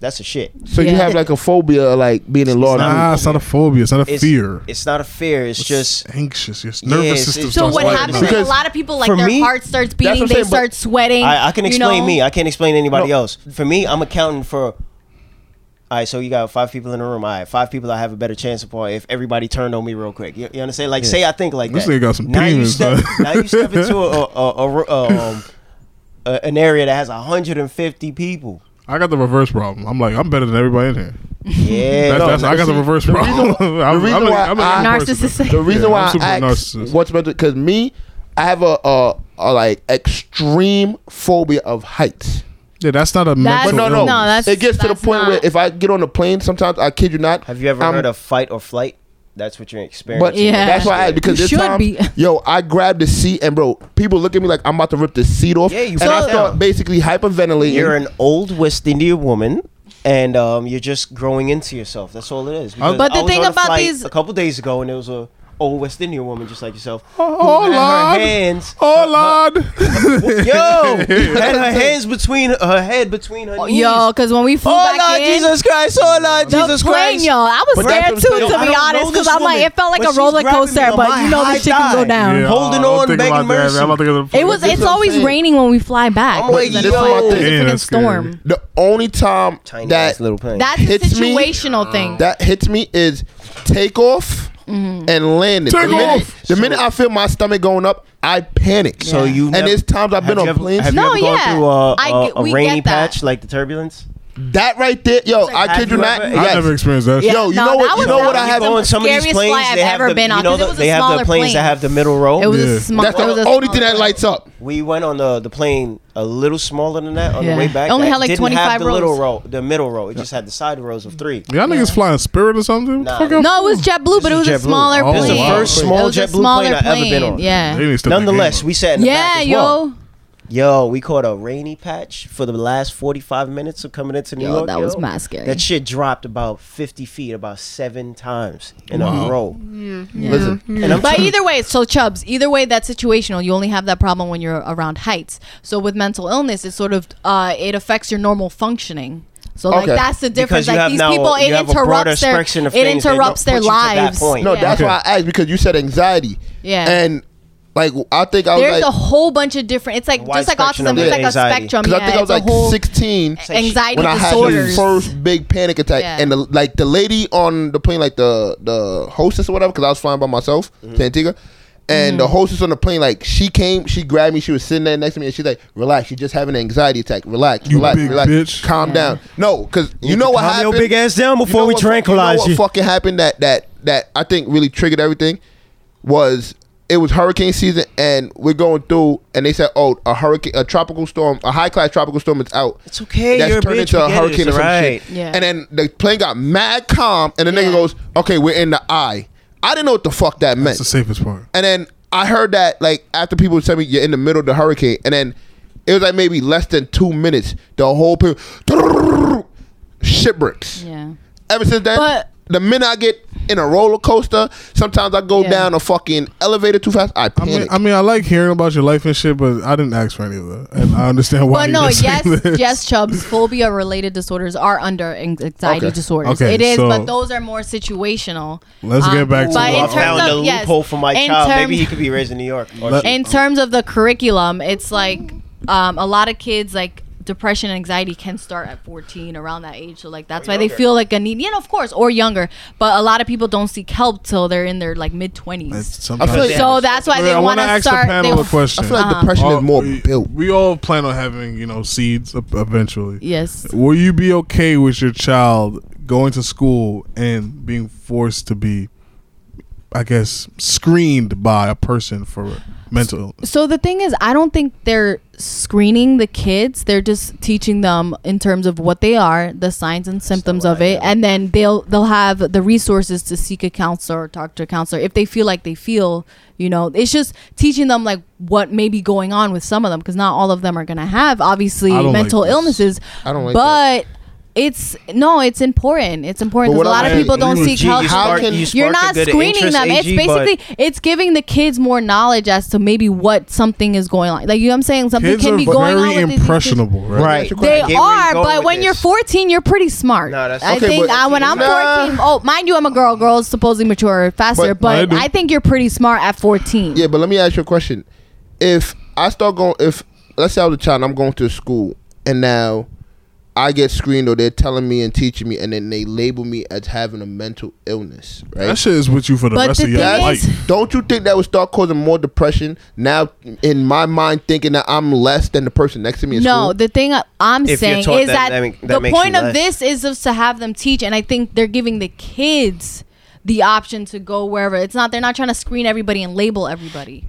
Speaker 3: that's a shit.
Speaker 2: So you
Speaker 4: Yeah.
Speaker 2: have like a phobia of like being in law. and order.
Speaker 1: Nah, it's not a phobia. It's not a
Speaker 3: It's,
Speaker 1: fear.
Speaker 3: It's not a fear. It's just
Speaker 1: anxious. Your
Speaker 3: Yeah,
Speaker 1: nervous
Speaker 3: it's-
Speaker 1: system.
Speaker 3: it's-
Speaker 4: So
Speaker 1: starts
Speaker 4: what
Speaker 1: lighting
Speaker 4: happens
Speaker 1: up.
Speaker 4: is a
Speaker 2: Because
Speaker 4: lot of people like
Speaker 3: for
Speaker 4: their
Speaker 3: me-
Speaker 4: heart starts
Speaker 2: what I'm
Speaker 4: beating, they
Speaker 2: saying, but-
Speaker 4: start sweating.
Speaker 3: I, I can
Speaker 4: you
Speaker 3: explain
Speaker 4: know?
Speaker 3: me. I can't explain anybody else. For me, I'm accounting for. All right, so you got five people in the room. All right, five people I have a better chance upon if everybody turned on me real quick. You, you understand? Like, say I think like
Speaker 1: This
Speaker 3: that.
Speaker 1: nigga got some
Speaker 3: now you
Speaker 1: demons,
Speaker 3: step,
Speaker 1: huh?
Speaker 3: now you step into a, a, a, a- um, a- an area that has 150 people.
Speaker 1: I got the reverse problem. I'm like, I'm better than everybody in here.
Speaker 3: Yeah,
Speaker 1: That's,
Speaker 3: no,
Speaker 1: that's, I got the reverse problem. I'm,
Speaker 2: reason
Speaker 1: I'm a-
Speaker 2: why
Speaker 1: I'm a
Speaker 2: I-
Speaker 1: young person.
Speaker 5: Narcissistic.
Speaker 2: The reason
Speaker 1: Yeah,
Speaker 2: why
Speaker 1: I'm super
Speaker 2: I ask
Speaker 1: narcissist.
Speaker 2: what's better because me, I have a, a, a like extreme phobia of heights.
Speaker 1: Yeah, that's not a mental
Speaker 4: That's-
Speaker 2: But no, no,
Speaker 1: illness.
Speaker 4: No, that's-
Speaker 2: it gets to the
Speaker 4: that's
Speaker 2: point
Speaker 4: not-
Speaker 2: where if I get on a plane, sometimes I kid you not.
Speaker 3: Have you ever
Speaker 2: I'm-
Speaker 3: heard of fight or flight? That's what you're experiencing.
Speaker 2: But
Speaker 4: Yeah.
Speaker 2: that's why I because
Speaker 4: You
Speaker 2: this
Speaker 4: should
Speaker 2: time,
Speaker 4: be.
Speaker 2: yo, I grabbed the seat and bro, people look at me like I'm about to rip the seat off.
Speaker 3: Yeah, you
Speaker 2: and I
Speaker 3: fall
Speaker 2: start
Speaker 3: down.
Speaker 2: basically hyperventilating.
Speaker 3: You're an old West Indian woman, and um, you're just growing into yourself. That's all it is. Because
Speaker 1: But
Speaker 4: Uh, the
Speaker 3: I was
Speaker 4: thing
Speaker 3: on a
Speaker 4: about
Speaker 3: flight
Speaker 4: these-
Speaker 3: a couple days ago, and it was a old West Indian woman just like yourself.
Speaker 1: Oh,
Speaker 3: who had
Speaker 1: Lord.
Speaker 3: her hands,
Speaker 1: Oh, Lord.
Speaker 3: yo, had her hands between her head between her knees.
Speaker 4: Oh, Yo, because when we flew
Speaker 3: oh
Speaker 4: back
Speaker 3: Lord
Speaker 4: in,
Speaker 3: Jesus Christ, oh Lord
Speaker 4: the
Speaker 3: Jesus
Speaker 4: plane,
Speaker 3: Christ.
Speaker 4: yo, I was
Speaker 2: But that's what
Speaker 4: scared
Speaker 2: I'm
Speaker 4: too,
Speaker 2: saying.
Speaker 4: to
Speaker 3: I
Speaker 4: be
Speaker 3: don't know
Speaker 4: honest, because
Speaker 3: this
Speaker 4: I'm like,
Speaker 3: woman,
Speaker 4: it felt like
Speaker 3: but
Speaker 4: a
Speaker 3: she's
Speaker 4: roller
Speaker 3: grabbing me
Speaker 4: coaster,
Speaker 3: on
Speaker 4: but
Speaker 3: my
Speaker 4: you know
Speaker 3: high
Speaker 4: this shit can go
Speaker 3: thigh.
Speaker 4: down.
Speaker 1: Yeah,
Speaker 3: Holding
Speaker 1: I don't
Speaker 3: on,
Speaker 1: think
Speaker 3: begging
Speaker 1: about that,
Speaker 3: mercy.
Speaker 1: man. I don't think about-
Speaker 4: It was.
Speaker 2: That's
Speaker 4: It's
Speaker 2: what I'm
Speaker 4: always
Speaker 2: saying.
Speaker 4: raining when we fly back.
Speaker 3: I'm like,
Speaker 4: because I
Speaker 2: yo.
Speaker 4: know it's a
Speaker 2: Yeah,
Speaker 4: freaking
Speaker 1: that's scary.
Speaker 4: storm.
Speaker 2: the only time
Speaker 3: Tiny
Speaker 2: that
Speaker 3: ass little plane.
Speaker 4: That's a
Speaker 2: Hits me.
Speaker 4: situational thing.
Speaker 2: that hits me is takeoff
Speaker 4: Mm-hmm.
Speaker 2: and landing.
Speaker 1: Take
Speaker 2: the minute,
Speaker 1: off.
Speaker 2: the minute I feel my stomach going up, I panic.
Speaker 3: So you
Speaker 2: and
Speaker 3: nev-
Speaker 2: there's times I've
Speaker 3: have
Speaker 2: been on
Speaker 3: you ever-
Speaker 2: planes.
Speaker 3: Have
Speaker 4: No,
Speaker 3: you ever
Speaker 4: yeah.
Speaker 3: gone through uh,
Speaker 4: I
Speaker 3: a,
Speaker 4: get-
Speaker 3: a
Speaker 4: we
Speaker 3: rainy
Speaker 4: get that.
Speaker 3: patch like the turbulence?
Speaker 2: that right there, yo, I
Speaker 3: have
Speaker 2: kid you
Speaker 3: you
Speaker 2: not.
Speaker 3: ever-
Speaker 1: I
Speaker 2: yes.
Speaker 1: never experienced that.
Speaker 2: Yo, you
Speaker 4: no,
Speaker 2: know
Speaker 4: that
Speaker 2: what? You
Speaker 4: was-
Speaker 2: know
Speaker 4: that
Speaker 2: what
Speaker 4: was
Speaker 2: I
Speaker 4: the
Speaker 2: have.
Speaker 4: one-
Speaker 3: on some of these
Speaker 4: scariest flight
Speaker 3: planes,
Speaker 4: I've
Speaker 3: they have
Speaker 4: ever
Speaker 3: the,
Speaker 4: been on,
Speaker 3: you know,
Speaker 4: 'cause it
Speaker 3: the-
Speaker 4: was a
Speaker 3: they have
Speaker 4: smaller
Speaker 3: the planes
Speaker 4: plane.
Speaker 3: that have the middle row.
Speaker 4: It was
Speaker 1: Yeah.
Speaker 4: a small.
Speaker 2: That's
Speaker 4: it was
Speaker 2: the
Speaker 4: a
Speaker 2: only
Speaker 4: small
Speaker 2: thing that
Speaker 4: plane.
Speaker 2: lights up.
Speaker 3: We went on the the plane a little smaller than that on
Speaker 4: Yeah.
Speaker 3: the way back.
Speaker 4: It only
Speaker 3: That
Speaker 4: had, like,
Speaker 3: didn't
Speaker 4: 25
Speaker 3: have the little
Speaker 4: rows.
Speaker 3: row, the middle row. It just had the side rows of three.
Speaker 1: Y'all niggas flying Spirit or something? What the
Speaker 3: Nah.
Speaker 1: fuck y'all-
Speaker 4: No, it was JetBlue, but it was
Speaker 3: This
Speaker 4: a
Speaker 3: is JetBlue.
Speaker 4: smaller
Speaker 1: Oh,
Speaker 4: plane.
Speaker 1: this is the first
Speaker 3: small
Speaker 4: It was a
Speaker 3: JetBlue
Speaker 4: smaller
Speaker 3: plane I've ever been on.
Speaker 1: They
Speaker 4: Yeah.
Speaker 1: need to step their game
Speaker 3: Nonetheless,
Speaker 1: up.
Speaker 3: we sat in the back
Speaker 4: Yeah,
Speaker 3: as
Speaker 4: yo.
Speaker 3: well. Yo, we caught a rainy patch for the last forty five minutes of coming into New
Speaker 4: Yo,
Speaker 3: York.
Speaker 4: that was mad scary.
Speaker 3: That shit dropped about fifty feet, about seven times in a row.
Speaker 2: Listen,
Speaker 3: And I'm
Speaker 4: But
Speaker 3: telling-
Speaker 4: Mm. either way, so Chubbs, either way, that's situational. You only have that problem when you're around heights. So with mental illness, it sort of uh, it affects your normal functioning. So like
Speaker 2: Okay.
Speaker 4: that's the
Speaker 3: Because
Speaker 4: difference.
Speaker 3: you
Speaker 4: like
Speaker 3: have
Speaker 4: these
Speaker 3: now-
Speaker 4: people, it
Speaker 3: you have a broader
Speaker 4: interrupts their
Speaker 3: spectrum of
Speaker 4: it
Speaker 3: things that don't
Speaker 4: interrupts their
Speaker 3: put you to that
Speaker 4: lives.
Speaker 3: point.
Speaker 2: No, that's
Speaker 1: Yeah.
Speaker 2: why I asked because you said anxiety.
Speaker 4: Yeah.
Speaker 2: And like I think I was
Speaker 4: There's
Speaker 2: like
Speaker 4: a whole bunch of different. It's like
Speaker 3: Wide
Speaker 4: just like
Speaker 3: spectrum
Speaker 4: autism.
Speaker 3: of
Speaker 4: It's like a
Speaker 3: anxiety.
Speaker 4: spectrum.
Speaker 2: 'cause
Speaker 4: Yeah,
Speaker 2: I think I was
Speaker 4: it's a
Speaker 2: like
Speaker 4: whole
Speaker 2: 16
Speaker 4: anxiety
Speaker 2: when I had the
Speaker 4: disorders.
Speaker 2: first big panic attack,
Speaker 4: Yeah.
Speaker 2: and the, like the lady on the plane, like the the hostess or whatever, because I was flying by myself
Speaker 3: Mm-hmm.
Speaker 2: to Antigua, and
Speaker 4: Mm-hmm.
Speaker 2: the hostess on the plane, like she came, she grabbed me, she was sitting there next to me, and she's like, "Relax, you just have an anxiety attack. Relax,
Speaker 1: You
Speaker 2: relax,
Speaker 1: big
Speaker 2: relax,
Speaker 1: bitch."
Speaker 2: calm down." No, because you, know what
Speaker 3: calm your
Speaker 2: happened.
Speaker 3: big ass down
Speaker 2: You
Speaker 3: before
Speaker 2: know
Speaker 3: we
Speaker 2: what-
Speaker 3: tranquilize you.
Speaker 2: you. Know what fucking happened that that that I think really triggered everything was. It was hurricane season, and we're going through, and they said, "Oh, a hurricane, a tropical storm, a high class tropical storm is out."
Speaker 3: It's okay,
Speaker 2: That's
Speaker 3: you're a
Speaker 2: turned
Speaker 3: bitch,
Speaker 2: into a
Speaker 3: we get it,
Speaker 2: hurricane or
Speaker 3: it's
Speaker 2: some
Speaker 3: alright.
Speaker 2: shit.
Speaker 4: Yeah.
Speaker 2: And then the plane got mad calm, and the nigga
Speaker 4: Yeah.
Speaker 2: goes, "Okay, we're in the eye." I didn't know what the fuck that meant.
Speaker 1: That's the safest part.
Speaker 2: and then I heard that like after people tell me you're in the middle of the hurricane, and then it was like maybe less than two minutes. The whole people shipwrecks.
Speaker 4: yeah.
Speaker 2: Ever since then,
Speaker 4: But-
Speaker 2: the minute I get in a roller coaster, sometimes I go
Speaker 4: Yeah.
Speaker 2: down a fucking elevator too fast. I
Speaker 1: I
Speaker 2: panic.
Speaker 1: mean, I mean, I like hearing about your life and shit, but I didn't ask for any of that, and I understand why.
Speaker 4: But
Speaker 1: you
Speaker 4: no,
Speaker 1: didn't say
Speaker 4: yes,
Speaker 1: this.
Speaker 4: yes, Chubbs, phobia related disorders are under anx- anxiety
Speaker 2: Okay.
Speaker 4: disorders.
Speaker 1: Okay,
Speaker 4: it is,
Speaker 1: so-
Speaker 4: but those are more situational. Um,
Speaker 1: Let's get back to
Speaker 4: but
Speaker 1: the-
Speaker 4: in
Speaker 1: I
Speaker 4: terms
Speaker 3: found
Speaker 4: of,
Speaker 3: a
Speaker 4: yes,
Speaker 3: loophole for my
Speaker 4: in
Speaker 3: child.
Speaker 4: term-
Speaker 3: Maybe he could be raised in New York. Or
Speaker 1: Let-
Speaker 3: she-
Speaker 4: in terms of the curriculum, it's like um, a lot of kids like depression and anxiety can start at 14 around that age so like that's why they feel like a need yeah of course or younger but a lot of people don't seek help till they're in their like mid-20s
Speaker 1: It's sometimes-
Speaker 2: I feel like-
Speaker 4: so that's why
Speaker 1: Wait,
Speaker 4: they
Speaker 1: I
Speaker 4: want
Speaker 1: wanna
Speaker 4: to
Speaker 1: ask
Speaker 4: start
Speaker 1: the
Speaker 4: they, Uh-huh.
Speaker 1: panel a question.
Speaker 2: I feel like depression
Speaker 1: Uh,
Speaker 2: is more
Speaker 1: we,
Speaker 2: built.
Speaker 1: we all plan on having, you know, seeds e- eventually.
Speaker 4: yes
Speaker 1: Will you be okay with your child going to school and being forced to be, I guess, screened by a person for mental illness?
Speaker 4: So the thing is, I don't think they're screening the kids. They're just teaching them in terms of what they are, the signs and symptoms of it, and then they'll they'll have the resources to seek a counselor or talk to a counselor if they feel like they feel, you know, it's just teaching them like what may be going on with some of them because not all of them are going to have obviously
Speaker 1: I don't like
Speaker 4: mental
Speaker 1: this.
Speaker 4: illnesses.
Speaker 2: I don't like
Speaker 4: But It's no, it's important. It's important.
Speaker 2: But what
Speaker 4: 'cause A lot
Speaker 2: I'm
Speaker 4: of people
Speaker 2: saying-
Speaker 4: don't
Speaker 2: You
Speaker 4: seek
Speaker 2: spark-
Speaker 4: help.
Speaker 2: you How can- you
Speaker 4: You're not screening them. it's basically it's giving the kids more knowledge as to maybe what something is going on. Like you know what I'm saying something
Speaker 1: Kids
Speaker 4: can
Speaker 1: are
Speaker 4: be going on
Speaker 1: very
Speaker 4: with these-
Speaker 1: impressionable, right?
Speaker 2: Right.
Speaker 4: They
Speaker 3: I get where you're
Speaker 4: are,
Speaker 3: going
Speaker 4: but
Speaker 3: with
Speaker 4: when you're
Speaker 3: this.
Speaker 4: 14, you're pretty smart.
Speaker 3: No, that's-
Speaker 4: I
Speaker 2: Okay,
Speaker 4: think
Speaker 2: but-
Speaker 4: I, when I'm
Speaker 2: Nah.
Speaker 4: 14, oh, mind you, I'm a girl. Girls supposedly mature faster,
Speaker 2: But-
Speaker 4: but,
Speaker 1: I do.
Speaker 4: I, think you're pretty smart at 14.
Speaker 2: Yeah, but let me ask you a question. If I start going, if let's say I was a child, and I'm going to school, and now I get screened, or they're telling me and teaching me, and then they label me as having a mental illness, right?
Speaker 1: That shit is with you for the
Speaker 4: But
Speaker 1: rest
Speaker 4: the
Speaker 1: of your
Speaker 4: thing
Speaker 1: life.
Speaker 4: is-
Speaker 2: Don't you think that would start causing more depression? Now, in my mind, thinking that I'm less than the person next to me. In
Speaker 4: No,
Speaker 2: school?
Speaker 4: the thing I- I'm
Speaker 3: If you're
Speaker 4: saying
Speaker 3: taught
Speaker 4: is
Speaker 3: that,
Speaker 4: that,
Speaker 3: that make- that
Speaker 4: the
Speaker 3: makes you
Speaker 4: point of
Speaker 3: less.
Speaker 4: this is just to have them teach, and I think they're giving the kids the option to go wherever. It's not they're not trying to screen everybody and label everybody.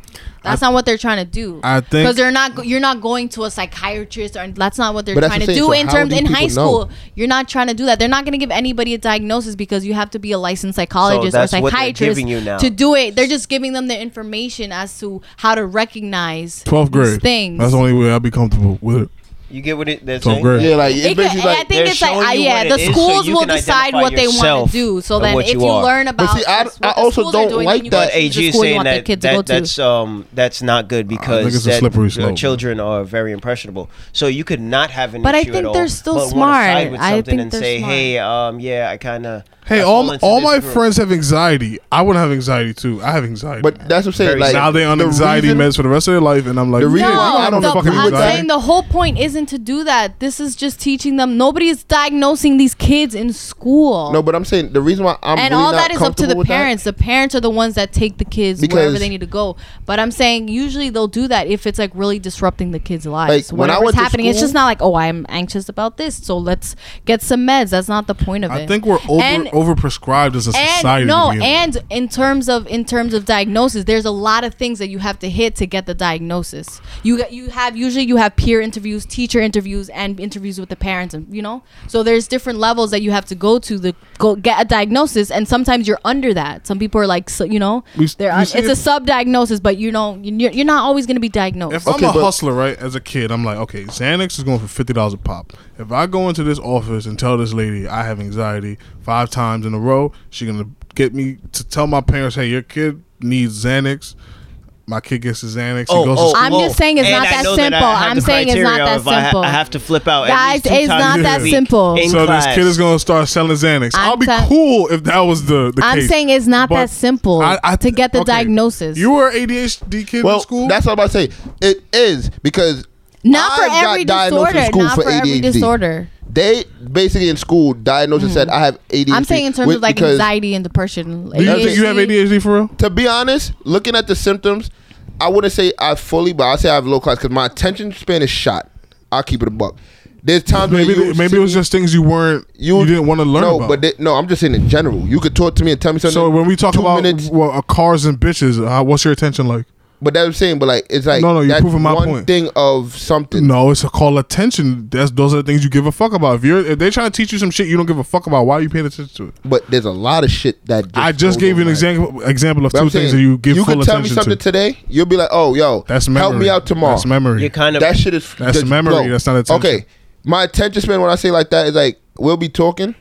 Speaker 4: That's not what they're trying to do.
Speaker 1: I think-
Speaker 4: because they're not go- you're not going to a psychiatrist, or that's not what they're
Speaker 2: But that's
Speaker 4: trying to
Speaker 2: the thing,
Speaker 4: do
Speaker 2: so
Speaker 4: in
Speaker 2: how
Speaker 4: terms
Speaker 2: do
Speaker 4: in
Speaker 2: people
Speaker 4: high school.
Speaker 2: know?
Speaker 4: You're not trying to do that. They're not going to give anybody a diagnosis because you have to be a licensed psychologist or
Speaker 3: that's what they're
Speaker 4: psychiatrist
Speaker 3: giving you now.
Speaker 4: to do it. They're just giving them the information as to how to recognize
Speaker 1: 12th
Speaker 4: these
Speaker 1: grade.
Speaker 4: Things.
Speaker 1: That's the only way I'd be comfortable with it.
Speaker 3: You get what it? That's
Speaker 1: So great.
Speaker 2: yeah, like it's
Speaker 4: It could-
Speaker 2: basically
Speaker 4: I
Speaker 2: like.
Speaker 4: think
Speaker 3: They're
Speaker 4: it's like
Speaker 3: showing
Speaker 4: uh,
Speaker 3: you
Speaker 4: yeah,
Speaker 3: what
Speaker 4: the
Speaker 3: it is so
Speaker 4: schools
Speaker 3: you
Speaker 4: will
Speaker 3: can
Speaker 4: decide
Speaker 3: identify
Speaker 4: what they want
Speaker 3: yourself
Speaker 4: to do. So
Speaker 3: and
Speaker 4: then,
Speaker 3: what
Speaker 4: if
Speaker 3: you
Speaker 4: you,
Speaker 3: are.
Speaker 4: learn
Speaker 2: But
Speaker 4: about,
Speaker 2: see, I-
Speaker 4: what
Speaker 2: I
Speaker 4: the
Speaker 2: also
Speaker 4: schools are
Speaker 2: don't
Speaker 4: doing,
Speaker 2: like
Speaker 4: then you
Speaker 2: that.
Speaker 4: go
Speaker 3: But
Speaker 4: to
Speaker 3: AG
Speaker 4: the
Speaker 3: is
Speaker 4: school you
Speaker 3: saying
Speaker 4: want the
Speaker 3: that,
Speaker 4: kid to go
Speaker 3: that
Speaker 4: to.
Speaker 3: that's um that's not good because
Speaker 1: it's a
Speaker 3: that-
Speaker 1: slippery
Speaker 3: your
Speaker 1: slope.
Speaker 3: children are very impressionable. So you could not have an
Speaker 4: But I
Speaker 3: issue at
Speaker 4: think
Speaker 3: all,
Speaker 4: they're still
Speaker 3: but wanna
Speaker 4: smart.
Speaker 3: Side with
Speaker 4: I
Speaker 3: something
Speaker 4: think
Speaker 3: and
Speaker 4: they're
Speaker 3: say,
Speaker 4: smart.
Speaker 3: hey, um, yeah, I kind of
Speaker 1: Hey, all, all my friends have anxiety. I wouldn't have anxiety too. I have anxiety.
Speaker 2: But that's what I'm saying.
Speaker 3: Very
Speaker 2: Like
Speaker 1: now they're on
Speaker 2: the
Speaker 1: anxiety
Speaker 2: reason-
Speaker 1: meds for the rest of their life, and I'm like,
Speaker 2: The reason-
Speaker 1: yeah,
Speaker 4: No,
Speaker 1: I don't
Speaker 4: the,
Speaker 1: fucking
Speaker 4: I'm
Speaker 1: anxiety.
Speaker 4: saying the whole point isn't to do that. This is just teaching them. Nobody is diagnosing these kids in school.
Speaker 2: No, but I'm saying the reason why I'm
Speaker 4: and
Speaker 2: really
Speaker 4: all
Speaker 2: not
Speaker 4: that is up to
Speaker 2: comfortable
Speaker 4: the
Speaker 2: with that-
Speaker 4: parents. The parents are the ones that take the kids wherever
Speaker 2: Because-
Speaker 4: they need to go. But I'm saying usually they'll do that if it's like really disrupting the kids' lives.
Speaker 2: when I
Speaker 4: Whatever's
Speaker 2: went to
Speaker 4: happening, it's
Speaker 2: school-
Speaker 4: just not like oh I'm anxious about this, so let's get some meds. That's not the point of it.
Speaker 1: I think we're over
Speaker 4: And-
Speaker 1: overprescribed as a society.
Speaker 4: and no,
Speaker 1: to be in.
Speaker 4: and in terms of in terms of diagnosis, there's a lot of things that you have to hit to get the diagnosis. You got- you have usually you have peer interviews, teacher interviews, and interviews with the parents, and you know. So there's different levels that you have to go to to go get a diagnosis, and sometimes you're under that. Some people are like, so, you know,
Speaker 1: We-
Speaker 4: they're
Speaker 1: we
Speaker 4: un-
Speaker 1: see
Speaker 4: it's
Speaker 1: it-
Speaker 4: a sub-diagnosis, but you know, you're, you're not always going to be diagnosed.
Speaker 1: If
Speaker 2: Okay,
Speaker 1: I'm a
Speaker 2: but-
Speaker 1: hustler, right, as a kid, I'm like, okay, Xanax is going for fifty dollars a pop. If I go into this office and tell this lady I have anxiety five times in a row, she's gonna get me to tell my parents, hey, your kid needs Xanax. My kid gets the Xanax. he goes to school.
Speaker 4: Oh, I'm just saying it's
Speaker 3: And
Speaker 4: not
Speaker 3: I
Speaker 4: that
Speaker 3: know that I
Speaker 4: simple.
Speaker 3: have
Speaker 4: I'm
Speaker 3: the
Speaker 4: saying it's not
Speaker 3: criteria
Speaker 4: that
Speaker 3: of I ha-
Speaker 4: simple.
Speaker 3: I have to flip out. at
Speaker 4: Guys,
Speaker 3: least two
Speaker 4: it's
Speaker 3: times
Speaker 4: not
Speaker 3: a
Speaker 4: that
Speaker 3: week
Speaker 4: simple.
Speaker 3: in
Speaker 1: so
Speaker 3: class.
Speaker 1: this kid is gonna start selling Xanax. i
Speaker 4: I'm
Speaker 1: will be
Speaker 4: tell-
Speaker 1: cool if that was the, the
Speaker 4: I'm
Speaker 1: case.
Speaker 4: saying it's not
Speaker 1: But
Speaker 4: that simple to get the diagnosis.
Speaker 1: You were ADHD kid
Speaker 2: Well,
Speaker 1: in school.
Speaker 2: that's what I'm about to say. It is because
Speaker 4: not for
Speaker 2: I got
Speaker 4: every
Speaker 2: diagnosed in
Speaker 4: disorder.
Speaker 2: school
Speaker 4: Not
Speaker 2: for
Speaker 4: for every
Speaker 2: ADHD.
Speaker 4: disorder. Mm-hmm.
Speaker 2: they basically in school diagnosed and said I have ADHD.
Speaker 4: I'm saying in terms
Speaker 2: with-
Speaker 4: of like
Speaker 2: because
Speaker 4: anxiety and depression.
Speaker 1: Do you think you have ADHD for real?
Speaker 2: To be honest, looking at the symptoms, I wouldn't say I fully, but I say I have low class because my attention span is shot. I'll keep it a buck. There's times
Speaker 1: Maybe
Speaker 2: where you
Speaker 1: maybe it was just things you weren't you, didn't want to learn
Speaker 2: No,
Speaker 1: about.
Speaker 2: but they, no, I'm just saying in general. You could talk to me and tell me something.
Speaker 1: So when we talk
Speaker 2: two
Speaker 1: about
Speaker 2: minutes,
Speaker 1: well, uh, cars and bitches, uh, what's your attention like?
Speaker 2: but that's what I'm saying. But like, it's like
Speaker 1: No, no, you're
Speaker 2: that's
Speaker 1: proving my
Speaker 2: one
Speaker 1: point.
Speaker 2: thing of something.
Speaker 1: No, it's a call attention. That's those are the things you give a fuck about. If you're if they're trying to teach you some shit you don't give a fuck about, why are you paying attention to it?
Speaker 2: But there's a lot of shit that just
Speaker 1: I just
Speaker 2: goes
Speaker 1: gave you an
Speaker 2: on, like-
Speaker 1: example example of
Speaker 2: But
Speaker 1: two
Speaker 2: I'm saying,
Speaker 1: things that you give
Speaker 2: You
Speaker 1: full
Speaker 2: could tell me
Speaker 1: attention
Speaker 2: something
Speaker 1: to.
Speaker 2: today. You'll be like, oh, yo,
Speaker 1: That's memory.
Speaker 2: Help me out tomorrow.
Speaker 1: That's memory.
Speaker 3: You're kind of
Speaker 2: That shit is.
Speaker 1: That's memory. That's not attention.
Speaker 2: Okay, my attention span when I say like that is like we'll be talking,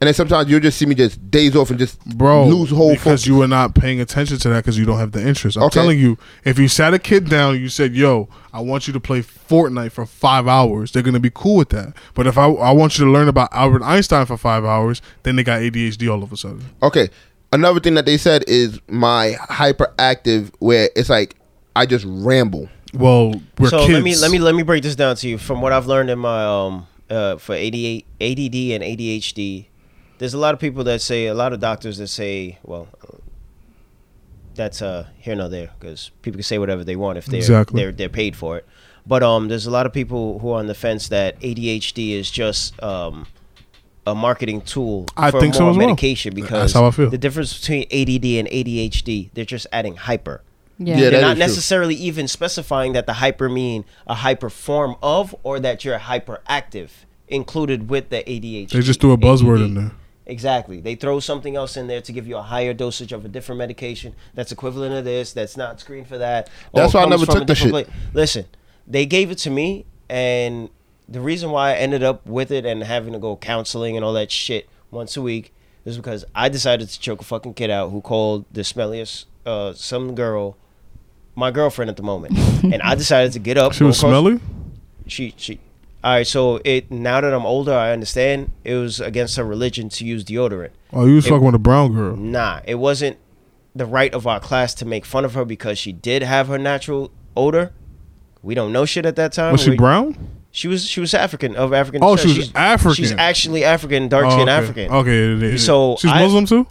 Speaker 2: and then sometimes you'll just see me just days off and just
Speaker 1: Bro,
Speaker 2: lose whole
Speaker 1: because
Speaker 2: focus.
Speaker 1: you were not paying attention to that because you don't have the interest. I'm
Speaker 2: Okay.
Speaker 1: telling you, if you sat a kid down, you said, "Yo, I want you to play Fortnite for five hours," they're gonna be cool with that. But if I I want you to learn about Albert Einstein for five hours, then they got ADHD all of a sudden.
Speaker 2: Okay, another thing that they said is my hyperactive, where it's like I just ramble.
Speaker 1: Well, we're
Speaker 3: so
Speaker 1: kids.
Speaker 3: let me let me let me break this down to you from what I've learned in my um uh for ADD and ADHD. There's a lot of people that say a lot of doctors that say well uh, that's uh here nor there because people can say whatever they want if they're
Speaker 1: Exactly.
Speaker 3: they're they're paid for it. But um there's a lot of people who are on the fence that ADHD is just um a marketing tool
Speaker 1: I
Speaker 3: for
Speaker 1: think so
Speaker 3: more
Speaker 1: as well.
Speaker 3: medication
Speaker 1: That's
Speaker 3: because
Speaker 1: how I feel.
Speaker 3: the difference between ADD and ADHD they're just adding hyper
Speaker 4: Yeah.
Speaker 2: Yeah,
Speaker 3: they're
Speaker 2: that
Speaker 3: not
Speaker 2: is true.
Speaker 3: necessarily even specifying that the hyper mean a hyper form of or that you're hyperactive included with the ADHD.
Speaker 1: They just threw a buzzword in there.
Speaker 3: Exactly. They throw something else in there to give you a higher dosage of a different medication that's equivalent to this, that's not screened for that. or
Speaker 2: That's why I
Speaker 3: comes
Speaker 2: never
Speaker 3: from a
Speaker 2: took the
Speaker 3: different
Speaker 2: shit.
Speaker 3: Listen, they gave it to me and the reason why I ended up with it and having to go counseling and all that shit once a week is because I decided to choke a fucking kid out who called the smelliest uh, some girl my girlfriend at the moment, and I decided to get up.
Speaker 1: She
Speaker 3: go
Speaker 1: was
Speaker 3: across-
Speaker 1: smelly.
Speaker 3: She she. All right, so it now that I'm older, I understand it was against her religion to use deodorant.
Speaker 1: Oh, you was
Speaker 3: It-
Speaker 1: fucking with a brown girl.
Speaker 3: Nah, it wasn't the right of our class to make fun of her because she did have her natural odor. We don't know shit at that time.
Speaker 1: Was she
Speaker 3: We-
Speaker 1: brown?
Speaker 3: She was she was African of African.
Speaker 1: Oh,
Speaker 3: descent.
Speaker 1: she was
Speaker 3: she's,
Speaker 1: African.
Speaker 3: She's actually African, dark
Speaker 1: Oh,
Speaker 3: skinned
Speaker 1: okay.
Speaker 3: African.
Speaker 1: Okay. yeah, yeah, yeah.
Speaker 3: So
Speaker 1: she's
Speaker 3: I-
Speaker 1: Muslim too.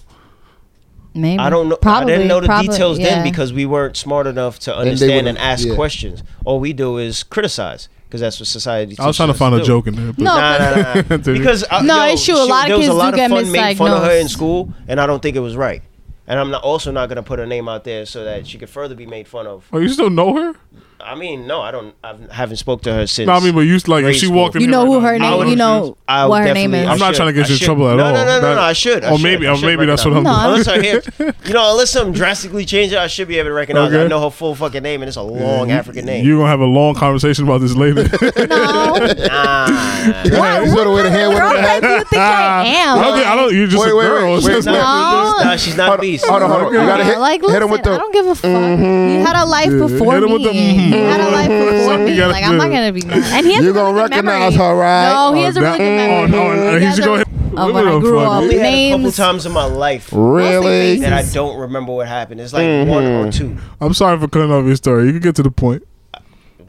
Speaker 4: Maybe.
Speaker 3: I don't know. I didn't know the
Speaker 4: probably,
Speaker 3: details
Speaker 4: yeah.
Speaker 3: then because we weren't smart enough to
Speaker 2: they
Speaker 3: understand
Speaker 2: would've-
Speaker 3: and ask
Speaker 2: yeah.
Speaker 3: questions. All we do is criticize because that's what society.
Speaker 1: I was
Speaker 3: teaches
Speaker 1: trying to
Speaker 3: us
Speaker 1: find a
Speaker 3: do.
Speaker 1: joke in there. but-
Speaker 4: No,
Speaker 3: Nah, nah, nah, nah.
Speaker 1: Dude.
Speaker 3: because uh,
Speaker 4: No,
Speaker 3: yo,
Speaker 4: it's true. A
Speaker 3: she-
Speaker 4: lot of
Speaker 3: there was
Speaker 4: kids
Speaker 3: a lot
Speaker 4: do
Speaker 3: of
Speaker 4: get
Speaker 3: fun made fun of her in
Speaker 4: misdiagnosed.
Speaker 3: school, and I don't think it was right. And I'm not, also not gonna put her name out there so that she could further be made fun of.
Speaker 1: Oh, you still know her?
Speaker 3: I mean, no, I don't. I've, I haven't spoke to her since.
Speaker 1: No, I mean, but you like if
Speaker 3: grade
Speaker 1: she
Speaker 3: school.
Speaker 1: walked in.
Speaker 4: You
Speaker 1: here
Speaker 4: know
Speaker 1: right
Speaker 4: who
Speaker 1: now,
Speaker 4: her
Speaker 3: I
Speaker 4: name.
Speaker 3: would-
Speaker 4: You know
Speaker 3: I would
Speaker 4: what her name
Speaker 3: definitely-
Speaker 4: is.
Speaker 1: I'm not
Speaker 3: should.
Speaker 1: trying to
Speaker 3: I
Speaker 1: get you in
Speaker 3: should.
Speaker 1: trouble at
Speaker 3: No,
Speaker 1: all.
Speaker 3: no, no, no,
Speaker 1: That-
Speaker 3: no, I should. I
Speaker 1: Or
Speaker 3: should.
Speaker 1: maybe,
Speaker 3: I
Speaker 1: or
Speaker 3: should
Speaker 1: maybe
Speaker 3: right
Speaker 1: that's
Speaker 3: now.
Speaker 1: what I'm
Speaker 4: No,
Speaker 1: doing.
Speaker 3: Unless her hair, you know, unless something drastically changes, I should be able to recognize.
Speaker 1: Okay.
Speaker 3: I know her full fucking name, and it's a long African name.
Speaker 1: You're gonna have a long conversation about this later.
Speaker 4: No.
Speaker 3: nah.
Speaker 2: What? What? What?
Speaker 4: Girl, do you think I
Speaker 1: I
Speaker 4: am?
Speaker 1: don't think I don't. You're just
Speaker 2: Wait,
Speaker 1: a
Speaker 2: wait,
Speaker 1: girl.
Speaker 2: wait, wait, wait.
Speaker 3: nah,
Speaker 4: No.
Speaker 3: she's not a beast.
Speaker 2: Hold on, hold on. You gotta hit,
Speaker 4: like,
Speaker 2: hit
Speaker 4: listen,
Speaker 2: him with
Speaker 4: I
Speaker 2: the.
Speaker 4: don't give a fuck. You had a life
Speaker 1: Mm-hmm. Yeah,
Speaker 4: before
Speaker 1: hit him
Speaker 4: me.
Speaker 1: with the mhm.
Speaker 4: You had a life before
Speaker 1: You
Speaker 4: me.
Speaker 1: gotta
Speaker 4: Like, I'm not
Speaker 1: do it.
Speaker 4: going to be mad.
Speaker 5: And he has
Speaker 2: You
Speaker 5: a
Speaker 2: gonna
Speaker 5: really good
Speaker 2: recognize
Speaker 5: memory.
Speaker 2: her, right?
Speaker 4: No, he has a really good memory.
Speaker 1: Oh,
Speaker 4: He
Speaker 1: he
Speaker 4: has
Speaker 1: should
Speaker 4: a-
Speaker 1: go ahead.
Speaker 4: Oh, when I grew up,
Speaker 3: Only had a couple
Speaker 4: names.
Speaker 3: times in my life
Speaker 2: Really?
Speaker 3: that I don't remember what happened. It's like
Speaker 1: Mm-hmm.
Speaker 3: one or two.
Speaker 1: I'm sorry for cutting off your story. You can get to the point.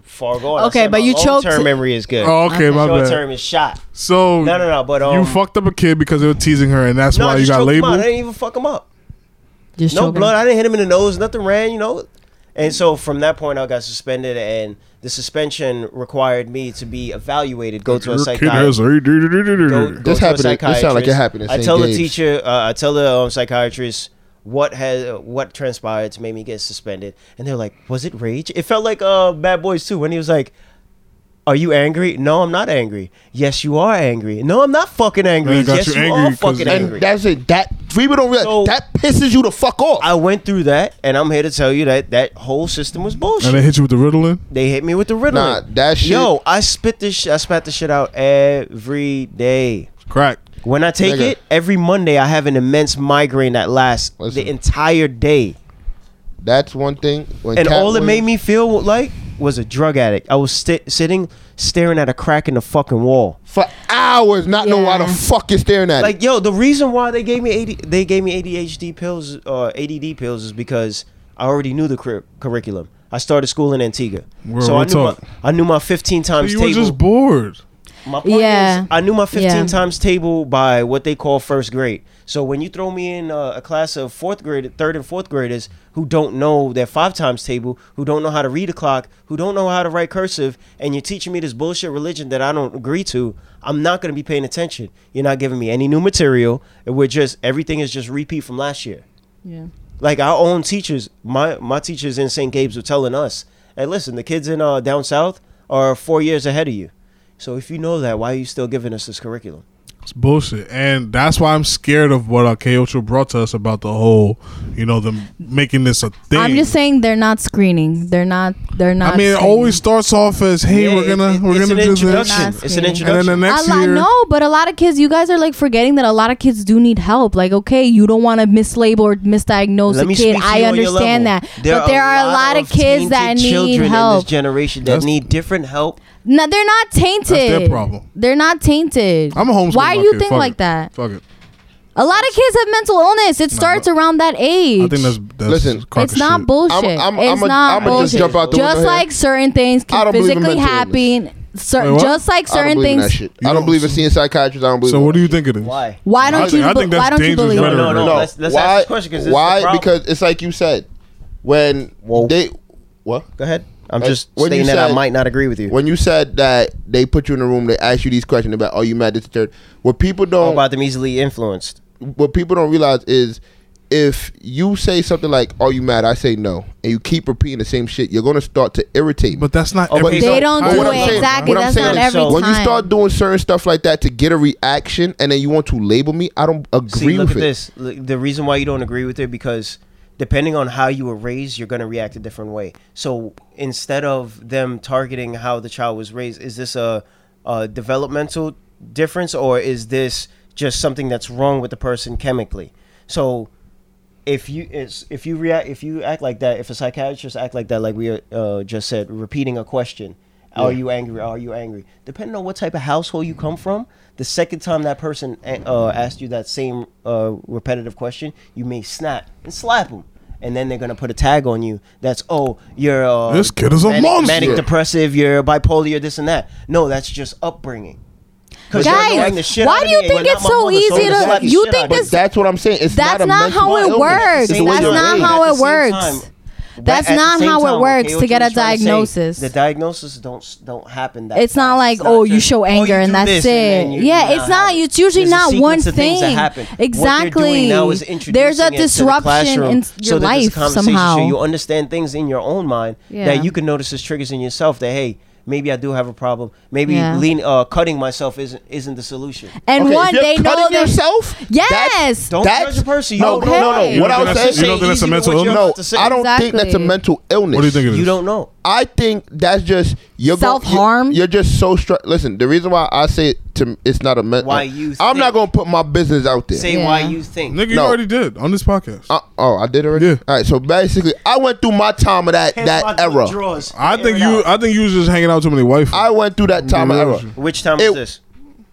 Speaker 3: Far gone.
Speaker 4: Okay, but you
Speaker 3: Long
Speaker 4: choked-
Speaker 3: term memory is good.
Speaker 1: Oh, okay, my
Speaker 3: Short
Speaker 1: bad.
Speaker 3: term is shot.
Speaker 1: So
Speaker 3: No, no, no. But um,
Speaker 1: you fucked up a kid because they were teasing her, and that's
Speaker 3: No,
Speaker 1: why
Speaker 3: I
Speaker 1: you
Speaker 3: just
Speaker 1: got
Speaker 3: choked him out. I
Speaker 1: labeled.
Speaker 3: didn't even fuck him up.
Speaker 4: Just
Speaker 3: no
Speaker 4: joking.
Speaker 3: blood. I didn't hit him in the nose. Nothing ran, you know. And so from that point, I got suspended, and the suspension required me to be evaluated, go to a
Speaker 1: Your kid has
Speaker 3: psychiatrist. Go,
Speaker 1: ADD.
Speaker 3: go to a
Speaker 2: happened at- this sound like it
Speaker 3: psychiatrist.
Speaker 2: happened at
Speaker 3: I
Speaker 2: St.
Speaker 3: tell the
Speaker 2: Gabe's.
Speaker 3: teacher, uh, I tell the um, psychiatrist what has what transpired to make me get suspended, and they're like, "Was it rage?" It felt like uh, Bad Boys Two when he was like. Are you angry? No, I'm not angry. Yes, you are angry. No, I'm not fucking angry.
Speaker 1: Man, got
Speaker 3: Yes,
Speaker 1: you
Speaker 3: you,
Speaker 1: angry
Speaker 3: are
Speaker 1: 'cause-
Speaker 3: fucking
Speaker 1: And
Speaker 3: angry.
Speaker 2: That's it. That people don't realize
Speaker 3: So-
Speaker 2: that pisses you the fuck off.
Speaker 3: I went through that, and I'm here to tell you that that whole system was bullshit.
Speaker 1: And they hit you with the Ritalin.
Speaker 3: They hit me with the Ritalin.
Speaker 2: Nah, that shit-
Speaker 3: Yo, I spit this. Sh- I spat this shit out every day.
Speaker 1: Crack.
Speaker 3: When I take
Speaker 2: Nigga.
Speaker 3: it every Monday, I have an immense migraine that lasts
Speaker 2: Listen.
Speaker 3: the entire day,
Speaker 2: That's one thing. When
Speaker 3: and
Speaker 2: Cat
Speaker 3: all it
Speaker 2: Williams-
Speaker 3: made me feel like was a drug addict. I was sti sitting, staring at a crack in the fucking wall.
Speaker 2: for hours, not know why the
Speaker 4: Yeah.
Speaker 2: fuck you're staring at it.
Speaker 3: Like, yo, the reason why they gave me AD, they gave me ADHD pills uh, or ADD pills is because I already knew the cur- curriculum. I started school in Antigua,
Speaker 1: Word,
Speaker 3: so I
Speaker 1: real
Speaker 3: knew my,
Speaker 1: talk.
Speaker 3: I knew my fifteen times
Speaker 1: You
Speaker 3: table.
Speaker 1: were just bored.
Speaker 3: My point
Speaker 4: Yeah.
Speaker 3: is, I knew my 15
Speaker 4: Yeah.
Speaker 3: times table by what they call first grade. So when you throw me in uh, a class of fourth grade, third and fourth graders who don't know their five times table, who don't know how to read a clock, who don't know how to write cursive, and you're teaching me this bullshit religion that I don't agree to, I'm not going to be paying attention. You're not giving me any new material. And we're just, everything is just repeat from last year.
Speaker 4: Yeah.
Speaker 3: Like our own teachers, my my teachers in St. Gabe's were telling us, "Hey, listen, the kids in uh, down south are four years ahead of you. So if you know that, why are you still giving us this curriculum?"
Speaker 1: It's bullshit, and that's why I'm scared of what uh, Keocho brought to us about the whole, you know, them making this a thing.
Speaker 5: I'm just saying they're not screening. They're not. They're not.
Speaker 1: I mean, it
Speaker 5: screening.
Speaker 1: always starts off as, hey,
Speaker 3: Yeah,
Speaker 1: we're gonna,
Speaker 3: it- it-
Speaker 1: we're
Speaker 3: it's
Speaker 1: gonna
Speaker 3: an
Speaker 1: do this,
Speaker 3: introduction.
Speaker 1: and
Speaker 3: It's an
Speaker 4: Not
Speaker 3: introduction.
Speaker 1: then the
Speaker 5: A
Speaker 1: next
Speaker 5: lot,
Speaker 1: year,
Speaker 5: no, but a lot of kids, you guys are like forgetting that a lot of kids do need help. Like, okay, you don't want to mislabel or misdiagnose
Speaker 3: Let
Speaker 5: a
Speaker 3: me
Speaker 5: kid.
Speaker 3: speak to
Speaker 5: I
Speaker 3: you on your
Speaker 5: understand
Speaker 3: level.
Speaker 5: that, but there are a lot of kids that
Speaker 3: tainted
Speaker 5: need
Speaker 3: children in
Speaker 5: help.
Speaker 3: this generation that
Speaker 1: That's-
Speaker 3: need different help.
Speaker 5: No, they're not tainted.
Speaker 1: their problem.
Speaker 5: They're not tainted.
Speaker 1: I'm a homeschooler.
Speaker 5: Why do you think like that?
Speaker 1: Fuck it.
Speaker 5: A lot of kids have mental illness. It starts
Speaker 1: but-
Speaker 5: around that age.
Speaker 1: I think that's, that's
Speaker 2: Listen,
Speaker 1: crock
Speaker 5: it's
Speaker 1: of
Speaker 5: not
Speaker 1: shit.
Speaker 5: bullshit.
Speaker 2: I'm-
Speaker 5: it's
Speaker 2: I'ma-
Speaker 5: not
Speaker 2: I'ma
Speaker 3: just
Speaker 5: bullshit.
Speaker 3: jump out the
Speaker 5: Just
Speaker 2: window here.
Speaker 5: like certain things
Speaker 2: I
Speaker 5: can
Speaker 2: don't believe in
Speaker 5: physically
Speaker 2: mental
Speaker 5: happen. Cer-
Speaker 1: Wait, what?
Speaker 5: just like
Speaker 2: I don't
Speaker 5: certain
Speaker 2: believe in that
Speaker 5: things.
Speaker 2: shit. I don't believe in seeing psychiatrists. I don't believe.
Speaker 1: So
Speaker 2: in
Speaker 1: what
Speaker 2: that
Speaker 1: do you
Speaker 2: shit.
Speaker 1: think it is?
Speaker 3: Why?
Speaker 5: Why
Speaker 1: I
Speaker 5: don't
Speaker 1: think-
Speaker 5: you?
Speaker 1: I
Speaker 5: be-
Speaker 1: think that's
Speaker 5: why don't you
Speaker 1: dangerous
Speaker 5: believe?
Speaker 1: rhetoric.
Speaker 5: it?
Speaker 3: No, no,
Speaker 1: No.
Speaker 3: Let's- let's ask
Speaker 2: why?
Speaker 3: this question, 'cause this is the
Speaker 2: why?
Speaker 3: problem.
Speaker 2: because it's like you said, when
Speaker 3: Whoa.
Speaker 2: they what?
Speaker 3: Go ahead. I'm
Speaker 2: Like,
Speaker 3: just
Speaker 2: when you
Speaker 3: stating that I
Speaker 2: said-
Speaker 3: might not agree with you.
Speaker 2: When you said that they put you in a room, they ask you these questions about, "Are you mad at the third? What people
Speaker 3: All
Speaker 2: don't
Speaker 3: about them easily influenced.
Speaker 2: what people don't realize is if you say something like, "Are you mad?" I say no, and you keep repeating the same shit, you're gonna start to irritate. me.
Speaker 1: But that's not.
Speaker 3: Okay,
Speaker 1: every
Speaker 3: so-
Speaker 5: Oh, They don't
Speaker 1: time.
Speaker 2: Oh, But
Speaker 5: do
Speaker 2: what I'm
Speaker 5: it
Speaker 2: saying-
Speaker 5: exactly.
Speaker 2: what I'm
Speaker 5: That's
Speaker 2: saying
Speaker 5: not
Speaker 3: is,
Speaker 5: every
Speaker 3: so-
Speaker 5: time.
Speaker 2: when you start doing certain stuff like that to get a reaction, and then you want to label me, I don't agree
Speaker 3: See, look
Speaker 2: with
Speaker 3: at
Speaker 2: it.
Speaker 3: this. L- The reason why you don't agree with it because depending on how you were raised, you're going to react a different way. So instead of them targeting how the child was raised, is this a a developmental difference or is this just something that's wrong with the person chemically? So if you it's, if you react if you act like that if a psychiatrist act like that like we uh, just said repeating a question are you angry are you angry depending on what type of household you come from the second time that person uh, asked you that same uh, repetitive question you may snap and slap them and then they're gonna put a tag on you that's oh you're uh,
Speaker 1: This kid is a
Speaker 3: manic,
Speaker 1: monster.
Speaker 3: manic depressive you're bipolar you're this and that no that's just upbringing 'Cause they're annoying the
Speaker 5: Guys,
Speaker 3: shit out
Speaker 5: why
Speaker 3: of
Speaker 5: do you
Speaker 3: me,
Speaker 5: think
Speaker 3: but
Speaker 5: it's
Speaker 3: not my
Speaker 5: so
Speaker 3: mother, so
Speaker 5: easy
Speaker 3: I'm gonna
Speaker 5: to?
Speaker 3: slap the
Speaker 5: You
Speaker 3: shit out
Speaker 5: think
Speaker 3: of
Speaker 5: it's
Speaker 2: But that's what I'm saying. It's
Speaker 5: That's
Speaker 2: not, a
Speaker 5: not
Speaker 2: mental
Speaker 5: how it
Speaker 2: illness.
Speaker 5: works.
Speaker 2: It's the way
Speaker 5: That's
Speaker 2: you're
Speaker 5: not
Speaker 2: raised.
Speaker 5: how it
Speaker 3: At the same time,
Speaker 5: works.
Speaker 3: but
Speaker 5: That's
Speaker 3: at the
Speaker 5: not
Speaker 3: same
Speaker 5: how it
Speaker 3: time,
Speaker 5: works to
Speaker 3: what
Speaker 5: get
Speaker 3: you're
Speaker 5: a
Speaker 3: trying to say,
Speaker 5: diagnosis.
Speaker 3: The diagnosis don't don't happen that.
Speaker 5: It's not
Speaker 3: fast.
Speaker 5: like oh, you
Speaker 3: just,
Speaker 5: show
Speaker 3: "Oh,
Speaker 5: anger and
Speaker 3: do
Speaker 5: that's
Speaker 3: this,"
Speaker 5: it.
Speaker 3: and then you-
Speaker 5: yeah,
Speaker 3: you
Speaker 5: it's
Speaker 3: not
Speaker 5: not.
Speaker 3: have it.
Speaker 5: It's usually
Speaker 3: There's a
Speaker 5: not one
Speaker 3: sequence of things that
Speaker 5: thing.
Speaker 3: happen. What they're doing
Speaker 5: Exactly.
Speaker 3: now is
Speaker 5: There's
Speaker 3: introducing
Speaker 5: a
Speaker 3: it to the
Speaker 5: disruption
Speaker 3: classroom
Speaker 5: in
Speaker 3: so
Speaker 5: your
Speaker 3: that this
Speaker 5: life
Speaker 3: conversation, so
Speaker 5: somehow.
Speaker 3: You understand things in your own mind
Speaker 4: Yeah.
Speaker 3: that you can notice as triggers in yourself. That hey, maybe I do have a problem. Maybe
Speaker 4: Yeah.
Speaker 3: lean uh, cutting myself isn't isn't the solution.
Speaker 5: and
Speaker 2: Okay, if
Speaker 5: one,
Speaker 2: you're
Speaker 5: they know
Speaker 2: cutting
Speaker 5: that.
Speaker 2: yourself.
Speaker 5: Yes.
Speaker 3: Don't
Speaker 2: That's-
Speaker 3: judge a person. You
Speaker 2: no,
Speaker 3: don't
Speaker 2: no,
Speaker 3: know.
Speaker 2: no, no. What I
Speaker 1: think
Speaker 2: was
Speaker 1: that's-
Speaker 2: saying.
Speaker 1: You don't think that's a
Speaker 3: Easy to
Speaker 1: mental
Speaker 3: what you're
Speaker 1: illness?
Speaker 2: No,
Speaker 3: about to say.
Speaker 2: I don't think that's a
Speaker 4: Exactly.
Speaker 2: mental illness.
Speaker 1: What do you think it is?
Speaker 3: You don't know.
Speaker 2: I think that's just you're go-
Speaker 5: Self-harm?
Speaker 2: You're, you're just so str- Listen, the reason why I say it to it's not a mental.
Speaker 3: Why you
Speaker 2: I'm not
Speaker 3: think-
Speaker 2: gonna put my business out there.
Speaker 3: Say
Speaker 4: Yeah.
Speaker 3: why you think.
Speaker 1: Nigga, you
Speaker 2: No.
Speaker 1: already did on this podcast.
Speaker 2: Uh, oh, I did already.
Speaker 1: Yeah.
Speaker 2: All right. So basically, I went through my time of that
Speaker 3: Hence why
Speaker 2: that
Speaker 3: the
Speaker 2: era.
Speaker 3: withdrawals
Speaker 1: I think
Speaker 3: aired
Speaker 1: you.
Speaker 3: out.
Speaker 1: I think you was just hanging out with too many wife.
Speaker 2: I went through that time of
Speaker 1: Yeah.
Speaker 2: era.
Speaker 3: Which time
Speaker 2: It-
Speaker 3: was this?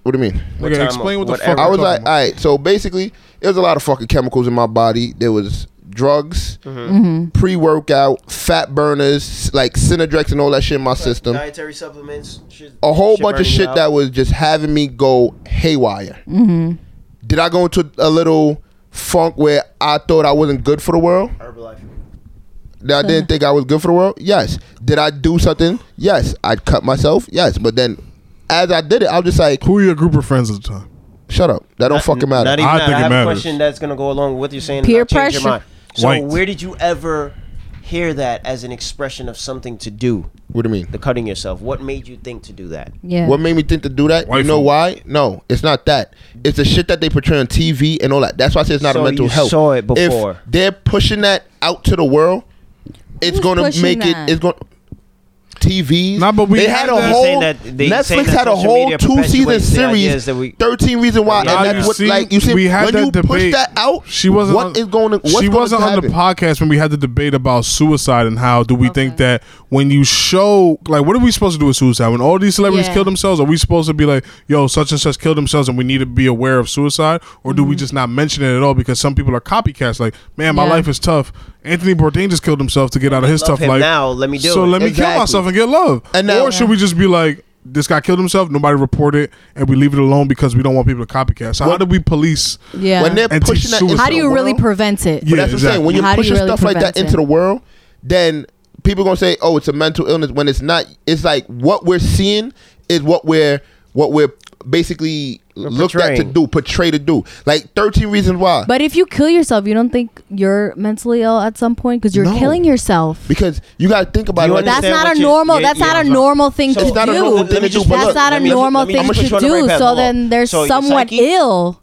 Speaker 2: What do you mean?
Speaker 1: Nigga,
Speaker 3: time
Speaker 1: explain
Speaker 3: or
Speaker 1: what the
Speaker 3: whatever.
Speaker 1: fuck.
Speaker 2: I
Speaker 1: we're
Speaker 2: was like,
Speaker 1: talking
Speaker 2: all right. So basically, there was a lot of fucking chemicals in my body. There was drugs,
Speaker 3: Mm-hmm.
Speaker 2: pre workout, fat burners, like Synodrex and all that shit in my system.
Speaker 3: Dietary supplements. Shit,
Speaker 2: a whole bunch of
Speaker 3: burning you
Speaker 2: shit
Speaker 3: out.
Speaker 2: that was just having me go haywire. Did I go into a little funk where I thought I wasn't good for the world?
Speaker 3: Herbalife.
Speaker 2: That I didn't think I was good for the world? Yes. Did I do something? Yes. I cut myself? Yes. But then as I did it, I was just like,
Speaker 1: about. Who were your group of friends at the time?
Speaker 2: shut up. That don't fucking matter.
Speaker 3: Not even
Speaker 1: I
Speaker 3: that.
Speaker 1: think
Speaker 3: I
Speaker 1: it
Speaker 3: have
Speaker 1: matters.
Speaker 3: a question that's gonna go along with what you're saying.
Speaker 5: Peer
Speaker 3: Peer pressure.
Speaker 5: pressure.
Speaker 3: Your mind. So
Speaker 1: White.
Speaker 3: where did you ever hear that as an expression of something to do?
Speaker 2: what do you mean?
Speaker 3: The cutting yourself. What made you think to do that?
Speaker 4: Yeah.
Speaker 2: What made me think to do that?
Speaker 1: White
Speaker 2: you know
Speaker 1: folk.
Speaker 2: why? No, it's not that. It's the shit that they portray on TV and all that. That's why I say it's not
Speaker 3: So
Speaker 2: a mental
Speaker 3: you
Speaker 2: health.
Speaker 3: saw it before.
Speaker 2: If they're pushing that out to the world, it's
Speaker 5: Who's
Speaker 2: going to
Speaker 5: pushing
Speaker 2: make
Speaker 5: that?
Speaker 2: it. It's going. TVs.
Speaker 1: Nah, but we
Speaker 2: they
Speaker 1: had
Speaker 2: had a
Speaker 1: that-
Speaker 2: whole
Speaker 3: Saying that- they saying
Speaker 2: Netflix
Speaker 3: that
Speaker 2: had a
Speaker 3: social
Speaker 2: whole
Speaker 3: media
Speaker 2: two season
Speaker 3: perpetuates the
Speaker 2: series,
Speaker 3: ideas that we-
Speaker 2: thirteen reason why,
Speaker 3: Nah,
Speaker 2: and
Speaker 1: you
Speaker 2: that's what
Speaker 1: see,
Speaker 2: like you see
Speaker 1: we had
Speaker 2: when
Speaker 1: that
Speaker 2: you push
Speaker 1: debate.
Speaker 2: that out.
Speaker 1: She wasn't.
Speaker 2: What
Speaker 1: on,
Speaker 2: is going? to- What's
Speaker 1: she wasn't
Speaker 2: going
Speaker 1: on
Speaker 2: to
Speaker 1: the podcast when we had the debate about suicide and how do we think that when you show like what are we supposed to do with suicide when all these celebrities
Speaker 4: Yeah.
Speaker 1: kill themselves are we supposed to be like yo such and such killed themselves and we need to be aware of suicide or do we just not mention it at all because some people are copycats like man my
Speaker 4: Mm-hmm. Yeah.
Speaker 1: life is tough Anthony Bourdain just killed himself to get out of his
Speaker 3: love
Speaker 1: tough
Speaker 3: him
Speaker 1: life
Speaker 3: now, let me do
Speaker 1: so
Speaker 3: it.
Speaker 1: let me kill
Speaker 2: Exactly.
Speaker 1: myself and get love
Speaker 2: And now-
Speaker 1: or should we just be like this guy killed himself nobody report it and we leave it alone because we don't want people to copycat so how do we police
Speaker 4: Yeah.
Speaker 2: When they're
Speaker 1: Anti-suicide.
Speaker 2: pushing that, into
Speaker 4: How do
Speaker 2: the
Speaker 4: you really
Speaker 2: world-
Speaker 4: prevent it?
Speaker 1: Yeah.
Speaker 2: But
Speaker 1: exactly.
Speaker 2: that's what I'm saying. When
Speaker 4: How
Speaker 2: you're
Speaker 4: do you
Speaker 2: pushing
Speaker 4: really
Speaker 2: stuff like that
Speaker 4: prevent
Speaker 2: into
Speaker 4: it?
Speaker 2: the world, then people gonna say, "Oh, it's a mental illness." When it's not, it's like what we're seeing is what we're what we're basically looked at to
Speaker 3: portraying.
Speaker 2: do, portray to do. Like thirteen reasons why.
Speaker 4: But if you kill yourself, you don't think you're mentally ill at some point because you're
Speaker 2: No.
Speaker 4: killing yourself.
Speaker 2: because you gotta think about
Speaker 3: Do
Speaker 2: it.
Speaker 3: you
Speaker 2: Like,
Speaker 4: That's
Speaker 3: understand
Speaker 4: not
Speaker 3: what
Speaker 4: a
Speaker 3: you-
Speaker 4: normal.
Speaker 3: yeah,
Speaker 4: that's
Speaker 3: yeah.
Speaker 4: not a
Speaker 3: So-
Speaker 4: normal thing
Speaker 2: So-
Speaker 4: to
Speaker 2: It's not a
Speaker 4: do.
Speaker 2: normal thing to
Speaker 4: that's
Speaker 2: do, but look,
Speaker 4: not
Speaker 2: let
Speaker 4: a
Speaker 2: me-
Speaker 4: normal
Speaker 3: let me-
Speaker 4: thing
Speaker 2: I'ma
Speaker 4: to
Speaker 2: shoot you
Speaker 4: do.
Speaker 2: on the
Speaker 3: right path,
Speaker 4: So
Speaker 3: hold on.
Speaker 4: then they're
Speaker 3: So your
Speaker 4: somewhat
Speaker 3: psyche-
Speaker 4: ill.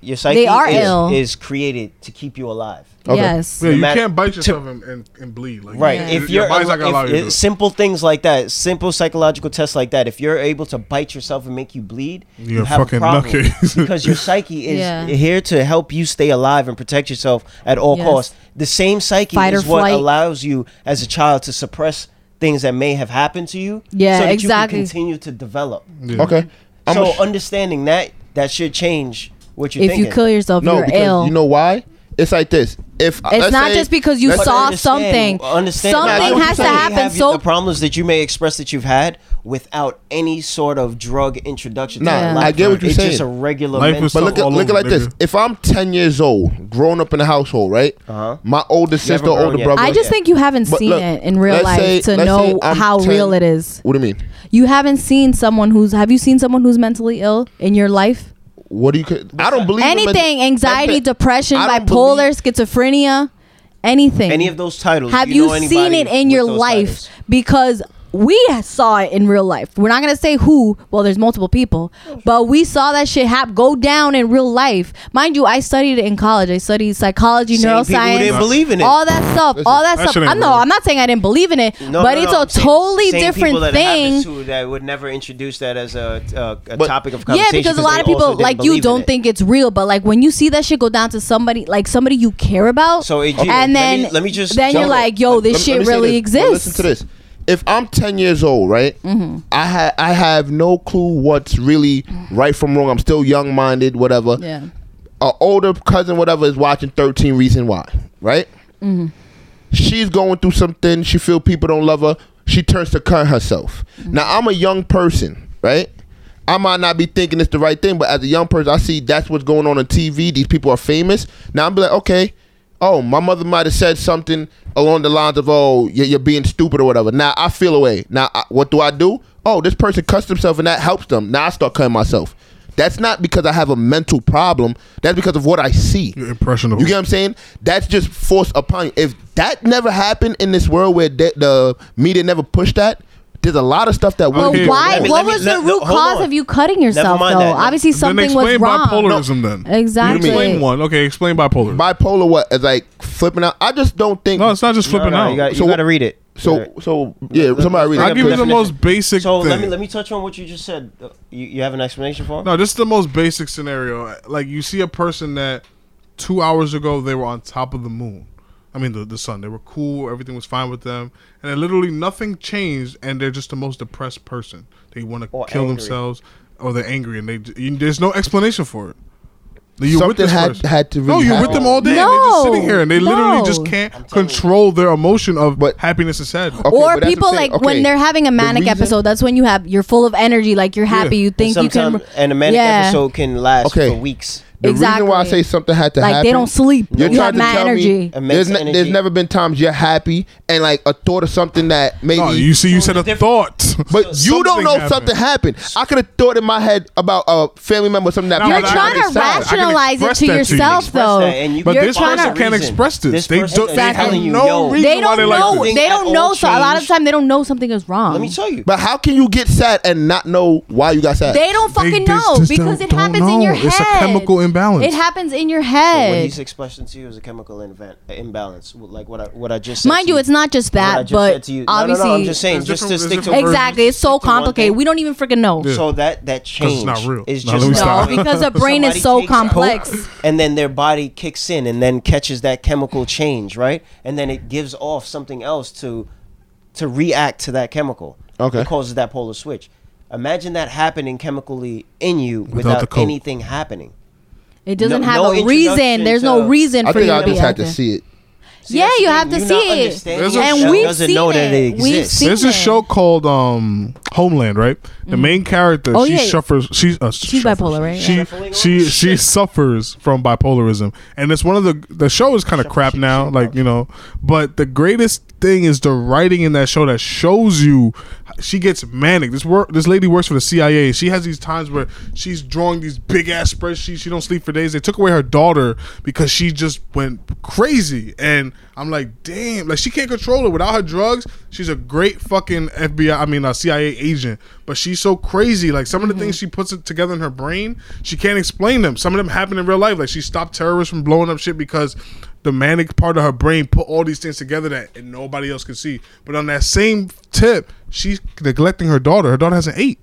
Speaker 3: Your psyche
Speaker 4: are
Speaker 3: is,
Speaker 4: ill.
Speaker 3: is created to keep you alive.
Speaker 2: Okay.
Speaker 4: Yes.
Speaker 1: Yeah, you
Speaker 3: matter-
Speaker 1: can't bite yourself and, and, and bleed. Like,
Speaker 3: Right.
Speaker 1: your-
Speaker 3: If
Speaker 1: your
Speaker 3: you're
Speaker 1: body's not gonna
Speaker 3: if-
Speaker 1: allow you to. do
Speaker 3: if-
Speaker 1: it.
Speaker 3: simple things like that, simple psychological tests like that, if you're able to bite yourself and make you bleed, you
Speaker 1: You're
Speaker 3: have
Speaker 1: fucking
Speaker 3: a problem
Speaker 1: lucky.
Speaker 3: because your psyche is
Speaker 4: Yeah.
Speaker 3: here to help you stay alive and protect yourself at all
Speaker 4: Yes.
Speaker 3: costs. The same psyche
Speaker 4: Fight
Speaker 3: is
Speaker 4: or
Speaker 3: what
Speaker 4: flight.
Speaker 3: allows you as a child to suppress things that may have happened to you.
Speaker 4: Yeah,
Speaker 3: so that
Speaker 4: exactly.
Speaker 3: You can continue to develop.
Speaker 2: okay, I'm
Speaker 3: so
Speaker 2: a-
Speaker 3: understanding that that should change what you're
Speaker 4: If
Speaker 3: thinking.
Speaker 4: you kill yourself,
Speaker 2: no
Speaker 4: you're
Speaker 2: because
Speaker 4: ill.
Speaker 2: you know why? It's like this. If
Speaker 5: It's not just because you
Speaker 2: let's
Speaker 5: saw
Speaker 2: say-
Speaker 5: something.
Speaker 3: Understand
Speaker 5: Something
Speaker 3: Like, you
Speaker 2: has
Speaker 3: may
Speaker 2: to
Speaker 5: happen,
Speaker 3: have
Speaker 5: so-
Speaker 3: the problems that you may express that you've had without any sort of drug introduction.
Speaker 2: Nah,
Speaker 3: to your
Speaker 2: I
Speaker 3: life.
Speaker 2: get what you're
Speaker 3: it's
Speaker 2: saying.
Speaker 3: just a regular.
Speaker 1: Life
Speaker 3: mental-
Speaker 1: is
Speaker 2: But look at
Speaker 1: all
Speaker 2: look at
Speaker 1: over,
Speaker 2: like this.
Speaker 1: nigga.
Speaker 2: If I'm ten years old, grown up in a household, right?
Speaker 3: Uh-huh.
Speaker 2: My older sister,
Speaker 3: grown
Speaker 2: older
Speaker 3: yet.
Speaker 2: brother.
Speaker 4: I just
Speaker 3: Yeah.
Speaker 4: think you haven't
Speaker 2: But
Speaker 4: seen
Speaker 2: look,
Speaker 4: it in real
Speaker 2: let's
Speaker 4: life
Speaker 2: say-
Speaker 4: to
Speaker 2: let's say
Speaker 4: know
Speaker 2: I'm
Speaker 4: how
Speaker 2: 10
Speaker 4: real it is.
Speaker 2: What do you mean?
Speaker 4: You haven't seen someone who's. Have you seen someone who's mentally ill in your life?
Speaker 2: What do you? co- I don't believe in men-
Speaker 4: Anything, anxiety,
Speaker 2: That's it.
Speaker 4: depression,
Speaker 2: I don't
Speaker 4: bipolar,
Speaker 2: believe-
Speaker 4: schizophrenia, anything.
Speaker 3: any of those titles.
Speaker 4: Have
Speaker 3: you
Speaker 4: you,
Speaker 3: know
Speaker 4: seen
Speaker 3: anybody
Speaker 4: it in
Speaker 3: with
Speaker 4: your
Speaker 3: those
Speaker 4: life?
Speaker 3: titles?
Speaker 4: Because
Speaker 5: we saw it in real life. We're not gonna say who. Well, there's multiple people, but we saw that shit happen go down in real life. Mind you, I studied it in college. I studied psychology,
Speaker 3: Same people who
Speaker 5: neuroscience.
Speaker 3: didn't believe in it.
Speaker 5: All that stuff. all that,
Speaker 1: that shit
Speaker 5: stuff.
Speaker 1: ain't
Speaker 5: I'm no.
Speaker 1: real.
Speaker 5: I'm not saying I didn't believe in it,
Speaker 3: No,
Speaker 5: but
Speaker 3: no,
Speaker 5: it's
Speaker 3: no,
Speaker 5: a
Speaker 3: I'm saying
Speaker 5: totally
Speaker 3: same
Speaker 5: different
Speaker 3: people that it
Speaker 5: thing.
Speaker 3: happens to that would never introduce that as a, a, a
Speaker 2: But-
Speaker 3: topic of
Speaker 5: Yeah,
Speaker 3: conversation.
Speaker 5: because a lot
Speaker 3: they
Speaker 5: of people
Speaker 3: also didn't
Speaker 5: like you
Speaker 3: believe in
Speaker 5: don't
Speaker 3: it.
Speaker 5: think it's real, but like when you see that shit go down to somebody, like somebody you care about,
Speaker 3: So it- let
Speaker 5: and
Speaker 3: me-
Speaker 5: then
Speaker 3: let me just
Speaker 5: then you're
Speaker 3: jump-
Speaker 5: like, yo,
Speaker 2: Let-
Speaker 5: this
Speaker 2: let
Speaker 5: shit
Speaker 2: me say
Speaker 5: really
Speaker 2: this. But
Speaker 5: exists. Mm-hmm.
Speaker 2: Listen to this. If I'm 10 years old, right? I ha- I have no clue what's really right from wrong. I'm still young minded, whatever.
Speaker 4: Yeah.
Speaker 2: A older cousin, whatever, is watching 13 Reason Why, right? She's going through something. She feel people don't love her. She turns to cut herself. Now I'm a young person, right? I might not be thinking it's the right thing, but as a young person, I see that's what's going on on TV. These people are famous. Now I'm be like, okay, oh, my mother might have said something along the lines of, oh, you're, you're being stupid or whatever. Now I feel away. Now I, what do I do? Oh, this person cuts themselves and that helps them. Now I start cutting myself. That's not because I have a mental problem. That's because of what I see.
Speaker 1: You're impressionable.
Speaker 2: You get what I'm saying? That's just forced upon you. If that never happened in this world where the, the media never pushed that, there's a lot of stuff that
Speaker 1: Well,
Speaker 2: would
Speaker 5: But
Speaker 1: Okay,
Speaker 2: be.
Speaker 5: why?
Speaker 3: let me-
Speaker 5: what
Speaker 3: let me-
Speaker 5: was
Speaker 3: let-
Speaker 5: the
Speaker 3: no,
Speaker 5: root
Speaker 3: hold
Speaker 5: cause
Speaker 3: on.
Speaker 5: of you cutting yourself, though?
Speaker 3: mind that.
Speaker 5: Obviously,
Speaker 1: then
Speaker 5: something was
Speaker 1: explain
Speaker 5: wrong.
Speaker 1: bipolarism then.
Speaker 5: Exactly.
Speaker 1: Explain one. Okay, explain bipolarism.
Speaker 2: bipolar what is like flipping out. I just don't think
Speaker 1: no, it's not just
Speaker 3: No,
Speaker 1: flipping
Speaker 3: no,
Speaker 1: out.
Speaker 3: You got
Speaker 2: So-
Speaker 3: to read it.
Speaker 2: so so yeah, somebody read
Speaker 1: I'll
Speaker 2: it.
Speaker 1: give you the
Speaker 3: definition.
Speaker 1: most basic
Speaker 3: So let me
Speaker 1: thing.
Speaker 3: let me touch on what you just said. Uh, You, you have an explanation for? it?
Speaker 1: No, this is the most basic scenario. Like you see a person that two hours ago they were on top of the moon. I mean the, the sun. They were cool. Everything was fine with them, and then literally nothing changed. And they're just the most depressed person. They want to
Speaker 3: Or
Speaker 1: kill
Speaker 3: angry.
Speaker 1: themselves, or they're angry, and they you, there's no explanation for it. You
Speaker 2: Something had- had to
Speaker 1: no,
Speaker 2: really
Speaker 1: you're with
Speaker 2: happen.
Speaker 1: them all day. and they're just sitting here, and they
Speaker 5: No,
Speaker 1: literally just
Speaker 5: no.
Speaker 1: can't control their emotion of
Speaker 2: But-
Speaker 1: happiness and sadness.
Speaker 2: Okay,
Speaker 5: or
Speaker 2: but that's
Speaker 5: people
Speaker 2: the thing.
Speaker 5: like when
Speaker 2: Okay,
Speaker 5: they're having a
Speaker 2: the
Speaker 5: manic
Speaker 2: reason-
Speaker 5: episode. That's when you have you're full of energy, like you're happy.
Speaker 1: Yeah.
Speaker 5: You think you can.
Speaker 3: Sometime- and a manic
Speaker 5: Yeah.
Speaker 3: episode can last
Speaker 2: Okay.
Speaker 3: for weeks.
Speaker 2: The reason why I say
Speaker 5: Exactly.
Speaker 2: something had to
Speaker 5: Like, they
Speaker 2: happen.
Speaker 5: don't sleep.
Speaker 2: You're
Speaker 5: You
Speaker 2: trying
Speaker 5: have
Speaker 2: to
Speaker 5: mad
Speaker 2: tell me
Speaker 5: energy.
Speaker 2: there's,
Speaker 3: Immense
Speaker 2: ne- there's
Speaker 3: energy.
Speaker 2: never been times you're happy and like a thought of something that maybe
Speaker 1: No, you see, you said a
Speaker 3: different-
Speaker 1: thought,
Speaker 2: But you don't know something happened. I could have thought in my head about a family member, something that
Speaker 1: No,
Speaker 5: You're
Speaker 1: but I
Speaker 5: trying
Speaker 1: can
Speaker 5: to
Speaker 2: happened.
Speaker 1: express- I can
Speaker 5: rationalize it
Speaker 1: express
Speaker 5: to
Speaker 1: that to you.
Speaker 5: yourself,
Speaker 1: Express
Speaker 5: though.
Speaker 3: that and you
Speaker 1: But
Speaker 3: can
Speaker 1: this
Speaker 3: find
Speaker 1: person
Speaker 3: a
Speaker 1: can't
Speaker 3: reason.
Speaker 1: express this.
Speaker 3: This
Speaker 1: They
Speaker 3: person
Speaker 1: don't- they
Speaker 3: is
Speaker 5: have
Speaker 3: telling you,
Speaker 1: no
Speaker 3: yo,
Speaker 1: reason.
Speaker 5: They
Speaker 1: Why they
Speaker 5: don't
Speaker 1: like
Speaker 5: know.
Speaker 1: this?
Speaker 5: They don't
Speaker 3: At
Speaker 5: know.
Speaker 3: all
Speaker 5: So a lot of
Speaker 3: change.
Speaker 5: time they don't know something is wrong.
Speaker 3: Let me tell you.
Speaker 2: But how can you get sad and not know why you got sad?
Speaker 5: They don't
Speaker 1: They
Speaker 5: fucking
Speaker 1: just-
Speaker 5: know
Speaker 1: just
Speaker 5: because
Speaker 1: don't-
Speaker 5: it
Speaker 1: don't
Speaker 5: happens in your
Speaker 1: know.
Speaker 5: head.
Speaker 1: It's a chemical imbalance.
Speaker 5: It happens in your
Speaker 3: what
Speaker 5: head.
Speaker 3: he's expressing to you is a chemical inva- imbalance, like what I what I just said
Speaker 5: Mind
Speaker 3: to
Speaker 5: you, it's not just
Speaker 3: What I
Speaker 5: that,
Speaker 3: just
Speaker 5: but
Speaker 3: said to you. No, no,
Speaker 5: obviously,
Speaker 3: no, I'm just saying,
Speaker 1: There's
Speaker 3: just to
Speaker 1: different-
Speaker 3: stick
Speaker 1: there's
Speaker 3: to
Speaker 1: different
Speaker 5: exactly, it's so
Speaker 3: stick to one
Speaker 5: complicated.
Speaker 3: thing.
Speaker 5: We don't even freaking know.
Speaker 1: Yeah.
Speaker 3: So that that change
Speaker 1: it's not real.
Speaker 3: is
Speaker 1: No,
Speaker 3: just
Speaker 1: let me
Speaker 5: No,
Speaker 1: stop.
Speaker 5: because the brain is
Speaker 3: Somebody
Speaker 5: so
Speaker 3: takes out-
Speaker 5: complex.
Speaker 3: and then their body kicks in and then catches that chemical change, right? And then it gives off something else to to react to that chemical.
Speaker 2: Okay.
Speaker 3: It causes that polar switch. Imagine that happening chemically in you
Speaker 1: Without
Speaker 3: without,
Speaker 1: the coke.
Speaker 3: anything happening.
Speaker 5: It doesn't
Speaker 3: No-
Speaker 5: have
Speaker 3: no
Speaker 5: a
Speaker 3: introduction
Speaker 5: reason. There's no
Speaker 3: to-
Speaker 5: reason
Speaker 2: I
Speaker 5: for
Speaker 2: think
Speaker 5: you
Speaker 2: I
Speaker 5: to be
Speaker 2: just had
Speaker 5: out
Speaker 2: to
Speaker 5: there.
Speaker 2: see it.
Speaker 3: See,
Speaker 5: Yeah,
Speaker 3: that's
Speaker 5: you
Speaker 3: the
Speaker 5: have
Speaker 3: thing.
Speaker 5: to
Speaker 3: You're
Speaker 5: see
Speaker 3: not
Speaker 5: it.
Speaker 3: understanding
Speaker 1: There's a
Speaker 3: yourself.
Speaker 1: show-
Speaker 5: And we've
Speaker 3: doesn't
Speaker 5: seen
Speaker 3: know
Speaker 5: it.
Speaker 3: that it
Speaker 5: We've
Speaker 3: exists.
Speaker 5: seen
Speaker 1: There's a
Speaker 5: it.
Speaker 1: show called um, Homeland, right? The main character,
Speaker 5: Oh,
Speaker 1: she
Speaker 5: yeah.
Speaker 1: suffers. She's uh,
Speaker 5: She's
Speaker 1: suffers.
Speaker 5: bipolar, right?
Speaker 1: She
Speaker 5: Yeah.
Speaker 1: she she suffers from bipolarism, and it's one of the the show is kind of crap now, like you know. But the greatest thing is the writing in that show that shows you she gets manic. This work this lady works for the CIA. She has these times where she's drawing these big ass spreadsheets. She don't sleep for days. They took away her daughter because she just went crazy, and I'm like, damn, like she can't control it without her drugs. She's a great fucking FBI, I mean, a CIA agent, but she's so crazy. Like some of the things she puts it together in her brain, she can't explain them. Some of them happen in real life. Like she stopped terrorists from blowing up shit because the manic part of her brain put all these things together that and nobody else could see. But on that same tip, she's neglecting her daughter. Her daughter has an eight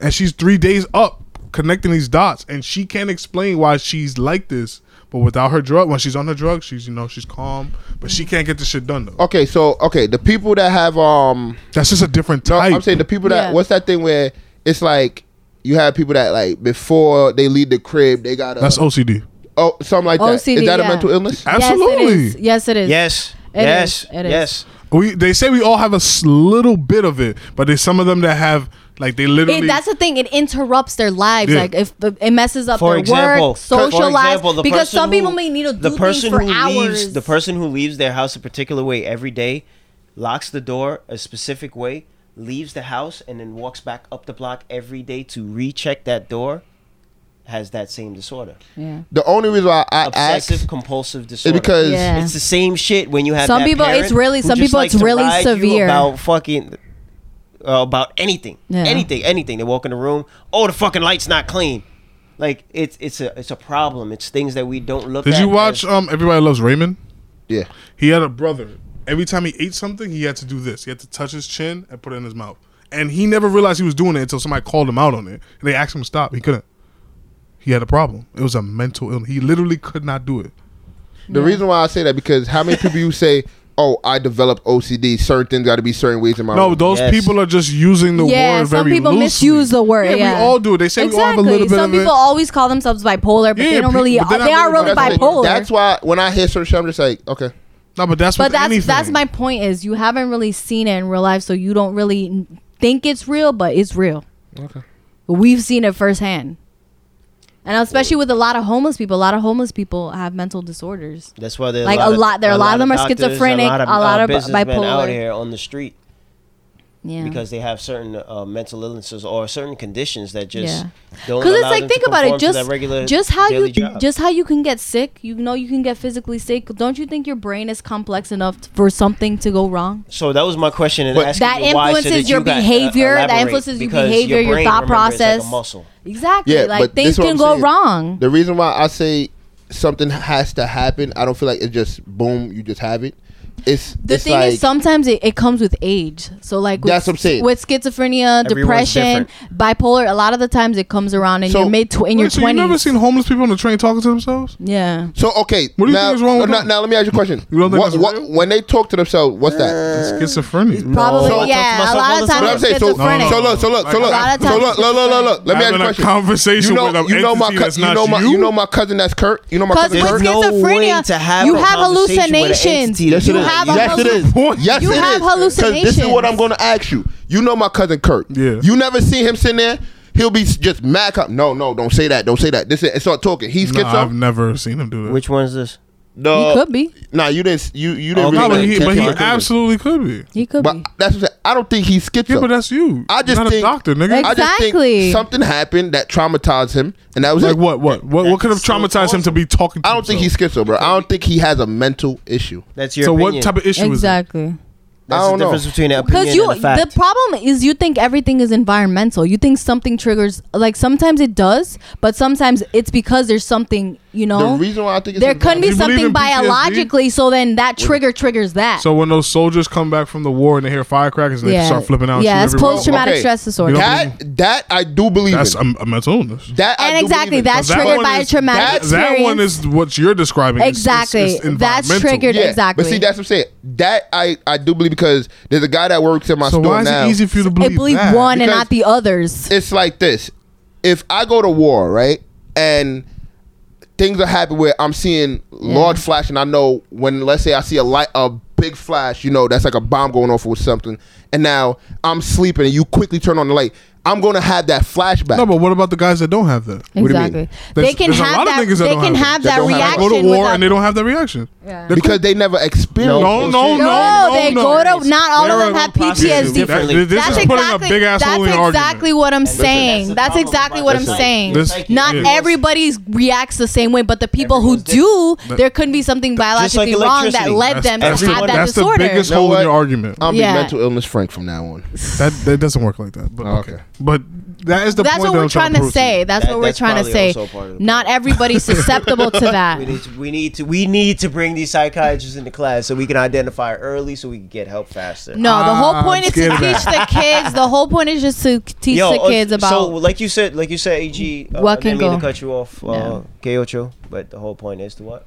Speaker 1: and she's three days up connecting these dots, and she can't explain why she's like this. But without her drug, when she's on her drug, she's you know she's calm, but she can't get the shit done though.
Speaker 2: Okay, so okay, the people that have um,
Speaker 1: That's just a different
Speaker 2: no,
Speaker 1: type.
Speaker 2: I'm saying the people that
Speaker 4: Yeah.
Speaker 2: what's that thing where it's like you have people that like before they leave the crib they got a
Speaker 1: That's OCD.
Speaker 2: oh something like that. Is
Speaker 4: OCD,
Speaker 2: that a
Speaker 4: yeah.
Speaker 2: mental illness?
Speaker 1: Absolutely.
Speaker 4: Yes, it is. Yes, it
Speaker 3: yes.
Speaker 4: is. It is.
Speaker 3: yes.
Speaker 4: It is.
Speaker 3: Yes.
Speaker 1: We they say we all have a s- little bit of it, but there's some of them that have like they literally.
Speaker 4: It, that's the thing. It interrupts their lives.
Speaker 1: Yeah.
Speaker 4: Like if the, it messes up
Speaker 3: for
Speaker 4: their
Speaker 3: example,
Speaker 4: work, social
Speaker 3: for
Speaker 4: lives.
Speaker 3: example, the
Speaker 4: because
Speaker 3: person
Speaker 4: some people
Speaker 3: who-
Speaker 4: may need to do
Speaker 3: the person
Speaker 4: things for
Speaker 3: who
Speaker 4: hours.
Speaker 3: Leaves, the person who leaves their house a particular way every day, locks the door a specific way, leaves the house, and then walks back up the block every day to recheck that door, has that same disorder.
Speaker 2: The only reason why I asked
Speaker 3: Obsessive compulsive disorder.
Speaker 2: because-
Speaker 4: Yeah.
Speaker 3: it's the same shit when you have
Speaker 5: Some
Speaker 3: that
Speaker 5: people- it's
Speaker 3: parent
Speaker 5: really-
Speaker 3: who
Speaker 5: some
Speaker 3: just
Speaker 5: people
Speaker 3: likes
Speaker 5: it's
Speaker 3: to
Speaker 5: really
Speaker 3: ride you
Speaker 5: severe.
Speaker 3: about fucking. uh, about anything,
Speaker 4: Yeah.
Speaker 3: anything, anything. They walk in the room, oh, the fucking light's not clean. Like it's it's a it's a problem. It's things that we don't look.
Speaker 1: Did
Speaker 3: at
Speaker 1: you watch
Speaker 3: as-
Speaker 1: um Everybody Loves Raymond?
Speaker 2: Yeah.
Speaker 1: He had a brother. Every time he ate something, he had to do this. He had to touch his chin and put it in his mouth. And he never realized he was doing it until somebody called him out on it. And they asked him to stop. He couldn't. He had a problem. It was a mental illness. He literally could not do it.
Speaker 2: The reason why I say that because how many people you say, "Oh, I developed OCD. Certain things got to be certain ways in my
Speaker 1: No,
Speaker 2: room."
Speaker 1: those
Speaker 3: Oh, Yes.
Speaker 1: people are just using the
Speaker 4: Yeah,
Speaker 1: word
Speaker 4: some
Speaker 1: very
Speaker 4: people
Speaker 1: loosely.
Speaker 4: misuse the word, yeah.
Speaker 1: we all do. They say we all have a little
Speaker 5: Exactly.
Speaker 1: bit
Speaker 5: Some
Speaker 1: of it.
Speaker 5: people always call themselves bipolar, but
Speaker 1: Yeah,
Speaker 5: they don't
Speaker 1: pe-
Speaker 5: really.
Speaker 1: but they're not
Speaker 5: They are
Speaker 1: really
Speaker 5: really
Speaker 1: bipolar.
Speaker 2: that's,
Speaker 5: bipolar.
Speaker 2: that's why when I hear certain shit, I'm just like, okay.
Speaker 1: no, but that's
Speaker 4: but
Speaker 1: with
Speaker 4: that's
Speaker 1: anything.
Speaker 4: that's my point is you haven't really seen it in real life so you don't really n- think it's real but it's real
Speaker 2: Okay.
Speaker 4: we've seen it firsthand and especially with a lot of homeless people a lot of homeless people have mental disorders
Speaker 3: That's why there are
Speaker 4: Like, a lot- there are a lot of them are
Speaker 3: doctors,
Speaker 4: schizophrenic,
Speaker 3: a
Speaker 4: a lot
Speaker 3: uh,
Speaker 4: of bi-
Speaker 3: businessmen out
Speaker 4: bipolar.
Speaker 3: here on the street
Speaker 4: yeah
Speaker 3: because they have certain uh, mental illnesses or certain conditions that just
Speaker 4: Yeah.
Speaker 3: don't.
Speaker 4: because it's
Speaker 3: allow
Speaker 4: like
Speaker 3: them to
Speaker 4: think about
Speaker 3: conform
Speaker 4: it
Speaker 3: to
Speaker 4: just
Speaker 3: that regular
Speaker 4: just how you
Speaker 3: daily job.
Speaker 4: just how you can get sick you know you can get physically sick don't you think your brain is complex enough t- for something to go wrong
Speaker 3: So that was my question. And
Speaker 2: But-
Speaker 3: asking
Speaker 4: That
Speaker 3: you why, so
Speaker 4: influences
Speaker 3: you
Speaker 4: your
Speaker 3: got- uh,
Speaker 4: behavior, that
Speaker 3: elaborate,
Speaker 4: influences your
Speaker 3: because
Speaker 4: behavior, your
Speaker 3: brain
Speaker 4: thought
Speaker 3: remember it's
Speaker 4: process.
Speaker 3: Like a muscle.
Speaker 4: exactly
Speaker 2: Yeah,
Speaker 4: like
Speaker 2: but
Speaker 4: things
Speaker 2: this what
Speaker 4: can
Speaker 2: I'm
Speaker 4: go
Speaker 2: saying.
Speaker 4: wrong
Speaker 2: The reason why I say something has to happen, I don't feel like it just boom, you just have it. It's
Speaker 4: the
Speaker 2: it's
Speaker 4: thing
Speaker 2: like,
Speaker 4: is sometimes it, it comes with age so like with,
Speaker 2: That's what I'm saying.
Speaker 4: with schizophrenia
Speaker 3: Everyone's
Speaker 4: depression bipolar a lot of the times it comes around in
Speaker 2: So-
Speaker 4: your mid tw- in your
Speaker 1: Wait, so you
Speaker 4: 20s
Speaker 1: never seen homeless people on the train talking to themselves?
Speaker 4: yeah
Speaker 2: So okay,
Speaker 1: What do you
Speaker 2: now,
Speaker 1: think is wrong with
Speaker 2: now,
Speaker 1: that?
Speaker 2: now let me ask you a question.
Speaker 1: You don't think
Speaker 2: What-
Speaker 1: that's
Speaker 2: what-
Speaker 1: real?
Speaker 2: when they talk to themselves, what's
Speaker 3: Uh,
Speaker 2: that?
Speaker 1: Schizophrenia.
Speaker 4: probably
Speaker 2: So-
Speaker 4: yeah a lot of
Speaker 2: So
Speaker 4: times
Speaker 2: I'm
Speaker 4: it's
Speaker 2: saying, so,
Speaker 4: schizophrenic
Speaker 2: so look, so look,
Speaker 1: A
Speaker 2: so look,
Speaker 4: lot of
Speaker 2: so
Speaker 4: times
Speaker 2: look, look, look, look, look. Let me ask you
Speaker 1: Having
Speaker 2: a
Speaker 1: a
Speaker 2: question.
Speaker 1: conversation with an
Speaker 2: you know my,
Speaker 1: entity
Speaker 2: cou-
Speaker 1: that's
Speaker 2: you
Speaker 1: not
Speaker 2: know my,
Speaker 1: you?
Speaker 2: know my cousin that's Kurt. You know my
Speaker 4: because
Speaker 2: cousin
Speaker 3: There's
Speaker 2: Kurt.
Speaker 4: with
Speaker 3: no way to
Speaker 4: schizophrenia
Speaker 3: have
Speaker 4: you
Speaker 3: a
Speaker 4: have
Speaker 3: conversation with an
Speaker 4: hallucinations
Speaker 3: entity that
Speaker 4: you
Speaker 3: you don't
Speaker 4: have
Speaker 3: like.
Speaker 4: a
Speaker 2: Yes, it is.
Speaker 4: halluc-
Speaker 2: Yes,
Speaker 4: You
Speaker 2: it
Speaker 4: have
Speaker 2: is. 'Cause This is
Speaker 4: hallucinations.
Speaker 2: what I'm going to ask you. You know my cousin Kurt.
Speaker 1: Yeah.
Speaker 2: You never seen him sitting there. He'll be s- just mad. cop- No, no, don't say that. Don't say that. This is, and start talking. He's
Speaker 1: No,
Speaker 2: gets
Speaker 1: I've
Speaker 2: up.
Speaker 1: never seen him do that.
Speaker 3: Which one's this?
Speaker 2: No,
Speaker 4: he could be
Speaker 2: Nah, you didn't. s- You you
Speaker 3: Oh,
Speaker 2: didn't.
Speaker 1: no,
Speaker 2: really
Speaker 1: but
Speaker 2: know.
Speaker 1: he,
Speaker 2: Can't
Speaker 1: but he
Speaker 2: tell me.
Speaker 1: absolutely could be.
Speaker 4: he could
Speaker 2: But
Speaker 4: be
Speaker 2: that's what I'm saying. I don't think he's schizo.
Speaker 1: Yeah, but that's you.
Speaker 2: I just
Speaker 1: not
Speaker 2: think-
Speaker 1: a doctor, nigga.
Speaker 2: I just
Speaker 4: Exactly.
Speaker 2: think something happened that traumatized him, and that was
Speaker 1: like
Speaker 2: it.
Speaker 1: what? What? What? What could have
Speaker 3: That's so
Speaker 1: traumatized him to be talking? to
Speaker 2: I don't think he's
Speaker 1: himself?
Speaker 2: schizo, bro. I don't think he has a mental issue.
Speaker 3: That's your
Speaker 1: So
Speaker 3: opinion.
Speaker 1: what type of issue
Speaker 4: exactly
Speaker 3: That's
Speaker 2: I don't
Speaker 3: the
Speaker 2: know.
Speaker 3: difference between an opinion
Speaker 4: because you
Speaker 3: and a fact.
Speaker 4: the problem is you think everything is environmental you think something triggers like sometimes it does but sometimes it's because there's something you know
Speaker 2: The reason why I think it's
Speaker 4: there could
Speaker 1: Do
Speaker 4: be
Speaker 1: you believe in PTSD?
Speaker 4: something biologically so then that trigger triggers that
Speaker 1: is it? So when those soldiers come back from the war and they hear firecrackers, and they start flipping out. and
Speaker 4: yeah
Speaker 1: shoot
Speaker 4: it's
Speaker 1: everyone.
Speaker 4: post-traumatic
Speaker 2: Okay.
Speaker 4: stress disorder
Speaker 1: You know-
Speaker 2: that that I do believe
Speaker 1: That's
Speaker 2: in.
Speaker 1: a, a mental illness.
Speaker 2: that I
Speaker 4: and
Speaker 2: do
Speaker 4: exactly
Speaker 2: believe in.
Speaker 4: that's
Speaker 1: But that
Speaker 4: traumatic
Speaker 1: one
Speaker 4: by a
Speaker 1: is-
Speaker 4: traumatic
Speaker 2: that-
Speaker 4: experience
Speaker 1: That one is what you're describing. It's- it's- it's
Speaker 4: Exactly. That's
Speaker 1: environmental.
Speaker 4: triggered
Speaker 2: Yeah,
Speaker 4: exactly.
Speaker 2: But see, that's what I'm saying. That I I do believe because there's a guy that works in my
Speaker 1: So
Speaker 2: store
Speaker 1: why is
Speaker 2: now.
Speaker 1: it easy for you to
Speaker 4: I
Speaker 1: believe,
Speaker 4: believe
Speaker 1: that?
Speaker 4: one and
Speaker 2: Because-
Speaker 4: not the others
Speaker 2: it's like this: if I go to war, right, and things are happening where I'm seeing large flash, and I know when let's say I see a light, a big flash, you know, that's like a bomb going off or something, and now I'm sleeping, and you quickly turn on the light. I'm gonna have that flashback.
Speaker 1: No, but what about the guys that don't have that?
Speaker 2: What do you mean?
Speaker 4: exactly they
Speaker 1: There's-
Speaker 4: can
Speaker 1: there's a
Speaker 4: have
Speaker 1: lot of
Speaker 4: that
Speaker 1: niggas that
Speaker 4: they
Speaker 1: don't
Speaker 4: can
Speaker 1: have
Speaker 4: have
Speaker 1: that.
Speaker 4: that
Speaker 2: That don't have that.
Speaker 4: reaction
Speaker 1: Go to war
Speaker 4: without-
Speaker 1: and they don't have that reaction.
Speaker 4: Yeah.
Speaker 1: They're
Speaker 2: because they never experienced.
Speaker 1: No,
Speaker 2: it.
Speaker 1: no, no,
Speaker 4: No,
Speaker 1: no,
Speaker 4: they
Speaker 1: no.
Speaker 4: go to- not all of
Speaker 1: They're
Speaker 4: them
Speaker 1: a-
Speaker 4: have
Speaker 1: Yeah,
Speaker 4: PTSD.
Speaker 1: that-
Speaker 3: Differently.
Speaker 1: This
Speaker 4: that's
Speaker 1: is putting
Speaker 4: exactly,
Speaker 1: a big ass
Speaker 4: that's
Speaker 1: hole in your
Speaker 4: exactly
Speaker 1: argument.
Speaker 4: what I'm
Speaker 3: Listen,
Speaker 4: saying.
Speaker 3: that's
Speaker 4: That's,
Speaker 3: the problem
Speaker 4: exactly
Speaker 3: about
Speaker 4: what I'm
Speaker 1: this thing.
Speaker 4: saying.
Speaker 1: This-
Speaker 4: Not
Speaker 1: yeah.
Speaker 4: everybody reacts the same way, but the people who
Speaker 3: Everyone's different.
Speaker 4: do, there could be something biologically wrong that
Speaker 3: electricity.
Speaker 4: led them
Speaker 1: That's
Speaker 4: to
Speaker 1: the-
Speaker 4: have that
Speaker 1: that's
Speaker 4: disorder.
Speaker 1: the biggest
Speaker 2: You know
Speaker 1: hole in
Speaker 2: what?
Speaker 1: your argument.
Speaker 2: I'm
Speaker 4: Yeah.
Speaker 2: be mental illness Frank from now on.
Speaker 1: That that doesn't work like that. But
Speaker 2: Oh,
Speaker 1: okay.
Speaker 2: okay.
Speaker 1: But that is the
Speaker 4: that's
Speaker 1: point
Speaker 4: what
Speaker 1: that
Speaker 4: we're
Speaker 1: I'm
Speaker 4: trying
Speaker 1: to
Speaker 4: to
Speaker 1: prove
Speaker 4: say.
Speaker 1: you.
Speaker 4: That's
Speaker 3: That-
Speaker 4: what we're
Speaker 3: that's
Speaker 4: trying to
Speaker 3: probably
Speaker 4: say.
Speaker 3: also part of the
Speaker 4: Not everybody's susceptible to that.
Speaker 3: We need, to, we need to we need to bring these psychiatrists into class so we can identify early so we can get help faster.
Speaker 4: No, the
Speaker 1: Ah, I'm
Speaker 4: whole point is to
Speaker 1: scared of
Speaker 4: teach the kids. The whole point is just to teach
Speaker 3: Yo,
Speaker 4: the
Speaker 3: uh,
Speaker 4: kids about.
Speaker 3: so like you said like you said AG uh,
Speaker 4: What
Speaker 3: I didn't
Speaker 4: can
Speaker 3: mean to
Speaker 4: go-
Speaker 3: cut you off uh,
Speaker 4: No.
Speaker 3: Keocho, but the whole point is to what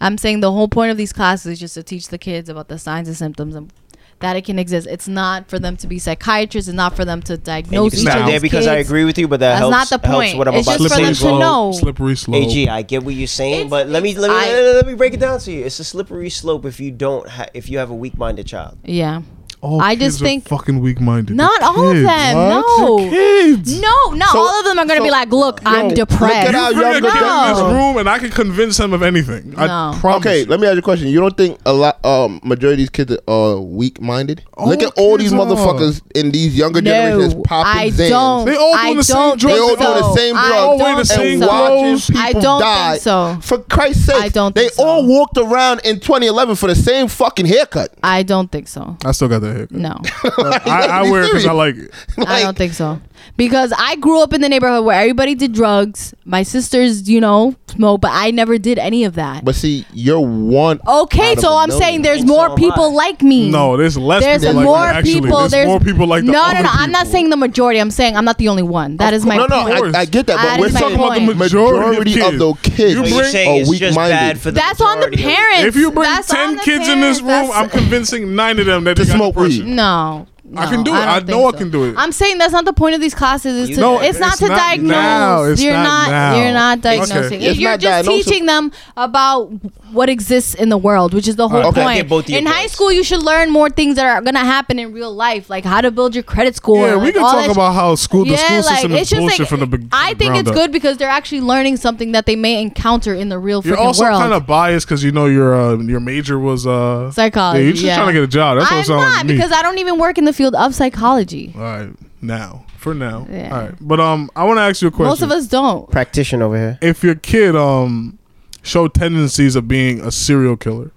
Speaker 4: I'm saying the whole point of these classes is just to teach the kids about the signs and symptoms and that it can exist. It's not for them to be psychiatrists. It's not for them to
Speaker 3: and you
Speaker 4: diagnose
Speaker 3: can
Speaker 4: each
Speaker 1: stop
Speaker 3: stop
Speaker 4: other's
Speaker 3: there because I
Speaker 4: kids.
Speaker 3: agree with you but that
Speaker 4: That's
Speaker 3: helps
Speaker 4: not the
Speaker 3: helps
Speaker 4: point.
Speaker 3: what I'm
Speaker 4: It's
Speaker 3: about
Speaker 4: just
Speaker 3: to
Speaker 1: Slippery
Speaker 4: for them
Speaker 3: say.
Speaker 4: to know.
Speaker 1: slope. Slippery slope.
Speaker 3: AG, I get what you're saying,
Speaker 4: It's-
Speaker 3: but let me
Speaker 4: it's-
Speaker 3: let me,
Speaker 4: I-
Speaker 3: let, me let me break it down to you. It's a slippery slope if you don't ha- if you have a weak-minded child.
Speaker 4: Yeah.
Speaker 1: All
Speaker 4: I
Speaker 1: kids
Speaker 4: just
Speaker 1: are
Speaker 4: think-
Speaker 1: fucking weak minded.
Speaker 4: Not all of them. No.
Speaker 1: kids.
Speaker 4: No, not
Speaker 2: So-
Speaker 4: all of them are going to
Speaker 2: so-
Speaker 4: be like, look, I'm
Speaker 2: look
Speaker 4: depressed.
Speaker 2: at how
Speaker 1: Bring a
Speaker 2: younger
Speaker 1: kid in this
Speaker 4: No.
Speaker 1: room and I can convince him of anything. I
Speaker 4: No.
Speaker 1: promise.
Speaker 2: Okay,
Speaker 1: Okay.
Speaker 2: let me ask you a question. You don't think a lot, um, majority of these kids are weak minded?
Speaker 1: All
Speaker 2: Look at all these
Speaker 1: kids are.
Speaker 2: motherfuckers in these younger generations
Speaker 4: no,
Speaker 2: popping
Speaker 4: I
Speaker 2: Zans.
Speaker 4: don't.
Speaker 1: They all
Speaker 4: I
Speaker 1: doing the same
Speaker 4: don't
Speaker 1: drugs.
Speaker 4: think
Speaker 1: They all doing
Speaker 4: so.
Speaker 2: the same
Speaker 4: I
Speaker 2: drugs.
Speaker 1: All wearing the
Speaker 4: don't
Speaker 1: same
Speaker 4: think
Speaker 2: And
Speaker 4: so.
Speaker 2: watching
Speaker 1: clothes.
Speaker 2: people
Speaker 4: I don't
Speaker 2: die.
Speaker 4: think so.
Speaker 2: For Christ's sake,
Speaker 4: I don't
Speaker 2: they
Speaker 4: think so.
Speaker 2: all walked around in 2011 for the same fucking haircut.
Speaker 4: I don't think so.
Speaker 1: I still got the haircut.
Speaker 4: No,
Speaker 1: But I, I
Speaker 2: be
Speaker 1: wear it because I
Speaker 2: serious.
Speaker 1: like it.
Speaker 4: I don't think so. Because I grew up in the neighborhood where everybody did drugs. My sisters, you know, smoke, but I never did any of that.
Speaker 2: But see, you're one.
Speaker 4: okay,
Speaker 2: out of
Speaker 4: so
Speaker 2: a
Speaker 4: I'm
Speaker 2: million.
Speaker 4: saying there's
Speaker 3: And so
Speaker 4: more
Speaker 3: am
Speaker 4: people
Speaker 3: I.
Speaker 4: like me.
Speaker 1: No, there's less
Speaker 4: There's
Speaker 1: people
Speaker 4: more
Speaker 1: like that, actually.
Speaker 4: people.
Speaker 1: There's,
Speaker 4: there's
Speaker 1: more people like
Speaker 4: no,
Speaker 1: the
Speaker 4: no,
Speaker 1: other
Speaker 4: no. I'm not
Speaker 1: people.
Speaker 4: saying the majority. I'm saying I'm not the only one. That is my
Speaker 2: no, no,
Speaker 4: point.
Speaker 1: course.
Speaker 2: I, I get that,
Speaker 4: That
Speaker 2: but we're
Speaker 4: is my
Speaker 2: talking about the
Speaker 4: point.
Speaker 2: majority
Speaker 1: Majority
Speaker 2: of,
Speaker 1: of
Speaker 2: those kids
Speaker 1: You
Speaker 3: So you're
Speaker 1: bring-
Speaker 2: are
Speaker 3: saying it's just bad
Speaker 2: weak-minded.
Speaker 3: for the
Speaker 4: That's on the
Speaker 3: majority of-
Speaker 4: parents.
Speaker 1: If you bring
Speaker 4: That's on
Speaker 1: ten
Speaker 4: the
Speaker 1: kids in this room,
Speaker 4: parents.
Speaker 1: I'm
Speaker 4: That's-
Speaker 1: convincing nine of them that
Speaker 2: To
Speaker 1: they
Speaker 2: smoke
Speaker 1: got depression.
Speaker 2: weed.
Speaker 4: No.
Speaker 1: I
Speaker 4: no,
Speaker 1: can do it.
Speaker 4: don't
Speaker 1: I know
Speaker 4: think
Speaker 1: I can do it.
Speaker 4: I'm saying that's not the point of these classes. It's, to,
Speaker 1: No,
Speaker 4: it's, not
Speaker 1: it's
Speaker 4: to
Speaker 1: not
Speaker 4: diagnose.
Speaker 1: now. It's
Speaker 4: you're
Speaker 1: not
Speaker 4: not.
Speaker 1: now.
Speaker 4: You're not
Speaker 1: It's-
Speaker 4: diagnosing.
Speaker 2: okay. It's
Speaker 4: You're
Speaker 2: not
Speaker 4: just
Speaker 2: diagnosing.
Speaker 4: teaching them about what exists in the world, which is the whole
Speaker 2: Okay. I
Speaker 3: get both
Speaker 4: point.
Speaker 3: of your
Speaker 4: In high
Speaker 3: points.
Speaker 4: school, you should learn more things that are gonna happen in real life, like how to build your credit score.
Speaker 1: Yeah, we
Speaker 4: like
Speaker 1: can
Speaker 4: all
Speaker 1: talk
Speaker 4: that
Speaker 1: about how school the
Speaker 4: yeah,
Speaker 1: school
Speaker 4: like
Speaker 1: system
Speaker 4: it's
Speaker 1: is
Speaker 4: just
Speaker 1: bullshit
Speaker 4: like
Speaker 1: from the beginning.
Speaker 4: I think it's good because they're actually learning something that they may encounter in the real freaking
Speaker 1: You're also
Speaker 4: world.
Speaker 1: kind of biased because you know your uh, your major was uh,
Speaker 4: Psychology,
Speaker 1: Yeah, you're just
Speaker 4: yeah.
Speaker 1: trying to get a job. That's what it
Speaker 4: I'm
Speaker 1: sounds
Speaker 4: not
Speaker 1: like to me.
Speaker 4: because I don't even work in the field of psychology.
Speaker 1: All right, now for now.
Speaker 4: Yeah.
Speaker 1: All right, but um, I want to ask you a question.
Speaker 4: Most of us don't.
Speaker 3: Practitioner over here.
Speaker 1: if your kid um showed tendencies of being a serial killer,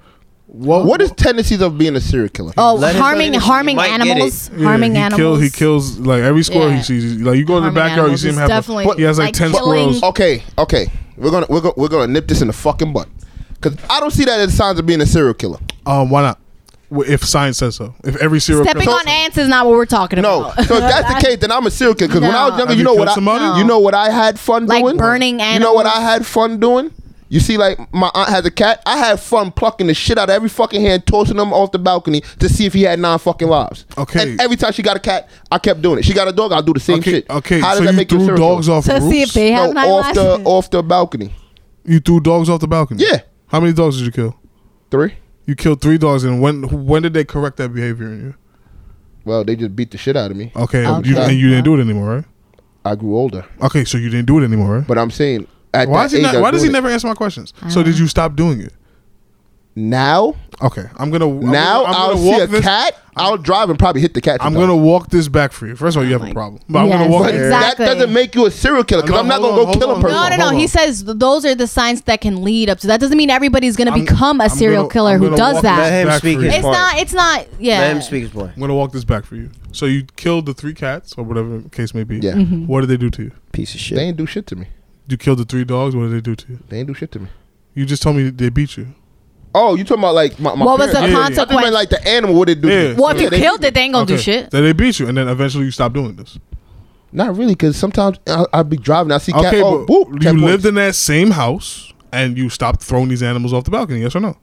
Speaker 2: What is tendencies of being a serial killer?
Speaker 4: Oh,
Speaker 3: Let it go
Speaker 4: harming
Speaker 3: in, you
Speaker 4: harming
Speaker 3: might get
Speaker 4: animals,
Speaker 1: Yeah,
Speaker 4: harming
Speaker 1: he
Speaker 4: animals.
Speaker 1: Kills, he kills like every squirrel he
Speaker 4: Yeah.
Speaker 1: sees. Like you go to the
Speaker 4: Harming
Speaker 1: backyard, you
Speaker 4: animals
Speaker 1: see him
Speaker 4: is
Speaker 1: have
Speaker 4: definitely,
Speaker 1: a, he has like,
Speaker 4: like,
Speaker 1: ten
Speaker 4: killing-
Speaker 1: squirrels.
Speaker 2: Okay, okay, we're gonna we're gonna we're gonna nip this in the fucking butt because I don't see that as signs of being a serial killer.
Speaker 1: Um, why not? W- If science says so, if every serial
Speaker 4: Oh. Stepping
Speaker 1: killer
Speaker 4: on ants is not what we're talking
Speaker 2: No,
Speaker 4: about.
Speaker 2: so if that's the case, then I'm a serial killer. Because when I was
Speaker 4: Oh. No.
Speaker 2: younger,
Speaker 1: Have
Speaker 2: you
Speaker 1: you
Speaker 2: know
Speaker 1: killed
Speaker 2: what I
Speaker 1: somebody?
Speaker 2: you know what I had fun
Speaker 4: Like
Speaker 2: doing?
Speaker 4: burning
Speaker 2: You know what I
Speaker 4: animals.
Speaker 2: had fun doing? You see, like my aunt has a cat. I had fun plucking the shit out of every fucking hand, tossing them off the balcony to see if he had nine fucking lives.
Speaker 1: Okay.
Speaker 2: And every time she got a cat, I kept doing it. She got a dog, I'll do the same
Speaker 1: okay,
Speaker 2: shit.
Speaker 1: okay.
Speaker 2: How does
Speaker 1: so
Speaker 2: that
Speaker 1: you
Speaker 2: make you a
Speaker 1: threw
Speaker 2: serial
Speaker 1: dogs
Speaker 2: killer?
Speaker 1: off
Speaker 4: To
Speaker 1: roofs?
Speaker 4: see if they
Speaker 2: No,
Speaker 4: have nine
Speaker 2: off
Speaker 4: lives.
Speaker 2: the off the balcony.
Speaker 1: you threw dogs off the balcony.
Speaker 2: Yeah.
Speaker 1: How many dogs did you kill?
Speaker 2: Three.
Speaker 1: You killed three dogs, and when when did they correct that behavior in you?
Speaker 2: Well, they just beat the shit out of me.
Speaker 1: Okay, You,
Speaker 2: Okay.
Speaker 1: and you didn't do it anymore, right?
Speaker 2: I grew older,
Speaker 1: Okay, so you didn't do it anymore, right?
Speaker 2: but I'm saying at
Speaker 1: why
Speaker 2: that
Speaker 1: is he
Speaker 2: age, I
Speaker 1: not,
Speaker 2: was
Speaker 1: Why does he
Speaker 2: doing it.
Speaker 1: never answer my questions? So did you stop doing it?
Speaker 2: now?
Speaker 1: Okay, I'm gonna I'm
Speaker 2: now
Speaker 1: gonna, I'm
Speaker 2: I'll
Speaker 1: gonna
Speaker 2: see
Speaker 1: walk
Speaker 2: a
Speaker 1: this,
Speaker 2: cat. I'll drive and probably hit the cat.
Speaker 1: I'm
Speaker 2: sometimes.
Speaker 1: gonna walk this back for you. First of all, you have a problem, but I'm gonna
Speaker 4: Oh Yes,
Speaker 1: walk
Speaker 2: But
Speaker 4: Exactly.
Speaker 2: that doesn't make you a serial killer because
Speaker 1: No,
Speaker 2: I'm not
Speaker 1: hold
Speaker 2: gonna
Speaker 1: on,
Speaker 2: go kill a
Speaker 1: hold on,
Speaker 2: person.
Speaker 4: No, no,
Speaker 1: hold
Speaker 4: no.
Speaker 1: on.
Speaker 4: He says th- those are the signs that can lead up to that. Doesn't mean everybody's going to
Speaker 1: I'm-
Speaker 4: become a
Speaker 1: I'm
Speaker 4: serial
Speaker 1: gonna-
Speaker 4: killer
Speaker 1: I'm
Speaker 4: who
Speaker 1: gonna
Speaker 4: does
Speaker 1: walk
Speaker 3: Let
Speaker 4: that.
Speaker 1: this
Speaker 3: him
Speaker 1: back
Speaker 3: speak
Speaker 1: for
Speaker 3: his
Speaker 1: you.
Speaker 4: It's
Speaker 3: part.
Speaker 4: not. It's not. Yeah.
Speaker 3: Let him speak his point.
Speaker 1: I'm gonna walk this back for you. So you killed the three cats or whatever the case may be.
Speaker 2: Yeah.
Speaker 4: Mm-hmm.
Speaker 1: What did they do to you?
Speaker 3: Piece of shit.
Speaker 2: They ain't do shit to me.
Speaker 1: You killed the three dogs. What did they do to you?
Speaker 2: They ain't do shit to me.
Speaker 1: You just told me they beat you.
Speaker 2: Oh, you talking about like my, my
Speaker 4: What was the
Speaker 2: parents.
Speaker 1: Yeah, yeah, yeah.
Speaker 2: I just meant
Speaker 4: consequence?
Speaker 2: like the animal? What it do?
Speaker 1: Yeah.
Speaker 2: to me.
Speaker 4: Well, if you
Speaker 2: they-
Speaker 4: killed it, they ain't gonna do shit.
Speaker 1: Then they beat you, and then eventually you stopped doing this.
Speaker 2: Not really, because sometimes I, I be driving, I see cat.
Speaker 1: Okay,
Speaker 2: oh,
Speaker 1: but
Speaker 2: whoop,
Speaker 1: you
Speaker 2: cat points.
Speaker 1: lived in that same house, and you stopped throwing these animals off the balcony. Yes or no?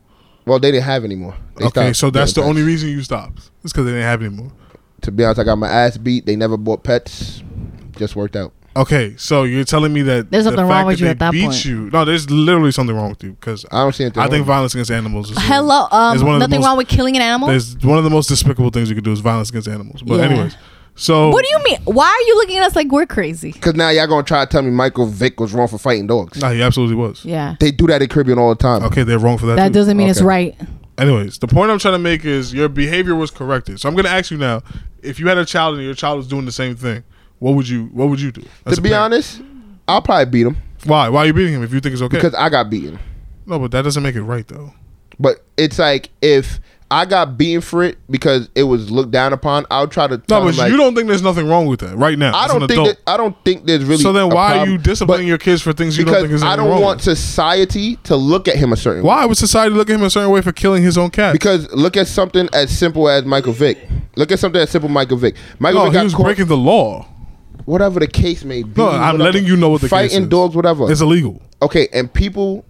Speaker 2: Well, they didn't have anymore. They
Speaker 1: okay,
Speaker 2: stopped
Speaker 1: so that's the
Speaker 2: getting
Speaker 1: only
Speaker 2: pets.
Speaker 1: reason you stopped. It's because they didn't have any more.
Speaker 2: To be honest, I got my ass beat. They never bought pets. Just worked out.
Speaker 1: Okay, so you're telling me that
Speaker 4: There's
Speaker 1: the
Speaker 4: something wrong
Speaker 1: fact
Speaker 4: with
Speaker 1: that
Speaker 4: you
Speaker 1: they
Speaker 4: at that
Speaker 1: beat
Speaker 4: point.
Speaker 1: You, no, there's literally something wrong with you because
Speaker 2: I don't see anything.
Speaker 1: I think
Speaker 2: wrong.
Speaker 1: violence against animals. Is
Speaker 4: Hello.
Speaker 1: is
Speaker 4: Um.
Speaker 1: one of the
Speaker 4: Nothing
Speaker 1: most-
Speaker 4: wrong with killing an animal.
Speaker 1: There's one of the most despicable things you could do is violence against animals. But
Speaker 4: Yeah.
Speaker 1: anyways, so
Speaker 4: What do you mean? Why are you looking at us like we're crazy?
Speaker 2: Because now y'all gonna try to tell me Michael Vick was wrong for fighting dogs.
Speaker 1: Nah, he absolutely was.
Speaker 4: Yeah.
Speaker 2: They do that in Caribbean all the time.
Speaker 1: Okay, they're wrong for that.
Speaker 4: That
Speaker 1: too.
Speaker 4: doesn't mean it's
Speaker 2: Okay.
Speaker 4: right.
Speaker 1: Anyways, the point I'm trying to make is your behavior was corrected. So I'm going to ask you now: if you had a child and your child was doing the same thing, what would you What would you do? as
Speaker 2: To
Speaker 1: a
Speaker 2: be
Speaker 1: parent?
Speaker 2: honest, I'll probably beat him
Speaker 1: why Why are you beating him if you think it's okay?
Speaker 2: because I got beaten.
Speaker 1: no, but that doesn't make it right though.
Speaker 2: But it's like if I got beaten for it because it was looked down upon, I'll try to.
Speaker 1: No,
Speaker 2: tell
Speaker 1: but
Speaker 2: him, like,
Speaker 1: you don't think there's nothing wrong with that right now.
Speaker 2: I
Speaker 1: as an
Speaker 2: don't think
Speaker 1: adult.
Speaker 2: that, I don't think there's really.
Speaker 1: so then,
Speaker 2: a
Speaker 1: why are
Speaker 2: problem.
Speaker 1: you disciplining
Speaker 2: But-
Speaker 1: your kids for things you don't think
Speaker 2: Because
Speaker 1: is
Speaker 2: I don't
Speaker 1: wrong?
Speaker 2: want society to look at him a certain. way.
Speaker 1: Why would society look at him a certain way for killing his own cat?
Speaker 2: Because look at something as simple as Michael Vick. Look at something as simple as Michael Vick. Michael
Speaker 1: no,
Speaker 2: Vick
Speaker 1: he
Speaker 2: got
Speaker 1: was
Speaker 2: caught-
Speaker 1: breaking the law.
Speaker 2: whatever the case may be.
Speaker 1: No, I'm
Speaker 2: whatever.
Speaker 1: letting you know what the
Speaker 2: fighting
Speaker 1: case is.
Speaker 2: dogs, whatever.
Speaker 1: It's illegal.
Speaker 2: okay, and people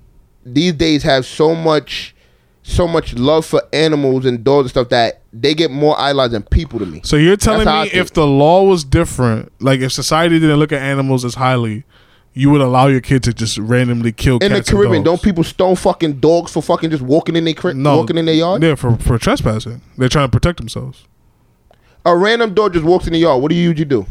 Speaker 2: these days have so much, so much love for animals and dogs and stuff that they get more idolized than people to me.
Speaker 1: So you're telling
Speaker 2: how I
Speaker 1: me
Speaker 2: think.
Speaker 1: if the law was different, like if society didn't look at animals as highly, you would allow your kid to just randomly kill
Speaker 2: in the
Speaker 1: cats
Speaker 2: Caribbean,
Speaker 1: and dogs.
Speaker 2: don't people stone fucking dogs for fucking just walking in their cri- walking in their yard?
Speaker 1: Yeah, for for trespassing. They're trying to protect themselves.
Speaker 2: A random dog just walks in the yard. What do you usually do?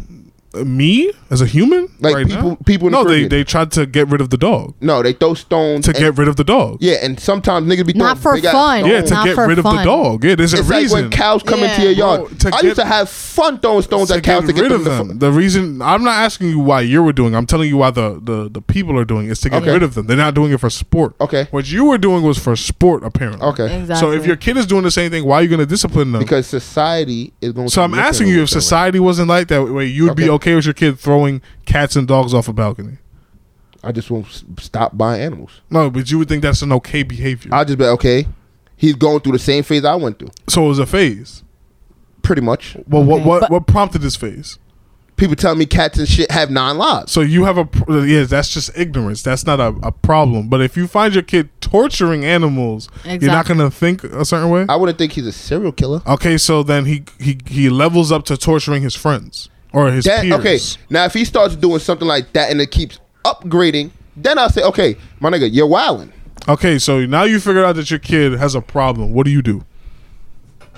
Speaker 1: Uh, me as a human,
Speaker 2: Like
Speaker 1: right
Speaker 2: people-
Speaker 1: now?
Speaker 2: people in the
Speaker 1: no, they
Speaker 2: Caribbean.
Speaker 1: they tried to get rid of the dog.
Speaker 2: No, they throw stones
Speaker 1: To
Speaker 2: and-
Speaker 1: get rid of the dog.
Speaker 2: Yeah, and sometimes niggas be
Speaker 4: Not
Speaker 2: throwing
Speaker 4: for
Speaker 2: big ass
Speaker 4: fun.
Speaker 2: stones.
Speaker 1: Yeah, to
Speaker 4: Not
Speaker 1: get
Speaker 4: for
Speaker 1: rid of the
Speaker 4: fun.
Speaker 1: dog. Yeah, there's a
Speaker 2: It's
Speaker 1: reason.
Speaker 2: like when cows come into
Speaker 4: Yeah.
Speaker 2: your yard.
Speaker 1: Bro, to
Speaker 2: I
Speaker 1: get-
Speaker 2: used to have fun throwing stones
Speaker 1: to
Speaker 2: at cows
Speaker 1: get
Speaker 2: to get
Speaker 1: rid
Speaker 2: them
Speaker 1: of
Speaker 2: to
Speaker 1: them.
Speaker 2: fu-
Speaker 1: the reason I'm not asking you why you were doing. I'm telling you why the the, the people are doing. Is to get
Speaker 2: Okay.
Speaker 1: rid of them. They're not doing it for sport.
Speaker 2: Okay.
Speaker 1: What you were doing was for sport, apparently.
Speaker 2: Okay.
Speaker 4: Exactly.
Speaker 1: So if your kid is doing the same thing, why are you going to discipline them?
Speaker 2: Because society is going to
Speaker 1: so I'm asking you if society wasn't like that way, you'd be okay
Speaker 2: Okay.
Speaker 1: with your kid throwing cats and dogs off a balcony.
Speaker 2: I just won't s- stop buying animals.
Speaker 1: No, but you would think that's an okay behavior.
Speaker 2: I'll just be like, okay. He's going through the same phase I went through.
Speaker 1: so it was a phase.
Speaker 2: Pretty much.
Speaker 1: Well, what
Speaker 4: Okay.
Speaker 1: what
Speaker 4: But-
Speaker 1: what prompted this phase?
Speaker 2: People tell me cats and shit have nine lives.
Speaker 1: So you have a pr- yeah, that's just ignorance. That's not a, a problem. But if you find your kid torturing animals, you're not
Speaker 4: Exactly.
Speaker 1: going to think a certain way.
Speaker 2: I wouldn't think he's a serial killer.
Speaker 1: Okay, so then he he he levels up to torturing his friends or his
Speaker 2: That-
Speaker 1: peers.
Speaker 2: okay. Now if he starts doing something like that and it keeps upgrading, then I'll say, okay, my nigga, you're wilding.
Speaker 1: Okay, so now you figured out that your kid has a problem. What do you do?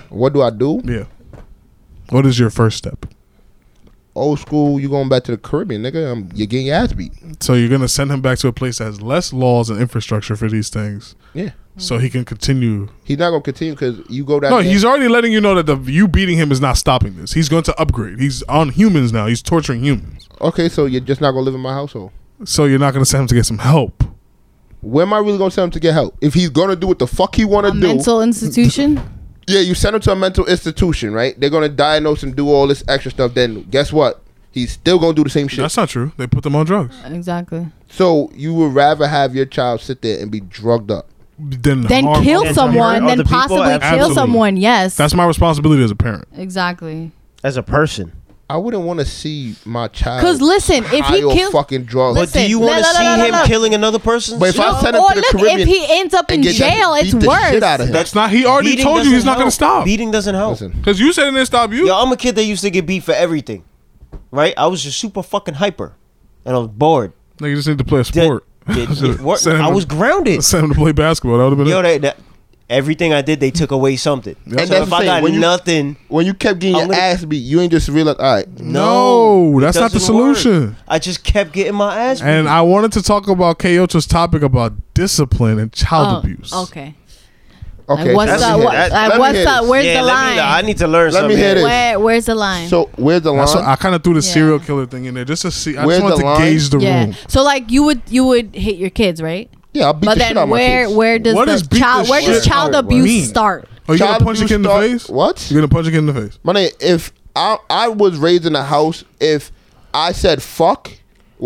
Speaker 2: What do I do?
Speaker 1: Yeah. What is your first step?
Speaker 2: Old school, you going back to the Caribbean, nigga. Um you're getting your ass beat.
Speaker 1: So you're gonna send him back to a place that has less laws and infrastructure for these things,
Speaker 2: Yeah.
Speaker 1: so he can continue.
Speaker 2: He's not gonna continue because you go down.
Speaker 1: No,
Speaker 2: there-
Speaker 1: he's already letting you know that the you beating him is not stopping this. He's going to upgrade. He's on humans now. He's torturing humans.
Speaker 2: okay. So you're just not gonna live in my household.
Speaker 1: So you're not gonna send him to get some help.
Speaker 2: Where am I really gonna send him to get help? If he's gonna do what the fuck he wanna
Speaker 4: a
Speaker 2: do,
Speaker 4: mental institution.
Speaker 2: yeah, you send him to a mental institution, right? They're gonna diagnose and do all this extra stuff. Then guess what? He's still gonna do the same shit.
Speaker 1: That's not true. They put them on drugs.
Speaker 4: exactly.
Speaker 2: so you would rather have your child sit there and be drugged up?
Speaker 1: Then
Speaker 4: Then
Speaker 1: harm
Speaker 4: kill
Speaker 1: other
Speaker 4: someone.
Speaker 1: people.
Speaker 4: Then
Speaker 3: Other people,
Speaker 4: possibly kill
Speaker 1: absolutely.
Speaker 4: someone. Yes.
Speaker 1: That's my responsibility as a parent.
Speaker 4: exactly.
Speaker 3: as a person.
Speaker 2: I wouldn't want to see my child.
Speaker 4: Because listen, if
Speaker 2: high
Speaker 4: he
Speaker 2: on
Speaker 4: kills,
Speaker 2: fucking drugs,
Speaker 3: But do
Speaker 4: Listen,
Speaker 3: you
Speaker 4: no,
Speaker 3: want to
Speaker 4: no, no,
Speaker 3: see
Speaker 4: no, no,
Speaker 3: him
Speaker 4: no.
Speaker 3: killing another person?
Speaker 2: But if I send him
Speaker 4: or
Speaker 2: to the
Speaker 4: look, if
Speaker 2: Caribbean
Speaker 4: he ends up in
Speaker 2: and get that-
Speaker 4: jail,
Speaker 2: beat
Speaker 4: it's
Speaker 2: the
Speaker 4: worse.
Speaker 2: Shit out of him.
Speaker 1: That's not. He already told you he's not gonna stop.
Speaker 3: Beating doesn't help.
Speaker 2: Listen,
Speaker 1: Because you said it didn't stop you.
Speaker 3: Yo, I'm a kid that used to get beat for everything, right? I was just super fucking hyper, and I was bored.
Speaker 1: No, you just need to play a
Speaker 3: Did-
Speaker 1: sport.
Speaker 3: did-
Speaker 1: Should've
Speaker 3: it worked.
Speaker 1: sent him
Speaker 3: I
Speaker 1: to-
Speaker 3: was grounded.
Speaker 1: Send him to play basketball. That would have been
Speaker 3: Yo,
Speaker 1: it.
Speaker 3: that, that everything I did, they took away something.
Speaker 2: that's
Speaker 3: so
Speaker 2: what I'm
Speaker 3: if I
Speaker 2: saying.
Speaker 3: got
Speaker 2: When you-
Speaker 3: nothing,
Speaker 2: when you kept getting
Speaker 3: I'm
Speaker 2: your
Speaker 3: gonna-
Speaker 2: ass beat, you ain't just realize, all right,
Speaker 1: No,
Speaker 3: it
Speaker 1: Oh, that's not the
Speaker 3: doesn't work.
Speaker 1: solution.
Speaker 3: I just kept getting my ass. beat.
Speaker 1: And I wanted to talk about Kyoto's topic about discipline and child
Speaker 4: Oh,
Speaker 1: abuse.
Speaker 4: Okay.
Speaker 2: okay.
Speaker 4: Like, what's
Speaker 2: let me
Speaker 4: the-
Speaker 2: hear
Speaker 4: what-
Speaker 2: that.
Speaker 4: like,
Speaker 2: Let me
Speaker 4: what's
Speaker 2: hear
Speaker 4: the-
Speaker 2: this.
Speaker 4: where's
Speaker 3: yeah,
Speaker 4: the
Speaker 3: let me-
Speaker 4: line?
Speaker 3: I need to learn
Speaker 2: Let me
Speaker 3: something.
Speaker 2: hear this.
Speaker 4: Where Where's the line?
Speaker 2: So where's the line?
Speaker 1: That's what, I kind of threw the
Speaker 4: Yeah.
Speaker 1: serial killer thing in there just to see. I
Speaker 2: Where's
Speaker 1: just wanted
Speaker 2: the
Speaker 1: to
Speaker 2: line?
Speaker 1: gauge the
Speaker 4: yeah.
Speaker 1: room.
Speaker 4: So like you would you would hit your kids, right?
Speaker 2: yeah, I'll beat
Speaker 4: but
Speaker 2: the shit out
Speaker 4: then
Speaker 2: of my
Speaker 4: where
Speaker 2: kids.
Speaker 4: where does
Speaker 1: What
Speaker 4: the
Speaker 1: is beat the
Speaker 4: child where does
Speaker 2: shit
Speaker 4: child
Speaker 2: out of
Speaker 4: abuse
Speaker 1: mean?
Speaker 4: start?
Speaker 1: Oh, you
Speaker 2: Child
Speaker 1: gonna punch your
Speaker 2: abuse
Speaker 1: kid in the
Speaker 2: start-
Speaker 1: face?
Speaker 2: What?
Speaker 1: You gonna punch your kid in the face?
Speaker 2: My name, if I I was raised in a house, if I said fuck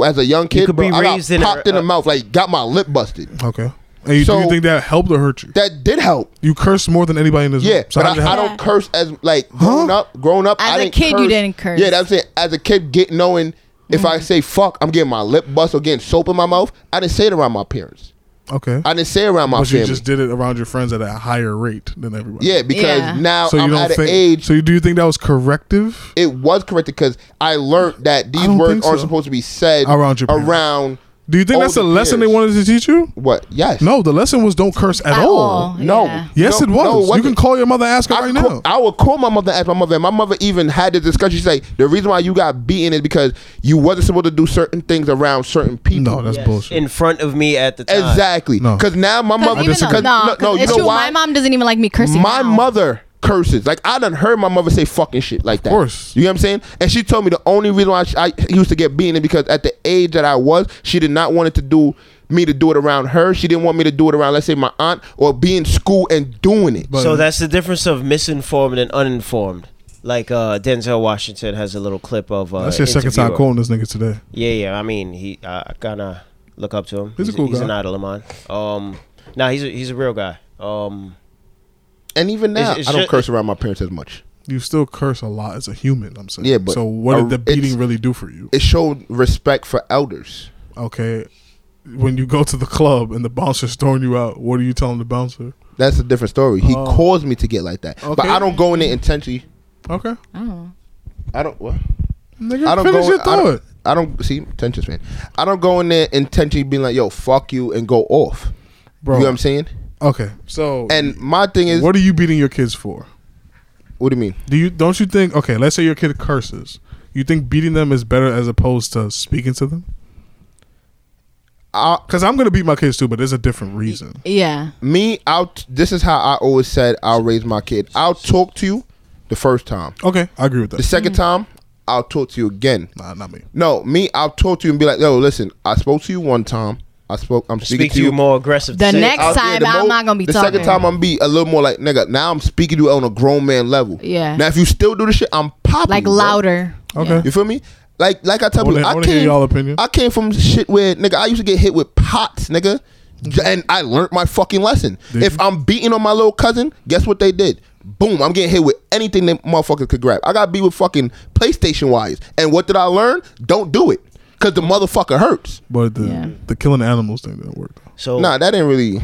Speaker 2: as a young kid,
Speaker 3: could
Speaker 2: bro,
Speaker 3: be
Speaker 2: I got
Speaker 3: raised in a-
Speaker 2: popped in the
Speaker 3: uh,
Speaker 2: mouth, like got my lip busted.
Speaker 1: Okay. And you, do
Speaker 2: So-
Speaker 1: you think that helped or hurt you?
Speaker 2: That did help.
Speaker 1: You cursed more than anybody in this
Speaker 2: Yeah,
Speaker 1: room. So
Speaker 2: but
Speaker 1: how did it
Speaker 2: I, I
Speaker 1: help?
Speaker 2: don't curse as like growing up. Growing up,
Speaker 4: As
Speaker 2: I
Speaker 4: a
Speaker 2: didn't
Speaker 4: kid, you
Speaker 2: curse.
Speaker 4: didn't curse. Mm-hmm.
Speaker 2: Yeah, that's it. As a kid, get knowing if I say fuck, I'm getting my lip bust or getting soap in my mouth. I didn't say it around my parents.
Speaker 1: okay.
Speaker 2: I didn't say it around my
Speaker 1: But you
Speaker 2: family.
Speaker 1: just did it around your friends at a higher rate than everybody.
Speaker 2: yeah, because
Speaker 4: Yeah.
Speaker 2: now
Speaker 1: So you
Speaker 2: I'm
Speaker 1: don't
Speaker 2: at
Speaker 1: think?
Speaker 2: an age.
Speaker 1: so you, do you think that was corrective?
Speaker 2: it was corrected because I learned that these
Speaker 1: don't
Speaker 2: words
Speaker 1: think
Speaker 2: aren't
Speaker 1: so.
Speaker 2: supposed to be said
Speaker 1: Around your parents.
Speaker 2: around
Speaker 1: Do you think that's the
Speaker 2: older
Speaker 1: lesson they
Speaker 2: peers.
Speaker 1: wanted to teach you?
Speaker 2: what? Yes.
Speaker 1: No, the lesson was don't curse at,
Speaker 4: At
Speaker 1: all.
Speaker 4: all.
Speaker 2: No.
Speaker 4: Yeah.
Speaker 1: Yes,
Speaker 2: No,
Speaker 1: it was.
Speaker 2: no,
Speaker 1: you
Speaker 2: wasn't.
Speaker 1: can call your mother, and ask her
Speaker 2: I
Speaker 1: right
Speaker 2: call-
Speaker 1: now.
Speaker 2: I would call my mother and ask my mother. And my mother even had the discussion. She's like, the reason why you got beaten is because you wasn't supposed to do certain things around certain people.
Speaker 1: no, that's
Speaker 3: Yes,
Speaker 1: bullshit.
Speaker 3: in front of me at the time.
Speaker 2: exactly.
Speaker 1: No.
Speaker 2: Because now my mother,
Speaker 4: even though,
Speaker 2: because
Speaker 4: no,
Speaker 2: no,
Speaker 4: 'cause
Speaker 2: no, you
Speaker 4: it's
Speaker 2: know
Speaker 4: true.
Speaker 2: why?
Speaker 4: My mom doesn't even like me cursing.
Speaker 2: My
Speaker 4: now.
Speaker 2: mother curses. Like I done heard my mother say fucking shit like that.
Speaker 1: course.
Speaker 2: You know what I'm saying? And she told me the only reason why I used to get beaten is because at the age that I was, she did not want it to do me to do it around her. She didn't want me to do it around, let's say, my aunt or be in school and doing it.
Speaker 1: But-
Speaker 3: So that's the difference of misinformed and uninformed. Like uh, Denzel Washington has a little clip of. Uh,
Speaker 1: That's your second time
Speaker 3: interviewer.
Speaker 1: quoting this nigga today.
Speaker 3: Yeah, yeah. I mean, he uh, I kind of look up to him.
Speaker 1: He's a cool
Speaker 3: he's
Speaker 1: guy.
Speaker 3: an idol of mine. Um, nah, he's a, he's a real guy. Um,
Speaker 2: and even now,
Speaker 3: It's- it's
Speaker 2: I don't
Speaker 3: just-
Speaker 2: curse around my parents as much.
Speaker 1: You still curse a lot as a human. I'm saying.
Speaker 2: Yeah, but
Speaker 1: so what
Speaker 2: a-
Speaker 1: did the
Speaker 2: it's-
Speaker 1: beating really do for you?
Speaker 2: It showed respect for elders.
Speaker 1: Okay, when you go to the club and the bouncer's throwing you out, what are you telling the bouncer?
Speaker 2: That's a different story. He
Speaker 1: Oh.
Speaker 2: caused me to get like that, but
Speaker 1: Okay.
Speaker 2: I don't go in there intentionally.
Speaker 1: Okay,
Speaker 2: I don't. What?
Speaker 1: nigga,
Speaker 2: I don't
Speaker 1: finish
Speaker 2: go.
Speaker 1: your
Speaker 2: I
Speaker 1: thought.
Speaker 2: don't, I don't see tensions, man. I don't go in there intentionally being like, "Yo, fuck you," and go off.
Speaker 1: Bro.
Speaker 2: You know what I'm saying?
Speaker 1: Okay, so
Speaker 2: And my thing is, what,
Speaker 1: what are you beating your kids for?
Speaker 2: do you mean?
Speaker 1: Do you don't you think? Okay, let's say your kid curses. You think beating them is better as opposed to speaking to them? Because I'm gonna beat my kids too, but there's a different reason.
Speaker 4: Yeah.
Speaker 2: Me, I'll. t- This is how I always said I'll raise my kid. I'll talk to you the first time.
Speaker 1: Okay, I agree with
Speaker 2: The
Speaker 1: that.
Speaker 2: 2nd time, I'll talk to you again.
Speaker 1: Nah, not me.
Speaker 2: No, me, I'll talk to you and be like, yo, listen, I spoke to you one time. I spoke. I'm speaking
Speaker 3: Speak to you more aggressive.
Speaker 4: The
Speaker 3: to say- uh,
Speaker 4: next-
Speaker 2: I'll- yeah,
Speaker 4: time,
Speaker 2: the
Speaker 4: I'm not gonna be
Speaker 2: The second
Speaker 4: talking.
Speaker 2: time, I'm be a little more like nigga. Now I'm speaking to you on a grown man level.
Speaker 4: Yeah.
Speaker 2: Now if you still do this shit, I'm popping.
Speaker 4: Like
Speaker 2: you, bro.
Speaker 4: louder.
Speaker 1: Okay.
Speaker 4: Yeah.
Speaker 2: You feel me? Like like I tell
Speaker 1: I wanna-
Speaker 2: you,
Speaker 1: I
Speaker 2: I
Speaker 1: wanna hear
Speaker 2: came.
Speaker 1: y'all opinion.
Speaker 2: I came from shit where nigga I used to get hit with pots, nigga, J- and I learned my fucking lesson.
Speaker 1: Mm-hmm. Did
Speaker 2: if
Speaker 1: you?
Speaker 2: I'm beating on my little cousin, guess what they did? Boom! I'm getting hit with anything that motherfucker could grab. I got beat with fucking PlayStation wires, and what did I learn? Don't do it, cause the motherfucker hurts.
Speaker 1: But the
Speaker 4: Yeah.
Speaker 1: the killing animals thing didn't work. Though.
Speaker 3: So
Speaker 2: Nah, that ain't really.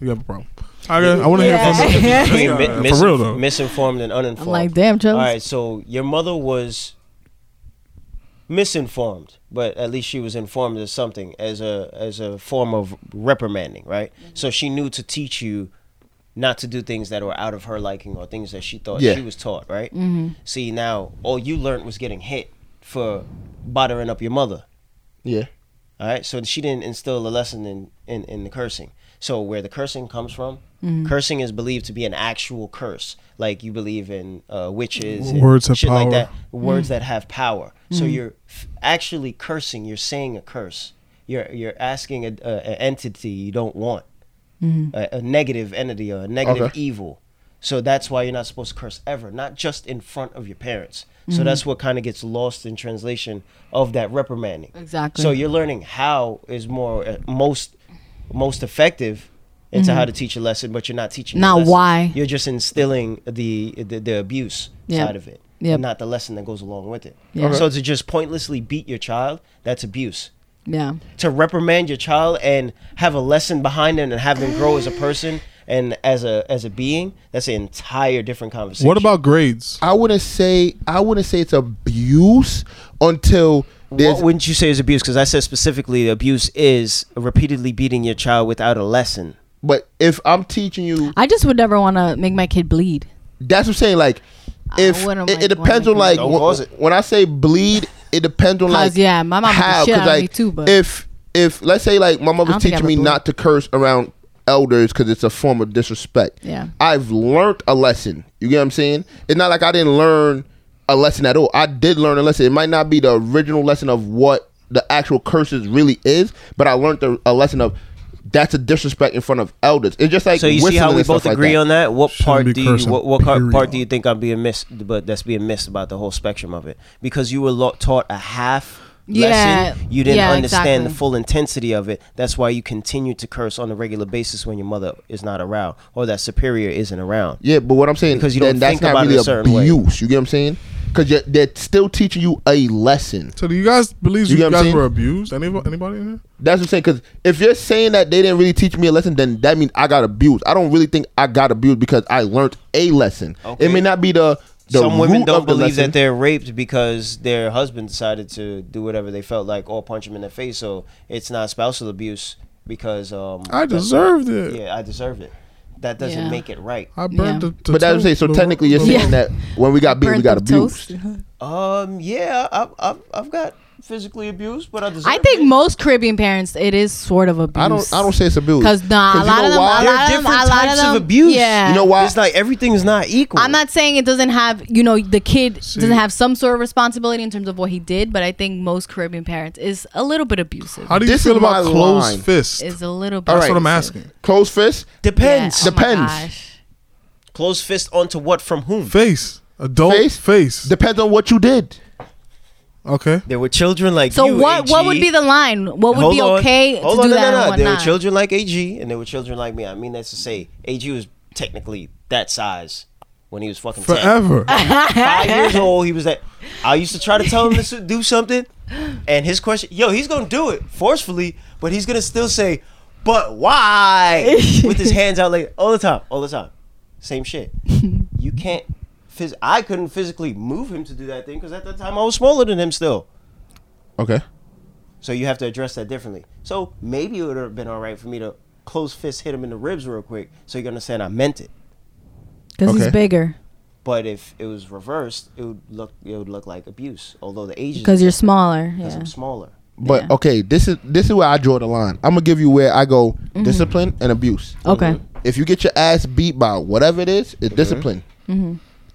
Speaker 1: You have a problem. Okay, I want to hear from
Speaker 3: Being
Speaker 1: you.
Speaker 3: mi-
Speaker 1: Yeah,
Speaker 3: misin-
Speaker 1: for real though.
Speaker 3: misinformed and uninformed.
Speaker 4: I'm like, damn, Charles.
Speaker 3: All right, so your mother was misinformed, but at least she was informed of something as a as a form of reprimanding, right?
Speaker 4: Mm-hmm.
Speaker 3: So she knew to teach you not to do things that were out of her liking or things that she thought
Speaker 2: Yeah.
Speaker 3: she was taught, right? Mm-hmm. See, now all you learned was getting hit for bothering up your mother.
Speaker 2: Yeah.
Speaker 3: All right, so she didn't instill a lesson in, in, in the cursing. So where the cursing comes from, cursing is believed to be an actual curse. Like you believe in uh, witches, and
Speaker 1: Words have
Speaker 3: shit like
Speaker 1: power.
Speaker 3: that. Words that have power. So you're f- actually cursing. You're saying a curse. You're you're asking a, a, a entity you don't want, a, a negative entity or a negative
Speaker 2: Okay.
Speaker 3: evil. So that's why you're not supposed to curse ever, not just in front of your parents. So that's what kind of gets lost in translation of that reprimanding.
Speaker 4: Exactly.
Speaker 3: So you're learning how is more uh, most most effective into how to teach a lesson, but you're not teaching. the
Speaker 4: Mm-hmm. Not
Speaker 3: lesson.
Speaker 4: why.
Speaker 3: You're just instilling the the, the abuse
Speaker 4: Yep.
Speaker 3: side of it,
Speaker 4: Yep.
Speaker 3: not the lesson that goes along with it.
Speaker 4: Yeah. Okay.
Speaker 3: So to just pointlessly beat your child, that's abuse.
Speaker 4: Yeah.
Speaker 3: To reprimand your child and have a lesson behind them and have them grow as a person and as a as a being, that's an entire different conversation.
Speaker 1: What about grades?
Speaker 2: I wouldn't say I wouldn't say it's abuse until there's
Speaker 3: What wouldn't you say is abuse? Because I said specifically abuse is repeatedly beating your child without a lesson.
Speaker 2: But if I'm teaching you,
Speaker 4: I just would never want to make my kid bleed.
Speaker 2: that's what I'm saying. Like,
Speaker 4: I
Speaker 2: if
Speaker 4: wouldn't
Speaker 2: it, it
Speaker 4: like
Speaker 2: depends on
Speaker 4: going
Speaker 2: like
Speaker 4: like
Speaker 3: that. Don't
Speaker 2: when,
Speaker 3: cause it.
Speaker 2: when I say bleed, it depends on like
Speaker 4: Cause, yeah, my mom beat the shit
Speaker 2: 'cause,
Speaker 4: out of me too, but-
Speaker 2: if if let's say like my mom
Speaker 4: I
Speaker 2: was
Speaker 4: don't think I
Speaker 2: teaching me
Speaker 4: ever
Speaker 2: not to curse around elders because it's a form of disrespect.
Speaker 4: Yeah.
Speaker 2: I've learned a lesson. You get what I'm saying? It's not like I didn't learn a lesson at all. I did learn a lesson. It might not be the original lesson of what the actual curses really is, but I learned the, a lesson of that's a disrespect in front of elders. It's just like
Speaker 3: So you see how we both agree on that. What
Speaker 1: Shouldn't
Speaker 3: part
Speaker 1: be
Speaker 3: do you
Speaker 1: cursing,
Speaker 3: what, what car- part
Speaker 1: period.
Speaker 3: do you think I'm being missed? But that's being missed about the whole spectrum of it because you were lo- taught a half.
Speaker 4: Yeah,
Speaker 3: lesson. You didn't
Speaker 4: yeah,
Speaker 3: understand
Speaker 4: exactly.
Speaker 3: the full intensity of it. That's why you continue to curse on a regular basis when your mother is not around or that superior isn't around.
Speaker 2: Yeah, but what I'm saying
Speaker 3: Because you
Speaker 2: then
Speaker 3: don't
Speaker 2: that's
Speaker 3: think
Speaker 2: not
Speaker 3: about it
Speaker 2: really
Speaker 3: a certain way.
Speaker 2: abuse. You get what I'm saying? Because they're still teaching you a lesson.
Speaker 1: So do you guys believe
Speaker 2: You
Speaker 1: you,
Speaker 2: get what I'm
Speaker 1: guys
Speaker 2: saying?
Speaker 1: were abused? Anybody, anybody in here?
Speaker 2: That's what I'm saying. Because if you're saying that they didn't really teach me a lesson, then that means I got abused. I don't really think I got abused because I learned a lesson.
Speaker 3: Okay.
Speaker 2: It may not be the the
Speaker 3: Some women
Speaker 2: root
Speaker 3: don't
Speaker 2: of the
Speaker 3: believe
Speaker 2: lesson.
Speaker 3: that they're raped because their husband decided to do whatever they felt like or punch them in the face. So it's not spousal abuse because um,
Speaker 1: I deserved it.
Speaker 3: yeah, I deserved it. That doesn't
Speaker 4: Yeah.
Speaker 3: make it right.
Speaker 1: I burned
Speaker 4: Yeah.
Speaker 1: the, the
Speaker 2: But that's what I'm saying. So
Speaker 1: toast,
Speaker 2: technically, you're
Speaker 1: the-
Speaker 2: saying that when we got beat, we
Speaker 4: Burnt
Speaker 2: got
Speaker 4: the toast.
Speaker 2: abused.
Speaker 3: Um. Yeah. I've I've, I've got physically abused, but I deserve.
Speaker 4: I think
Speaker 3: it.
Speaker 4: most Caribbean parents, it is sort of abuse.
Speaker 2: I don't. I don't say it's abuse.
Speaker 4: Cause nah, a
Speaker 2: you
Speaker 4: lot
Speaker 2: know
Speaker 4: of them,
Speaker 2: why?
Speaker 4: a lot
Speaker 3: There are
Speaker 4: of them, a
Speaker 3: different
Speaker 4: lot of
Speaker 3: types
Speaker 4: them,
Speaker 3: of abuse.
Speaker 4: Yeah,
Speaker 2: You know why?
Speaker 3: it's like everything's not equal.
Speaker 4: I'm not saying it doesn't have, you know, the kid
Speaker 1: See.
Speaker 4: doesn't have some sort of responsibility in terms of what he did, but I think most Caribbean parents is a little bit abusive.
Speaker 1: How do you
Speaker 2: This
Speaker 1: feel
Speaker 2: is my
Speaker 1: about closed
Speaker 2: line.
Speaker 1: fists?
Speaker 4: is a little bit.
Speaker 1: That's what I'm
Speaker 4: abusive.
Speaker 1: asking.
Speaker 2: Closed fist.
Speaker 3: Depends.
Speaker 4: Yeah, oh my
Speaker 2: Depends.
Speaker 4: gosh.
Speaker 3: Close fist onto what from whom?
Speaker 1: Face. Adult
Speaker 2: Face?
Speaker 1: face.
Speaker 2: Depends on what you did.
Speaker 1: okay.
Speaker 3: There were children like
Speaker 4: So
Speaker 3: you,
Speaker 4: what?
Speaker 3: AG.
Speaker 4: What would be the line? What would
Speaker 3: Hold
Speaker 4: be
Speaker 3: on.
Speaker 4: okay
Speaker 3: Hold
Speaker 4: to
Speaker 3: on,
Speaker 4: do
Speaker 3: no, No,
Speaker 4: that?
Speaker 3: no,
Speaker 4: and what
Speaker 3: There were
Speaker 4: not?
Speaker 3: children like AG, and there were children like me. I mean, that's to say, AG was technically that size when he was fucking 10.
Speaker 1: Forever.
Speaker 3: five years old. He was that. I used to try to tell him to do something, and his question, yo, he's gonna do it forcefully, but he's gonna still say, "But why?" with his hands out like all the time, all the time. Same shit. You can't. Phys- I couldn't physically move him to do that thing because at that time I was smaller than him still.
Speaker 2: Okay.
Speaker 3: So you have to address that differently. So maybe it would have been all right for me to close fist hit him in the ribs real quick, so you understand I meant it.
Speaker 4: Because
Speaker 2: Okay.
Speaker 4: he's bigger.
Speaker 3: But if it was reversed, it would look it would look like abuse. Although the age is
Speaker 4: because you're smaller.
Speaker 3: because
Speaker 4: Yeah.
Speaker 3: I'm smaller.
Speaker 2: But
Speaker 4: Yeah.
Speaker 2: okay, this is this is where I draw the line. I'm gonna give you where I go discipline and abuse.
Speaker 4: Mm-hmm. Okay.
Speaker 2: If you get your ass beat by whatever it is, it's discipline.
Speaker 4: Mm-hmm.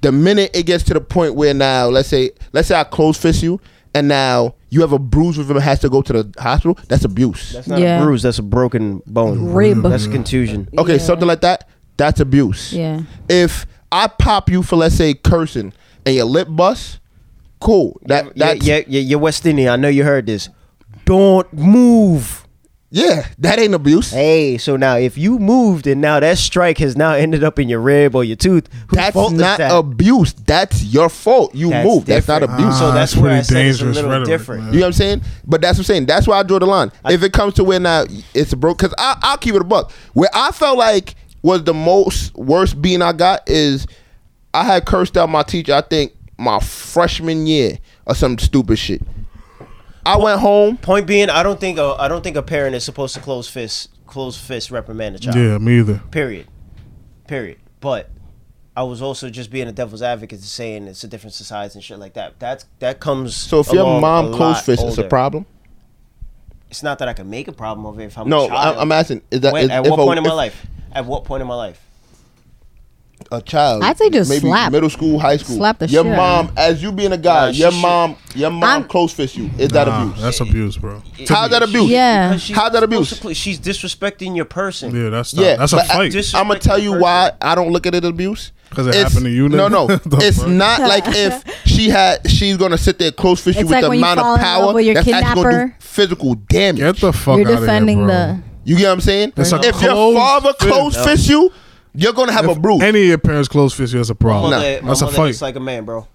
Speaker 2: The minute it gets to the point where now, let's say, let's say I close fist you, and now you have a bruise with him, and has to go to the hospital. That's abuse.
Speaker 3: That's not
Speaker 4: Yeah.
Speaker 3: a bruise. That's a broken bone.
Speaker 4: Rib.
Speaker 3: That's contusion.
Speaker 2: okay,
Speaker 4: Yeah.
Speaker 2: something like that. That's abuse.
Speaker 4: Yeah.
Speaker 2: If I pop you for let's say cursing and your lip bust, cool. That
Speaker 3: Yeah,
Speaker 2: that's
Speaker 3: yeah, yeah, you're West Indian. I know you heard this. Don't move.
Speaker 2: yeah, that ain't abuse.
Speaker 3: Hey, so now if you moved and now that strike has now ended up in your rib or your tooth, whose
Speaker 2: That's
Speaker 3: fault is
Speaker 2: not
Speaker 3: that?
Speaker 2: abuse. That's your fault. You
Speaker 3: That's
Speaker 2: moved. That's not
Speaker 3: different. Uh-huh.
Speaker 2: abuse.
Speaker 3: So
Speaker 1: Ah,
Speaker 3: that's
Speaker 1: that's
Speaker 3: where
Speaker 1: pretty
Speaker 3: I said it's a
Speaker 1: dangerous
Speaker 3: little
Speaker 1: rhetoric,
Speaker 3: different.
Speaker 1: man.
Speaker 2: You know what I'm saying? But that's what I'm saying. That's why I draw the line. if it comes to where now it's broke, because I I'll keep it a buck. Where I felt like was the most worst being I got is I had cursed out my teacher. I think my freshman year or some stupid shit. I went home.
Speaker 3: Point being, I don't think a, I don't think a parent is supposed to close fist close fist reprimand a child.
Speaker 1: Yeah, me either.
Speaker 3: Period. Period. But I was also just being a devil's advocate to saying it's a different society and shit like that. That's that comes.
Speaker 2: So if your
Speaker 3: along
Speaker 2: mom
Speaker 3: a
Speaker 2: close
Speaker 3: lot
Speaker 2: fist, it's a
Speaker 3: older.
Speaker 2: problem.
Speaker 3: It's not that I can make a problem of it if I'm. a
Speaker 2: No,
Speaker 3: child.
Speaker 2: I, I'm asking. Is that
Speaker 3: When-
Speaker 2: is-
Speaker 3: at
Speaker 2: if
Speaker 3: what
Speaker 2: a-
Speaker 3: point in my
Speaker 2: if
Speaker 3: life? At what point in my life?
Speaker 2: A child.
Speaker 4: I'd say just
Speaker 2: maybe
Speaker 4: slap.
Speaker 2: Middle school, high school.
Speaker 4: Slap the
Speaker 2: your
Speaker 4: shit out of
Speaker 2: mom, as you being a guy,
Speaker 3: Nah, she
Speaker 2: your
Speaker 3: should-
Speaker 2: mom, your mom
Speaker 4: I'm-
Speaker 2: close fist you. Is that
Speaker 1: Nah,
Speaker 2: abuse?
Speaker 1: That's abuse, bro.
Speaker 2: How's that abuse?
Speaker 4: Yeah.
Speaker 3: Because she's
Speaker 2: How's that
Speaker 3: supposed
Speaker 2: abuse?
Speaker 3: to cl- she's disrespecting your person.
Speaker 1: Yeah, that's not,
Speaker 2: Yeah,
Speaker 1: that's a
Speaker 2: but I-
Speaker 1: fight.
Speaker 3: just-
Speaker 2: I'm gonna tell you why I don't look at it as abuse.
Speaker 1: 'Cause it
Speaker 2: It's-
Speaker 1: happened to you,
Speaker 2: No,
Speaker 1: nigga?
Speaker 2: no,
Speaker 1: The
Speaker 2: it's
Speaker 1: fuck?
Speaker 2: not like if she had, she's gonna sit there close fist you
Speaker 4: It's
Speaker 2: with
Speaker 4: like
Speaker 2: the
Speaker 4: when you
Speaker 2: amount
Speaker 4: fall
Speaker 2: of
Speaker 4: in love
Speaker 2: power
Speaker 4: with your
Speaker 2: that's actually gonna do
Speaker 4: kidnapper.
Speaker 2: physical damage.
Speaker 1: Get the fuck
Speaker 4: You're
Speaker 1: out
Speaker 4: defending
Speaker 1: of here, bro.
Speaker 4: the-
Speaker 2: you get what I'm saying?
Speaker 1: It's a
Speaker 2: if your
Speaker 1: closed
Speaker 2: father
Speaker 1: fist.
Speaker 2: close fist you, you're gonna have
Speaker 1: If
Speaker 2: a bruise.
Speaker 1: Any of your parents close fist, you that's a problem.
Speaker 3: Mother, my
Speaker 1: That's a
Speaker 3: mother
Speaker 1: fight.
Speaker 3: acts like a man, bro.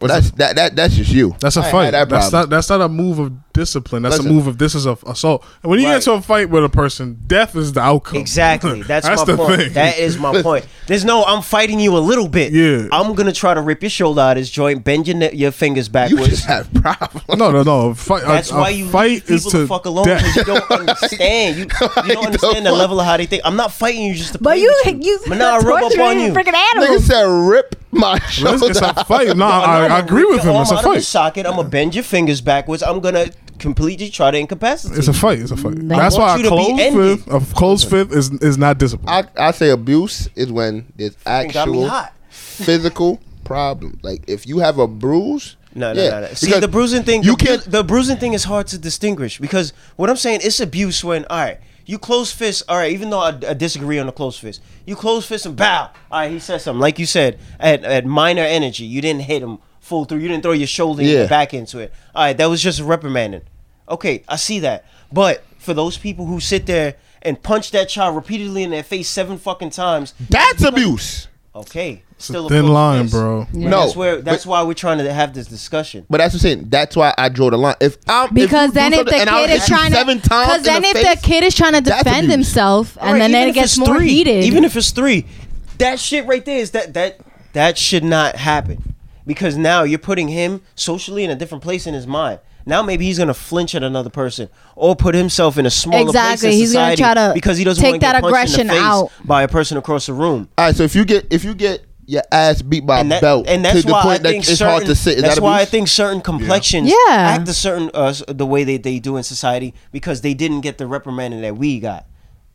Speaker 2: Well, that's that, that that's just you.
Speaker 1: That's a
Speaker 2: I had
Speaker 1: fight.
Speaker 2: that
Speaker 1: that's
Speaker 2: problem.
Speaker 1: not that's not a move of discipline. That's
Speaker 2: Listen.
Speaker 1: a move of this is a assault. And when you
Speaker 3: Right.
Speaker 1: get into a fight with a person, death is the outcome.
Speaker 3: Exactly. That's, my
Speaker 1: the
Speaker 3: point.
Speaker 1: thing.
Speaker 3: That is my point. There's no I'm fighting you a little bit.
Speaker 1: Yeah.
Speaker 3: I'm gonna try to rip your shoulder out of his joint, bend your ne- your fingers
Speaker 2: You
Speaker 3: backwards.
Speaker 2: just have problems.
Speaker 1: no, no, no. Fight,
Speaker 3: That's
Speaker 1: a,
Speaker 3: why
Speaker 1: a
Speaker 3: you
Speaker 1: fight
Speaker 3: leave people
Speaker 1: is to
Speaker 3: the fuck alone
Speaker 1: death.
Speaker 3: because you don't understand. You, you don't
Speaker 2: the
Speaker 3: understand the
Speaker 2: fuck?
Speaker 3: level of how they think. I'm not fighting you just to
Speaker 5: But
Speaker 3: play
Speaker 5: you,
Speaker 3: with
Speaker 5: you,
Speaker 3: But now I rub up
Speaker 5: torturing
Speaker 3: on you.
Speaker 5: freaking
Speaker 2: Nigga
Speaker 5: animals.
Speaker 2: said rip my
Speaker 1: Let's-
Speaker 2: shoulder.
Speaker 1: It's a fight. No,
Speaker 3: No,
Speaker 1: I,
Speaker 3: I'm
Speaker 1: I
Speaker 3: gonna
Speaker 1: agree
Speaker 3: rip
Speaker 1: with
Speaker 3: your
Speaker 1: him. It's
Speaker 3: arm
Speaker 1: a
Speaker 3: out of the
Speaker 1: fight.
Speaker 3: socket. I'm gonna bend your fingers backwards. I'm gonna completely try to incapacitate.
Speaker 1: It's a
Speaker 3: you.
Speaker 1: fight. It's a fight. That's
Speaker 3: want
Speaker 1: why
Speaker 3: you
Speaker 1: a
Speaker 3: to be
Speaker 1: closed
Speaker 3: ended.
Speaker 1: fifth, a closed fifth is is not discipline.
Speaker 2: I, I say abuse is when there's
Speaker 3: Fucking got me
Speaker 2: actual
Speaker 3: hot.
Speaker 2: physical problem. Like if you have a bruise,
Speaker 3: No, no,
Speaker 2: yeah,
Speaker 3: no, no. See,
Speaker 2: because
Speaker 3: the bruising thing,
Speaker 2: You
Speaker 3: the, bru-
Speaker 2: can't.
Speaker 3: the bruising thing is hard to distinguish because what I'm saying, it's abuse when, all right, you close fist, all right, even though I, I disagree on the close fist, you close fist and bow. All right, he said something. Like you said, at, at minor energy, you didn't hit him full through, you didn't throw your shoulder and your
Speaker 2: Yeah.
Speaker 3: back into it. All right, that was just reprimanding. Okay, I see that. But for those people who sit there and punch that child repeatedly in their face seven fucking times,
Speaker 2: That's abuse.
Speaker 3: okay, still
Speaker 1: thin
Speaker 3: closed
Speaker 1: line,
Speaker 3: fist.
Speaker 1: bro.
Speaker 3: And
Speaker 2: No,
Speaker 3: that's where that's why we're trying to have this discussion.
Speaker 2: But that's what I'm saying. That's why I draw the line. If I'm
Speaker 4: Because then if the kid is trying to,
Speaker 2: seven times
Speaker 4: because then if the kid is trying to
Speaker 2: that's
Speaker 4: defend
Speaker 2: abuse.
Speaker 4: himself, and
Speaker 3: Right,
Speaker 4: then,
Speaker 3: even
Speaker 4: then it
Speaker 3: if
Speaker 4: gets
Speaker 3: it's
Speaker 4: more
Speaker 3: three,
Speaker 4: heated.
Speaker 3: Even if it's three, that shit right there is that that that should not happen because now you're putting him socially in a different place in his mind. Now maybe he's gonna flinch at another person or put himself in a smaller
Speaker 4: Exactly,
Speaker 3: place in
Speaker 4: he's gonna
Speaker 3: society
Speaker 4: try to
Speaker 3: because he doesn't
Speaker 4: take
Speaker 3: wanna get
Speaker 4: that
Speaker 3: punched in
Speaker 4: aggression
Speaker 3: the face
Speaker 4: out.
Speaker 3: by a person across the room.
Speaker 2: All right, so if you get if you get your ass beat by
Speaker 3: And,
Speaker 2: a
Speaker 3: that,
Speaker 2: belt
Speaker 3: and that's
Speaker 2: to the
Speaker 3: why
Speaker 2: point
Speaker 3: I
Speaker 2: that
Speaker 3: think
Speaker 2: it's
Speaker 3: certain,
Speaker 2: hard to sit, is
Speaker 3: that's
Speaker 2: that
Speaker 3: why I
Speaker 2: abuse?
Speaker 3: think certain complexions
Speaker 4: Yeah.
Speaker 3: act a certain uh, s- the way they, they do in society because they didn't get the reprimanding that we got.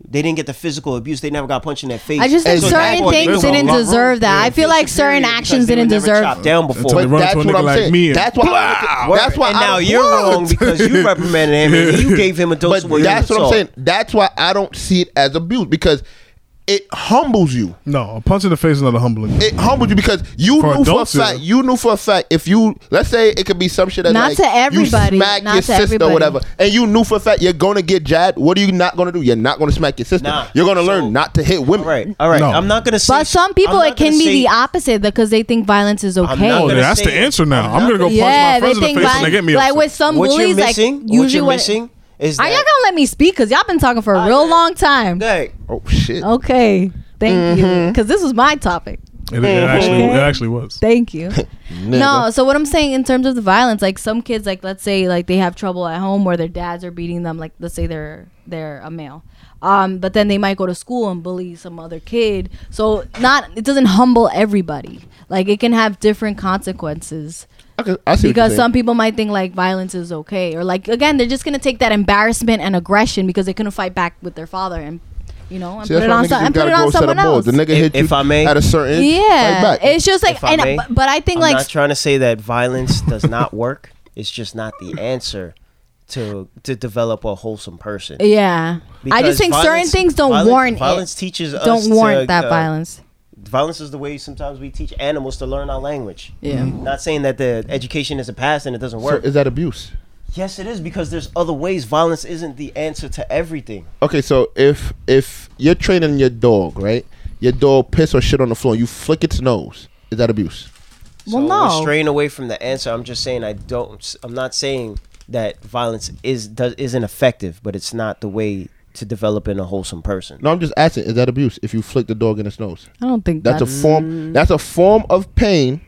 Speaker 3: They didn't get the physical abuse. They never got punched in their face.
Speaker 4: I just think
Speaker 2: So
Speaker 4: certain
Speaker 2: therefore,
Speaker 4: things
Speaker 1: there's a
Speaker 4: didn't
Speaker 1: lot-
Speaker 4: deserve that. I feel like certain actions didn't deserve.
Speaker 3: chopped down before.
Speaker 1: Until they
Speaker 2: But
Speaker 1: run
Speaker 2: that's
Speaker 1: to a
Speaker 2: what
Speaker 1: nigga
Speaker 2: I'm
Speaker 1: like
Speaker 2: saying.
Speaker 1: me and
Speaker 2: That's why. I,
Speaker 3: Word.
Speaker 2: that's why.
Speaker 3: and
Speaker 2: I
Speaker 3: now
Speaker 2: don't-
Speaker 3: you're
Speaker 2: What?
Speaker 3: wrong because you reprimanded him and you gave him a dose
Speaker 2: But
Speaker 3: of what you
Speaker 2: that's what I'm
Speaker 3: saw.
Speaker 2: saying. That's why I don't see it as abuse because it humbles you.
Speaker 1: No, a punch in the face is not a humbling.
Speaker 2: It humbles you because you
Speaker 1: For
Speaker 2: knew for a
Speaker 1: adults, yeah.
Speaker 2: fact. You knew for a fact if you let's say it could be some shit that
Speaker 4: Not
Speaker 2: like,
Speaker 4: to everybody,
Speaker 2: you smack
Speaker 4: not
Speaker 2: your
Speaker 4: to
Speaker 2: sister
Speaker 4: everybody.
Speaker 2: or whatever, and you knew for a fact you're gonna get jabbed. What are you not gonna do? You're not gonna smack your sister.
Speaker 3: Nah.
Speaker 2: You're gonna
Speaker 3: So-
Speaker 2: learn not to hit women.
Speaker 3: All right, all right.
Speaker 1: No.
Speaker 3: I'm not gonna say.
Speaker 4: But some people,
Speaker 3: I'm not
Speaker 4: it can
Speaker 3: gonna
Speaker 4: be
Speaker 3: say-
Speaker 4: the opposite because they think violence is
Speaker 3: not
Speaker 4: okay.
Speaker 1: Oh,
Speaker 3: gonna
Speaker 1: yeah, that's
Speaker 3: say
Speaker 1: the
Speaker 3: it.
Speaker 1: answer now.
Speaker 3: I'm
Speaker 1: I'm gonna go punch
Speaker 4: yeah,
Speaker 1: my
Speaker 4: they
Speaker 1: friends in the
Speaker 4: think
Speaker 1: face and they get
Speaker 4: violence.
Speaker 1: me
Speaker 4: Like
Speaker 1: upset.
Speaker 4: with some
Speaker 3: What you're
Speaker 4: bullies, like
Speaker 3: missing? what
Speaker 4: usually
Speaker 3: you're
Speaker 4: when
Speaker 3: missing is that.
Speaker 4: are y'all gonna let me speak? Cause y'all been talking for a real long time.
Speaker 3: Okay.
Speaker 2: Oh shit.
Speaker 4: Okay, thank
Speaker 3: Mm-hmm.
Speaker 4: you. Cause this was my topic.
Speaker 1: It, it actually,
Speaker 4: Mhm.
Speaker 1: it actually was.
Speaker 4: Thank you. no, so what I'm saying in terms of the violence, like some kids, like let's say like they have trouble at home where their dads are beating them, like let's say they're they're a male.
Speaker 5: Um, but then they might go to school and bully some other kid. So not it doesn't humble everybody. Like it can have different consequences
Speaker 2: Okay, I see. what you're
Speaker 5: because
Speaker 2: saying.
Speaker 5: some people might think like violence is okay or like again they're just gonna take that embarrassment and aggression because they couldn't fight back with their father and you know and
Speaker 2: See,
Speaker 5: put
Speaker 2: that's
Speaker 5: it
Speaker 2: why
Speaker 5: on some,
Speaker 2: niggas just
Speaker 5: and put
Speaker 2: gotta
Speaker 5: it
Speaker 2: go
Speaker 5: on
Speaker 2: outside the
Speaker 5: someone
Speaker 2: mold.
Speaker 5: else.
Speaker 2: The nigga
Speaker 3: If-
Speaker 2: hit you
Speaker 3: if I may-
Speaker 2: at a certain age,
Speaker 5: yeah,
Speaker 2: fight back.
Speaker 5: it's just like
Speaker 3: If I
Speaker 5: and
Speaker 3: may,
Speaker 5: but I think
Speaker 3: I'm
Speaker 5: like
Speaker 3: not trying to say that violence does not work. It's just not the answer to to develop a wholesome person.
Speaker 5: yeah, I
Speaker 3: Because
Speaker 5: just think certain
Speaker 3: violence-
Speaker 5: things don't
Speaker 3: violence-
Speaker 5: warrant
Speaker 3: Violence
Speaker 5: it.
Speaker 3: teaches us
Speaker 5: Don't warrant
Speaker 3: to,
Speaker 5: that
Speaker 3: uh,
Speaker 5: violence.
Speaker 3: Violence is the way sometimes we teach animals to learn our language. Mm-hmm.
Speaker 4: Yeah.
Speaker 3: Not saying that the education is a past and it doesn't
Speaker 2: So
Speaker 3: work.
Speaker 2: is that abuse?
Speaker 3: yes, it is because there's other ways. Violence isn't the answer to everything.
Speaker 2: Okay, so if if you're training your dog, right? Your dog piss or shit on the floor, you flick its nose. Is that abuse?
Speaker 5: Well,
Speaker 3: So
Speaker 5: no.
Speaker 3: We're straying away from the answer. I'm just saying I don't. I'm not saying that violence is does, isn't effective, but it's not the way to developing a wholesome person.
Speaker 2: No, I'm just asking. Is that abuse if you flick the dog in its nose?
Speaker 4: I don't think
Speaker 2: That's,
Speaker 4: that's,
Speaker 2: a form. That's a form of pain,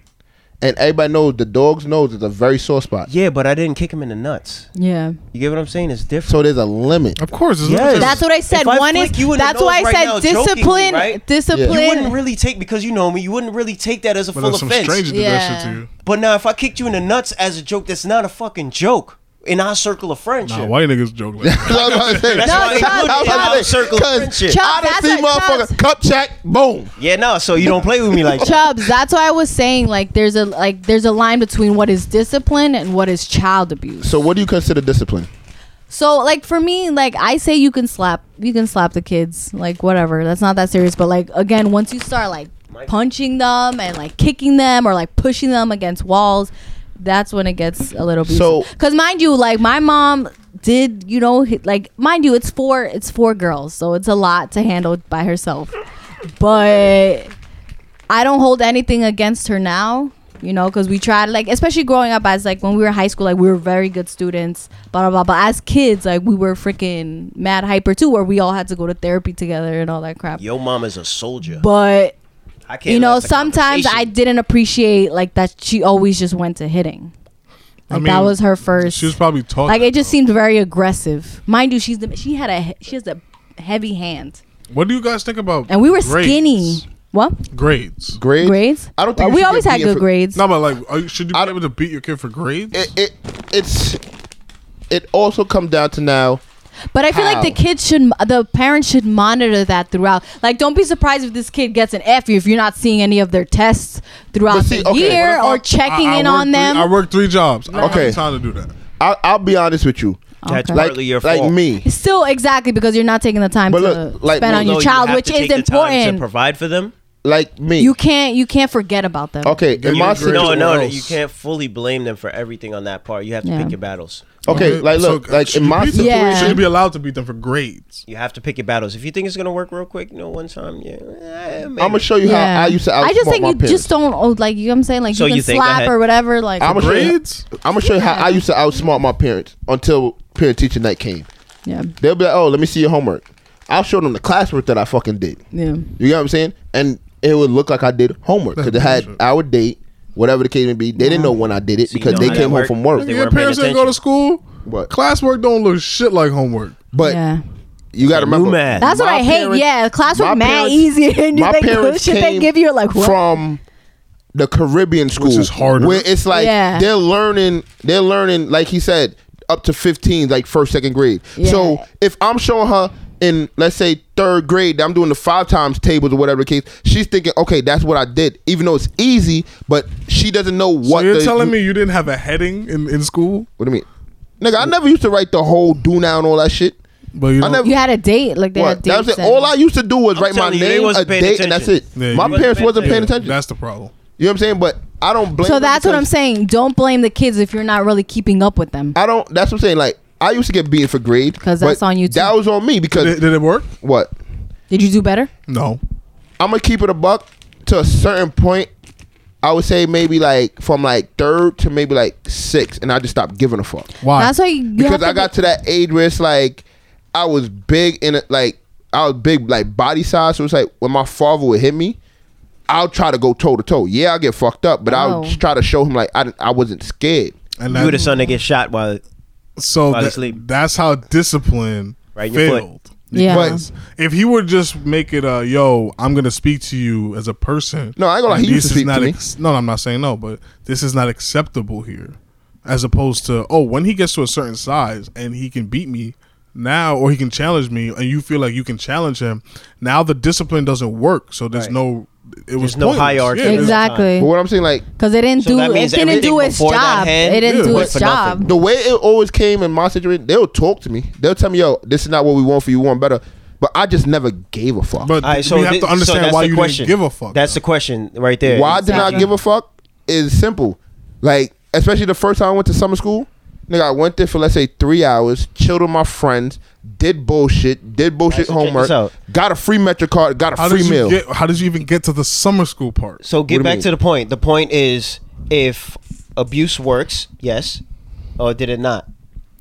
Speaker 2: and everybody knows the dog's nose is a very sore spot.
Speaker 3: Yeah, but I didn't kick him in the nuts.
Speaker 4: yeah.
Speaker 3: You get what I'm saying? It's different.
Speaker 2: So there's a limit.
Speaker 1: Of course, it's not
Speaker 3: Yes.
Speaker 1: just-
Speaker 4: That's what I said.
Speaker 3: If I
Speaker 4: One
Speaker 3: flick
Speaker 4: is
Speaker 3: you in the
Speaker 4: that's why I
Speaker 3: nose right
Speaker 4: said
Speaker 3: now, jokingly,
Speaker 4: discipline.
Speaker 3: right?
Speaker 4: Discipline.
Speaker 3: you wouldn't really take because you know me. You wouldn't really take that as a
Speaker 1: but
Speaker 3: full
Speaker 1: if some
Speaker 3: offense.
Speaker 1: stranger did that shit
Speaker 4: Yeah.
Speaker 1: to you.
Speaker 3: But now, if I kicked you in the nuts as a joke, that's not a fucking joke in our circle of friendship.
Speaker 1: Nah, white niggas joke like that.
Speaker 2: That's what I'm about to say.
Speaker 3: That's
Speaker 4: No,
Speaker 3: why I
Speaker 4: Chubbs,
Speaker 3: included it in
Speaker 4: Chubbs.
Speaker 3: our circle of friendship.
Speaker 4: Chubbs,
Speaker 2: I
Speaker 4: that's
Speaker 2: done seen
Speaker 4: what- Chubbs.
Speaker 2: motherfucker cup check, boom.
Speaker 3: Yeah, no. So you don't play with me like that.
Speaker 4: Chubbs, that's why I was saying like there's a like there's a line between what is discipline and what is child abuse.
Speaker 2: So what do you consider discipline?
Speaker 4: So like for me, like I say you can slap you can slap the kids, like whatever. That's not that serious. But like again, once you start like punching them and like kicking them or like pushing them against walls, that's when it gets a little abusive.
Speaker 2: So-
Speaker 4: Cause mind you, like my mom did, you know, hit- like mind you, it's four it's four girls, so it's a lot to handle by herself. But I don't hold anything against her now, you know, because we tried like, especially growing up as like when we were in high school, like we were very good students, blah blah blah. But as kids, like we were freaking mad hyper too, where we all had to go to therapy together and all that crap.
Speaker 3: Yo, mama's a soldier.
Speaker 4: But
Speaker 3: I can't.
Speaker 4: you know,
Speaker 3: last a
Speaker 4: sometimes I
Speaker 3: conversation.
Speaker 4: didn't appreciate like that she always just went to hitting.
Speaker 1: I
Speaker 4: Like that
Speaker 1: mean,
Speaker 4: was her first.
Speaker 1: She was probably talking.
Speaker 4: like it just seemed very aggressive. Mind you, she's the, she had a he- she has a heavy hand,
Speaker 1: what do you guys think about?
Speaker 4: and we were
Speaker 1: grades?
Speaker 4: skinny. What
Speaker 1: Grades.
Speaker 2: Grades?
Speaker 4: grades?
Speaker 2: I don't think
Speaker 4: Well,
Speaker 2: you should
Speaker 4: we
Speaker 2: get
Speaker 4: always had
Speaker 2: beaten
Speaker 4: good
Speaker 2: for-
Speaker 4: grades.
Speaker 1: No, but like, are you- should you be
Speaker 2: I don't-
Speaker 1: able to beat your kid for grades?
Speaker 2: It, it it's it also comes down to now.
Speaker 4: But I feel
Speaker 2: How?
Speaker 4: like the kids should, the parents should monitor that throughout. Like, don't be surprised if this kid gets an F if you're not seeing any of their tests throughout
Speaker 2: But see,
Speaker 4: the
Speaker 2: okay. What
Speaker 4: year
Speaker 2: if
Speaker 4: or
Speaker 1: I-
Speaker 4: checking
Speaker 1: I- I
Speaker 4: in
Speaker 1: work
Speaker 4: on
Speaker 1: three- I
Speaker 4: them.
Speaker 1: work three jobs. I don't
Speaker 2: Okay.
Speaker 1: have time to do that.
Speaker 2: I, I'll be honest with you.
Speaker 3: That's
Speaker 4: Okay.
Speaker 2: Like
Speaker 3: partly your
Speaker 2: like
Speaker 3: fault.
Speaker 2: me.
Speaker 4: Still, exactly because you're not taking the time
Speaker 2: But
Speaker 4: to
Speaker 2: look, like,
Speaker 4: spend on
Speaker 2: no,
Speaker 4: your
Speaker 3: Although
Speaker 4: child,
Speaker 3: have
Speaker 4: which
Speaker 3: to
Speaker 4: is
Speaker 3: take the time To
Speaker 4: important.
Speaker 3: provide for them.
Speaker 2: Like me.
Speaker 4: you can't, you can't forget about them.
Speaker 2: okay,
Speaker 1: you
Speaker 2: in my
Speaker 1: agree.
Speaker 2: situation.
Speaker 3: No, no, no,
Speaker 1: else.
Speaker 3: you can't fully blame them for everything on that part. You have to
Speaker 4: Yeah.
Speaker 3: pick your battles.
Speaker 2: Okay, like
Speaker 1: So,
Speaker 2: look, like
Speaker 1: should
Speaker 2: in
Speaker 1: you
Speaker 2: my
Speaker 1: beat them?
Speaker 2: situation.
Speaker 4: Yeah.
Speaker 1: should you be allowed to beat them for grades?
Speaker 3: You have to pick your battles. If you think it's gonna work real quick, you know, one time, yeah. eh, maybe.
Speaker 2: I'm gonna show you
Speaker 4: Yeah.
Speaker 2: how I used to outsmart
Speaker 4: I just think
Speaker 2: my
Speaker 4: you
Speaker 2: parents.
Speaker 4: just don't oh, like you. know what I'm saying like
Speaker 3: So
Speaker 4: you can
Speaker 3: you think, go
Speaker 4: slap
Speaker 3: ahead.
Speaker 4: or whatever. Like
Speaker 2: I'm gonna show you.
Speaker 1: Grades?
Speaker 2: I'm gonna show you how I used to outsmart my parents until parent teacher night came.
Speaker 4: yeah,
Speaker 2: They'll be like, "Oh, let me see your homework." I'll show them the classwork that I fucking did.
Speaker 4: yeah.
Speaker 2: You know what I'm saying? And it would look like I did homework because it had
Speaker 1: bullshit.
Speaker 2: our date, whatever the case may be. They didn't know when I did it
Speaker 3: So you
Speaker 2: because
Speaker 3: know
Speaker 2: they
Speaker 3: how that
Speaker 2: came home
Speaker 3: worked?
Speaker 2: from work.
Speaker 3: They
Speaker 1: Your
Speaker 3: weren't paying
Speaker 1: parents didn't go to
Speaker 3: attention.
Speaker 1: school.
Speaker 2: What?
Speaker 1: Classwork don't look shit like homework.
Speaker 2: But
Speaker 4: Yeah.
Speaker 2: you got to
Speaker 3: New
Speaker 2: remember,
Speaker 3: math.
Speaker 4: That's what
Speaker 2: my
Speaker 4: I hate.
Speaker 2: parents-
Speaker 4: Yeah, classwork
Speaker 2: my
Speaker 4: mad
Speaker 2: parents-
Speaker 4: easy, and you
Speaker 2: my
Speaker 4: think the
Speaker 2: parents
Speaker 4: shit they
Speaker 2: came
Speaker 4: give you you're like what?
Speaker 2: from the Caribbean school,
Speaker 1: is harder.
Speaker 2: Where it's like
Speaker 4: Yeah.
Speaker 2: they're learning, they're learning, like he said, up to 15, like first, second grade.
Speaker 4: Yeah.
Speaker 2: So if I'm showing her in, let's say, third grade, that I'm doing the five times tables or whatever the case, she's thinking, okay, that's what I did, even though it's easy, but she doesn't know
Speaker 1: So
Speaker 2: what
Speaker 1: you're
Speaker 2: the-
Speaker 1: telling me you didn't have a heading in, in school,
Speaker 2: What do you mean? Nigga, I never used to write the whole do now and all that shit.
Speaker 1: but you
Speaker 2: I
Speaker 1: don't-
Speaker 2: never.
Speaker 4: you had a date, like they
Speaker 2: What?
Speaker 4: had
Speaker 2: That was
Speaker 4: dates.
Speaker 2: it.
Speaker 4: and-
Speaker 2: All I used to do was
Speaker 3: I'm
Speaker 2: write my
Speaker 3: telling you, they
Speaker 2: name, a
Speaker 3: wasn't
Speaker 2: date,
Speaker 3: paying
Speaker 2: and that's it.
Speaker 3: attention.
Speaker 1: Yeah,
Speaker 2: my
Speaker 1: you-
Speaker 2: parents wasn't
Speaker 1: Yeah,
Speaker 2: paying attention.
Speaker 1: That's the problem.
Speaker 2: You know what I'm saying? But I don't blame.
Speaker 4: So
Speaker 2: them
Speaker 4: that's what I'm
Speaker 2: because
Speaker 4: saying. Don't blame the kids if you're not really keeping up with them.
Speaker 2: I don't. That's what I'm saying. Like I used to get beaten for grade
Speaker 4: 'Cause
Speaker 2: but
Speaker 4: that's on you, too.
Speaker 2: That was on me because
Speaker 1: Did, did it work?
Speaker 2: what?
Speaker 4: Did you do better?
Speaker 1: No.
Speaker 2: I'm gonna keep it a buck to a certain point. I would say maybe like from like third to maybe like six, and I just stopped giving a fuck
Speaker 1: Why?
Speaker 4: That's why you, you have
Speaker 2: because
Speaker 4: to
Speaker 2: I got to that age where it's like I was big in it, like I was big like body size. So it's like when my father would hit me, I'll try to go toe to toe. Yeah, I get fucked up, but I'll
Speaker 4: Oh.
Speaker 2: just try to show him like I didn't- I wasn't scared.
Speaker 1: and
Speaker 3: you were the son that gets shot while
Speaker 1: so
Speaker 3: while
Speaker 1: tha-
Speaker 3: asleep.
Speaker 1: that's how discipline
Speaker 3: Right in your foot.
Speaker 1: failed.
Speaker 4: Yeah.
Speaker 1: But if he would just make it a yo, I'm gonna speak to you as a person.
Speaker 2: No, I ain't gonna lie,
Speaker 1: and
Speaker 2: he used
Speaker 1: this
Speaker 2: to
Speaker 1: is
Speaker 2: speak
Speaker 1: not
Speaker 2: to me.
Speaker 1: ex- No, I'm not saying no, but this is not acceptable here. As opposed to oh, when he gets to a certain size and he can beat me now, or he can challenge me, and you feel like you can challenge him. Now the discipline doesn't work, so there's
Speaker 3: Right.
Speaker 1: no. It was
Speaker 3: no
Speaker 1: pointless.
Speaker 3: hierarchy.
Speaker 1: there's-
Speaker 4: exactly.
Speaker 2: But what I'm saying, like
Speaker 4: Because it didn't
Speaker 3: So that
Speaker 4: do it
Speaker 3: means
Speaker 4: didn't do
Speaker 3: everything
Speaker 4: its
Speaker 3: before that
Speaker 4: job.
Speaker 3: hand
Speaker 4: It didn't
Speaker 1: Yeah.
Speaker 4: do
Speaker 1: was
Speaker 4: its
Speaker 3: for nothing.
Speaker 4: job.
Speaker 2: the way it always came in my situation, they'll talk to me. They'll tell me, "Yo, this is not what we want for you. We want better." But I just never gave a fuck.
Speaker 1: But
Speaker 3: All right, so
Speaker 1: we have
Speaker 3: thi-
Speaker 1: to
Speaker 3: so
Speaker 1: understand
Speaker 3: that's
Speaker 1: why
Speaker 3: the
Speaker 1: you
Speaker 3: question.
Speaker 1: didn't give a fuck.
Speaker 3: That's
Speaker 1: though.
Speaker 3: the question right there.
Speaker 2: Why I did
Speaker 4: Exactly.
Speaker 2: not give a fuck is simple. Like, especially the first time I went to summer school, nigga, I went there for let's say three hours, chilled with my friends, did bullshit, did bullshit
Speaker 3: so check this
Speaker 2: homework,
Speaker 3: out.
Speaker 2: got a free metro card, got a
Speaker 1: how did
Speaker 2: free
Speaker 1: you
Speaker 2: meal.
Speaker 1: get? How did you even get to the summer school part?
Speaker 3: So
Speaker 2: do you
Speaker 3: get back
Speaker 2: mean?
Speaker 3: to the point. The point is, if abuse works, yes, or did it not?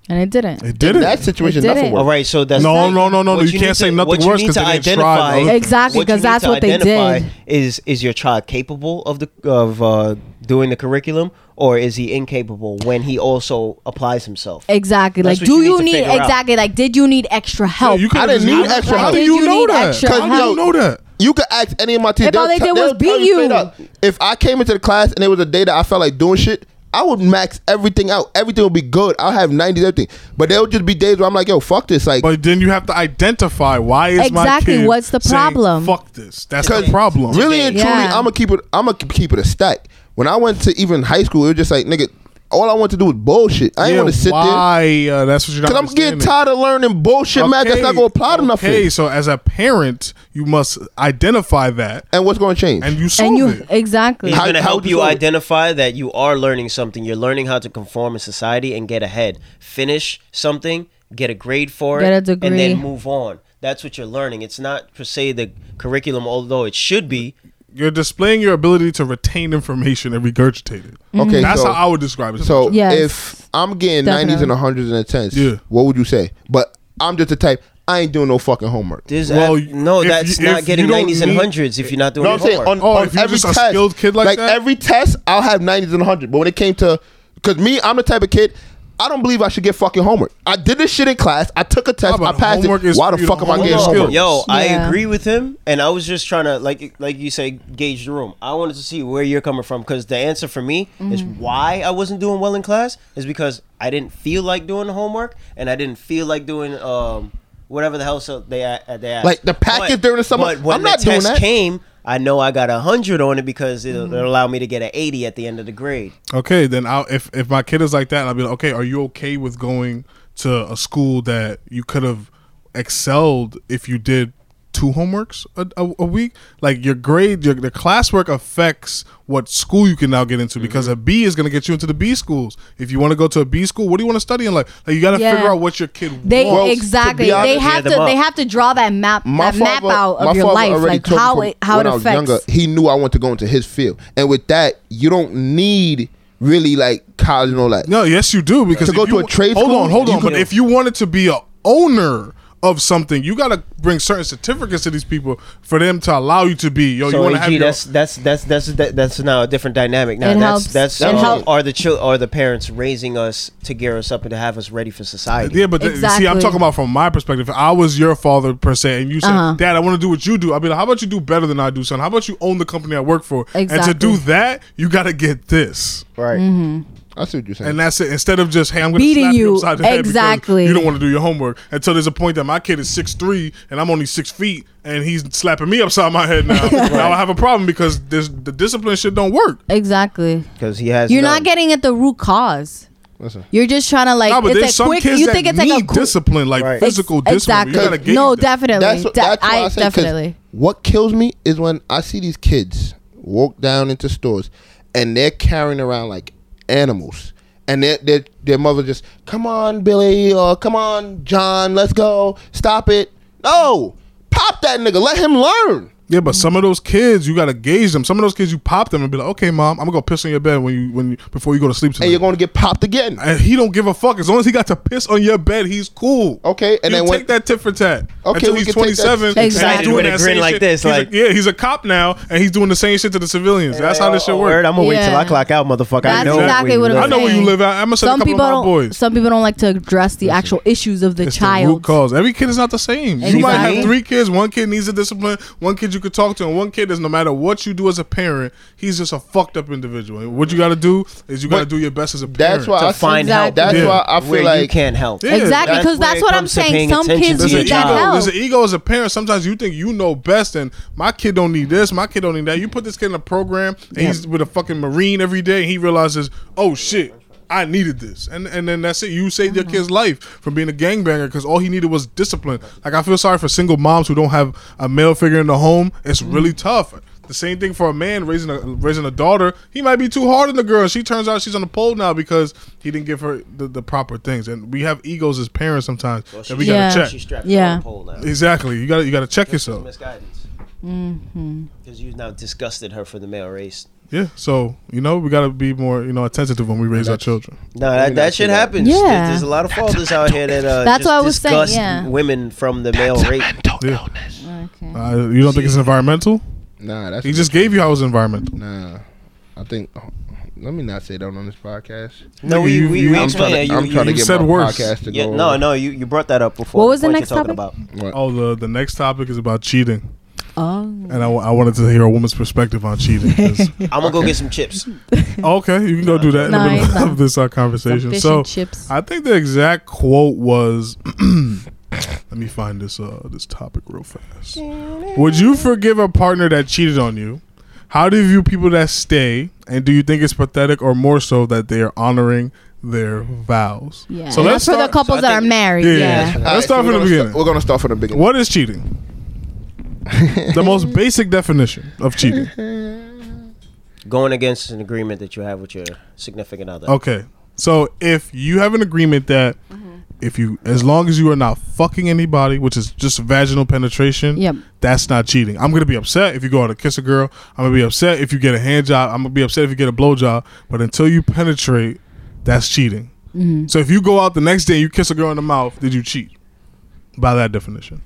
Speaker 4: And it didn't.
Speaker 1: It
Speaker 2: In
Speaker 1: didn't.
Speaker 2: that situation,
Speaker 4: It
Speaker 2: nothing
Speaker 4: didn't.
Speaker 2: worked.
Speaker 3: All right, so that's
Speaker 1: No, no, no, no, no.
Speaker 3: What
Speaker 1: You
Speaker 3: need
Speaker 1: can't say nothing
Speaker 3: what you
Speaker 1: worse
Speaker 3: need
Speaker 1: 'cause
Speaker 3: to
Speaker 1: they didn't try
Speaker 3: identify-
Speaker 1: the other things.
Speaker 4: Exactly, 'cause
Speaker 3: you need
Speaker 4: that's
Speaker 3: to
Speaker 4: what they
Speaker 3: identify
Speaker 4: did.
Speaker 3: Is is your child capable of the of uh, doing the curriculum, or is he incapable when he also applies himself?
Speaker 4: Exactly.
Speaker 3: That's
Speaker 4: Like,
Speaker 3: what
Speaker 4: do
Speaker 3: you
Speaker 4: you
Speaker 3: need to
Speaker 4: need,
Speaker 3: figure out.
Speaker 4: exactly like did you need extra help?
Speaker 1: you
Speaker 2: I
Speaker 1: could've
Speaker 2: didn't
Speaker 1: just-
Speaker 2: need
Speaker 1: how-
Speaker 2: extra
Speaker 1: How
Speaker 2: help.
Speaker 1: do
Speaker 4: Did
Speaker 1: you
Speaker 4: you
Speaker 1: know
Speaker 4: need
Speaker 1: that?
Speaker 4: extra
Speaker 1: How do you
Speaker 4: help?
Speaker 1: know that?
Speaker 2: You could ask any of my teachers.
Speaker 4: If all they
Speaker 2: tell-
Speaker 4: did
Speaker 2: they'll
Speaker 4: was
Speaker 2: tell
Speaker 4: beat
Speaker 2: straight
Speaker 4: you.
Speaker 2: up, If I came into the class and it was a day that I felt like doing shit, I would max everything out. Everything would be good. I'll have 90s, everything. But there would just be days where I'm like, yo, fuck this. Like,
Speaker 1: But then you have to identify why is my
Speaker 4: Exactly,
Speaker 1: kid
Speaker 4: what's the
Speaker 1: saying,
Speaker 4: problem?
Speaker 1: Fuck this. That's the
Speaker 2: 'Cause
Speaker 1: problem.
Speaker 2: Really and truly,
Speaker 4: Yeah.
Speaker 2: I'm gonna keep it. I'm gonna keep it a stack. When I went to even high school, it was just like nigga. All I want to do was bullshit. I
Speaker 1: Yeah,
Speaker 2: didn't want to sit there
Speaker 1: why? Uh, that's what you're not.
Speaker 2: because I'm getting
Speaker 1: understanding.
Speaker 2: tired of learning bullshit math that's not gonna apply to nothing.
Speaker 1: Okay, so as a parent, you must identify that,
Speaker 2: And what's gonna change?
Speaker 1: and you solve
Speaker 4: and you
Speaker 1: it.
Speaker 4: exactly.
Speaker 3: He's
Speaker 2: How-
Speaker 3: going to
Speaker 2: how
Speaker 3: help
Speaker 2: would
Speaker 3: you
Speaker 2: you solve it?
Speaker 3: identify that you are learning something. You're learning how to conform in society and get ahead. Finish something, get a grade for
Speaker 4: Get
Speaker 3: it,
Speaker 4: a
Speaker 3: and
Speaker 4: degree.
Speaker 3: then move on. That's what you're learning. It's not per se the curriculum, although it should be.
Speaker 1: You're displaying your ability to retain information and regurgitate it.
Speaker 2: okay,
Speaker 1: That's
Speaker 2: so,
Speaker 1: how I would describe it.
Speaker 2: so
Speaker 4: Yes.
Speaker 2: if I'm getting nineties and
Speaker 4: Definitely.
Speaker 2: hundreds and tens,
Speaker 1: Yeah.
Speaker 2: what would you say? But I'm just the type. I ain't doing no fucking homework.
Speaker 3: This
Speaker 1: Well,
Speaker 3: no,
Speaker 1: if
Speaker 3: that's
Speaker 1: you-
Speaker 3: not
Speaker 1: if
Speaker 3: getting
Speaker 1: you don't
Speaker 3: 90s and
Speaker 1: need-
Speaker 3: 100s if you're not doing
Speaker 2: No,
Speaker 3: your
Speaker 2: I'm saying
Speaker 3: homework.
Speaker 2: on,
Speaker 1: Oh,
Speaker 2: on
Speaker 1: if you're
Speaker 2: every
Speaker 1: just a
Speaker 2: test,
Speaker 1: skilled kid like that?
Speaker 2: every test, I'll have nineties and hundred. But when it came to, because me, I'm the type of kid. I don't believe I should get fucking homework. I did this shit in class. I took a test.
Speaker 1: but
Speaker 2: I passed
Speaker 1: homework
Speaker 2: it.
Speaker 1: is
Speaker 2: Why
Speaker 1: for
Speaker 2: the
Speaker 1: you
Speaker 2: fuck
Speaker 1: to
Speaker 2: am I
Speaker 1: hone
Speaker 2: getting
Speaker 1: your
Speaker 2: homework?
Speaker 1: skills.
Speaker 3: Yo, I
Speaker 4: Yeah.
Speaker 3: agree with him, and I was just trying to like like you say, gauge the room. I wanted to see where you're coming from because the answer for me is why I wasn't doing well in class is because I didn't feel like doing the homework and I didn't feel like doing um whatever the hell so they a- uh, they asked.
Speaker 2: Like, the package during the summer,
Speaker 3: But when
Speaker 2: I'm not
Speaker 3: the
Speaker 2: doing
Speaker 3: test
Speaker 2: that.
Speaker 3: came, I know I got a hundred on it because it'll, it'll allow me to get an eighty at the end of the grade.
Speaker 1: okay, then I'll if if my kid is like that, I'll be like, okay, are you okay with going to a school that you could have excelled if you did two homeworks a, a, a week? Like your grade, your the classwork affects what school you can now get into
Speaker 4: Mm-hmm.
Speaker 1: because a B is going to get you into the B schools. If you want to go to a B school, what do you want to study in life? Like you got to
Speaker 4: Yeah.
Speaker 1: figure out what your kid
Speaker 4: They
Speaker 1: wants.
Speaker 2: to
Speaker 4: exactly.
Speaker 2: be honest-
Speaker 4: they have to.
Speaker 3: Yeah, them up.
Speaker 4: They have to draw that map.
Speaker 2: My
Speaker 4: That map
Speaker 2: father-
Speaker 4: out
Speaker 2: my
Speaker 4: of your
Speaker 2: father
Speaker 4: life,
Speaker 2: already
Speaker 4: like
Speaker 2: told me
Speaker 4: how
Speaker 2: from
Speaker 4: it how
Speaker 2: when
Speaker 4: it
Speaker 2: I was
Speaker 4: affects.
Speaker 2: younger, he knew I wanted to go into his field, and with that, you don't need really like college and all that.
Speaker 1: No, yes, you do because
Speaker 2: To go
Speaker 1: if you-
Speaker 2: to a trade
Speaker 1: Hold
Speaker 2: school,
Speaker 1: on, hold
Speaker 2: you
Speaker 1: on. But
Speaker 2: can-
Speaker 1: if you wanted to be a owner of something, you got to bring certain certificates to these people for them to allow you to be. Yo, you
Speaker 3: So
Speaker 1: want to have
Speaker 3: AG,
Speaker 1: your,
Speaker 3: that's that's that's that's that- that's now a different dynamic. Now
Speaker 4: It
Speaker 3: that's
Speaker 4: helps.
Speaker 3: that's
Speaker 4: It
Speaker 3: uh,
Speaker 4: helps.
Speaker 3: are the chil- are the parents raising us to gear us up and to have us ready for society?
Speaker 1: yeah. But th- see, I'm
Speaker 4: Exactly.
Speaker 1: talking about from my perspective. If I was your father per se, and you said,
Speaker 4: Uh-huh.
Speaker 1: "Dad, I want to do what you do," I'd be like, "How about you do better than I do, son? How about you own the company I work for?" And to
Speaker 4: Exactly.
Speaker 1: do that, you got to get this.
Speaker 3: Right.
Speaker 4: Mm-hmm.
Speaker 2: I see what you're saying.
Speaker 1: And that's it. Instead of just, hey, I'm going to
Speaker 4: Beating
Speaker 1: slap you
Speaker 4: you.
Speaker 1: upside the head because
Speaker 4: Exactly.
Speaker 1: you don't want to do your homework. Until there's a point that my kid is six three and I'm only six feet, and he's slapping me upside my head now. Now I have a problem because this, the discipline shit don't work.
Speaker 4: Exactly.
Speaker 3: Because he has.
Speaker 4: You're
Speaker 3: none.
Speaker 4: not getting at the root cause.
Speaker 2: Listen.
Speaker 4: You're just trying to like.
Speaker 1: Nah, but
Speaker 4: it's
Speaker 1: there's
Speaker 4: like
Speaker 1: some
Speaker 4: quick,
Speaker 1: kids
Speaker 4: you
Speaker 1: that
Speaker 4: think it's
Speaker 1: need
Speaker 4: like a quick,
Speaker 1: discipline, like
Speaker 3: Right.
Speaker 1: physical
Speaker 4: Ex-
Speaker 1: discipline. You gotta
Speaker 4: Exactly.
Speaker 1: gauge
Speaker 4: No,
Speaker 1: that.
Speaker 4: definitely.
Speaker 2: That's what,
Speaker 4: De-
Speaker 2: that's why I,
Speaker 4: I
Speaker 2: say, 'cause
Speaker 4: definitely.
Speaker 2: What kills me is when I see these kids walk down into stores and they're carrying around like animals, and their their their mother just come on Billy or come on John, let's go, stop it. No, pop that nigga, let him learn.
Speaker 1: Yeah, but some of those kids, you gotta gauge them. Some of those kids, you pop them and be like, "Okay, mom, I'm gonna go piss on your bed when you when you, before you go to sleep tonight."
Speaker 2: and you're gonna get popped again.
Speaker 1: and he don't give a fuck. As long as he got to piss on your bed, he's cool.
Speaker 2: Okay, and
Speaker 1: you
Speaker 2: then
Speaker 1: take
Speaker 2: when-
Speaker 1: that tit for tat.
Speaker 2: Okay,
Speaker 1: until
Speaker 2: we
Speaker 1: he's
Speaker 2: can take that-
Speaker 1: 27. and he's
Speaker 3: Excited
Speaker 1: doing
Speaker 3: with a
Speaker 1: that
Speaker 3: grin
Speaker 1: same
Speaker 3: like
Speaker 1: shit.
Speaker 3: this,
Speaker 1: He's
Speaker 3: like-
Speaker 1: yeah, he's a cop now, and he's doing the same shit to the civilians. That's how this shit works.
Speaker 3: I'm gonna wait till
Speaker 4: Yeah.
Speaker 3: I clock out, motherfucker. I
Speaker 4: That's
Speaker 3: know
Speaker 4: exactly
Speaker 3: where
Speaker 4: what
Speaker 3: you
Speaker 4: I'm
Speaker 1: I know where you
Speaker 4: saying.
Speaker 1: live at. I'm gonna send a
Speaker 4: Some
Speaker 1: couple
Speaker 4: people
Speaker 1: of my
Speaker 4: don't.
Speaker 1: boys.
Speaker 4: Some people don't like to address the actual issues of the
Speaker 1: It's the root
Speaker 4: child.
Speaker 1: cause. Every kid is not the same. You
Speaker 4: Exactly.
Speaker 1: might have three kids. One kid needs a discipline. One kid you could talk to, and one kid is no matter what you do as a parent, he's just a fucked up individual. And what you got to do is you got to
Speaker 2: But
Speaker 1: do your best as a parent.
Speaker 2: That's why
Speaker 3: To
Speaker 2: I
Speaker 3: find
Speaker 2: feel,
Speaker 4: help.
Speaker 2: That's
Speaker 1: Yeah.
Speaker 2: why I
Speaker 3: where
Speaker 2: feel
Speaker 3: you
Speaker 2: like
Speaker 3: can't help.
Speaker 1: Yeah.
Speaker 4: Exactly,
Speaker 1: That's
Speaker 4: because
Speaker 3: where
Speaker 4: that's
Speaker 3: it
Speaker 4: what I'm
Speaker 3: comes to
Speaker 4: saying.
Speaker 3: paying
Speaker 4: Some
Speaker 3: attention
Speaker 4: kids
Speaker 3: to
Speaker 1: There's
Speaker 3: your
Speaker 1: an
Speaker 4: need that
Speaker 3: child.
Speaker 1: ego.
Speaker 4: help.
Speaker 1: There's an ego as a parent. Sometimes you think you know best, and my kid don't need this. My kid don't need that. You put this kid in a program, and he's with a fucking marine every day, and he realizes, oh shit. I needed this, and and then that's it. You saved your kid's life from being a gangbanger because all he needed was discipline. Like I feel sorry for single moms who don't have a male figure in the home. It's really tough. The same thing for a man raising a raising a daughter. He might be too hard on the girl. She turns out she's on the pole now because he didn't give her the, the proper things. And we have egos as parents sometimes that we
Speaker 4: Yeah.
Speaker 1: gotta check.
Speaker 3: She's strapped
Speaker 4: Yeah.
Speaker 3: to a pole now.
Speaker 1: Exactly. You got to you got to check yourself.
Speaker 3: Misguidance.
Speaker 4: Mm-hmm.
Speaker 3: Because you've now disgusted her for the male race.
Speaker 1: Yeah. So you know we got to be more you know attentive when we raise our children.
Speaker 3: No, that, that shit happens.
Speaker 4: Yeah.
Speaker 3: There- There's a lot of fathers out here that uh,
Speaker 4: That's
Speaker 3: just
Speaker 4: what I was saying,
Speaker 3: disgust
Speaker 4: yeah.
Speaker 3: women from the male race.
Speaker 1: Yeah. Uh, you don't think it's environmental?
Speaker 2: nah, that's
Speaker 1: He just gave you how it's environmental.
Speaker 2: nah. I think oh, let me not say that on this podcast.
Speaker 3: No,
Speaker 1: Nigga,
Speaker 3: we,
Speaker 1: you-
Speaker 3: we,
Speaker 1: you-
Speaker 3: we
Speaker 1: I'm
Speaker 2: I'm trying
Speaker 3: explained
Speaker 2: to,
Speaker 3: that. You,
Speaker 2: I'm
Speaker 3: you,
Speaker 2: trying to
Speaker 1: you
Speaker 2: get
Speaker 1: said
Speaker 2: my
Speaker 1: worse.
Speaker 2: podcast to
Speaker 3: yeah,
Speaker 2: go.
Speaker 3: no, no, you, you brought that up before.
Speaker 4: What was the
Speaker 3: point you're
Speaker 4: next
Speaker 3: talking
Speaker 4: topic?
Speaker 3: About.
Speaker 2: What?
Speaker 1: Oh, the the next topic is about cheating,
Speaker 4: Oh,
Speaker 1: and I, wa- I wanted to hear a woman's perspective on cheating. 'cause-
Speaker 3: I'm gonna go get some chips.
Speaker 1: okay, you can go do that in the
Speaker 4: No,
Speaker 1: middle
Speaker 4: it's not.
Speaker 1: of this uh, conversation.
Speaker 4: some fish
Speaker 1: So
Speaker 4: and chips.
Speaker 1: I think the exact quote was. Let me find this uh this topic real fast. Would you forgive a partner that cheated on you? How do you view people that stay? And do you think it's pathetic or more so that they are honoring their vows?
Speaker 4: yeah.
Speaker 1: So
Speaker 4: and
Speaker 1: let's
Speaker 4: that's for the
Speaker 1: start-
Speaker 4: couples
Speaker 2: so I
Speaker 4: that are
Speaker 2: think-
Speaker 4: married.
Speaker 1: Yeah,
Speaker 4: Yeah.
Speaker 1: yeah, yeah.
Speaker 2: All
Speaker 1: Let's
Speaker 2: right,
Speaker 1: start
Speaker 2: so we're
Speaker 1: from the
Speaker 2: gonna
Speaker 1: beginning.
Speaker 2: sta- we're gonna start from the beginning.
Speaker 1: What is cheating? the most basic definition of cheating.
Speaker 3: Going against an agreement that you have with your significant other.
Speaker 1: Okay. So if you have an agreement that
Speaker 4: Mm-hmm.
Speaker 1: if you as long as you are not fucking anybody, which is just vaginal penetration,
Speaker 4: Yep.
Speaker 1: that's not cheating. I'm gonna be upset if you go out and kiss a girl. I'm gonna be upset if you get a hand job. I'm gonna be upset if you get a blow job. But until you penetrate, that's cheating.
Speaker 4: Mm-hmm.
Speaker 1: So if you go out the next day and you kiss a girl in the mouth, did you cheat? By that definition.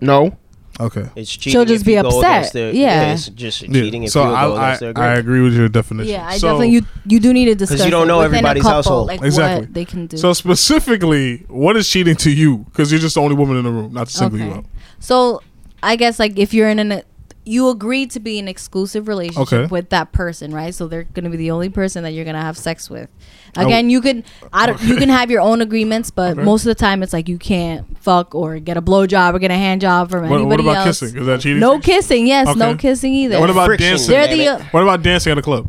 Speaker 2: No,
Speaker 1: Okay.
Speaker 3: It's cheating.
Speaker 4: She'll just
Speaker 3: if
Speaker 4: be
Speaker 3: you go
Speaker 4: upset.
Speaker 3: against their-
Speaker 4: Yeah.
Speaker 3: It's just
Speaker 1: Yeah.
Speaker 3: cheating if
Speaker 1: so
Speaker 3: you go
Speaker 1: I,
Speaker 3: against their
Speaker 1: I,
Speaker 3: agreement.
Speaker 1: I agree with your definition.
Speaker 4: Yeah, I
Speaker 1: So-
Speaker 4: definitely you you do need to discuss
Speaker 3: you don't
Speaker 4: it
Speaker 3: know
Speaker 4: within a
Speaker 3: everybody's
Speaker 4: couple,
Speaker 3: household.
Speaker 4: like
Speaker 1: Exactly.
Speaker 4: what they can do.
Speaker 1: So specifically, what is cheating to you? Because you're just the only woman in the room, not to single you
Speaker 4: Okay.
Speaker 1: out.
Speaker 4: So
Speaker 5: I guess like if you're in an you agree to be in exclusive relationship
Speaker 1: Okay.
Speaker 5: with that person, right? So they're going to be the only person that you're going to have sex with.
Speaker 1: w-
Speaker 5: Again, you can I don't, you
Speaker 1: Okay.
Speaker 5: can have your own agreements, but
Speaker 1: Okay.
Speaker 5: most of the time it's like you can't fuck or get a blowjob or get a hand job from
Speaker 1: What, what
Speaker 5: anybody
Speaker 1: about
Speaker 5: else.
Speaker 1: kissing? Is that cheating?
Speaker 5: No kissing, yes, no
Speaker 1: Okay.
Speaker 5: kissing either.
Speaker 1: What about
Speaker 3: Friction,
Speaker 1: dancing?
Speaker 5: They're
Speaker 3: damn
Speaker 5: the-
Speaker 3: it.
Speaker 1: What about dancing at a club?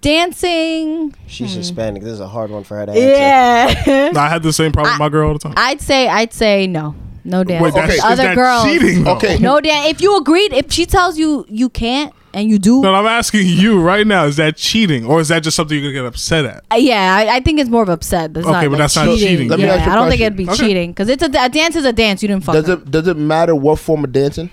Speaker 5: dancing?
Speaker 3: She's Hispanic. This is a hard one for her to answer.
Speaker 5: hmm. Yeah.
Speaker 1: I had the same problem with my girl all the time.
Speaker 5: I'd say I'd say no. No dance.
Speaker 1: Wait, that's
Speaker 2: Okay.
Speaker 1: is
Speaker 5: Other
Speaker 1: that
Speaker 5: girls.
Speaker 1: cheating? though?
Speaker 2: Okay.
Speaker 5: No dance. If you agreed, if she tells you you can't and you do,
Speaker 1: No, I'm asking you right now: Is that cheating, or is that just something you're gonna get upset at?
Speaker 5: Uh, Yeah, I, I think it's more of upset. That's
Speaker 1: Okay,
Speaker 5: not,
Speaker 1: but
Speaker 5: like,
Speaker 1: that's not cheating. Let
Speaker 2: me
Speaker 5: Yeah,
Speaker 2: ask you a
Speaker 5: I don't think
Speaker 2: question.
Speaker 5: it'd be
Speaker 1: Okay.
Speaker 5: cheating because it's a, a dance is a dance. You didn't fuck.
Speaker 2: does
Speaker 5: her.
Speaker 2: it does it matter what form of dancing?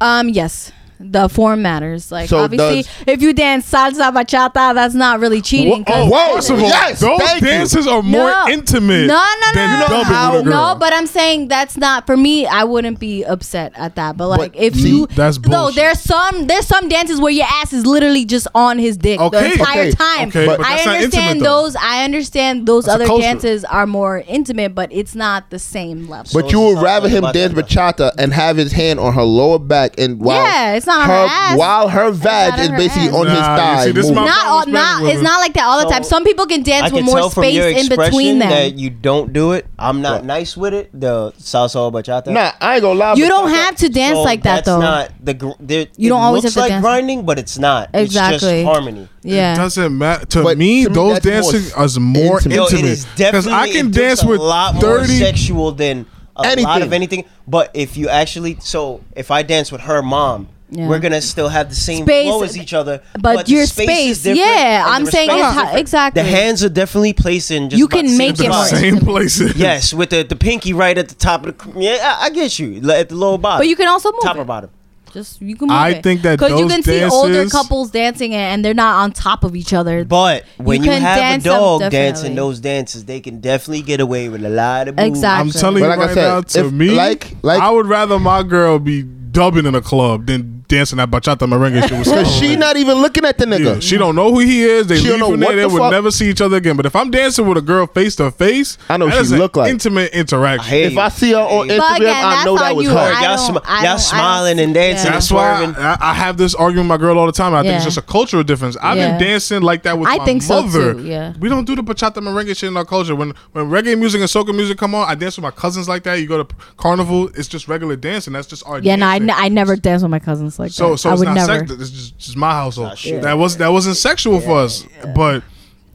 Speaker 5: Um, yes, the form matters. Like
Speaker 2: So
Speaker 5: obviously,
Speaker 2: does-
Speaker 5: if you dance salsa bachata, that's not really cheating. 'cause-
Speaker 1: Oh,
Speaker 2: Whoa,
Speaker 1: first of all,
Speaker 2: yes,
Speaker 1: those
Speaker 2: thank you.
Speaker 1: dances are more
Speaker 5: No.
Speaker 1: intimate.
Speaker 5: No, no,
Speaker 1: than
Speaker 5: no, no,
Speaker 1: dubbing with a girl.
Speaker 5: no. But I'm saying that's not for me. I wouldn't be upset at that. But like, if
Speaker 2: see,
Speaker 5: you
Speaker 1: that's
Speaker 5: no,
Speaker 1: bullshit.
Speaker 5: there's some there's some dances where your ass is literally just on his dick
Speaker 1: Okay,
Speaker 5: the entire
Speaker 2: okay,
Speaker 5: time.
Speaker 1: okay, but
Speaker 5: I
Speaker 1: that's not
Speaker 5: understand
Speaker 1: intimate, though.
Speaker 5: those. I understand those
Speaker 1: That's a
Speaker 5: other
Speaker 1: culture.
Speaker 5: dances are more intimate, but it's not the same level.
Speaker 2: But
Speaker 3: So
Speaker 2: you
Speaker 3: it's
Speaker 2: would
Speaker 3: not
Speaker 2: rather
Speaker 3: like
Speaker 2: him
Speaker 3: bachata.
Speaker 2: dance bachata and have his hand on her lower back and while
Speaker 5: Yeah, it's not on her ass.
Speaker 2: while her vag
Speaker 5: not
Speaker 2: is
Speaker 5: on her
Speaker 2: basically
Speaker 5: ass.
Speaker 2: on his
Speaker 1: Nah, you
Speaker 2: thigh.
Speaker 1: see, this is
Speaker 2: moving.
Speaker 1: my-
Speaker 5: not
Speaker 1: I'm
Speaker 5: all,
Speaker 1: respecting
Speaker 5: not
Speaker 1: women.
Speaker 5: it's not like that all the
Speaker 3: So,
Speaker 5: time. Some people can dance with more space in between them.
Speaker 3: that you don't do it. I'm not nice with it. The salsa bachata.
Speaker 2: nah, I ain't gonna lie.
Speaker 5: you
Speaker 2: but-
Speaker 5: don't have to dance
Speaker 3: So
Speaker 5: like that
Speaker 3: that's
Speaker 5: though.
Speaker 3: Not the gr- there-
Speaker 5: You
Speaker 3: it
Speaker 5: don't always
Speaker 3: looks
Speaker 5: have to
Speaker 3: like
Speaker 5: dance.
Speaker 3: grinding, but it's not. It's
Speaker 5: Exactly.
Speaker 3: just harmony.
Speaker 1: It
Speaker 5: yeah.
Speaker 1: doesn't matter to
Speaker 2: But
Speaker 1: me.
Speaker 2: to me,
Speaker 1: those
Speaker 2: that's more
Speaker 1: dancing is more
Speaker 2: intimate.
Speaker 1: intimate.
Speaker 2: Yo,
Speaker 3: Yo, it is definitely
Speaker 1: I can
Speaker 3: it
Speaker 1: dance
Speaker 3: looks
Speaker 1: with
Speaker 3: a lot more
Speaker 1: 30
Speaker 3: sexual than a lot
Speaker 2: Anything.
Speaker 3: of anything. But if you actually, so if I dance with her mom,
Speaker 4: Yeah.
Speaker 3: we're gonna still have the same
Speaker 4: Space-
Speaker 3: flow as each other.
Speaker 4: but your
Speaker 3: is
Speaker 4: space,
Speaker 3: different
Speaker 4: yeah,
Speaker 3: and the
Speaker 4: I'm saying
Speaker 3: response
Speaker 4: it's
Speaker 3: is
Speaker 4: ho-
Speaker 3: different.
Speaker 4: exactly.
Speaker 3: The hands are definitely placed in. Just
Speaker 4: You
Speaker 3: about
Speaker 4: can
Speaker 3: the same
Speaker 4: make it
Speaker 1: the
Speaker 4: Right.
Speaker 3: spot.
Speaker 1: same places.
Speaker 3: Yes, with the, the pinky right at the top of the. Yeah, I, I get you. Like, At the lower bottom.
Speaker 4: But you can also move
Speaker 3: top or
Speaker 4: it.
Speaker 3: bottom.
Speaker 4: Just you can move
Speaker 1: I think that
Speaker 4: because you
Speaker 1: those
Speaker 4: can see older
Speaker 1: dances-
Speaker 4: couples dancing and- and they're not on top of each other.
Speaker 3: But when you,
Speaker 4: can
Speaker 3: have a
Speaker 4: dance them,
Speaker 3: dog
Speaker 4: definitely.
Speaker 3: dancing those dances, they can definitely get away with a lot of moves.
Speaker 4: Exactly.
Speaker 1: I'm telling you
Speaker 2: But like I
Speaker 1: right
Speaker 2: said,
Speaker 1: now, to
Speaker 2: if-
Speaker 1: me,
Speaker 2: like- like-
Speaker 1: I would rather my girl be dubbing in a club than dancing that bachata merengue shit with
Speaker 2: Cause
Speaker 1: Stone.
Speaker 2: she not even looking at the
Speaker 1: Yeah,
Speaker 2: nigga.
Speaker 1: she don't know who he is. They
Speaker 2: She don't
Speaker 1: leave
Speaker 2: know
Speaker 1: from there.
Speaker 2: what
Speaker 1: They
Speaker 2: the
Speaker 1: would
Speaker 2: fuck-
Speaker 1: never see each other again. But if I'm dancing with a girl face to face,
Speaker 2: I know
Speaker 1: that
Speaker 2: she
Speaker 1: is an
Speaker 2: look like-
Speaker 1: intimate
Speaker 3: I
Speaker 1: interaction.
Speaker 3: hate
Speaker 2: If I see her on
Speaker 3: Hey.
Speaker 2: Instagram,
Speaker 4: again,
Speaker 2: I
Speaker 4: that's
Speaker 2: know that
Speaker 4: on
Speaker 2: was
Speaker 4: you.
Speaker 2: her.
Speaker 4: I
Speaker 3: y'all,
Speaker 4: don't-
Speaker 3: sm-
Speaker 4: I
Speaker 3: y'all
Speaker 4: don't-
Speaker 3: smiling
Speaker 4: I
Speaker 3: and
Speaker 4: don't-
Speaker 3: dancing
Speaker 1: That's
Speaker 3: and
Speaker 1: why
Speaker 3: swerving.
Speaker 1: I, I have this argument with my girl all the time. I think
Speaker 4: Yeah.
Speaker 1: it's just a cultural difference. I've
Speaker 4: Yeah.
Speaker 1: been dancing like that with
Speaker 4: I
Speaker 1: my
Speaker 4: think so,
Speaker 1: mother.
Speaker 4: too, yeah.
Speaker 1: We don't do the bachata merengue shit in our culture. When when reggae music and soca music come on, I dance with my cousins like that. You go to p- carnival, it's just regular dancing. That's just our
Speaker 4: Yeah, no, I,
Speaker 1: dancing.
Speaker 4: n- I never dance with my cousins like
Speaker 1: So
Speaker 4: that.
Speaker 1: so
Speaker 4: I
Speaker 1: it's
Speaker 4: would
Speaker 1: not
Speaker 4: never.
Speaker 1: sex. It's just, just my household.
Speaker 3: Nah, shit.
Speaker 1: That was that wasn't sexual for us. But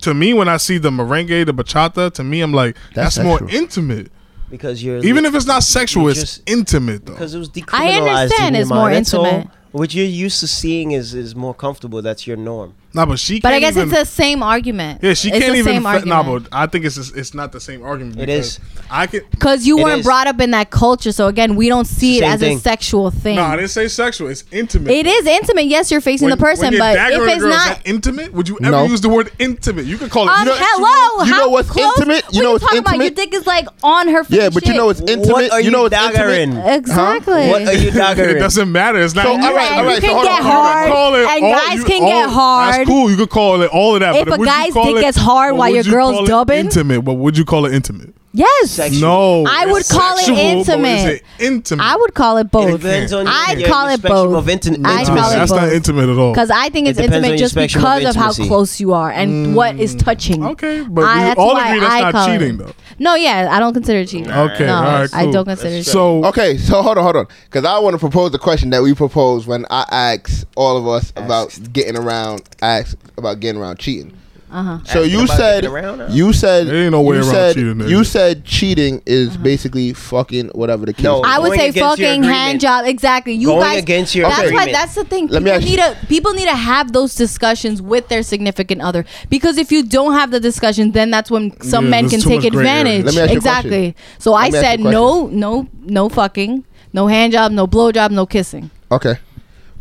Speaker 1: to me, when I see the merengue, the bachata, to me, I'm like that's,
Speaker 2: That's
Speaker 1: more
Speaker 2: sexual.
Speaker 1: intimate.
Speaker 3: because you're
Speaker 1: Even if it's not sexual,
Speaker 3: You
Speaker 1: it's
Speaker 3: just-
Speaker 1: intimate though.
Speaker 3: because it was decriminalized.
Speaker 4: I understand
Speaker 3: in
Speaker 4: it's
Speaker 3: your
Speaker 4: more
Speaker 3: mind. That's
Speaker 4: intimate.
Speaker 3: All, what you're used to seeing is is more comfortable. That's your norm.
Speaker 1: Nah, but she.
Speaker 4: But
Speaker 1: can't
Speaker 4: I guess
Speaker 1: even,
Speaker 4: it's the same argument.
Speaker 1: yeah. She
Speaker 4: it's
Speaker 1: can't
Speaker 4: the
Speaker 1: even.
Speaker 4: Same
Speaker 1: fa-
Speaker 4: argument.
Speaker 1: nah, but I think it's it's not the same argument.
Speaker 3: It
Speaker 1: because
Speaker 3: is.
Speaker 1: I can.
Speaker 4: because you
Speaker 3: It
Speaker 4: weren't
Speaker 3: is.
Speaker 4: brought up in that culture, so again, we don't see it
Speaker 3: Same
Speaker 4: as a
Speaker 3: thing.
Speaker 4: sexual thing.
Speaker 1: No, I didn't say sexual. It's intimate.
Speaker 4: it is intimate. Yes, you're facing
Speaker 1: When-
Speaker 4: the person,
Speaker 1: when you're
Speaker 4: but
Speaker 1: daggering
Speaker 4: if
Speaker 1: a
Speaker 4: it's
Speaker 1: girl, is
Speaker 4: not,
Speaker 1: that intimate, would you ever
Speaker 2: No.
Speaker 1: use the word intimate? You could call it.
Speaker 4: um,
Speaker 1: you know-
Speaker 4: hello,
Speaker 2: you know
Speaker 4: how
Speaker 2: what's
Speaker 4: close-
Speaker 2: intimate? You
Speaker 4: what
Speaker 2: know
Speaker 4: are
Speaker 2: what's
Speaker 4: talking about? Your
Speaker 2: intimate?
Speaker 4: dick is like on her.
Speaker 2: Yeah, but you know it's intimate.
Speaker 3: What are
Speaker 2: you know it's
Speaker 3: daggering?
Speaker 2: intimate.
Speaker 4: exactly.
Speaker 3: What are you
Speaker 1: it
Speaker 3: daggering?
Speaker 1: doesn't matter. It's not.
Speaker 2: So, all
Speaker 1: intimate.
Speaker 2: right, all
Speaker 4: you
Speaker 2: right.
Speaker 4: can
Speaker 2: so hold on,
Speaker 4: get
Speaker 2: hold on.
Speaker 4: hard,
Speaker 1: call it
Speaker 4: and
Speaker 1: all-
Speaker 4: guys
Speaker 1: you-
Speaker 4: can
Speaker 1: all-
Speaker 4: get hard.
Speaker 1: That's cool. You could call it all of that.
Speaker 4: If
Speaker 1: but
Speaker 4: a
Speaker 1: would you
Speaker 4: guy's
Speaker 1: call
Speaker 4: dick
Speaker 1: it-
Speaker 4: gets hard
Speaker 1: but
Speaker 4: while
Speaker 1: would
Speaker 4: your
Speaker 1: you
Speaker 4: girl's
Speaker 1: call it
Speaker 4: dubbing?
Speaker 1: intimate. But would you call it intimate?
Speaker 4: Yes,
Speaker 3: Sexual.
Speaker 1: No,
Speaker 4: I
Speaker 1: it's
Speaker 4: would call it
Speaker 1: sexual, but is
Speaker 4: intimate.
Speaker 1: intimate.
Speaker 4: I would call it
Speaker 3: It
Speaker 4: both.
Speaker 3: depends on
Speaker 4: I'd
Speaker 3: your, your
Speaker 4: call it
Speaker 3: spectrum
Speaker 4: both.
Speaker 3: of inti-
Speaker 4: I'd
Speaker 3: intimacy.
Speaker 4: call it
Speaker 1: That's not
Speaker 4: both.
Speaker 1: intimate at all.
Speaker 4: Because I think it's
Speaker 3: It depends on your
Speaker 4: intimate just
Speaker 3: spectrum of
Speaker 4: because of, how
Speaker 3: intimacy.
Speaker 4: close you are and what is touching.
Speaker 1: Mm. Okay, but
Speaker 4: I-
Speaker 1: we
Speaker 4: that's
Speaker 1: all
Speaker 4: why
Speaker 1: agree that's
Speaker 4: I
Speaker 1: not
Speaker 4: call it-
Speaker 1: cheating, though.
Speaker 4: No, yeah, I don't consider it cheating.
Speaker 1: Okay,
Speaker 4: no,
Speaker 1: all right,
Speaker 4: I
Speaker 1: cool.
Speaker 4: don't consider it cheating.
Speaker 1: So
Speaker 2: Okay, so hold on, hold on, because I want to propose the question that we proposed when I asked all of us about getting around, asked about getting around cheating.
Speaker 4: Uh-huh.
Speaker 2: So
Speaker 3: Asking
Speaker 2: you
Speaker 3: about
Speaker 2: said,
Speaker 3: getting around, huh?
Speaker 2: you said,
Speaker 1: There ain't no way
Speaker 2: you
Speaker 1: around
Speaker 2: said,
Speaker 1: cheating, nigga.
Speaker 2: You said cheating is basically fucking whatever the case.
Speaker 3: No.
Speaker 2: is.
Speaker 4: Uh-huh. I would
Speaker 3: Going
Speaker 4: say
Speaker 3: against your
Speaker 4: fucking
Speaker 3: agreement.
Speaker 4: hand job. Exactly. You
Speaker 3: Going
Speaker 4: guys.
Speaker 3: against your
Speaker 4: that's why.
Speaker 3: agreement.
Speaker 4: That's the thing.
Speaker 2: Let
Speaker 4: People
Speaker 2: me ask you-
Speaker 4: need to. People need to have those discussions with their significant other because if you don't have the discussion, then that's when some
Speaker 1: Yeah,
Speaker 4: men
Speaker 1: there's
Speaker 4: can
Speaker 1: too
Speaker 4: take
Speaker 1: much gray area.
Speaker 4: advantage.
Speaker 2: Let me ask you a question.
Speaker 4: exactly. So I
Speaker 2: Let me ask
Speaker 4: said
Speaker 2: you a
Speaker 4: no, no, no fucking, no hand job, no blow job, no kissing.
Speaker 2: Okay.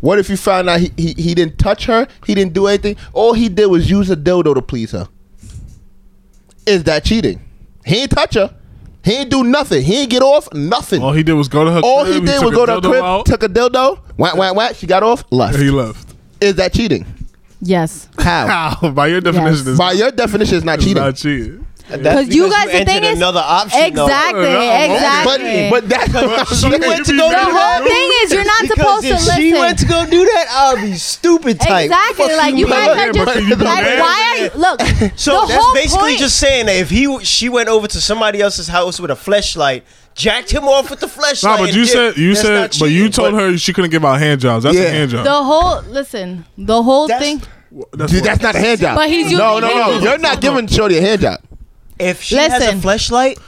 Speaker 2: What if you found out he, he, he didn't touch her? He didn't do anything. All he did was use a dildo to please her. Is that cheating? He ain't touch her. He ain't do nothing. He ain't get off nothing.
Speaker 1: all he did was go to her.
Speaker 2: All
Speaker 1: crib,
Speaker 2: he did
Speaker 1: took
Speaker 2: was go to her
Speaker 1: dildo
Speaker 2: crib,
Speaker 1: out,
Speaker 2: took a dildo, whack, whack, whack. She got off, left.
Speaker 1: and he left.
Speaker 2: Is that cheating?
Speaker 4: Yes.
Speaker 2: How?
Speaker 4: Oh.
Speaker 1: How? By your definition, it's
Speaker 2: By your definition, it's not
Speaker 1: it's
Speaker 2: cheating.
Speaker 1: not cheating.
Speaker 3: That's
Speaker 4: you guys, the
Speaker 3: entered
Speaker 4: thing is-
Speaker 3: another option. though.
Speaker 4: Exactly.
Speaker 1: No, no, okay.
Speaker 2: but
Speaker 4: Exactly.
Speaker 2: but that's not
Speaker 1: So
Speaker 2: cheating.
Speaker 1: can
Speaker 3: went
Speaker 1: you
Speaker 3: to
Speaker 1: be
Speaker 3: go
Speaker 4: the
Speaker 1: mad at
Speaker 3: to
Speaker 4: whole
Speaker 1: me?
Speaker 4: thing is you're not
Speaker 3: Because
Speaker 4: supposed to
Speaker 3: if
Speaker 4: listen.
Speaker 3: she went to go do that, I'll be stupid type.
Speaker 4: Exactly.
Speaker 3: Fuck
Speaker 4: Like you
Speaker 1: man.
Speaker 4: guys are
Speaker 1: Yeah, but
Speaker 4: just
Speaker 1: you
Speaker 4: like
Speaker 1: man.
Speaker 4: why are you look
Speaker 3: So
Speaker 4: the
Speaker 3: that's
Speaker 4: whole
Speaker 3: basically
Speaker 4: point,
Speaker 3: just saying that if he she went over to somebody else's house with a fleshlight, jacked him off with the
Speaker 1: Nah,
Speaker 3: fleshlight.
Speaker 1: but
Speaker 3: and
Speaker 1: you
Speaker 3: did-
Speaker 1: said you
Speaker 3: that's
Speaker 1: said,
Speaker 3: not
Speaker 1: but you
Speaker 3: cheating,
Speaker 1: told
Speaker 3: but
Speaker 1: her she couldn't give out hand jobs. That's
Speaker 2: Yeah.
Speaker 1: a hand job.
Speaker 4: the whole listen, the whole
Speaker 3: That's-
Speaker 4: thing
Speaker 1: That's
Speaker 2: Dude,
Speaker 1: what-
Speaker 2: that's not a hand job.
Speaker 4: But he's using
Speaker 2: no, no, no.
Speaker 4: hand
Speaker 2: You're not giving Shorty a hand job.
Speaker 3: if she has
Speaker 4: Listen.
Speaker 3: a fleshlight,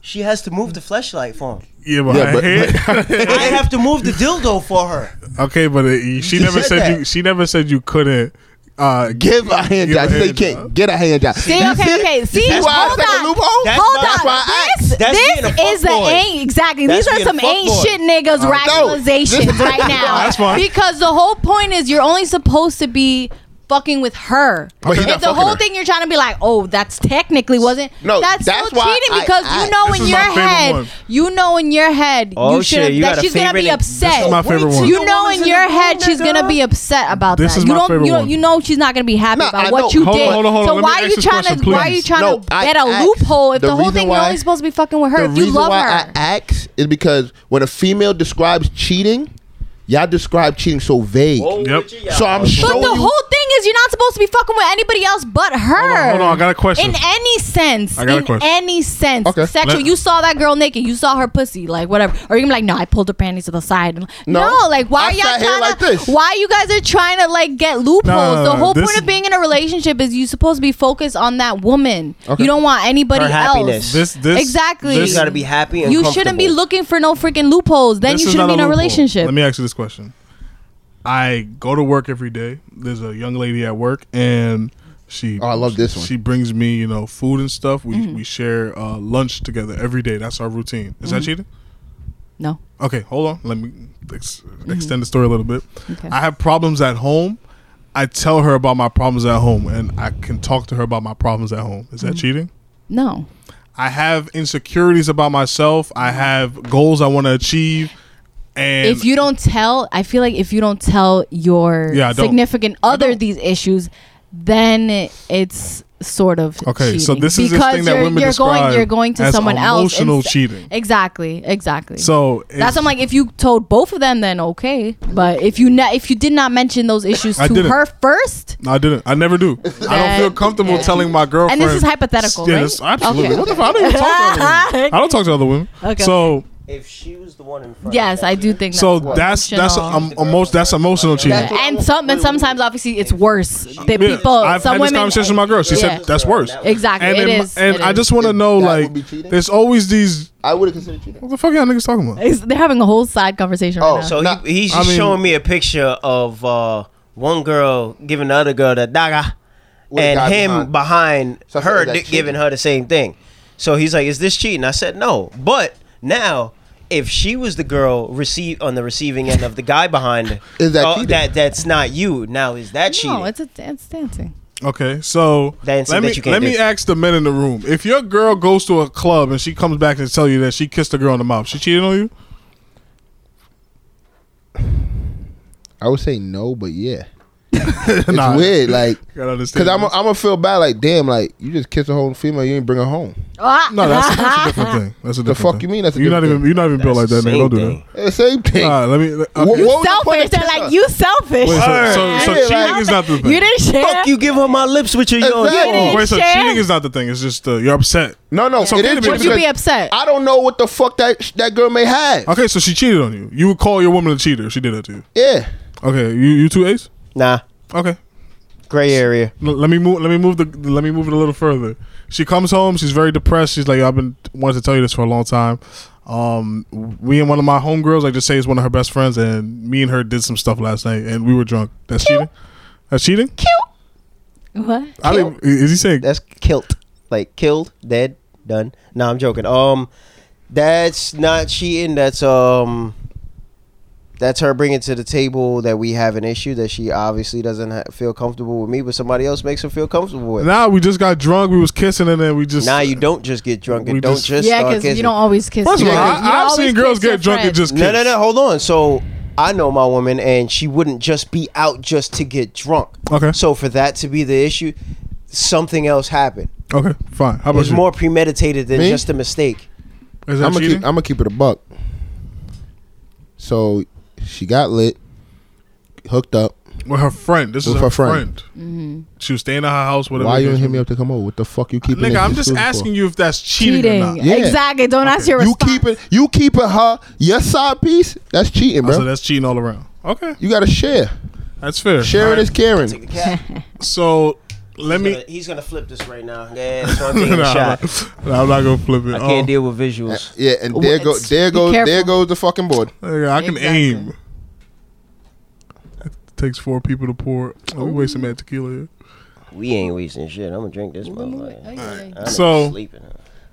Speaker 3: she has to move the fleshlight for him.
Speaker 1: Yeah, but,
Speaker 2: Yeah, but-
Speaker 3: I have to move the dildo for her.
Speaker 1: okay, but it, she never
Speaker 2: said
Speaker 1: said,
Speaker 2: that.
Speaker 1: you. She never said you couldn't. Uh,
Speaker 2: Give a hand
Speaker 1: Give a
Speaker 2: job. She said you
Speaker 1: hand
Speaker 2: can't
Speaker 1: job.
Speaker 2: get a hand job.
Speaker 4: See, okay, okay. See,
Speaker 2: why I
Speaker 4: hold
Speaker 2: said the
Speaker 4: on.
Speaker 2: loophole?
Speaker 3: That's
Speaker 4: Hold
Speaker 3: why- that's
Speaker 4: on.
Speaker 3: why I
Speaker 4: This,
Speaker 3: asked. That's
Speaker 4: this
Speaker 3: being a fuck
Speaker 4: is the
Speaker 3: boy.
Speaker 4: ain't exactly.
Speaker 3: That's
Speaker 4: These are
Speaker 3: being a
Speaker 4: some
Speaker 3: fuck
Speaker 4: ain't
Speaker 3: boy.
Speaker 4: shit niggas rationalizations right now.
Speaker 1: That's fine.
Speaker 4: Because the whole point is you're only supposed to be fucking with her.
Speaker 2: But he
Speaker 4: if
Speaker 2: not
Speaker 4: the
Speaker 2: fucking
Speaker 4: whole
Speaker 2: her.
Speaker 4: thing you're trying to be like, oh, that's technically wasn't.
Speaker 2: No,
Speaker 4: that's,
Speaker 2: that's
Speaker 4: still
Speaker 2: why
Speaker 4: cheating
Speaker 2: I-
Speaker 4: because
Speaker 2: I-
Speaker 4: you know
Speaker 1: This
Speaker 4: in
Speaker 1: is
Speaker 4: your
Speaker 1: my favorite
Speaker 4: head,
Speaker 1: one.
Speaker 4: you know in your head,
Speaker 3: Oh,
Speaker 4: you
Speaker 3: shit,
Speaker 4: should
Speaker 3: you
Speaker 4: that
Speaker 3: got a
Speaker 4: she's gonna
Speaker 3: favorite
Speaker 4: be
Speaker 3: in- this is
Speaker 4: upset.
Speaker 1: my favorite one.
Speaker 4: You know in your head she's gonna be upset about
Speaker 1: This
Speaker 4: that.
Speaker 1: is
Speaker 4: you
Speaker 1: my
Speaker 4: don't.
Speaker 1: favorite
Speaker 4: You don't.
Speaker 1: one.
Speaker 4: You know she's not gonna be happy
Speaker 2: Nah, I
Speaker 4: about
Speaker 2: know.
Speaker 4: what you
Speaker 1: Hold on,
Speaker 4: did.
Speaker 1: hold on, hold on.
Speaker 4: So
Speaker 1: Let me
Speaker 4: why are
Speaker 1: ask
Speaker 4: you
Speaker 1: this
Speaker 4: trying to?
Speaker 1: question,
Speaker 4: Why are
Speaker 1: please.
Speaker 4: you trying
Speaker 2: No,
Speaker 4: to
Speaker 2: I
Speaker 4: get a
Speaker 2: asked-
Speaker 4: loophole if
Speaker 2: the
Speaker 4: the, whole
Speaker 2: reason
Speaker 4: thing
Speaker 2: why-
Speaker 4: you're only supposed to be fucking with her
Speaker 2: The
Speaker 4: if you
Speaker 2: reason
Speaker 4: love
Speaker 2: why
Speaker 4: her?
Speaker 2: I ask is because when a female describes cheating, y'all describe cheating so vague.
Speaker 1: Yep.
Speaker 2: So I'm
Speaker 4: but
Speaker 2: showing
Speaker 4: the
Speaker 2: you.
Speaker 4: whole thing is you're not supposed to be fucking with anybody else but her.
Speaker 1: Hold on, hold on, I got a question.
Speaker 4: In any sense,
Speaker 1: I got a
Speaker 4: in
Speaker 1: question.
Speaker 4: any sense,
Speaker 2: Okay.
Speaker 4: sexual.
Speaker 1: Let-
Speaker 4: you saw that girl naked. You saw her pussy, like whatever. Or you're gonna be like, no, I pulled her panties to the side. No, like
Speaker 2: I
Speaker 4: why are y'all
Speaker 2: sat here
Speaker 4: trying
Speaker 2: like
Speaker 4: to?
Speaker 2: this.
Speaker 4: Why you guys are trying to like get loopholes?
Speaker 1: No,
Speaker 4: the whole
Speaker 1: this
Speaker 4: point
Speaker 1: is-
Speaker 4: of being in a relationship is you supposed to be focused on that woman.
Speaker 2: Okay.
Speaker 4: You don't want anybody
Speaker 3: Her happiness.
Speaker 4: else.
Speaker 1: This- this-
Speaker 4: exactly.
Speaker 1: this-
Speaker 3: You gotta be happy and
Speaker 4: You shouldn't be
Speaker 3: comfortable.
Speaker 4: looking for no freaking loopholes. Then
Speaker 1: This
Speaker 4: you
Speaker 1: is
Speaker 4: shouldn't
Speaker 1: not
Speaker 4: be in a
Speaker 1: loophole.
Speaker 4: relationship.
Speaker 1: Let me ask you this question: I go to work every day. There's a young lady at work, and she.
Speaker 2: Oh, I love this one.
Speaker 1: She brings me, you know, food and stuff. We
Speaker 4: Mm-hmm.
Speaker 1: we share uh, lunch together every day. That's our routine. Is
Speaker 4: Mm-hmm.
Speaker 1: that cheating?
Speaker 4: No.
Speaker 1: Okay, hold on. Let me ex- extend the story a little bit.
Speaker 4: Mm-hmm. Okay.
Speaker 1: I have problems at home. I tell her about my problems at home, and I can talk to her about my problems at home. Is that
Speaker 4: Mm-hmm.
Speaker 1: cheating?
Speaker 4: No.
Speaker 1: I have insecurities about myself. I have goals I want to achieve, and
Speaker 4: Mm-hmm. if you don't tell, I feel like if you don't tell your
Speaker 1: Yeah, I don't.
Speaker 4: significant other
Speaker 1: don't.
Speaker 4: these issues, then it's sort of
Speaker 1: Okay, so
Speaker 4: cheating.
Speaker 1: this is this
Speaker 4: Because
Speaker 1: thing that
Speaker 4: you're-
Speaker 1: women
Speaker 4: you're
Speaker 1: describe
Speaker 4: going you're going to
Speaker 1: as
Speaker 4: someone else
Speaker 1: emotional
Speaker 4: inst-
Speaker 1: cheating.
Speaker 4: exactly exactly
Speaker 1: so
Speaker 4: that's
Speaker 1: if-
Speaker 4: I'm like if you told both of them then okay but if you not if you did not mention those issues
Speaker 1: I
Speaker 4: to
Speaker 1: didn't.
Speaker 4: her first
Speaker 1: No, I didn't. I never do. I don't
Speaker 4: That-
Speaker 1: feel comfortable
Speaker 4: yeah.
Speaker 1: telling my girlfriend.
Speaker 4: is hypothetical,
Speaker 1: Yeah,
Speaker 4: right?
Speaker 1: that's- absolutely.
Speaker 4: Okay.
Speaker 1: What the fuck? I don't even talk to other women. I don't talk to other women.
Speaker 4: Okay.
Speaker 1: So,
Speaker 3: If she was the one in front.
Speaker 4: yes I do think
Speaker 1: so
Speaker 4: that's
Speaker 1: that's that's
Speaker 4: emotional.
Speaker 1: um, almost that's emotional cheating.
Speaker 2: That's-
Speaker 4: and some and sometimes obviously it's worse that
Speaker 1: Yeah,
Speaker 4: people
Speaker 1: I've
Speaker 4: some
Speaker 1: had
Speaker 4: women
Speaker 1: this conversation with my girl. She
Speaker 4: yeah.
Speaker 1: said that's worse.
Speaker 4: exactly
Speaker 1: And
Speaker 4: it
Speaker 1: in my-
Speaker 4: is
Speaker 1: and
Speaker 4: it
Speaker 1: I
Speaker 4: is.
Speaker 1: just want to
Speaker 2: If
Speaker 1: know
Speaker 2: that
Speaker 1: like
Speaker 2: would be cheating?
Speaker 1: there's always these
Speaker 2: I would have considered cheating.
Speaker 1: what the fuck y'all niggas talking about?
Speaker 4: It's- they're having a whole side conversation
Speaker 2: Oh,
Speaker 4: right now.
Speaker 3: So
Speaker 2: Nah,
Speaker 3: he, he's
Speaker 1: I
Speaker 3: just
Speaker 1: mean-
Speaker 3: showing me a picture of uh, one girl giving the other girl the daga,
Speaker 2: With a
Speaker 3: and
Speaker 2: guy
Speaker 3: him
Speaker 2: behind.
Speaker 3: behind,
Speaker 2: So I said,
Speaker 3: her
Speaker 2: is that
Speaker 3: di-
Speaker 2: cheating?
Speaker 3: giving her the same thing. So he's like, "Is this cheating?" I said, "No." But now, if she was the girl receive on the receiving end of the guy behind, her,
Speaker 2: Is that
Speaker 3: oh,
Speaker 2: cheating?
Speaker 3: that that's not you. Now is that cheating?
Speaker 4: no it's a it's dancing
Speaker 1: Okay, so
Speaker 3: Dancing
Speaker 1: let
Speaker 3: that
Speaker 1: me
Speaker 3: you can't
Speaker 1: let me
Speaker 3: do.
Speaker 1: ask the men in the room. If your girl goes to a club and she comes back and tell you that she kissed a girl on the mouth, she cheated on you?
Speaker 2: I would say no, but yeah, it's
Speaker 1: Nah.
Speaker 2: weird. Like,
Speaker 1: Gotta understand.
Speaker 2: cause I'm I'm gonna feel bad. Like, damn, like you just kiss a whole female, you ain't bring her home.
Speaker 1: no, that's, that's a different thing. That's a different thing.
Speaker 2: fuck you mean that's a
Speaker 1: you're not
Speaker 2: different
Speaker 1: even you're not even built like
Speaker 3: That's
Speaker 1: that.
Speaker 3: the
Speaker 1: Nigga, don't do
Speaker 3: same thing.
Speaker 1: that.
Speaker 2: It's the Eh, same thing.
Speaker 1: All right, let me. okay.
Speaker 2: Wha- what was the point
Speaker 4: selfish
Speaker 2: of kissing
Speaker 4: they're
Speaker 2: her?
Speaker 4: like you
Speaker 1: Wait,
Speaker 4: selfish
Speaker 1: so, so, so
Speaker 2: Yeah, like-
Speaker 1: cheating is not the thing. Oh,
Speaker 4: you didn't share
Speaker 3: Fuck you! Give her my lips with your yours.
Speaker 2: Exactly.
Speaker 4: didn't
Speaker 1: Wait, so
Speaker 4: share?
Speaker 1: cheating is not the thing. It's just uh, you're upset.
Speaker 2: No, no,
Speaker 1: So
Speaker 2: it is
Speaker 1: wait a minute,
Speaker 2: cheating
Speaker 4: would you be
Speaker 2: because
Speaker 4: upset
Speaker 2: I don't know what the fuck that that girl may have.
Speaker 1: Okay, so she cheated on you. You would call your woman a cheater if she did that to you.
Speaker 2: Yeah,
Speaker 1: Okay, you you two ace.
Speaker 3: Nah,
Speaker 1: Okay,
Speaker 3: gray area.
Speaker 1: L- let me move. Let me move the. Let me move it a little further. She comes home. She's very depressed. She's like, I've been wanted to tell you this for a long time. Um, we and one of my homegirls, I just say is one of her best friends, and me and her did some stuff last night, and we were drunk. That's cheating. That's cheating.
Speaker 4: what
Speaker 1: I didn't, is he saying?
Speaker 3: That's kilt. Like killed, dead, done. No, I'm joking. Um, that's not cheating. That's um, that's her bringing to the table that we have an issue that she obviously doesn't ha- feel comfortable with me, but somebody else makes her feel comfortable with.
Speaker 1: Nah, we just got drunk. We was kissing, and then we just.
Speaker 3: Now you don't just get drunk
Speaker 1: We
Speaker 3: and don't
Speaker 1: just-
Speaker 3: just,
Speaker 4: yeah
Speaker 3: start
Speaker 4: because you
Speaker 3: kissing.
Speaker 4: don't always kiss
Speaker 1: First of all,
Speaker 4: your- you don't
Speaker 1: I, I've
Speaker 4: always
Speaker 1: seen girls
Speaker 4: kiss your
Speaker 1: get drunk and
Speaker 4: friends.
Speaker 1: just kiss.
Speaker 3: No, no, no. Hold on. So I know my woman, and she wouldn't just be out just to get drunk.
Speaker 1: Okay.
Speaker 3: So for that to be the issue, something else happened.
Speaker 1: Okay, fine. How
Speaker 3: It
Speaker 1: about
Speaker 3: was
Speaker 1: you?
Speaker 3: more premeditated than
Speaker 2: Me?
Speaker 3: just a mistake.
Speaker 1: Is that
Speaker 2: I'm gonna
Speaker 1: cheating?
Speaker 2: keep, I'm gonna keep it a buck. So she got lit, hooked up.
Speaker 1: with her friend. This
Speaker 2: With
Speaker 1: is
Speaker 2: her
Speaker 1: her
Speaker 2: friend.
Speaker 1: friend. She was staying at her house. Whatever.
Speaker 2: Why
Speaker 1: the
Speaker 2: you
Speaker 1: case
Speaker 2: didn't hit
Speaker 1: may
Speaker 2: me
Speaker 1: be.
Speaker 2: up to come over? What the fuck you keeping?
Speaker 1: Nigga, I'm just asking you if that's cheating,
Speaker 4: cheating
Speaker 1: or not.
Speaker 2: Yeah.
Speaker 4: exactly don't ask your
Speaker 2: You
Speaker 4: response.
Speaker 2: keeping you keeping her your side piece? That's cheating,
Speaker 1: I said
Speaker 2: bro.
Speaker 1: that's cheating all around. Okay,
Speaker 2: You gotta share.
Speaker 1: that's fair.
Speaker 2: Sharing is caring.
Speaker 3: Take the cat.
Speaker 1: So let
Speaker 3: He's
Speaker 1: me.
Speaker 3: gonna- he's gonna flip this right now. Yeah, that's why I'm taking
Speaker 1: Nah,
Speaker 3: a shot.
Speaker 1: nah, I'm not gonna flip it.
Speaker 3: I
Speaker 1: Oh,
Speaker 3: can't deal with visuals.
Speaker 2: Yeah, and there
Speaker 4: What?
Speaker 2: go there
Speaker 4: Be
Speaker 2: goes there
Speaker 4: careful.
Speaker 2: goes the fucking board.
Speaker 1: nigga, I can
Speaker 4: Exactly.
Speaker 1: aim. It takes four people to pour. Oh, we wasting mad tequila here.
Speaker 3: We ain't wasting shit. I'm gonna drink this motherfucker. I'm
Speaker 1: So-
Speaker 3: sleeping.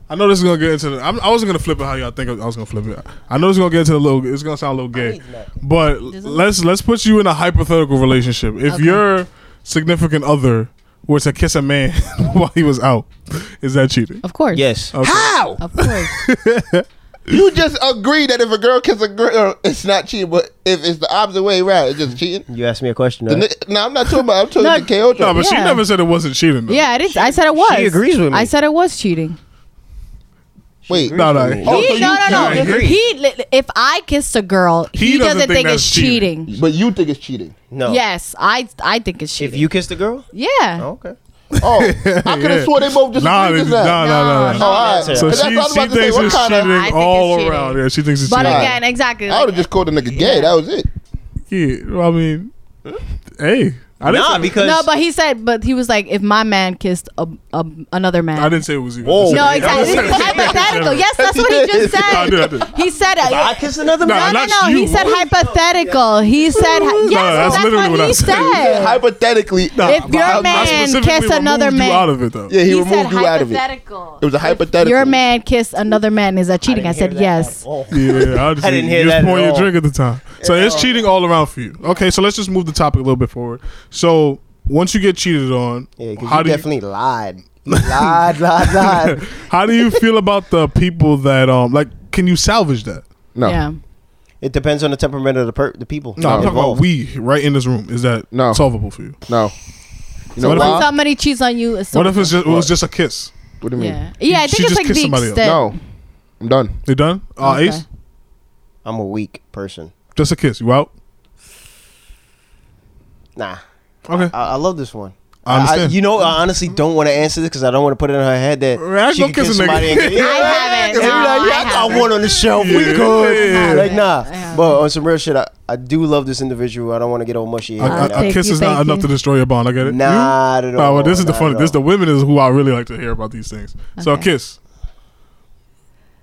Speaker 1: I know this is gonna get into. The, I'm, I wasn't gonna flip it how y'all think I was gonna flip it. I know this is gonna get into a little. It's gonna sound a little gay, but let's let's put you in a hypothetical relationship. If your significant other were to kiss a man while he was out, is that cheating?
Speaker 4: of course
Speaker 3: Yes.
Speaker 1: Okay.
Speaker 2: How?
Speaker 4: of course
Speaker 2: You just agree that if a girl kisses a girl, uh, it's not cheating, but if it's the opposite way around, it's just cheating.
Speaker 3: You asked me a question.
Speaker 2: The
Speaker 3: Right?
Speaker 2: ni- No, I'm not talking about. I'm talking about the KO.
Speaker 1: No, but she
Speaker 4: Yeah.
Speaker 1: never said it wasn't cheating. Though.
Speaker 4: yeah it is I said it was
Speaker 3: agrees with me.
Speaker 4: I said it was cheating
Speaker 2: Wait,
Speaker 1: No, no.
Speaker 3: He-
Speaker 2: Oh, so
Speaker 4: he,
Speaker 2: you-
Speaker 4: no, no,
Speaker 1: you
Speaker 4: no.
Speaker 1: agree.
Speaker 4: He, li- if I kissed a girl, he, doesn't, think,
Speaker 1: that's
Speaker 4: it's cheating.
Speaker 2: but you think it's cheating.
Speaker 3: No.
Speaker 4: Yes, I, I think it's
Speaker 3: If
Speaker 4: cheating.
Speaker 3: you kissed the girl.
Speaker 4: yeah.
Speaker 3: Okay.
Speaker 2: Oh, I could have
Speaker 1: Yeah.
Speaker 2: swore they both just
Speaker 1: Nah,
Speaker 2: agreed
Speaker 1: they-
Speaker 2: to that.
Speaker 1: nah, nah, nah.
Speaker 2: Oh,
Speaker 4: No,
Speaker 1: nah.
Speaker 2: all right.
Speaker 3: So
Speaker 1: So
Speaker 2: Cause
Speaker 1: she,
Speaker 2: that's what I was
Speaker 1: she
Speaker 2: about to say.
Speaker 1: thinks
Speaker 2: What
Speaker 1: it's
Speaker 2: kind
Speaker 1: cheating
Speaker 2: of?
Speaker 4: I think
Speaker 1: all
Speaker 4: it's cheating.
Speaker 1: around. Yeah, she thinks it's
Speaker 4: But
Speaker 1: cheating.
Speaker 4: again, exactly.
Speaker 2: I
Speaker 4: like,
Speaker 2: would have just called the nigga gay. That was it.
Speaker 1: Yeah, well, I mean, hey, I didn't
Speaker 3: Nah,
Speaker 1: say-
Speaker 3: because
Speaker 4: No, but he said, but he was like, if my man kissed a, a, another man.
Speaker 1: I didn't say it was you.
Speaker 3: Whoa.
Speaker 4: No,
Speaker 1: I didn't say- I
Speaker 4: exactly. This
Speaker 1: didn't
Speaker 4: is
Speaker 1: say-
Speaker 4: hypothetical. Yes, that's
Speaker 2: He
Speaker 4: what he
Speaker 2: did.
Speaker 4: just said.
Speaker 1: I did, I did.
Speaker 4: He said.
Speaker 3: Did I kiss another
Speaker 1: Nah,
Speaker 4: no,
Speaker 3: man.
Speaker 4: no,
Speaker 1: not
Speaker 4: no.
Speaker 1: you.
Speaker 4: He said hypothetical. He said. Yes,
Speaker 1: that's
Speaker 4: that's,
Speaker 1: literally
Speaker 4: what
Speaker 1: what I
Speaker 4: he
Speaker 1: said.
Speaker 4: said.
Speaker 2: Hypothetically,
Speaker 4: If your
Speaker 2: I- I
Speaker 4: man
Speaker 1: specifically
Speaker 4: kiss another
Speaker 1: removed you
Speaker 4: man.
Speaker 1: out of it though.
Speaker 2: yeah, he,
Speaker 4: He said
Speaker 2: removed you out of it. It
Speaker 4: hypothetical.
Speaker 2: was a hypothetical.
Speaker 4: Your man kissed another man. Is that cheating? I,
Speaker 3: didn't hear that
Speaker 4: said yes.
Speaker 3: at all.
Speaker 1: Yeah, I just,
Speaker 3: I didn't hear
Speaker 1: you
Speaker 3: that
Speaker 1: just
Speaker 3: at
Speaker 1: pouring your
Speaker 3: all.
Speaker 1: drink at the time. So it's cheating all around for you. Okay, so let's just move the topic a little bit forward. So once you get cheated on,
Speaker 3: Yeah, because
Speaker 1: how
Speaker 3: you
Speaker 1: do
Speaker 3: definitely lied. You lied, lied, lied.
Speaker 1: you, how do you feel about the people that um like? Can you salvage that?
Speaker 2: No,
Speaker 4: Yeah.
Speaker 3: It depends on the temperament of the per- the people.
Speaker 1: No, I'm talking about
Speaker 3: involved.
Speaker 1: we right in this room. Is that
Speaker 2: No.
Speaker 1: solvable for you?
Speaker 2: no. You know
Speaker 1: What if
Speaker 4: When
Speaker 2: why?
Speaker 4: somebody cheats on you, it's so
Speaker 1: what if it's just, it was just a kiss?
Speaker 2: What do you mean?
Speaker 4: yeah, yeah. I
Speaker 1: She
Speaker 4: think it's
Speaker 1: just
Speaker 4: like
Speaker 1: kissed
Speaker 4: the
Speaker 1: somebody else.
Speaker 4: extent.
Speaker 2: No, I'm done.
Speaker 1: You done? Uh,
Speaker 4: Okay.
Speaker 1: Ace,
Speaker 3: I'm a weak person.
Speaker 1: just a kiss. You out?
Speaker 3: Nah,
Speaker 1: Okay,
Speaker 3: I, I love this one.
Speaker 1: I understand.
Speaker 3: you know, I honestly don't want to answer this because I don't want to put it in her head that
Speaker 1: Right,
Speaker 3: she
Speaker 1: go
Speaker 3: can
Speaker 1: kiss
Speaker 3: kiss
Speaker 1: a nigga.
Speaker 3: somebody. And get,
Speaker 4: I
Speaker 3: And
Speaker 4: haven't.
Speaker 3: be
Speaker 4: No,
Speaker 3: like, yeah,
Speaker 4: I
Speaker 3: I got
Speaker 4: haven't.
Speaker 3: one on the shelf. We
Speaker 1: Yeah.
Speaker 3: good.
Speaker 1: Yeah.
Speaker 3: Like, nah.
Speaker 4: I haven't.
Speaker 3: But on some real shit, I, I do love this individual. I don't want to get all mushy.
Speaker 1: A- a-
Speaker 5: I'll
Speaker 1: a
Speaker 5: take
Speaker 1: kiss
Speaker 5: you,
Speaker 1: is not
Speaker 5: thank
Speaker 1: enough
Speaker 5: you.
Speaker 1: to destroy your bond. I get it.
Speaker 3: Not at
Speaker 1: You? Nah,
Speaker 3: all.
Speaker 1: well, this is the
Speaker 3: not
Speaker 1: funny.
Speaker 3: at
Speaker 1: This the
Speaker 3: all.
Speaker 1: women is who I really like to hear about these things. So a
Speaker 4: Okay.
Speaker 1: kiss.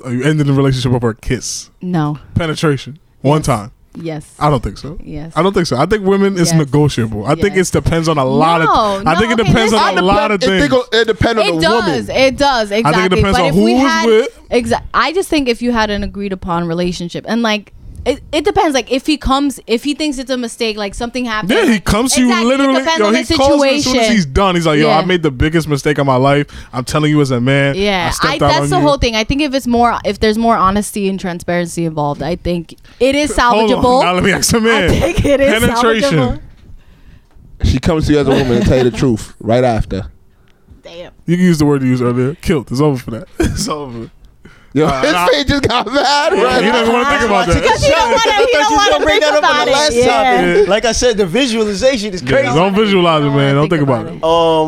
Speaker 1: Are you ending the relationship over a kiss?
Speaker 4: No.
Speaker 1: Penetration. One time.
Speaker 4: Yes.
Speaker 1: I don't think so.
Speaker 4: yes.
Speaker 1: I don't think so. I think women is
Speaker 4: Yes.
Speaker 1: negotiable. I think it
Speaker 4: Yes.
Speaker 1: depends on a lot of.
Speaker 4: No,
Speaker 1: I think
Speaker 4: no,
Speaker 1: it
Speaker 4: okay,
Speaker 1: depends
Speaker 4: listen.
Speaker 1: on a
Speaker 4: I
Speaker 1: lot of things.
Speaker 2: It, go- it depend on
Speaker 4: it
Speaker 2: the
Speaker 4: does.
Speaker 2: woman.
Speaker 4: It does. Exactly.
Speaker 1: depends
Speaker 4: but
Speaker 1: on
Speaker 4: if
Speaker 1: who
Speaker 4: we
Speaker 1: was
Speaker 4: had,
Speaker 1: with.
Speaker 4: Exa- I just think if you had an agreed upon relationship and like. It, it depends. Like if he comes, if he thinks it's a mistake, like something happened.
Speaker 1: Yeah, he
Speaker 4: like-
Speaker 1: comes to
Speaker 4: Exactly,
Speaker 1: you literally.
Speaker 4: It depends
Speaker 1: yo,
Speaker 4: on
Speaker 1: he
Speaker 4: the
Speaker 1: calls you as soon as
Speaker 4: situation.
Speaker 1: he's done. He's like, yo,
Speaker 4: Yeah.
Speaker 1: I made the biggest mistake of my life. I'm telling you as a man.
Speaker 4: Yeah,
Speaker 1: I
Speaker 4: I
Speaker 1: stepped out on
Speaker 4: that's the
Speaker 1: you.
Speaker 4: whole thing. I think if it's more, if there's more honesty and transparency involved, I think it is
Speaker 1: Hold
Speaker 4: salvageable.
Speaker 1: on. Now let me ask a man.
Speaker 4: I think it is
Speaker 1: Penetration.
Speaker 4: salvageable.
Speaker 2: She comes to you as a woman and tell you the truth right after.
Speaker 4: Damn.
Speaker 1: You can use the word you used earlier. Killed. It's over for that. It's over.
Speaker 2: Yo,
Speaker 1: Nah,
Speaker 2: his
Speaker 1: nah.
Speaker 2: face just got mad right
Speaker 1: You don't even want to think about that.
Speaker 4: Because you don't want to. You
Speaker 3: I thought
Speaker 4: don't
Speaker 3: you was
Speaker 4: want
Speaker 3: gonna
Speaker 4: to
Speaker 3: bring
Speaker 4: think
Speaker 3: that up on
Speaker 4: about
Speaker 3: the last
Speaker 4: it. Yeah.
Speaker 1: Yeah.
Speaker 3: topic. Like I said, the visualization is crazy.
Speaker 1: Yeah, don't visualize it,
Speaker 4: Don't
Speaker 1: man. Don't
Speaker 4: wanna
Speaker 1: think about it.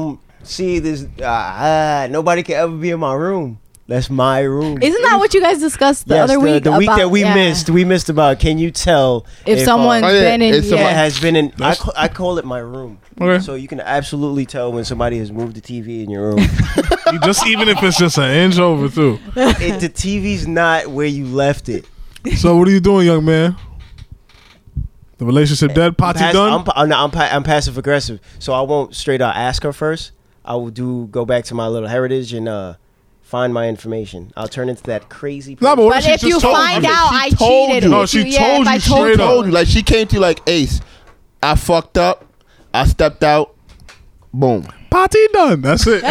Speaker 3: Um, see, this uh, ah, nobody can ever be in my room. That's my room.
Speaker 4: Isn't that what you guys discussed the
Speaker 3: Yes,
Speaker 4: other week?
Speaker 3: The, week
Speaker 4: about-
Speaker 3: that we
Speaker 4: yeah.
Speaker 3: missed, we missed about. Can you tell
Speaker 4: If
Speaker 3: uh,
Speaker 4: someone
Speaker 2: Oh,
Speaker 4: has
Speaker 2: yeah,
Speaker 4: been in,
Speaker 2: it's
Speaker 4: yeah.
Speaker 2: someone-
Speaker 3: someone has been in. I,
Speaker 1: That's-
Speaker 3: ca- I call it my room.
Speaker 1: Okay.
Speaker 3: So you can absolutely tell when somebody has moved the TV in your room.
Speaker 1: You just even if it's just an inch over too.
Speaker 3: it, the TV's not where you left it.
Speaker 1: So what are you doing, young man? The relationship dead. Potty
Speaker 3: Pass-
Speaker 1: done.
Speaker 3: I'm, pa- uh, I'm, not, I'm, pa- I'm passive aggressive, so I won't straight out ask her first. I will do go back to my little heritage and uh, find my information. I'll turn into that crazy.
Speaker 1: Nah,
Speaker 3: person.
Speaker 1: what
Speaker 4: But
Speaker 1: she
Speaker 4: if
Speaker 1: just
Speaker 4: you
Speaker 1: told
Speaker 4: find
Speaker 1: you?
Speaker 4: out
Speaker 2: She
Speaker 4: I
Speaker 2: told
Speaker 4: cheated,
Speaker 2: you.
Speaker 1: No,
Speaker 4: with
Speaker 1: she
Speaker 4: you, yeah,
Speaker 1: told
Speaker 4: if I
Speaker 1: you
Speaker 4: told
Speaker 1: straight
Speaker 4: you.
Speaker 1: up.
Speaker 2: told you. Like she came to you like Ace, I fucked up. I stepped out. Boom.
Speaker 1: Potty done. That's it.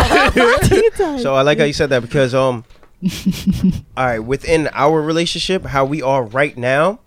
Speaker 3: So I like how you said that because um, all right, within our relationship, how we are right now,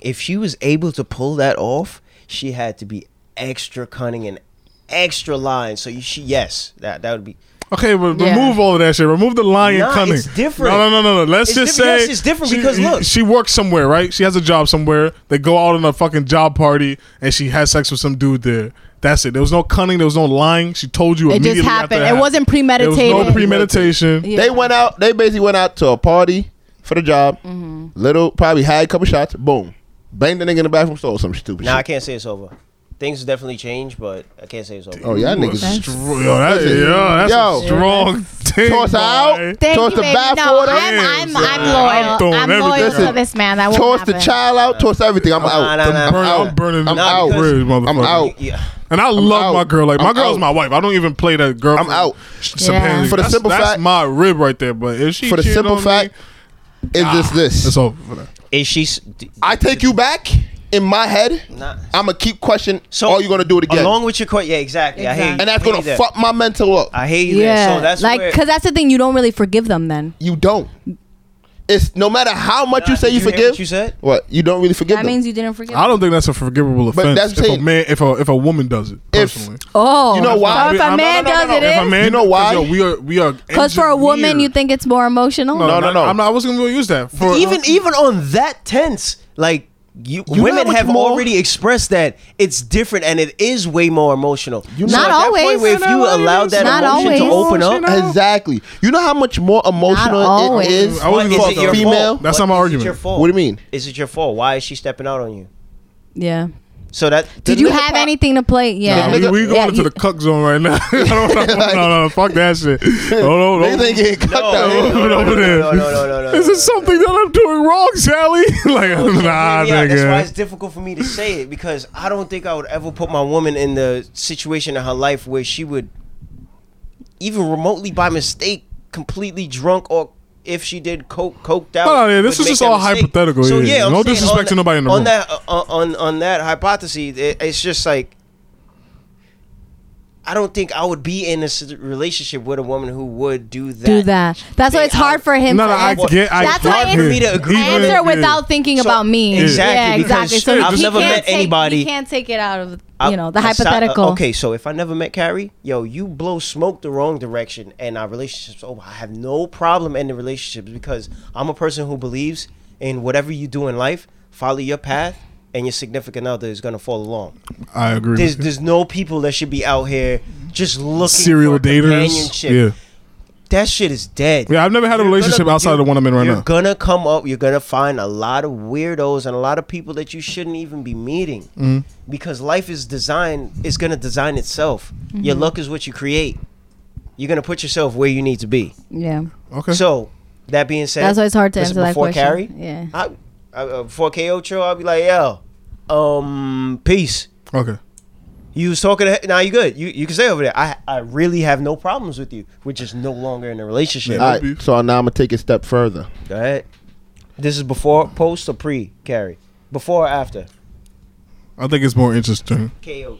Speaker 3: if she was able to pull that off, she had to be extra cunning and extra lying. So you, she, yes, that that would be.
Speaker 1: okay, but
Speaker 4: Yeah.
Speaker 1: remove all of that shit. Remove the lying
Speaker 3: Nah,
Speaker 1: cunning.
Speaker 3: it's different.
Speaker 1: No, no, no, no, no. Let's
Speaker 3: It's
Speaker 1: just
Speaker 3: different.
Speaker 1: say
Speaker 3: Yes, it's different
Speaker 1: she,
Speaker 3: because look.
Speaker 1: she works somewhere, right? She has a job somewhere. They go out on a fucking job party and she has sex with some dude there. That's it. There was no cunning. There was no lying. She told you
Speaker 4: It
Speaker 1: immediately
Speaker 4: just
Speaker 1: after
Speaker 4: happened. It
Speaker 1: happened.
Speaker 4: wasn't
Speaker 1: There was
Speaker 4: premeditated.
Speaker 1: no premeditation.
Speaker 4: Yeah.
Speaker 2: They went out. They basically went out to a party for the job.
Speaker 4: Mm-hmm.
Speaker 2: Little probably had a couple shots. Boom. Banged the nigga in the bathroom. Stole some stupid
Speaker 3: Nah, I
Speaker 2: shit.
Speaker 3: can't say it's over. Things definitely change, but I can't say it's over.
Speaker 2: Oh y'all
Speaker 1: Ooh,
Speaker 2: niggas.
Speaker 1: that's stro- yo, that's, yo, that's
Speaker 2: Yo.
Speaker 1: a strong thing.
Speaker 2: Toss out.
Speaker 1: boy.
Speaker 4: Thank
Speaker 2: Toss
Speaker 4: you,
Speaker 2: the
Speaker 4: baby.
Speaker 2: bath
Speaker 4: no,
Speaker 2: water.
Speaker 4: I'm, I'm,
Speaker 1: Damn,
Speaker 4: I'm
Speaker 1: son. I'm
Speaker 4: loyal.
Speaker 1: throwing
Speaker 4: I'm, loyal
Speaker 1: everything
Speaker 4: to
Speaker 1: out.
Speaker 4: this man. That won't
Speaker 2: Toss the
Speaker 4: happen.
Speaker 2: child out. Toss everything. I'm out.
Speaker 3: nah, nah,
Speaker 1: I'm, burning,
Speaker 2: out.
Speaker 1: I'm burning
Speaker 2: I'm
Speaker 1: the
Speaker 2: out.
Speaker 1: bridge, motherfucker.
Speaker 2: I'm out.
Speaker 3: Yeah.
Speaker 1: And I love
Speaker 2: out.
Speaker 1: my girl. Like my
Speaker 2: I'm
Speaker 1: girl's
Speaker 2: out.
Speaker 1: my wife. I don't even play that girl.
Speaker 2: I'm out.
Speaker 4: Yeah.
Speaker 2: For the simple
Speaker 1: that's
Speaker 2: fact-
Speaker 1: my rib right there. But if she
Speaker 2: For the
Speaker 1: cheated
Speaker 2: simple
Speaker 1: on me,
Speaker 2: fact, is this this?
Speaker 1: it's over. For that.
Speaker 3: Is she? s- d-
Speaker 2: I take you back in my head.
Speaker 3: Nah.
Speaker 2: I'm gonna keep questioning. So are you gonna do it again?
Speaker 3: Along with your question, yeah, exactly. I hate
Speaker 2: and
Speaker 4: Exactly.
Speaker 3: I
Speaker 2: that's
Speaker 3: hate
Speaker 2: gonna
Speaker 3: that.
Speaker 2: fuck my mental up.
Speaker 3: I hate you.
Speaker 4: Yeah,
Speaker 3: So that's
Speaker 4: like
Speaker 3: where-
Speaker 4: because that's the thing. You don't really forgive them then.
Speaker 2: you don't. It's no matter how much
Speaker 3: Nah,
Speaker 2: you say
Speaker 3: did
Speaker 2: you
Speaker 3: hear
Speaker 2: forgive.
Speaker 3: What you said?
Speaker 2: What you don't really forgive
Speaker 5: That
Speaker 2: them.
Speaker 5: means you didn't forget.
Speaker 1: I don't think that's a forgivable
Speaker 2: But
Speaker 1: offense.
Speaker 2: that's
Speaker 1: if a
Speaker 2: saying-
Speaker 1: man, if a if a woman does it
Speaker 2: If-
Speaker 1: personally.
Speaker 4: Oh,
Speaker 2: You know why?
Speaker 4: So if a
Speaker 1: I'm-
Speaker 4: man
Speaker 1: no, no, no,
Speaker 4: does
Speaker 1: no,
Speaker 4: it,
Speaker 1: if a
Speaker 4: is
Speaker 1: man,
Speaker 2: You know why?
Speaker 1: Because yo, we are we are.
Speaker 4: because for a woman you
Speaker 1: engineered.
Speaker 4: think it's more emotional.
Speaker 1: No, no,
Speaker 2: no,
Speaker 1: no.
Speaker 2: no.
Speaker 1: I'm not. I was gonna use that. For uh,
Speaker 3: even even on that tense, like you,
Speaker 2: You know
Speaker 3: women
Speaker 2: what's
Speaker 3: have
Speaker 2: more-
Speaker 3: already expressed that it's different and it is way more emotional.
Speaker 4: know- Not
Speaker 3: at that
Speaker 4: always.
Speaker 3: Point where if
Speaker 1: Not
Speaker 3: you
Speaker 1: always.
Speaker 3: allowed that
Speaker 4: Not
Speaker 3: emotion to
Speaker 4: always.
Speaker 3: open up,
Speaker 1: Emotional. No.
Speaker 2: Exactly. You know how much more
Speaker 4: Not
Speaker 2: emotional it
Speaker 4: always.
Speaker 2: is
Speaker 1: I wasn't
Speaker 2: for
Speaker 1: gonna
Speaker 2: a
Speaker 1: say that.
Speaker 2: female.
Speaker 1: That's
Speaker 3: But
Speaker 1: not my
Speaker 3: is it
Speaker 1: argument.
Speaker 3: your fault?
Speaker 2: What do you mean?
Speaker 3: Is it your fault? Why is she stepping out on you?
Speaker 4: Yeah.
Speaker 3: So that
Speaker 4: Did you have anything to play? Yeah.
Speaker 1: Nah, we, we going
Speaker 4: Yeah,
Speaker 1: into
Speaker 4: you-
Speaker 1: the cuck zone right now. I don't know. no, no, fuck that shit. No, no,
Speaker 2: They
Speaker 1: no.
Speaker 2: think it cut
Speaker 3: No,
Speaker 2: that
Speaker 3: no, Oh, no,
Speaker 1: Over
Speaker 3: no, no,
Speaker 1: there.
Speaker 3: no, no, no, no,
Speaker 1: Is
Speaker 3: no,
Speaker 1: it something that I'm doing wrong, Sally? like, nah,
Speaker 3: Yeah, that's why it's
Speaker 1: nigga.
Speaker 3: difficult for me to say it because I don't think I would ever put my woman in the situation in her life where she would, even remotely by mistake, completely drunk or if she did coke coked out.
Speaker 1: No, no, yeah, this is
Speaker 3: would make
Speaker 1: just
Speaker 3: that
Speaker 1: all
Speaker 3: mistake.
Speaker 1: hypothetical,
Speaker 3: So
Speaker 1: yeah,
Speaker 3: yeah, I'm
Speaker 1: no
Speaker 3: saying
Speaker 1: disrespect
Speaker 3: on
Speaker 1: to nobody in the
Speaker 3: on
Speaker 1: room.
Speaker 3: that uh, on on that hypothesis, it, it's just like. I don't think I would be in a s- relationship with a woman who would do that.
Speaker 4: do that. That's why
Speaker 3: They
Speaker 4: it's hard
Speaker 3: out-
Speaker 4: for him
Speaker 1: No,
Speaker 4: to
Speaker 1: no, I
Speaker 4: answer,
Speaker 1: get. I
Speaker 4: That's
Speaker 1: get
Speaker 4: why
Speaker 1: it.
Speaker 3: it's- For me to agree.
Speaker 1: Even-
Speaker 4: answer
Speaker 1: yeah.
Speaker 4: without thinking
Speaker 3: So-
Speaker 4: about me.
Speaker 1: Exactly,
Speaker 4: Yeah,
Speaker 3: because
Speaker 4: exactly.
Speaker 3: shit,
Speaker 4: he
Speaker 1: I've
Speaker 4: can't
Speaker 3: never met
Speaker 4: take,
Speaker 3: anybody-
Speaker 4: He can't take it out of
Speaker 3: I-
Speaker 4: you know the
Speaker 3: I si- uh,
Speaker 4: hypothetical.
Speaker 3: okay, so if I never met Carrie, yo, you blow smoke the wrong direction, and our relationship's over. I have no problem ending relationships because I'm a person who believes in whatever you do in life, follow your path, and your significant other is gonna follow along.
Speaker 1: I agree.
Speaker 3: There's
Speaker 1: with you.
Speaker 3: there's no people that should be out here just looking
Speaker 1: Serial
Speaker 3: for
Speaker 1: daters.
Speaker 3: companionship.
Speaker 1: Yeah.
Speaker 3: That shit is dead.
Speaker 1: Yeah, I've never had a
Speaker 3: You're
Speaker 1: relationship
Speaker 3: gonna-
Speaker 1: outside of the
Speaker 3: you're-
Speaker 1: one I'm in right
Speaker 3: you're
Speaker 1: now.
Speaker 3: gonna come up. You're gonna find a lot of weirdos and a lot of people that you shouldn't even be meeting
Speaker 1: Mm-hmm.
Speaker 3: because life is designed. It's gonna design itself. Your
Speaker 4: Mm-hmm.
Speaker 3: luck is what you create. You're gonna put yourself where you need to be.
Speaker 4: Yeah,
Speaker 1: Okay.
Speaker 3: So that being said,
Speaker 4: that's why it's hard to
Speaker 3: listen,
Speaker 4: answer that
Speaker 3: before
Speaker 4: question.
Speaker 3: Carrie,
Speaker 4: Yeah.
Speaker 3: I, I, uh, before KO Tro, I'll be like, yo, um, peace.
Speaker 1: okay.
Speaker 3: You was talking. To, now you good. You you can stay over there. I I really have no problems with you. We're just no longer in a relationship.
Speaker 2: All right, so now I'm gonna take it a step further.
Speaker 3: Go ahead. This is before, post, or pre carry? Before or after?
Speaker 1: I think it's more interesting.
Speaker 3: KO.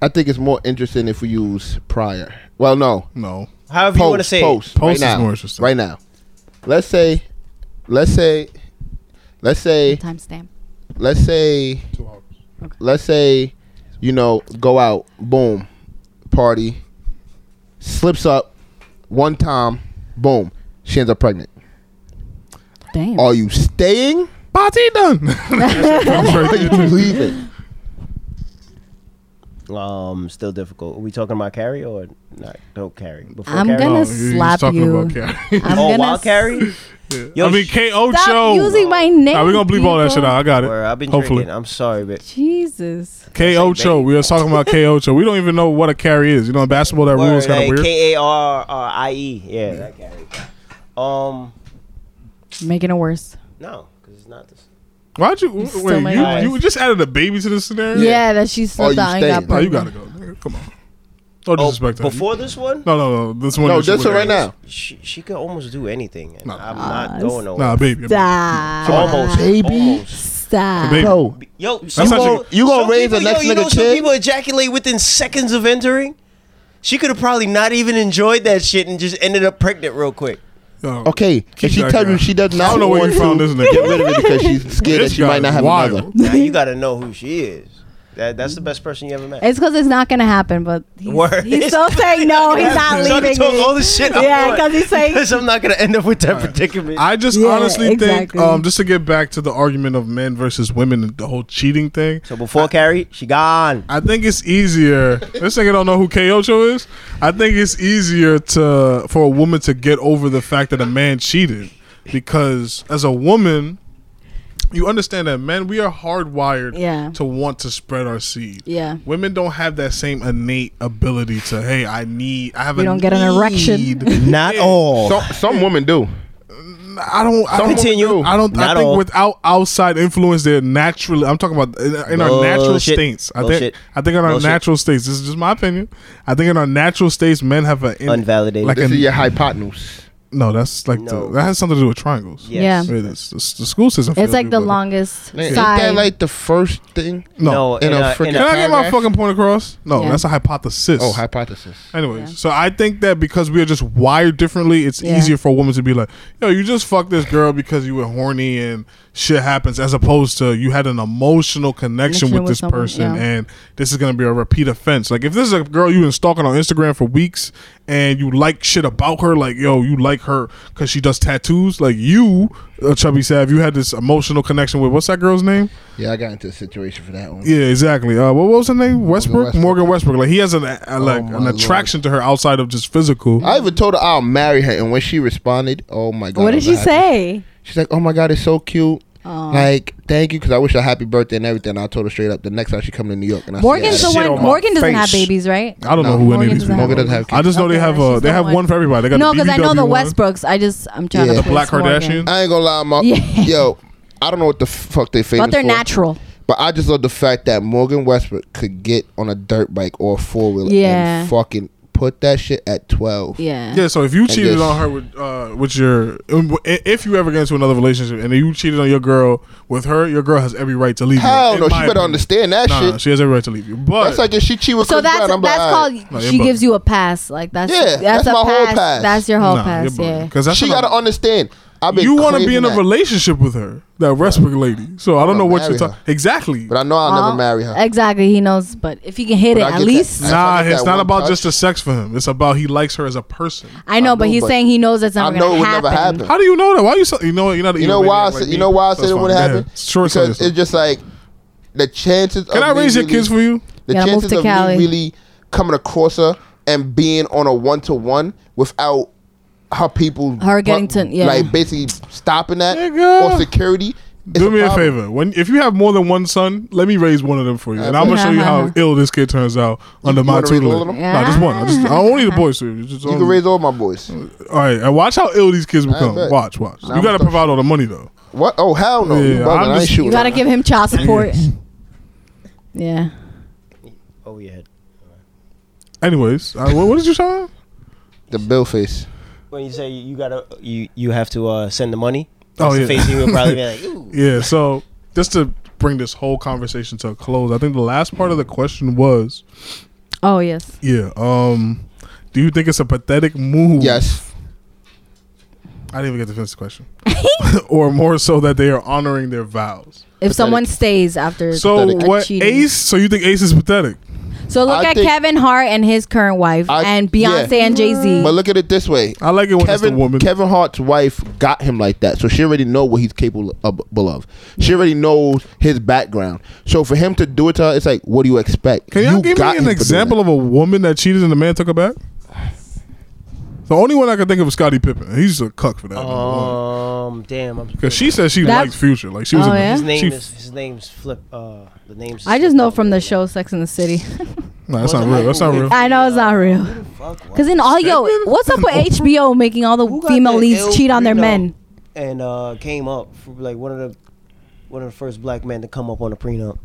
Speaker 2: I think it's more interesting if we use prior. Well, no,
Speaker 1: No.
Speaker 3: However you want to
Speaker 2: post,
Speaker 3: say
Speaker 2: post,
Speaker 1: Post
Speaker 2: right
Speaker 1: is
Speaker 2: now,
Speaker 1: more interesting.
Speaker 2: Right now, let's say, let's say, let's say,
Speaker 4: Timestamp.
Speaker 2: let's say,
Speaker 1: Two hours.
Speaker 2: let's say, you know, go out, boom, party, slips up, one time, boom, she ends up pregnant.
Speaker 4: Damn.
Speaker 2: Are you staying?
Speaker 1: Party done. Comes
Speaker 2: Or
Speaker 1: right
Speaker 2: are you
Speaker 1: there.
Speaker 2: leaving?
Speaker 3: it. Um, still difficult. Are we talking about carry or not? No carry. Before
Speaker 4: I'm
Speaker 3: carry?
Speaker 4: gonna
Speaker 1: Oh, he's
Speaker 4: slap
Speaker 1: talking
Speaker 4: you.
Speaker 1: about Carrie.
Speaker 4: I'm
Speaker 3: oh,
Speaker 4: gonna
Speaker 3: while carry. Yo,
Speaker 1: I mean,
Speaker 3: sh-
Speaker 1: KO
Speaker 4: Stop
Speaker 1: Cho.
Speaker 4: using my name.
Speaker 1: Nah, we're gonna bleep all that
Speaker 4: people.
Speaker 1: shit out. I got it.
Speaker 3: Word, I've been
Speaker 1: Hopefully.
Speaker 3: drinking. I'm sorry, but
Speaker 4: Jesus.
Speaker 1: KO Cho. We are talking about KO Cho. We don't even know what a carry is. You know, in basketball, that rule is kind of weird.
Speaker 3: K A R R I E. Yeah, that carry. Um,
Speaker 4: Making it worse.
Speaker 3: no, because it's not this.
Speaker 1: Why'd you
Speaker 4: It's
Speaker 1: wait?
Speaker 4: still my
Speaker 1: You,
Speaker 3: life.
Speaker 1: you just added a baby to this scenario.
Speaker 4: Yeah, that she
Speaker 2: Oh,
Speaker 4: slipped
Speaker 2: you
Speaker 4: out and
Speaker 2: staying?
Speaker 4: got
Speaker 1: No, you
Speaker 4: pregnant.
Speaker 1: gotta go. nigga. Come on. No
Speaker 3: Oh,
Speaker 1: disrespect. to her.
Speaker 3: before this one,
Speaker 1: No, no, no. This one.
Speaker 2: No,
Speaker 1: that she
Speaker 2: just so
Speaker 1: would've
Speaker 2: right
Speaker 1: asked.
Speaker 2: now.
Speaker 3: she she could almost do anything. And
Speaker 1: Nah.
Speaker 3: I'm not
Speaker 4: Ah,
Speaker 3: going nowhere.
Speaker 1: Nah, baby.
Speaker 4: Stop.
Speaker 3: almost,
Speaker 2: Baby.
Speaker 3: almost.
Speaker 4: Stop.
Speaker 1: Baby.
Speaker 2: Yo,
Speaker 3: Yo,
Speaker 1: some such a- people-
Speaker 2: you gonna
Speaker 3: some
Speaker 2: raise the
Speaker 3: people-
Speaker 2: next
Speaker 3: yo, you
Speaker 2: nigga
Speaker 3: know some
Speaker 2: kid?
Speaker 3: people ejaculate within seconds of entering. She could have probably not even enjoyed that shit and just ended up pregnant real quick.
Speaker 1: Yo,
Speaker 2: Okay,
Speaker 1: Keep
Speaker 2: if she
Speaker 1: that
Speaker 2: tells
Speaker 1: guy.
Speaker 2: you she does
Speaker 1: I
Speaker 2: not
Speaker 1: don't know where
Speaker 2: want
Speaker 1: you found
Speaker 2: to
Speaker 1: this nigga.
Speaker 2: get rid of it because she's scared that
Speaker 1: This
Speaker 2: she might
Speaker 1: guy's
Speaker 2: not have
Speaker 1: wild.
Speaker 2: another.
Speaker 3: Now you gotta know who she is. That that's the best person you ever met.
Speaker 4: It's because it's not gonna happen, but he's,
Speaker 3: Word.
Speaker 4: he's still saying no. He's not
Speaker 3: So I can
Speaker 4: leaving.
Speaker 3: talk
Speaker 4: me.
Speaker 3: all the shit. I
Speaker 4: Yeah,
Speaker 3: want,
Speaker 4: 'cause he's saying-
Speaker 3: because I'm not gonna end up with that predicament.
Speaker 1: I just
Speaker 4: Yeah,
Speaker 1: honestly think,
Speaker 4: exactly.
Speaker 1: um, just to get back to the argument of men versus women and the whole cheating thing,
Speaker 3: so before Carrie, she gone.
Speaker 1: I think it's easier. this nigga don't know who Kocho is. I think it's easier to for a woman to get over the fact that a man cheated because as a woman, you understand that men we are hardwired
Speaker 4: Yeah.
Speaker 1: to want to spread our seed.
Speaker 4: Yeah.
Speaker 1: Women don't have that same innate ability to hey, I need I have
Speaker 4: We
Speaker 1: a
Speaker 4: don't get an erection.
Speaker 1: need."
Speaker 3: Not all.
Speaker 2: Some, some women do.
Speaker 1: I don't. I don't
Speaker 3: Continue.
Speaker 1: I don't. I
Speaker 3: Not
Speaker 1: think
Speaker 3: all.
Speaker 1: without outside influence, they're naturally. I'm talking about in, in our natural
Speaker 3: Bullshit.
Speaker 1: states. I think.
Speaker 3: Bullshit.
Speaker 1: I think in our
Speaker 3: Bullshit.
Speaker 1: natural states. This is just my opinion. I think in our natural states, men have an in,
Speaker 3: Unvalidated.
Speaker 1: Like
Speaker 2: This
Speaker 1: a,
Speaker 2: is your hypotenuse.
Speaker 1: no, that's like the,
Speaker 3: No.
Speaker 1: that has something to do with triangles.
Speaker 3: Yes.
Speaker 4: Yeah.
Speaker 1: Wait, that's- that's- the school system.
Speaker 4: It's
Speaker 1: fails
Speaker 4: like
Speaker 1: me,
Speaker 4: the
Speaker 1: brother.
Speaker 4: longest
Speaker 2: Ain't
Speaker 4: side.
Speaker 2: that like the first thing?
Speaker 1: No.
Speaker 2: in a freaking-
Speaker 1: Can I get my
Speaker 2: paragraph?
Speaker 1: fucking point across? No,
Speaker 4: Yeah.
Speaker 1: that's a hypothesis.
Speaker 2: Oh, hypothesis.
Speaker 1: Anyways, so I think that because we are just wired differently, it's
Speaker 4: Yeah.
Speaker 1: easier for a woman to be like, "Yo, you just fucked this girl because you were horny and shit happens," as opposed to you had an emotional connection
Speaker 4: Connection
Speaker 1: with,
Speaker 4: with
Speaker 1: this
Speaker 4: someone,
Speaker 1: person
Speaker 4: yeah.
Speaker 1: and this is gonna be a repeat offense. Like if this is a girl you've been stalking on Instagram for weeks and you like shit about her, like yo, you like her because she does tattoos. Like you, uh, chubby sav, you had this emotional connection with what's that girl's name?
Speaker 2: Yeah, I got into a situation for that one.
Speaker 1: Yeah, exactly. Uh, what, what was her name? Westbrook?
Speaker 2: Westbrook. Oh
Speaker 1: Morgan Westbrook. Like he has an uh, like
Speaker 2: my
Speaker 1: an
Speaker 2: Lord.
Speaker 1: attraction to her outside of just physical.
Speaker 2: I even told her I'll marry her, and when she responded, oh my god,
Speaker 4: what
Speaker 2: I
Speaker 4: did
Speaker 2: was
Speaker 4: she
Speaker 2: happy.
Speaker 4: say?
Speaker 2: She's like, oh my god, it's so cute. like, thank you, because I wish her happy birthday and everything. And I told her straight up, the next time she coming to New York, and I said,
Speaker 5: Morgan's
Speaker 2: "Yeah,
Speaker 5: the
Speaker 2: shit
Speaker 5: one.
Speaker 2: on my
Speaker 5: Morgan doesn't have
Speaker 3: face."
Speaker 5: babies, right?
Speaker 1: I don't know
Speaker 2: No,
Speaker 1: who any of
Speaker 4: Morgan
Speaker 1: these
Speaker 4: doesn't
Speaker 1: people are.
Speaker 2: kids.
Speaker 4: have
Speaker 2: Morgan doesn't have
Speaker 1: I just know they
Speaker 4: kids.
Speaker 1: have
Speaker 4: Okay,
Speaker 1: a
Speaker 4: she's
Speaker 1: they
Speaker 4: the
Speaker 1: have
Speaker 4: one.
Speaker 1: one for everybody. They got
Speaker 4: No,
Speaker 1: the
Speaker 4: because I know
Speaker 1: BBW
Speaker 4: the
Speaker 1: one.
Speaker 4: Westbrooks. I just I'm trying
Speaker 2: Yeah.
Speaker 4: to
Speaker 2: The
Speaker 4: place
Speaker 1: Black
Speaker 4: Morgan.
Speaker 1: Kardashian?
Speaker 2: I ain't gonna lie, my
Speaker 4: Yeah.
Speaker 2: yo, I don't know what the fuck they famous
Speaker 5: But they're
Speaker 2: for,
Speaker 5: natural.
Speaker 2: But I just love the fact that Morgan Westbrook could get on a dirt bike or a four wheeler
Speaker 4: Yeah.
Speaker 2: and fucking put that shit at twelve.
Speaker 4: Yeah.
Speaker 1: Yeah, so if you cheated
Speaker 2: yes.
Speaker 1: on her with uh, with your if you ever get into another relationship and you cheated on your girl with her, your girl has every right to leave.
Speaker 2: Hell
Speaker 1: you, in
Speaker 2: no, she
Speaker 1: my
Speaker 2: better
Speaker 1: opinion.
Speaker 2: understand that
Speaker 1: Nah,
Speaker 2: shit.
Speaker 1: she has every right to leave you. But
Speaker 2: That's like if she cheat with
Speaker 4: So
Speaker 2: Chris
Speaker 4: that's
Speaker 2: Brown, I'm
Speaker 4: that's
Speaker 2: like, all right.
Speaker 4: called
Speaker 1: No,
Speaker 4: she
Speaker 1: you're
Speaker 4: gives you a pass. Like that's
Speaker 2: Yeah, that's
Speaker 4: a
Speaker 2: my whole
Speaker 4: pass.
Speaker 2: pass.
Speaker 4: That's your whole pass. Yeah.
Speaker 1: because
Speaker 2: She gotta understand. I been
Speaker 1: you want to
Speaker 2: craving
Speaker 1: be in a
Speaker 2: that,
Speaker 1: relationship with her, that Westbrook lady. So I don't
Speaker 2: I'll
Speaker 1: know what
Speaker 2: marry
Speaker 1: you're talking.
Speaker 2: her.
Speaker 1: Exactly.
Speaker 2: but I know I'll
Speaker 4: Oh,
Speaker 2: never marry her.
Speaker 4: Exactly. He knows, but if he can hit
Speaker 2: But I
Speaker 4: it,
Speaker 2: get
Speaker 4: at
Speaker 2: that.
Speaker 4: least
Speaker 2: I
Speaker 1: Nah,
Speaker 2: fucking
Speaker 1: it's
Speaker 2: got
Speaker 1: not
Speaker 2: one
Speaker 1: about
Speaker 2: touch.
Speaker 1: just the sex for him. It's about he likes her as a person.
Speaker 4: I know, but
Speaker 2: know,
Speaker 4: he's
Speaker 2: but
Speaker 4: saying he knows that's
Speaker 2: I
Speaker 4: never
Speaker 2: know it
Speaker 4: gonna
Speaker 2: would never
Speaker 4: happen.
Speaker 2: happen.
Speaker 1: How do you know that? Why you so you know you know
Speaker 2: You know why? I said, you know why I said it would happen?
Speaker 1: Short
Speaker 2: because it's just like the chances.
Speaker 1: Can
Speaker 2: of
Speaker 1: I
Speaker 2: me
Speaker 1: raise your
Speaker 2: really-
Speaker 1: kids for you?
Speaker 2: The
Speaker 4: Gotta move
Speaker 2: chances
Speaker 4: to
Speaker 2: of me
Speaker 4: Cali.
Speaker 2: really coming across her and being on a one to one without her people,
Speaker 4: Her getting to- yeah.
Speaker 2: like basically stopping that
Speaker 1: Nigga.
Speaker 2: or security. it's
Speaker 1: Do me a
Speaker 2: problem.
Speaker 1: favor. When if you have more than one son, let me raise one of them for you, and I'm gonna show you how ill this kid turns out under
Speaker 2: you
Speaker 1: my
Speaker 2: wanna raise all of
Speaker 1: tutelage.
Speaker 2: them?
Speaker 1: Nah, just one. I, just, I don't need a boy. So you just
Speaker 2: You can raise all my boys.
Speaker 1: All right, and watch how ill these kids become.
Speaker 2: bet.
Speaker 1: Watch, watch.
Speaker 2: Nah,
Speaker 1: you
Speaker 2: I'm
Speaker 1: gotta
Speaker 2: gonna-
Speaker 1: provide all the money though.
Speaker 2: What? Oh hell no!
Speaker 1: Yeah,
Speaker 2: you bugging. I
Speaker 1: I'm
Speaker 2: ain't
Speaker 1: just-
Speaker 2: shooting.
Speaker 4: You gotta
Speaker 2: her.
Speaker 4: give him child support. yeah.
Speaker 3: Over your head.
Speaker 1: Anyways, uh, what, what did you say?
Speaker 2: the bill face.
Speaker 3: When you say you gotta, you you have to uh, send the money.
Speaker 1: Oh,
Speaker 3: That's the
Speaker 1: yeah.
Speaker 3: face you would probably be like, ooh.
Speaker 1: Yeah, so just to bring this whole conversation to a close, I think the last part of the question was,
Speaker 4: Oh yes.
Speaker 1: yeah, um, do you think it's a pathetic move?
Speaker 2: Yes.
Speaker 1: I didn't even get to finish the question. or more so that they are honoring their vows.
Speaker 4: If someone stays after
Speaker 1: So
Speaker 2: pathetic.
Speaker 1: what
Speaker 4: Cheating.
Speaker 1: Ace? So you think Ace is pathetic?
Speaker 4: So look
Speaker 2: I
Speaker 4: at
Speaker 2: think-
Speaker 4: Kevin Hart and his current wife
Speaker 2: I-
Speaker 4: and
Speaker 2: yeah.
Speaker 4: Beyonce and Jay
Speaker 2: But
Speaker 4: Z.
Speaker 2: look at it this way.
Speaker 1: I like it when it's the
Speaker 2: Kevin
Speaker 1: woman.
Speaker 2: Kevin Hart's wife got him like that, so she already know what he's capable of. of. She already knows his background. So for him to do it to her, it's like, what do you expect?
Speaker 1: Can y'all give me an example of a woman that cheated and the man took her back? The only one I can think of is Scottie Pippen. He's a cuck for that.
Speaker 2: Oh.
Speaker 3: Um, damn. I'm
Speaker 1: Because she said she
Speaker 4: That-
Speaker 1: liked Future. Like she was.
Speaker 4: Oh,
Speaker 1: a,
Speaker 4: yeah?
Speaker 3: His name
Speaker 1: she-
Speaker 3: is his name's Flip. Uh, the name's.
Speaker 4: I just know
Speaker 3: slipped
Speaker 4: from
Speaker 3: out
Speaker 4: the
Speaker 3: right now.
Speaker 4: show Sex in the City.
Speaker 1: Nah, that's not real. That's not real.
Speaker 4: I know it's not real.
Speaker 3: Fuck. what?
Speaker 4: Cause in all yo,
Speaker 1: Segment?
Speaker 4: what's up with HBO making all
Speaker 3: Who
Speaker 4: the
Speaker 3: got
Speaker 4: female
Speaker 3: that
Speaker 4: leads
Speaker 3: El
Speaker 4: cheat on their
Speaker 3: Primo?
Speaker 4: men?
Speaker 3: And uh, came up for, like one of the one of the first black men to come up on a prenup.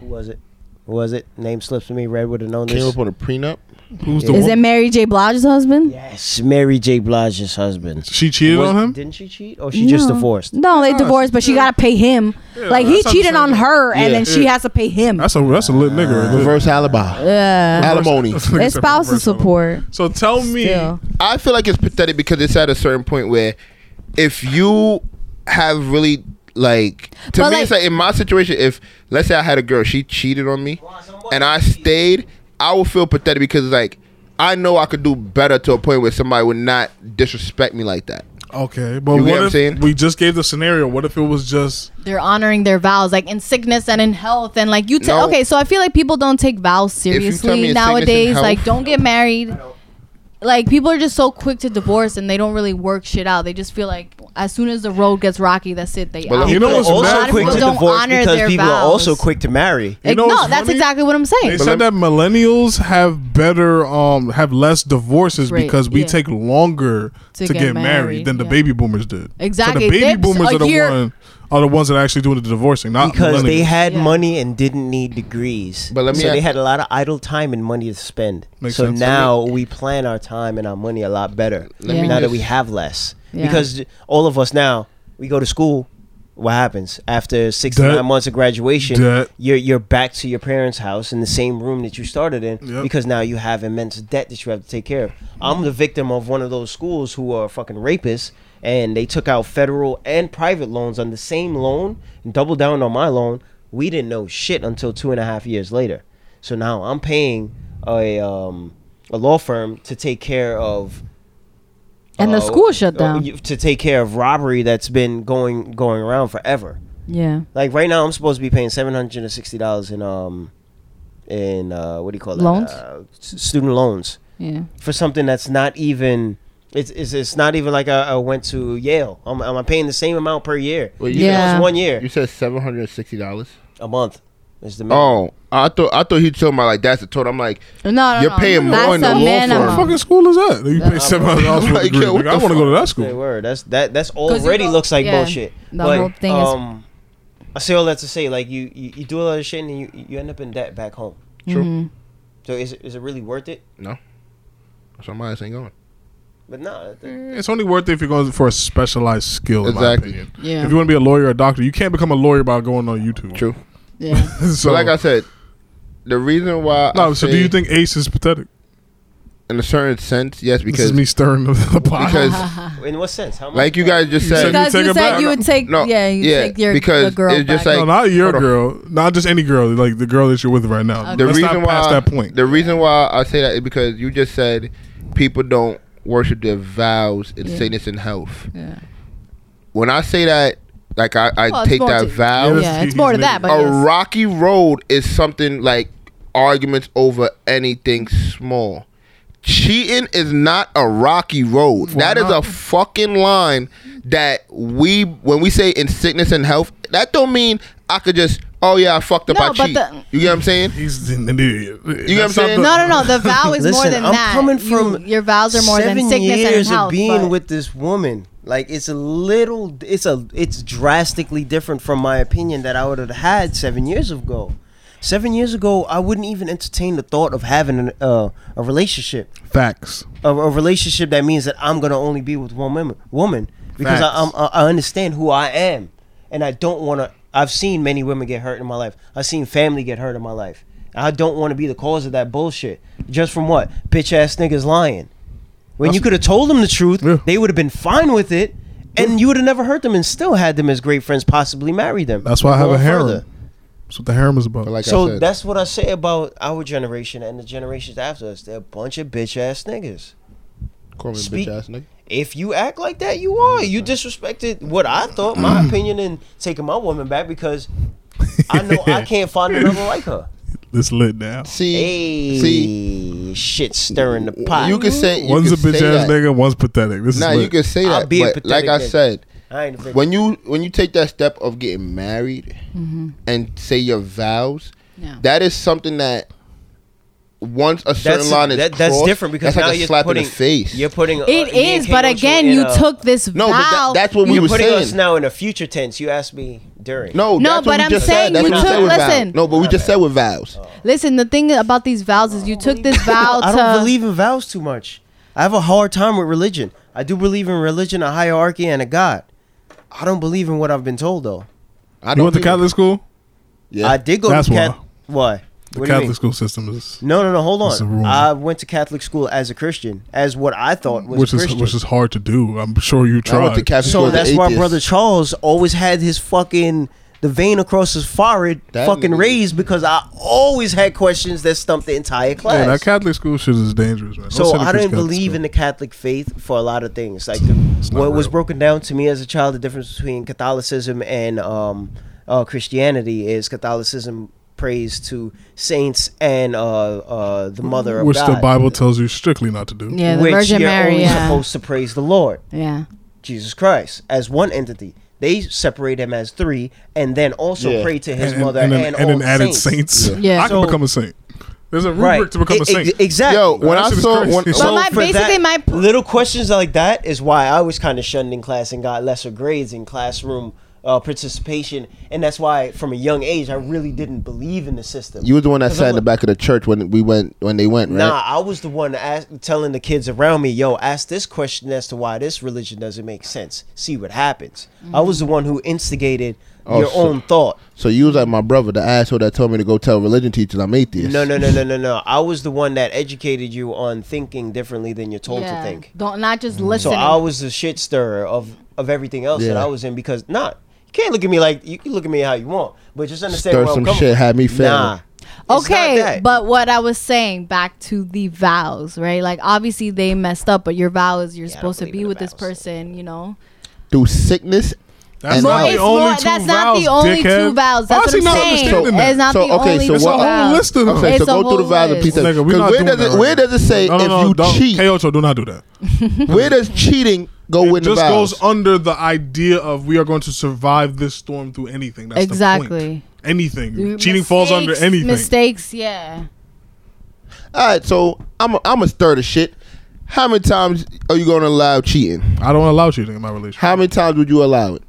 Speaker 3: Who was it? Who was it? Name slips to me. Red would have known
Speaker 2: Came
Speaker 3: this.
Speaker 2: up on a prenup.
Speaker 1: Who's the
Speaker 4: Is it
Speaker 1: woman?
Speaker 4: Mary J. Blige's husband?
Speaker 3: Yes, Mary J. Blige's husband.
Speaker 1: She cheated on him.
Speaker 3: Didn't she cheat? Or she just
Speaker 4: No.
Speaker 3: divorced?
Speaker 4: No, they
Speaker 1: Nah,
Speaker 4: divorced, but she
Speaker 1: yeah.
Speaker 4: gotta pay him. like he
Speaker 1: that's not the
Speaker 4: cheated
Speaker 1: same
Speaker 4: on
Speaker 1: thing.
Speaker 4: her,
Speaker 2: Yeah.
Speaker 4: and then she
Speaker 1: Yeah.
Speaker 4: has to pay him.
Speaker 1: That's a that's a lit nigga. right there.
Speaker 2: Reverse alibi.
Speaker 4: Yeah,
Speaker 2: Alimony.
Speaker 1: That's like
Speaker 4: it's
Speaker 1: separate
Speaker 4: spousal
Speaker 1: reverse
Speaker 4: support.
Speaker 1: So tell me,
Speaker 4: Still.
Speaker 2: I feel like it's pathetic because it's at a certain point where if you have really like to
Speaker 4: But,
Speaker 2: me
Speaker 4: like-
Speaker 2: it's like in my situation if let's say I had a girl she cheated on me and I stayed I would feel pathetic because like I know I could do better to a point where somebody would not disrespect me like that.
Speaker 1: okay, but
Speaker 2: You get
Speaker 1: what,
Speaker 2: what I'm
Speaker 1: if
Speaker 2: saying?
Speaker 1: we just gave the scenario? What if it was just
Speaker 4: They're honoring their vows, like in sickness and in health, and like you. T-
Speaker 2: No.
Speaker 4: Okay, so I feel like people don't take vows
Speaker 2: you tell me
Speaker 4: seriously
Speaker 2: in sickness and
Speaker 4: nowadays.
Speaker 2: health-
Speaker 4: Like, don't get married. Like people are just so quick to divorce, and they don't really work shit out. They just feel like as soon as the road gets rocky, that's it. They
Speaker 2: But let
Speaker 4: out.
Speaker 2: me-
Speaker 1: you know
Speaker 3: People
Speaker 1: what's
Speaker 3: are also
Speaker 1: mad?
Speaker 3: quick
Speaker 4: People
Speaker 3: to
Speaker 4: don't
Speaker 3: divorce
Speaker 4: honor
Speaker 3: because
Speaker 4: their
Speaker 3: people are also
Speaker 4: vows.
Speaker 3: quick to marry.
Speaker 1: you know
Speaker 4: Like,
Speaker 1: what's
Speaker 4: no, that's
Speaker 1: funny?
Speaker 4: exactly what I'm
Speaker 1: They
Speaker 4: saying.
Speaker 1: said that millennials have better, um, have less divorces
Speaker 4: Right,
Speaker 1: because we
Speaker 4: yeah.
Speaker 1: take longer to, get, married than the
Speaker 4: yeah.
Speaker 1: baby boomers did. So
Speaker 4: Exactly. uh,
Speaker 1: the baby
Speaker 4: They're-
Speaker 1: boomers
Speaker 4: a
Speaker 1: are the
Speaker 4: year-
Speaker 1: one are the ones that are actually doing the divorcing, not
Speaker 3: because they
Speaker 1: millennials.
Speaker 3: had
Speaker 4: Yeah.
Speaker 3: money and didn't need degrees.
Speaker 2: But let me
Speaker 3: so they
Speaker 2: ask-
Speaker 3: had a lot of idle time and money to spend.
Speaker 1: Makes
Speaker 3: so
Speaker 1: sense.
Speaker 3: now we plan our time and our money a lot better.
Speaker 4: me
Speaker 3: now that
Speaker 2: just-
Speaker 3: we have less,
Speaker 4: Yeah.
Speaker 3: because all of us now we go to school. What happens after six to
Speaker 1: Debt.
Speaker 3: nine months of graduation?
Speaker 1: Debt.
Speaker 3: You're you're back to your parents' house in the same room that you started in
Speaker 1: Yep.
Speaker 3: because now you have immense debt that you have to take care of. I'm the victim of one of those schools who are fucking rapists and they took out federal and private loans on the same loan and doubled down on my loan. We didn't know shit until two and a half years later. So now I'm paying a um, a law firm to take care of
Speaker 4: And the
Speaker 3: uh,
Speaker 4: school shut down.
Speaker 3: uh, to take care of robbery that's been going going around forever.
Speaker 4: yeah,
Speaker 3: Like right now, I'm supposed to be paying seven hundred and sixty dollars in um in uh, what do you call it?
Speaker 4: Loans?
Speaker 3: Uh, s- student loans
Speaker 4: yeah.
Speaker 3: for something that's not even It's, it's, it's not even like I, I went to Yale. I'm, I'm paying the same amount per year.
Speaker 2: Wait,
Speaker 4: you- Yeah.
Speaker 3: That was one year.
Speaker 2: You said seven hundred and sixty dollars.
Speaker 3: A month is the minimum.
Speaker 2: Oh, I thought I thought he told me like that's the total. I'm like,
Speaker 4: No, no,
Speaker 2: You're
Speaker 4: no.
Speaker 2: paying more
Speaker 4: That's
Speaker 2: in the
Speaker 4: a
Speaker 2: law firm.
Speaker 1: What
Speaker 4: minimum.
Speaker 1: fucking school is that? You pay seven hundred dollars for a
Speaker 2: Like,
Speaker 1: degree.
Speaker 2: yo, what
Speaker 1: Nigga, I
Speaker 2: the
Speaker 1: want to go to that
Speaker 3: They
Speaker 1: school.
Speaker 3: were. That's that. That's
Speaker 4: 'Cause you
Speaker 3: already
Speaker 4: go-
Speaker 3: looks like
Speaker 4: yeah,
Speaker 3: bullshit.
Speaker 4: the
Speaker 3: but,
Speaker 4: whole thing is-
Speaker 3: um, I say all that to say, like you, you, you do a lot of shit and then you you end up in debt back home.
Speaker 2: true.
Speaker 4: Mm-hmm.
Speaker 3: So is it- is it really worth it?
Speaker 2: Somebody else ain't going.
Speaker 3: But no, that- that-
Speaker 1: Eh, It's only worth it if you're going for a specialized skill. In my
Speaker 2: Exactly.
Speaker 1: opinion.
Speaker 4: Yeah.
Speaker 1: If you want to be a lawyer or a doctor, you can't become a lawyer by going on YouTube.
Speaker 2: True.
Speaker 4: Yeah.
Speaker 1: so,
Speaker 2: So, like I said, the reason why
Speaker 1: no.
Speaker 2: I
Speaker 1: So
Speaker 2: say
Speaker 1: do you think Ace is pathetic?
Speaker 2: in a certain sense,
Speaker 1: Because
Speaker 2: yes,
Speaker 1: this
Speaker 2: because
Speaker 1: is me stirring the, the pot.
Speaker 2: because
Speaker 4: Mm.
Speaker 3: in what sense? How much?
Speaker 2: like you guys just
Speaker 1: You
Speaker 2: said,
Speaker 1: said
Speaker 4: Because
Speaker 1: take
Speaker 4: you
Speaker 1: it
Speaker 4: said
Speaker 1: back.
Speaker 4: you would take
Speaker 2: No,
Speaker 4: yeah, you
Speaker 2: yeah,
Speaker 4: take your
Speaker 2: because
Speaker 4: the girl
Speaker 2: it's just
Speaker 4: back.
Speaker 2: like-
Speaker 1: no, not your
Speaker 2: Hold on.
Speaker 1: girl, not just any girl, like the girl that you're with right now.
Speaker 2: the
Speaker 1: Let's
Speaker 2: reason
Speaker 1: not pass
Speaker 2: why
Speaker 1: that point.
Speaker 2: the reason why I say that is because you just said people don't worship their vows in sickness and health.
Speaker 4: yeah.
Speaker 2: When I say that, like I, I
Speaker 4: Well, it's
Speaker 2: take
Speaker 4: more
Speaker 2: that
Speaker 4: to-
Speaker 2: vow.
Speaker 1: Yeah,
Speaker 4: yeah, it's more to that, but
Speaker 2: a
Speaker 4: yes.
Speaker 2: rocky road is something like arguments over anything small. Cheating is not a rocky road. that is
Speaker 1: not?
Speaker 2: a fucking line that we when we say in sickness and health, that don't mean I could just oh yeah I fucked up
Speaker 4: No,
Speaker 2: I
Speaker 4: but
Speaker 2: cheat.
Speaker 4: the-
Speaker 2: you get what I'm saying?
Speaker 1: He's an idiot. You
Speaker 2: what I'm saying?
Speaker 4: No, no, no. The vow is more
Speaker 3: Listen,
Speaker 4: than
Speaker 3: I'm
Speaker 4: that.
Speaker 3: coming
Speaker 4: You-
Speaker 3: from
Speaker 4: your vows are more
Speaker 3: seven
Speaker 4: than sickness
Speaker 3: years
Speaker 4: and health.
Speaker 3: of being
Speaker 4: but-
Speaker 3: with this woman. Like it's a little, it's a, it's drastically different from my opinion that I would have had seven years ago. Seven years ago, I wouldn't even entertain the thought of having an, uh, a relationship,
Speaker 1: Facts.
Speaker 3: a, a relationship that means that I'm gonna only be with one woman, woman, because I,
Speaker 1: Facts.
Speaker 3: I'm, I I understand who I am, and I don't want to. I've seen many women get hurt in my life. I've seen family get hurt in my life. I don't want to be the cause of that bullshit. Just from what bitch ass niggas lying. When you could have told them the truth,
Speaker 1: Yeah.
Speaker 3: they would have been fine with it, and you would have never hurt them and still had them as great friends, possibly married them.
Speaker 1: That's why I have
Speaker 3: Going
Speaker 1: a harem.
Speaker 3: further.
Speaker 1: That's what the harem is about.
Speaker 2: But like I
Speaker 3: So
Speaker 2: said,
Speaker 3: that's what I say about our generation and the generations after us. They're a bunch of bitch ass niggas.
Speaker 2: call me a
Speaker 3: speak-
Speaker 2: bitch ass nigga.
Speaker 3: If you act like that, you are. You disrespected what I thought, my opinion, and taking my woman back because I know I can't find another like her.
Speaker 1: it's lit now.
Speaker 2: See,
Speaker 3: Hey,
Speaker 2: see,
Speaker 3: shit stirring the pot.
Speaker 2: you can say you
Speaker 1: one's a
Speaker 2: can
Speaker 1: bitch
Speaker 2: say
Speaker 1: ass
Speaker 2: that.
Speaker 1: nigga, one's pathetic. This
Speaker 2: Nah,
Speaker 1: is lit.
Speaker 2: you can say
Speaker 3: I'll
Speaker 2: that,
Speaker 3: be a
Speaker 2: but like
Speaker 3: pathetic
Speaker 2: I
Speaker 3: nigga.
Speaker 2: said,
Speaker 3: I ain't a bitch.
Speaker 2: when you when you take that step of getting married and say your vows,
Speaker 4: Mm-hmm. Yeah.
Speaker 2: that is something that once a certain
Speaker 3: that's,
Speaker 2: line is
Speaker 3: that, that's
Speaker 2: crossed,
Speaker 3: different because
Speaker 2: that's like
Speaker 3: now
Speaker 2: a
Speaker 3: you're
Speaker 2: slap
Speaker 3: putting
Speaker 2: in the face.
Speaker 3: You're putting uh, me
Speaker 4: It
Speaker 3: and
Speaker 4: is,
Speaker 3: Kate
Speaker 4: but
Speaker 3: Ocho
Speaker 4: again,
Speaker 3: in
Speaker 4: you
Speaker 3: a-
Speaker 4: took this
Speaker 2: no,
Speaker 4: vow.
Speaker 2: but that, that's what we
Speaker 3: You're
Speaker 2: were
Speaker 3: putting us
Speaker 2: saying.
Speaker 3: now in a future tense. You asked me during.
Speaker 2: No,
Speaker 4: No,
Speaker 2: that's what
Speaker 4: but
Speaker 2: we
Speaker 4: I'm
Speaker 2: just said.
Speaker 4: saying
Speaker 2: That's
Speaker 4: you
Speaker 2: what we
Speaker 4: took-
Speaker 2: said with vows.
Speaker 4: listen.
Speaker 2: No, but we just said with vows.
Speaker 3: Oh.
Speaker 4: Listen, the thing about these vows is you took this vow
Speaker 3: I
Speaker 4: to.
Speaker 3: don't believe in vows too much. I have a hard time with religion. I do believe in religion, a hierarchy, and a God. I don't believe in what I've been told though.
Speaker 2: I
Speaker 1: You went to
Speaker 2: think-
Speaker 1: Catholic school?
Speaker 2: Yeah.
Speaker 3: I did go
Speaker 1: That's
Speaker 3: to
Speaker 1: why.
Speaker 3: Catholic. Why?
Speaker 1: The
Speaker 3: What do you
Speaker 1: Catholic
Speaker 3: mean?
Speaker 1: school system is,
Speaker 3: No, no, no. Hold
Speaker 1: It's a
Speaker 3: on.
Speaker 1: rumor.
Speaker 3: I went to Catholic school as a Christian, as what I thought was
Speaker 1: which is
Speaker 3: Christian.
Speaker 1: which is hard to do. I'm sure you
Speaker 2: I went
Speaker 1: tried.
Speaker 2: to Catholic school
Speaker 3: so
Speaker 2: as an
Speaker 3: that's why
Speaker 2: atheist.
Speaker 3: brother Charles always had his fucking the vein across his forehead
Speaker 2: That
Speaker 3: fucking
Speaker 2: nigga-
Speaker 3: raised because I always had questions that stumped the entire class.
Speaker 1: Man, that Catholic school shit is dangerous, man. Don't
Speaker 3: So
Speaker 1: send the
Speaker 3: I
Speaker 1: kids
Speaker 3: didn't
Speaker 1: to Catholic
Speaker 3: believe
Speaker 1: school.
Speaker 3: in the Catholic faith for a lot of things. Like the,
Speaker 1: It's not
Speaker 3: what was
Speaker 1: real.
Speaker 3: broken down to me as a child, the difference between Catholicism and um, uh, Christianity is Catholicism prays to saints and uh, uh, the Mother of
Speaker 1: which
Speaker 3: God,
Speaker 1: the Bible tells you strictly not to do.
Speaker 4: yeah, the
Speaker 3: which
Speaker 4: Virgin
Speaker 3: you're
Speaker 4: Mary.
Speaker 3: only
Speaker 4: Yeah.
Speaker 3: supposed to praise the Lord
Speaker 4: yeah.
Speaker 3: Jesus Christ as one entity. They separate him as three, and then also
Speaker 2: Yeah.
Speaker 3: pray to his
Speaker 1: and,
Speaker 3: mother
Speaker 1: and,
Speaker 3: and,
Speaker 1: then- and
Speaker 3: all
Speaker 1: then added
Speaker 3: saints.
Speaker 1: saints.
Speaker 4: Yeah.
Speaker 1: I can
Speaker 3: So-
Speaker 1: become a saint. There's a rubric
Speaker 3: Right,
Speaker 1: to become
Speaker 3: E-
Speaker 1: a saint.
Speaker 3: e- exactly.
Speaker 2: Yo, when
Speaker 1: That
Speaker 2: I
Speaker 1: shit is
Speaker 2: saw
Speaker 1: crazy.
Speaker 2: when,
Speaker 1: But
Speaker 2: so-
Speaker 4: my-
Speaker 3: for
Speaker 4: basically
Speaker 3: that,
Speaker 4: my p-
Speaker 3: little questions like that is why I was kind of shunned in class and got lesser grades in classroom uh, participation, and that's why from a young age I really didn't believe in the system.
Speaker 2: you was the one that
Speaker 3: 'Cause
Speaker 2: sat
Speaker 3: I'm
Speaker 2: in the
Speaker 3: like,
Speaker 2: back of the church when we went when they went, right?
Speaker 3: Nah, I was the one ask, telling the kids around me, "Yo, ask this question as to why this religion doesn't make sense. See what happens." I was the one who instigated
Speaker 2: Oh,
Speaker 3: your
Speaker 2: so-
Speaker 3: own thought.
Speaker 2: So you was like my brother, the asshole that told me to go tell religion teachers I'm atheist.
Speaker 3: No, no, no, no, no, no. I was the one that educated you on thinking differently than you're told
Speaker 4: yeah.
Speaker 3: to think. Mm.
Speaker 4: Don't not just listen.
Speaker 3: So I was the shit stirrer of of everything else that
Speaker 2: Yeah.
Speaker 3: I was in because not you can't look at me like you can look at me how you want, but just understand
Speaker 2: Stir
Speaker 3: where
Speaker 2: some
Speaker 3: I'm coming.
Speaker 2: shit, had me failing.
Speaker 3: Nah, It's not
Speaker 4: okay,
Speaker 3: that.
Speaker 4: but what I was saying back to the vows, right? Like obviously they messed up, but your vow is
Speaker 3: I
Speaker 4: you're
Speaker 3: don't
Speaker 4: supposed to
Speaker 3: believe
Speaker 4: be
Speaker 3: in the
Speaker 4: with this
Speaker 3: vows.
Speaker 4: person, you know.
Speaker 2: Through sickness
Speaker 1: That's
Speaker 2: And
Speaker 1: not
Speaker 2: now-
Speaker 1: the
Speaker 4: It's
Speaker 1: only
Speaker 4: more-
Speaker 1: two
Speaker 4: that's not
Speaker 1: vowels,
Speaker 4: the only
Speaker 1: dickhead. Oh,
Speaker 4: two vowels.
Speaker 1: Why
Speaker 4: That's
Speaker 1: is
Speaker 4: what
Speaker 1: he
Speaker 4: I'm
Speaker 1: not
Speaker 4: saying.
Speaker 1: understanding that?
Speaker 4: It's not
Speaker 2: So,
Speaker 4: the
Speaker 2: okay, so
Speaker 4: only two
Speaker 2: what-
Speaker 1: It's a whole
Speaker 4: vowels.
Speaker 1: list of them.
Speaker 2: Okay, so
Speaker 4: It's a
Speaker 2: go through the
Speaker 4: whole
Speaker 2: vowels and
Speaker 4: list.
Speaker 2: piece
Speaker 1: Nigga,
Speaker 2: Because
Speaker 1: we not
Speaker 2: where
Speaker 1: doing
Speaker 2: does
Speaker 1: that
Speaker 2: it
Speaker 1: right
Speaker 2: where
Speaker 1: now.
Speaker 2: does it say
Speaker 1: No, no,
Speaker 2: if
Speaker 1: no,
Speaker 2: you
Speaker 1: don't-
Speaker 2: cheat?
Speaker 1: Keocho, do not do that.
Speaker 2: Where does cheating go
Speaker 1: It
Speaker 2: in the
Speaker 1: just
Speaker 2: vowels?
Speaker 1: goes under the idea of we are going to survive this storm through anything. That's The point.
Speaker 4: Exactly.
Speaker 1: Anything. Cheating falls under
Speaker 4: Mistakes-
Speaker 1: anything.
Speaker 4: Mistakes, yeah.
Speaker 2: All right, so I'm a, I'm a stir the shit. How many times are you going to allow cheating?
Speaker 1: I don't allow cheating in my relationship.
Speaker 2: How many times would you allow it?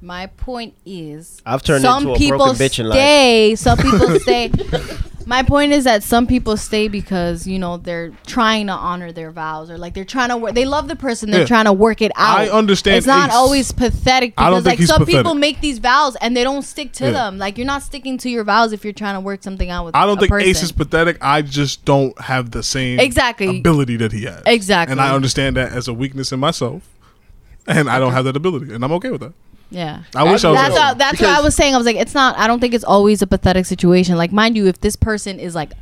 Speaker 4: My point is,
Speaker 3: I've turned
Speaker 4: some
Speaker 3: into a
Speaker 4: people
Speaker 3: broken bitch in life.
Speaker 4: stay. Some people stay. My point is that some people stay because you know they're trying to honor their vows or like they're trying to work. They love the person. They're
Speaker 1: Yeah.
Speaker 4: trying to work it out.
Speaker 1: I understand
Speaker 4: It's not
Speaker 1: Ace.
Speaker 4: always pathetic because
Speaker 1: I don't think
Speaker 4: like
Speaker 1: he's
Speaker 4: some people
Speaker 1: pathetic.
Speaker 4: make these vows and they don't stick to
Speaker 1: Yeah.
Speaker 4: them. Like you're not sticking to your vows if you're trying to work something out with.
Speaker 1: I don't
Speaker 4: a
Speaker 1: think
Speaker 4: person.
Speaker 1: Ace is pathetic. I just don't have the same
Speaker 4: Exactly.
Speaker 1: ability that he has.
Speaker 4: Exactly.
Speaker 1: And I understand that as a weakness in myself. And I don't have that ability. And I'm okay with that.
Speaker 4: Yeah.
Speaker 1: I wish I was
Speaker 4: that's
Speaker 1: able
Speaker 4: all,
Speaker 1: to.
Speaker 4: that's what I
Speaker 2: Because-
Speaker 4: was saying. I was like, it's not. I don't think it's always a pathetic situation. Like, mind you, if this person is like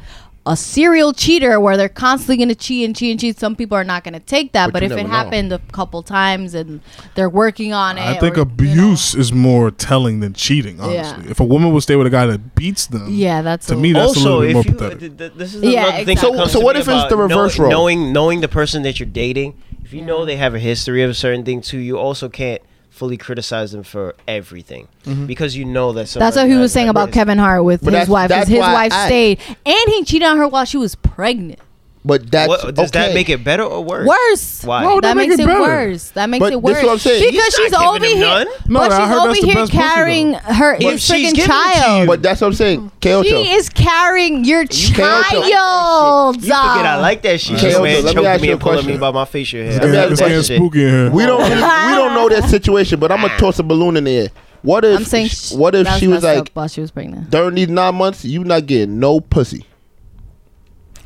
Speaker 4: a serial cheater where they're constantly going to cheat and cheat and cheat, some people are not going to take
Speaker 2: But
Speaker 4: that. But,
Speaker 2: you
Speaker 4: if it
Speaker 2: never know.
Speaker 4: happened a couple times and they're working on it,
Speaker 1: I think
Speaker 4: or,
Speaker 1: abuse is more telling than cheating, honestly.
Speaker 4: Yeah.
Speaker 1: If a woman would stay with a guy that beats them,
Speaker 4: Yeah, that's
Speaker 1: to
Speaker 4: a-
Speaker 1: me that's a little
Speaker 3: also,
Speaker 1: bit more
Speaker 3: if
Speaker 2: uh,
Speaker 3: you
Speaker 1: pathetic.
Speaker 3: th- th- this is
Speaker 4: Yeah,
Speaker 3: another thing. that
Speaker 4: exactly.
Speaker 2: So-
Speaker 3: comes
Speaker 2: so
Speaker 3: to
Speaker 2: what
Speaker 3: me
Speaker 2: if it's
Speaker 3: about
Speaker 2: the
Speaker 3: know-
Speaker 2: reverse role?
Speaker 3: Knowing knowing the person that you're dating, if you know they have a history of a certain thing too, you also can't fully criticize them for everything
Speaker 2: Mm-hmm.
Speaker 3: because you know that.
Speaker 4: that's what
Speaker 3: somebody
Speaker 4: he
Speaker 3: has
Speaker 4: was saying
Speaker 3: that
Speaker 4: about
Speaker 3: history.
Speaker 4: Kevin Hart with
Speaker 2: But
Speaker 4: his
Speaker 2: that's-
Speaker 4: wife. 'cause
Speaker 2: that's
Speaker 4: His
Speaker 2: why
Speaker 4: wife
Speaker 2: I-
Speaker 4: stayed, and he cheated on her while she was pregnant.
Speaker 2: But that's
Speaker 3: What, does
Speaker 2: okay.
Speaker 3: that make it better or worse?
Speaker 4: Worse.
Speaker 3: Why?
Speaker 1: Why would
Speaker 4: that,
Speaker 1: that make
Speaker 4: makes
Speaker 1: it
Speaker 4: it
Speaker 1: better?
Speaker 4: worse. That makes
Speaker 2: But this
Speaker 4: it worse.
Speaker 2: is what I'm saying.
Speaker 4: Because
Speaker 3: He's
Speaker 4: she's
Speaker 3: not
Speaker 4: over
Speaker 3: giving him
Speaker 4: here.
Speaker 3: none.
Speaker 1: No,
Speaker 4: but
Speaker 1: I heard
Speaker 4: she's
Speaker 1: that's the
Speaker 4: over here
Speaker 1: best pussy, though.
Speaker 4: carrying her
Speaker 3: But
Speaker 4: his
Speaker 3: she's
Speaker 4: freaking
Speaker 3: giving it to
Speaker 4: child.
Speaker 3: you.
Speaker 2: But that's what I'm saying. Keocho.
Speaker 4: She is carrying your
Speaker 2: can't tell-
Speaker 4: child.
Speaker 3: You forget I like that shit.
Speaker 2: Okay,
Speaker 3: Yo,
Speaker 2: Elder,
Speaker 3: man,
Speaker 2: let me
Speaker 3: choking
Speaker 2: ask
Speaker 3: me
Speaker 2: you a
Speaker 3: and pulling
Speaker 2: question.
Speaker 3: me by my facial hair. I
Speaker 2: me ask
Speaker 1: yeah,
Speaker 2: you
Speaker 3: love
Speaker 1: it's
Speaker 2: a
Speaker 3: that
Speaker 1: getting
Speaker 3: shit.
Speaker 1: spooky in here.
Speaker 2: We don't really, we don't know that situation, but I'm gonna toss a balloon in the air. What if
Speaker 4: I'm saying.
Speaker 2: sh- what if
Speaker 4: that's
Speaker 2: she was
Speaker 4: messed
Speaker 2: like
Speaker 4: up while she was pregnant?
Speaker 2: during these nine months you not getting no pussy?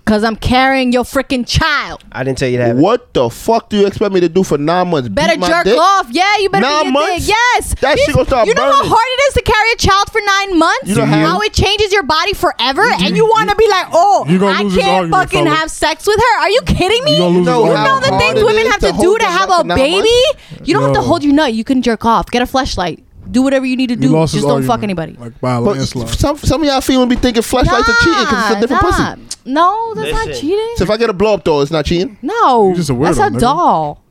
Speaker 4: Cause I'm carrying your freaking child.
Speaker 3: I didn't tell you that.
Speaker 2: What the fuck do you expect me to do for nine months?
Speaker 4: Better
Speaker 2: Beat my
Speaker 4: jerk
Speaker 2: dick?
Speaker 4: off. Yeah, you better
Speaker 2: Nine
Speaker 4: be a
Speaker 2: months?
Speaker 4: dick. Yes.
Speaker 2: That shit gonna start
Speaker 4: You know how
Speaker 2: burning.
Speaker 4: hard it is to carry a child for nine months?
Speaker 2: You know how-
Speaker 4: how it changes your body forever, and you want to be like, oh,
Speaker 1: You gonna
Speaker 4: I
Speaker 1: lose this
Speaker 4: can't
Speaker 1: argument,
Speaker 4: fucking
Speaker 1: fella.
Speaker 4: have sex with her. Are you kidding me?
Speaker 1: You gonna lose
Speaker 2: know
Speaker 1: this
Speaker 4: You
Speaker 2: how
Speaker 4: know
Speaker 1: argument.
Speaker 4: the
Speaker 2: hard
Speaker 4: things
Speaker 2: it
Speaker 4: women
Speaker 2: is
Speaker 4: have
Speaker 2: to
Speaker 4: to do
Speaker 2: hold
Speaker 4: to
Speaker 2: your
Speaker 4: have
Speaker 2: nut
Speaker 4: a
Speaker 2: for nine
Speaker 4: baby? You don't have
Speaker 1: Yo.
Speaker 4: to hold your nut. You can jerk off. Get a flashlight. Do whatever you need to
Speaker 1: You
Speaker 4: do.
Speaker 1: lost
Speaker 4: Just
Speaker 1: his
Speaker 4: don't fuck
Speaker 1: argument,
Speaker 4: anybody.
Speaker 1: Like by a
Speaker 2: But
Speaker 1: landslide.
Speaker 2: some some of y'all females be thinking flashlights are cheating because it's a different
Speaker 4: nah.
Speaker 2: pussy.
Speaker 4: No, that's not
Speaker 3: Listen.
Speaker 4: cheating.
Speaker 2: So if I get a blow up though, it's not cheating.
Speaker 4: No,
Speaker 1: You're just a
Speaker 4: that's a
Speaker 1: weirdo, nigga.
Speaker 4: doll.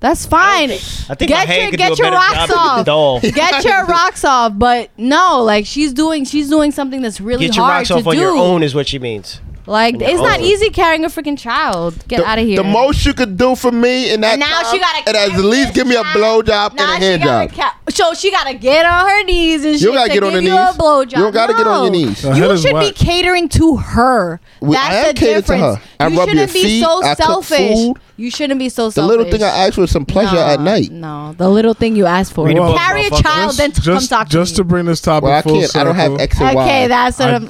Speaker 4: That's fine.
Speaker 3: I think
Speaker 4: get
Speaker 3: my hand
Speaker 4: your
Speaker 3: could
Speaker 4: get
Speaker 3: do a
Speaker 4: your
Speaker 3: better
Speaker 4: rocks
Speaker 3: job at the
Speaker 4: off.
Speaker 3: doll.
Speaker 4: Get your rocks off, but no, like she's doing, she's doing something that's really
Speaker 3: Get your
Speaker 4: hard
Speaker 3: rocks
Speaker 4: to
Speaker 3: off
Speaker 4: do.
Speaker 3: on your own is what she means.
Speaker 4: Like
Speaker 3: your
Speaker 4: it's not
Speaker 3: own.
Speaker 4: easy carrying a freaking child. Get
Speaker 2: The-
Speaker 4: out of here.
Speaker 2: The most you could do for me in that
Speaker 4: now
Speaker 2: time,
Speaker 4: she gotta
Speaker 2: and at
Speaker 4: carry
Speaker 2: least
Speaker 4: this
Speaker 2: give me a
Speaker 4: child.
Speaker 2: blowjob and
Speaker 4: Nah,
Speaker 2: a hand
Speaker 4: she gotta
Speaker 2: job.
Speaker 4: ca- so she gotta get on her knees and
Speaker 2: You
Speaker 4: she
Speaker 2: don't gotta get on
Speaker 4: give
Speaker 2: your
Speaker 4: you
Speaker 2: knees.
Speaker 4: a blowjob.
Speaker 2: You don't gotta get on your
Speaker 4: No.
Speaker 2: knees.
Speaker 1: Her head
Speaker 4: You
Speaker 1: is
Speaker 4: should
Speaker 1: whack.
Speaker 4: be catering to her.
Speaker 2: We- I am
Speaker 4: That's the
Speaker 2: catered to her.
Speaker 4: difference.
Speaker 2: I
Speaker 4: You
Speaker 2: rub your
Speaker 4: shouldn't be
Speaker 2: feet.
Speaker 4: so
Speaker 2: I cook
Speaker 4: selfish.
Speaker 2: food.
Speaker 4: You shouldn't be so
Speaker 2: The
Speaker 4: selfish.
Speaker 2: little thing I asked for is some pleasure
Speaker 4: No,
Speaker 2: at night.
Speaker 4: No, the little thing you asked for.
Speaker 3: Read a book,
Speaker 4: Carry a
Speaker 3: motherfucker.
Speaker 4: child, then t- come
Speaker 1: just,
Speaker 4: talk
Speaker 1: just
Speaker 4: to
Speaker 1: to
Speaker 4: me.
Speaker 1: bring this topic
Speaker 2: Well, I
Speaker 1: full
Speaker 2: can't. I
Speaker 1: circle.
Speaker 2: don't have X and Y.
Speaker 4: Okay, that's what
Speaker 1: I,
Speaker 4: I'm.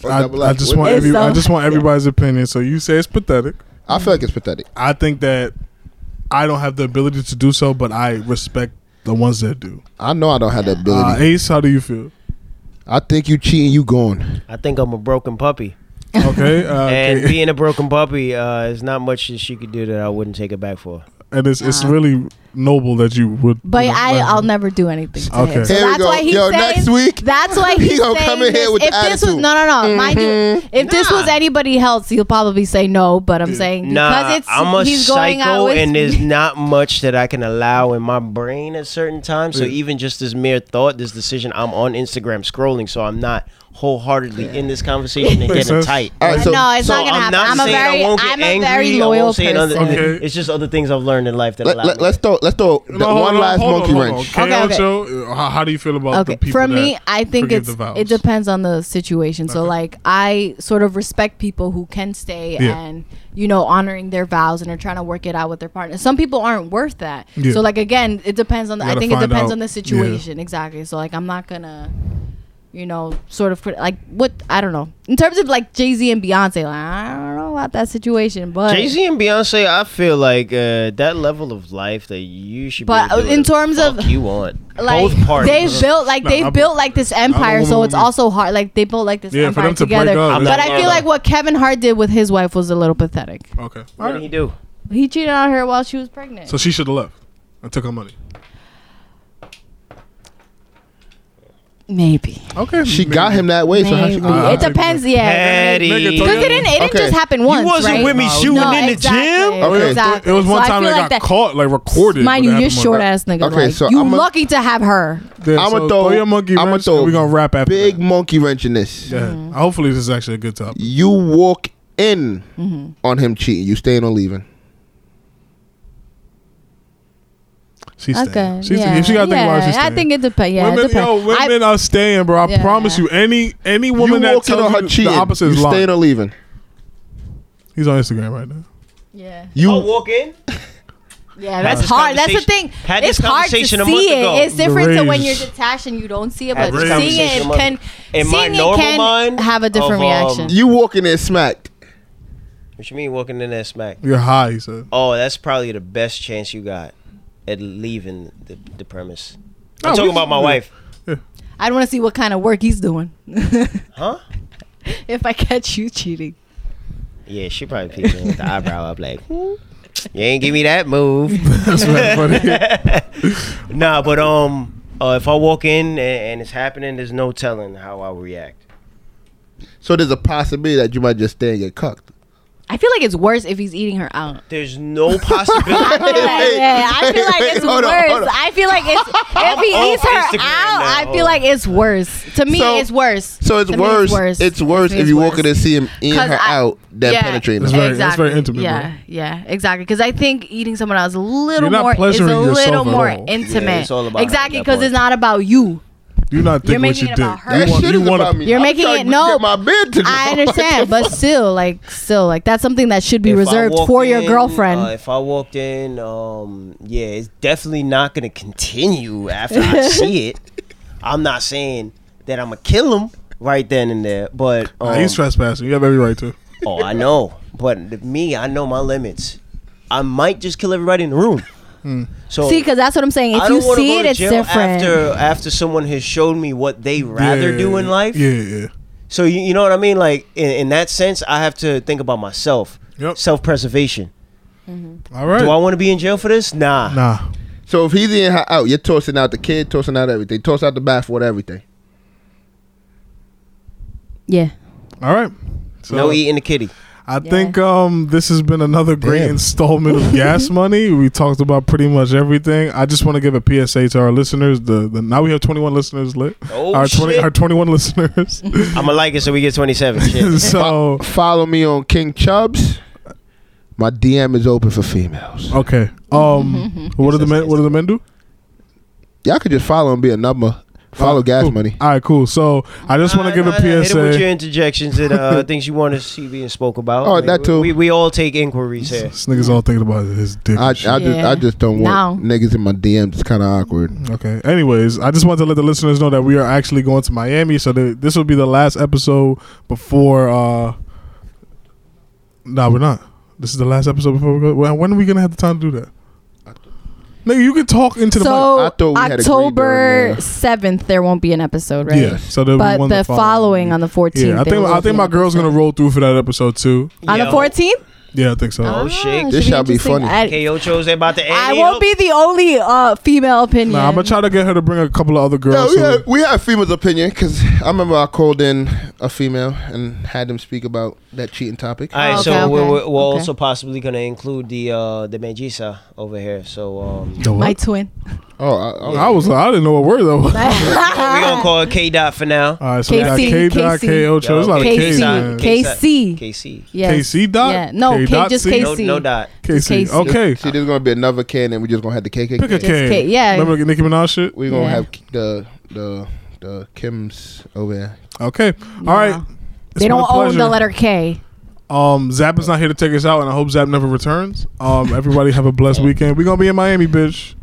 Speaker 1: I- I just want
Speaker 4: It's
Speaker 1: every, I
Speaker 4: so-
Speaker 1: just want everybody's opinion. So you say it's pathetic.
Speaker 2: I feel like it's pathetic.
Speaker 1: I think that I don't have the ability to do so, but I respect the ones that do.
Speaker 2: I know I don't have that
Speaker 1: Uh,
Speaker 2: ability.
Speaker 1: Ace, how do you feel?
Speaker 2: I think you cheating, you gone.
Speaker 3: I think I'm a broken puppy.
Speaker 1: Okay, uh,
Speaker 3: And
Speaker 1: okay.
Speaker 3: being a broken puppy, uh, is not much that she could do that I wouldn't take it back for.
Speaker 1: and it's it's really noble that you would.
Speaker 4: Uh-huh. But
Speaker 1: you know,
Speaker 4: I,
Speaker 1: let
Speaker 4: I'll
Speaker 1: him.
Speaker 4: never do anything to
Speaker 1: Okay.
Speaker 4: him. So
Speaker 2: Here we
Speaker 4: that's
Speaker 2: go.
Speaker 4: why he's
Speaker 2: Yo,
Speaker 4: saying,
Speaker 2: next week,
Speaker 4: That's why
Speaker 2: he
Speaker 4: he's
Speaker 2: gonna
Speaker 4: saying
Speaker 2: come in here
Speaker 4: this.
Speaker 2: with
Speaker 4: if
Speaker 2: the
Speaker 4: this was
Speaker 2: attitude. Mm-hmm.
Speaker 4: no, no, no. Mind you, if this was anybody else, he'll probably say no. But I'm saying because
Speaker 3: Nah,
Speaker 4: it's
Speaker 3: I'm a
Speaker 4: he's going out
Speaker 3: psycho,
Speaker 4: with
Speaker 3: and there's not much that I can allow in my brain at certain times. So even just this mere thought, this decision, I'm on Instagram scrolling, so I'm not wholeheartedly in this conversation and
Speaker 1: Makes
Speaker 3: getting
Speaker 1: sense.
Speaker 3: tight.
Speaker 2: All right, so,
Speaker 4: no, it's
Speaker 3: So
Speaker 4: not gonna
Speaker 3: I'm
Speaker 4: happen.
Speaker 3: not
Speaker 4: I'm a
Speaker 3: saying
Speaker 4: very,
Speaker 3: I won't get
Speaker 4: I'm
Speaker 3: angry.
Speaker 4: a very
Speaker 3: I
Speaker 4: loyal
Speaker 3: won't say another-
Speaker 4: person.
Speaker 1: Okay.
Speaker 3: It's just other things I've learned in life that
Speaker 2: let,
Speaker 3: allow me.
Speaker 2: let, us throw let's throw let's throw
Speaker 1: No, hold
Speaker 2: one
Speaker 1: on,
Speaker 2: last
Speaker 1: hold
Speaker 2: monkey
Speaker 1: on, hold on.
Speaker 2: wrench.
Speaker 1: Okay,
Speaker 4: Okay, okay.
Speaker 1: Ocho, uh, how, how do you feel about the
Speaker 4: okay
Speaker 1: people
Speaker 4: for
Speaker 1: that
Speaker 4: me i think
Speaker 1: forgive
Speaker 4: it's
Speaker 1: the vows?
Speaker 4: it depends on the situation so
Speaker 1: Okay.
Speaker 4: like i sort of respect people who can stay
Speaker 1: Yeah.
Speaker 4: and you know honoring their vows and are trying to work it out with their partner some people aren't worth that
Speaker 1: Yeah.
Speaker 4: so like again it depends on the,
Speaker 1: You
Speaker 4: i
Speaker 1: gotta
Speaker 4: think it
Speaker 1: find
Speaker 4: depends
Speaker 1: out.
Speaker 4: on the
Speaker 1: Yeah.
Speaker 4: situation exactly so like i'm not gonna you know sort of crit- like what i don't know in terms of like jay-z and beyonce like i don't know about that situation but
Speaker 3: Jay Z and Beyonce, I feel like uh, that level of life that you should.
Speaker 4: But,
Speaker 3: be able to do
Speaker 4: uh, in
Speaker 3: whatever
Speaker 4: terms
Speaker 3: the fuck
Speaker 4: of,
Speaker 3: you want
Speaker 4: like
Speaker 3: both parties.
Speaker 4: they've built like
Speaker 1: Nah,
Speaker 4: they've
Speaker 1: I'm-
Speaker 4: built like this empire so
Speaker 1: woman
Speaker 4: it's
Speaker 1: with-
Speaker 4: also hard like they built like this
Speaker 1: Yeah, for
Speaker 4: empire
Speaker 1: them to break
Speaker 4: together
Speaker 1: up, I'm
Speaker 4: but
Speaker 3: not
Speaker 4: i feel
Speaker 3: gonna
Speaker 4: like
Speaker 3: lie.
Speaker 4: what kevin hart did with his wife was a little pathetic
Speaker 1: okay,
Speaker 3: What did he do?
Speaker 4: he cheated on her while she was pregnant
Speaker 1: so she should have left and took her money.
Speaker 4: Maybe.
Speaker 1: Okay.
Speaker 2: She
Speaker 1: maybe.
Speaker 2: got him that way, so how she
Speaker 4: Maybe. Uh,
Speaker 2: gonna
Speaker 1: I'll
Speaker 4: it
Speaker 1: take
Speaker 4: depends. Yeah.
Speaker 3: Petty.
Speaker 1: Nigga,
Speaker 4: Because it didn't. It didn't
Speaker 2: Okay.
Speaker 4: just happen once.
Speaker 6: wasn't
Speaker 4: right?
Speaker 6: with me shooting in the gym?
Speaker 2: Okay.
Speaker 4: Exactly.
Speaker 1: It was one
Speaker 4: So I
Speaker 1: time
Speaker 4: feel
Speaker 1: they
Speaker 4: like
Speaker 1: got
Speaker 4: that-
Speaker 1: caught, like recorded. when
Speaker 4: Mind you,
Speaker 1: they
Speaker 4: you're
Speaker 1: had them on
Speaker 4: short
Speaker 1: the-
Speaker 4: ass nigga.
Speaker 2: Okay,
Speaker 4: like,
Speaker 2: so
Speaker 4: you
Speaker 2: I'ma-
Speaker 4: lucky to have her.
Speaker 1: Yeah,
Speaker 2: I'ma
Speaker 1: so
Speaker 2: throw-
Speaker 1: throw your monkey
Speaker 2: I'ma
Speaker 1: wrench.
Speaker 2: throw
Speaker 1: and We're gonna wrap after
Speaker 2: big
Speaker 1: that.
Speaker 2: monkey wrench in this?
Speaker 1: Yeah. Hopefully, this is actually a good topic.
Speaker 2: You walk in
Speaker 4: Mm-hmm.
Speaker 2: on him cheating. You staying or leaving?
Speaker 1: She's
Speaker 4: Okay.
Speaker 1: staying. She's
Speaker 4: yeah.
Speaker 1: if she got to think about it, she's
Speaker 4: yeah. I
Speaker 1: staying.
Speaker 4: think it depends. Yeah, it
Speaker 1: women,
Speaker 4: depends.
Speaker 1: yo, women are staying, bro. I
Speaker 4: Yeah.
Speaker 1: promise you. Any any woman
Speaker 2: you
Speaker 1: that
Speaker 2: walk in
Speaker 1: tells
Speaker 2: on her
Speaker 1: you
Speaker 2: cheating.
Speaker 1: the opposite
Speaker 2: you
Speaker 1: is lying.
Speaker 2: staying or leaving?
Speaker 1: He's on Instagram right now.
Speaker 4: yeah.
Speaker 2: You
Speaker 3: I'll walk in.
Speaker 4: Yeah,
Speaker 3: Had
Speaker 4: that's
Speaker 3: this
Speaker 4: hard. That's the
Speaker 3: conversation-
Speaker 4: thing.
Speaker 3: had this
Speaker 4: it's hard to see
Speaker 3: conversation a month ago.
Speaker 4: it. It's
Speaker 1: The
Speaker 4: different to when you're
Speaker 1: rage.
Speaker 4: detached and you don't see it,
Speaker 3: Had
Speaker 4: but
Speaker 1: this
Speaker 4: seeing it
Speaker 3: conversation a
Speaker 4: can
Speaker 3: month- In my
Speaker 4: seeing it
Speaker 3: normal
Speaker 4: can
Speaker 3: mind
Speaker 4: have a
Speaker 3: of,
Speaker 4: different
Speaker 3: um,
Speaker 4: reaction.
Speaker 2: you walk in there smacked.
Speaker 3: What you mean walking in that smack?
Speaker 1: You're high, he said.
Speaker 3: Oh, that's probably the best chance you got at leaving the, the premise. I'm
Speaker 1: No,
Speaker 3: talking
Speaker 1: we-
Speaker 3: about my
Speaker 1: we-
Speaker 3: wife.
Speaker 4: I don't want to see what kind of work he's doing.
Speaker 3: Huh?
Speaker 4: if I catch you cheating,
Speaker 3: Yeah, she probably peeped in with the eyebrow up like, "Hmm, you ain't give me that move.
Speaker 1: That's right, buddy.
Speaker 3: nah, but um, uh, if I walk in and, and it's happening, there's no telling how I'll react.
Speaker 2: So there's a possibility that you might just stay and get cucked.
Speaker 4: I feel like it's worse if he's eating her out.
Speaker 3: There's no possibility.
Speaker 2: Wait,
Speaker 4: yeah, I feel like
Speaker 2: wait,
Speaker 4: it's
Speaker 2: hold
Speaker 4: worse.
Speaker 2: on, hold on.
Speaker 4: I feel like it's if
Speaker 3: I'm
Speaker 4: he eats
Speaker 3: on
Speaker 4: her
Speaker 3: Instagram
Speaker 4: out.
Speaker 3: now.
Speaker 4: I feel like it's worse. To me,
Speaker 2: So-
Speaker 4: it's worse.
Speaker 2: So it's
Speaker 4: To me,
Speaker 2: worse. It's worse
Speaker 4: To me,
Speaker 2: if
Speaker 4: it's
Speaker 2: you walk
Speaker 4: worse.
Speaker 2: in and see him in her
Speaker 4: 'Cause I-
Speaker 2: out than
Speaker 4: yeah,
Speaker 2: penetrating. her.
Speaker 1: That's very- that's very intimate,
Speaker 4: Yeah,
Speaker 1: bro.
Speaker 4: yeah, exactly. Because I think eating someone else a
Speaker 1: You're
Speaker 4: little
Speaker 1: not
Speaker 4: more is a
Speaker 1: pleasuring yourself at
Speaker 4: little more
Speaker 1: all.
Speaker 4: intimate.
Speaker 3: Yeah, it's all about her at
Speaker 4: exactly
Speaker 3: that
Speaker 4: because
Speaker 3: point.
Speaker 4: it's not about you.
Speaker 1: You're not thinking what
Speaker 4: making
Speaker 1: you
Speaker 4: it
Speaker 1: did.
Speaker 4: about her.
Speaker 1: You
Speaker 2: That
Speaker 1: want-
Speaker 2: shit
Speaker 1: you
Speaker 2: is
Speaker 1: want
Speaker 2: about
Speaker 1: to-
Speaker 2: me.
Speaker 4: You're
Speaker 2: I'm
Speaker 4: making
Speaker 2: trying
Speaker 4: it-
Speaker 2: to
Speaker 4: no.
Speaker 2: Get my bid to go.
Speaker 4: I understand, but still, like, still, like that's something that should be
Speaker 3: If I
Speaker 4: reserved
Speaker 3: walked
Speaker 4: for your
Speaker 3: in,
Speaker 4: girlfriend.
Speaker 3: uh, if I walked in, um, yeah, it's definitely not gonna continue after I see it. I'm not saying that I'm gonna kill him right then and there, but um,
Speaker 1: Nah, he's trespassing. You have every right to.
Speaker 3: oh, I know. But th- me, I know my limits. I might just kill everybody in the room.
Speaker 4: Hmm.
Speaker 3: So
Speaker 4: see, because that's what I'm saying.
Speaker 3: I
Speaker 4: If
Speaker 3: don't
Speaker 4: you
Speaker 3: wanna go
Speaker 4: see it,
Speaker 3: to
Speaker 4: it's
Speaker 3: jail
Speaker 4: different.
Speaker 3: After after someone has shown me what they rather
Speaker 1: Yeah,
Speaker 3: do in life,
Speaker 1: Yeah, yeah.
Speaker 3: so you, you know what I mean? Like in, in that sense, I have to think about myself,
Speaker 1: Yep.
Speaker 3: self preservation.
Speaker 1: All Oh. right.
Speaker 3: Do I want to be in jail for this? Nah.
Speaker 1: nah.
Speaker 2: So if he's in her out, you're tossing out the kid, tossing out everything, toss out the bathwater, everything.
Speaker 4: yeah.
Speaker 1: All right. So
Speaker 3: no eating the kitty.
Speaker 1: I think um this has been another great installment of Gas Money. We talked about pretty much everything. I just want to give a PSA to our listeners. The, the now we have 21 listeners lit.
Speaker 3: Oh,
Speaker 1: our
Speaker 3: shit.
Speaker 1: our 21 listeners.
Speaker 3: I'm gonna like it so we get 27. Shit.
Speaker 1: so
Speaker 2: Follow me on King Chubbs. My DM is open for females.
Speaker 1: okay. Um, what do the men? What do the men do?
Speaker 2: Y'all could just follow and be a number. Follow
Speaker 1: Uh,
Speaker 2: gas
Speaker 1: cool.
Speaker 2: money.
Speaker 1: All right, cool. So I just want to give
Speaker 3: Nah, nah, nah,
Speaker 1: a
Speaker 3: Uh, Hit it with your
Speaker 1: PSA.
Speaker 3: interjections and uh, things you want to see being spoke about.
Speaker 2: Oh,
Speaker 3: Like,
Speaker 2: that
Speaker 3: we-
Speaker 2: too.
Speaker 3: We, we all take inquiries here.
Speaker 1: This nigga's all thinking about his dick. and
Speaker 2: I, I
Speaker 1: shit.
Speaker 2: just I just don't want
Speaker 4: No.
Speaker 2: niggas in my DMs. It's kind of awkward.
Speaker 1: Okay. Anyways, I just wanted to let the listeners know that we are actually going to Miami, so they, this will be the last episode before. uh Nah, we're not. This is the last episode before we go. When, when are we gonna have the time to do that? Nigga, you can talk into the mic.
Speaker 4: So
Speaker 2: I thought we had agreed on
Speaker 4: October
Speaker 2: the-
Speaker 4: seventh, there won't be an episode, right?
Speaker 1: Yeah. So there'll be
Speaker 4: But
Speaker 1: one
Speaker 4: the following on the fourteenth.
Speaker 1: Yeah, I think I think my girl's gonna roll through for that episode too.
Speaker 4: on the
Speaker 3: Yo,
Speaker 4: fourteenth. Ah,
Speaker 1: Yeah, I think so.
Speaker 3: Oh, shit.
Speaker 2: This shall be funny.
Speaker 4: I,
Speaker 3: KO chose they about to end.
Speaker 4: I
Speaker 3: it
Speaker 4: won't
Speaker 3: up.
Speaker 4: be the only uh, female opinion.
Speaker 1: Nah, I'm gonna try to get her to bring a couple of other
Speaker 2: Yeah,
Speaker 1: girls.
Speaker 2: we
Speaker 1: so-
Speaker 2: had, we had females' opinion because I remember I called in a female and had them speak about that cheating topic.
Speaker 3: All right,
Speaker 4: Oh,
Speaker 3: so
Speaker 4: okay,
Speaker 3: we're,
Speaker 4: okay,
Speaker 3: we're, we're
Speaker 4: okay.
Speaker 3: also possibly gonna include the uh, the Megisa over here. So um,
Speaker 1: The what?
Speaker 4: my twin.
Speaker 2: oh, I, I,
Speaker 1: I was I didn't know what word that was. All
Speaker 3: we're gonna call it K dot for now.
Speaker 1: right, so we got
Speaker 4: KC,
Speaker 1: K dot
Speaker 4: KC.
Speaker 1: K O. There's a lot of
Speaker 4: KC.
Speaker 1: K's. man.
Speaker 4: K- KC.
Speaker 3: KC.
Speaker 4: Yes.
Speaker 1: KC dot.
Speaker 4: Yeah. No,
Speaker 1: K
Speaker 4: K-
Speaker 1: dot
Speaker 4: just
Speaker 1: C?
Speaker 4: KC.
Speaker 3: No, no dot.
Speaker 1: KC.
Speaker 4: KC.
Speaker 1: Okay.
Speaker 2: see, there's gonna be another can, and we just gonna have the KKK.
Speaker 1: Pick a K.
Speaker 4: K, yeah.
Speaker 1: Remember the Nicki Minaj shit?
Speaker 2: We're gonna
Speaker 4: Yeah.
Speaker 2: have the the the Kims over there.
Speaker 1: Okay. All right. It's
Speaker 4: They
Speaker 1: been a
Speaker 4: don't own
Speaker 1: pleasure.
Speaker 4: the letter K.
Speaker 1: Um, Zap is not here to take us out, and I hope Zap never returns. Um, everybody have a blessed weekend. We're gonna be in Miami, bitch.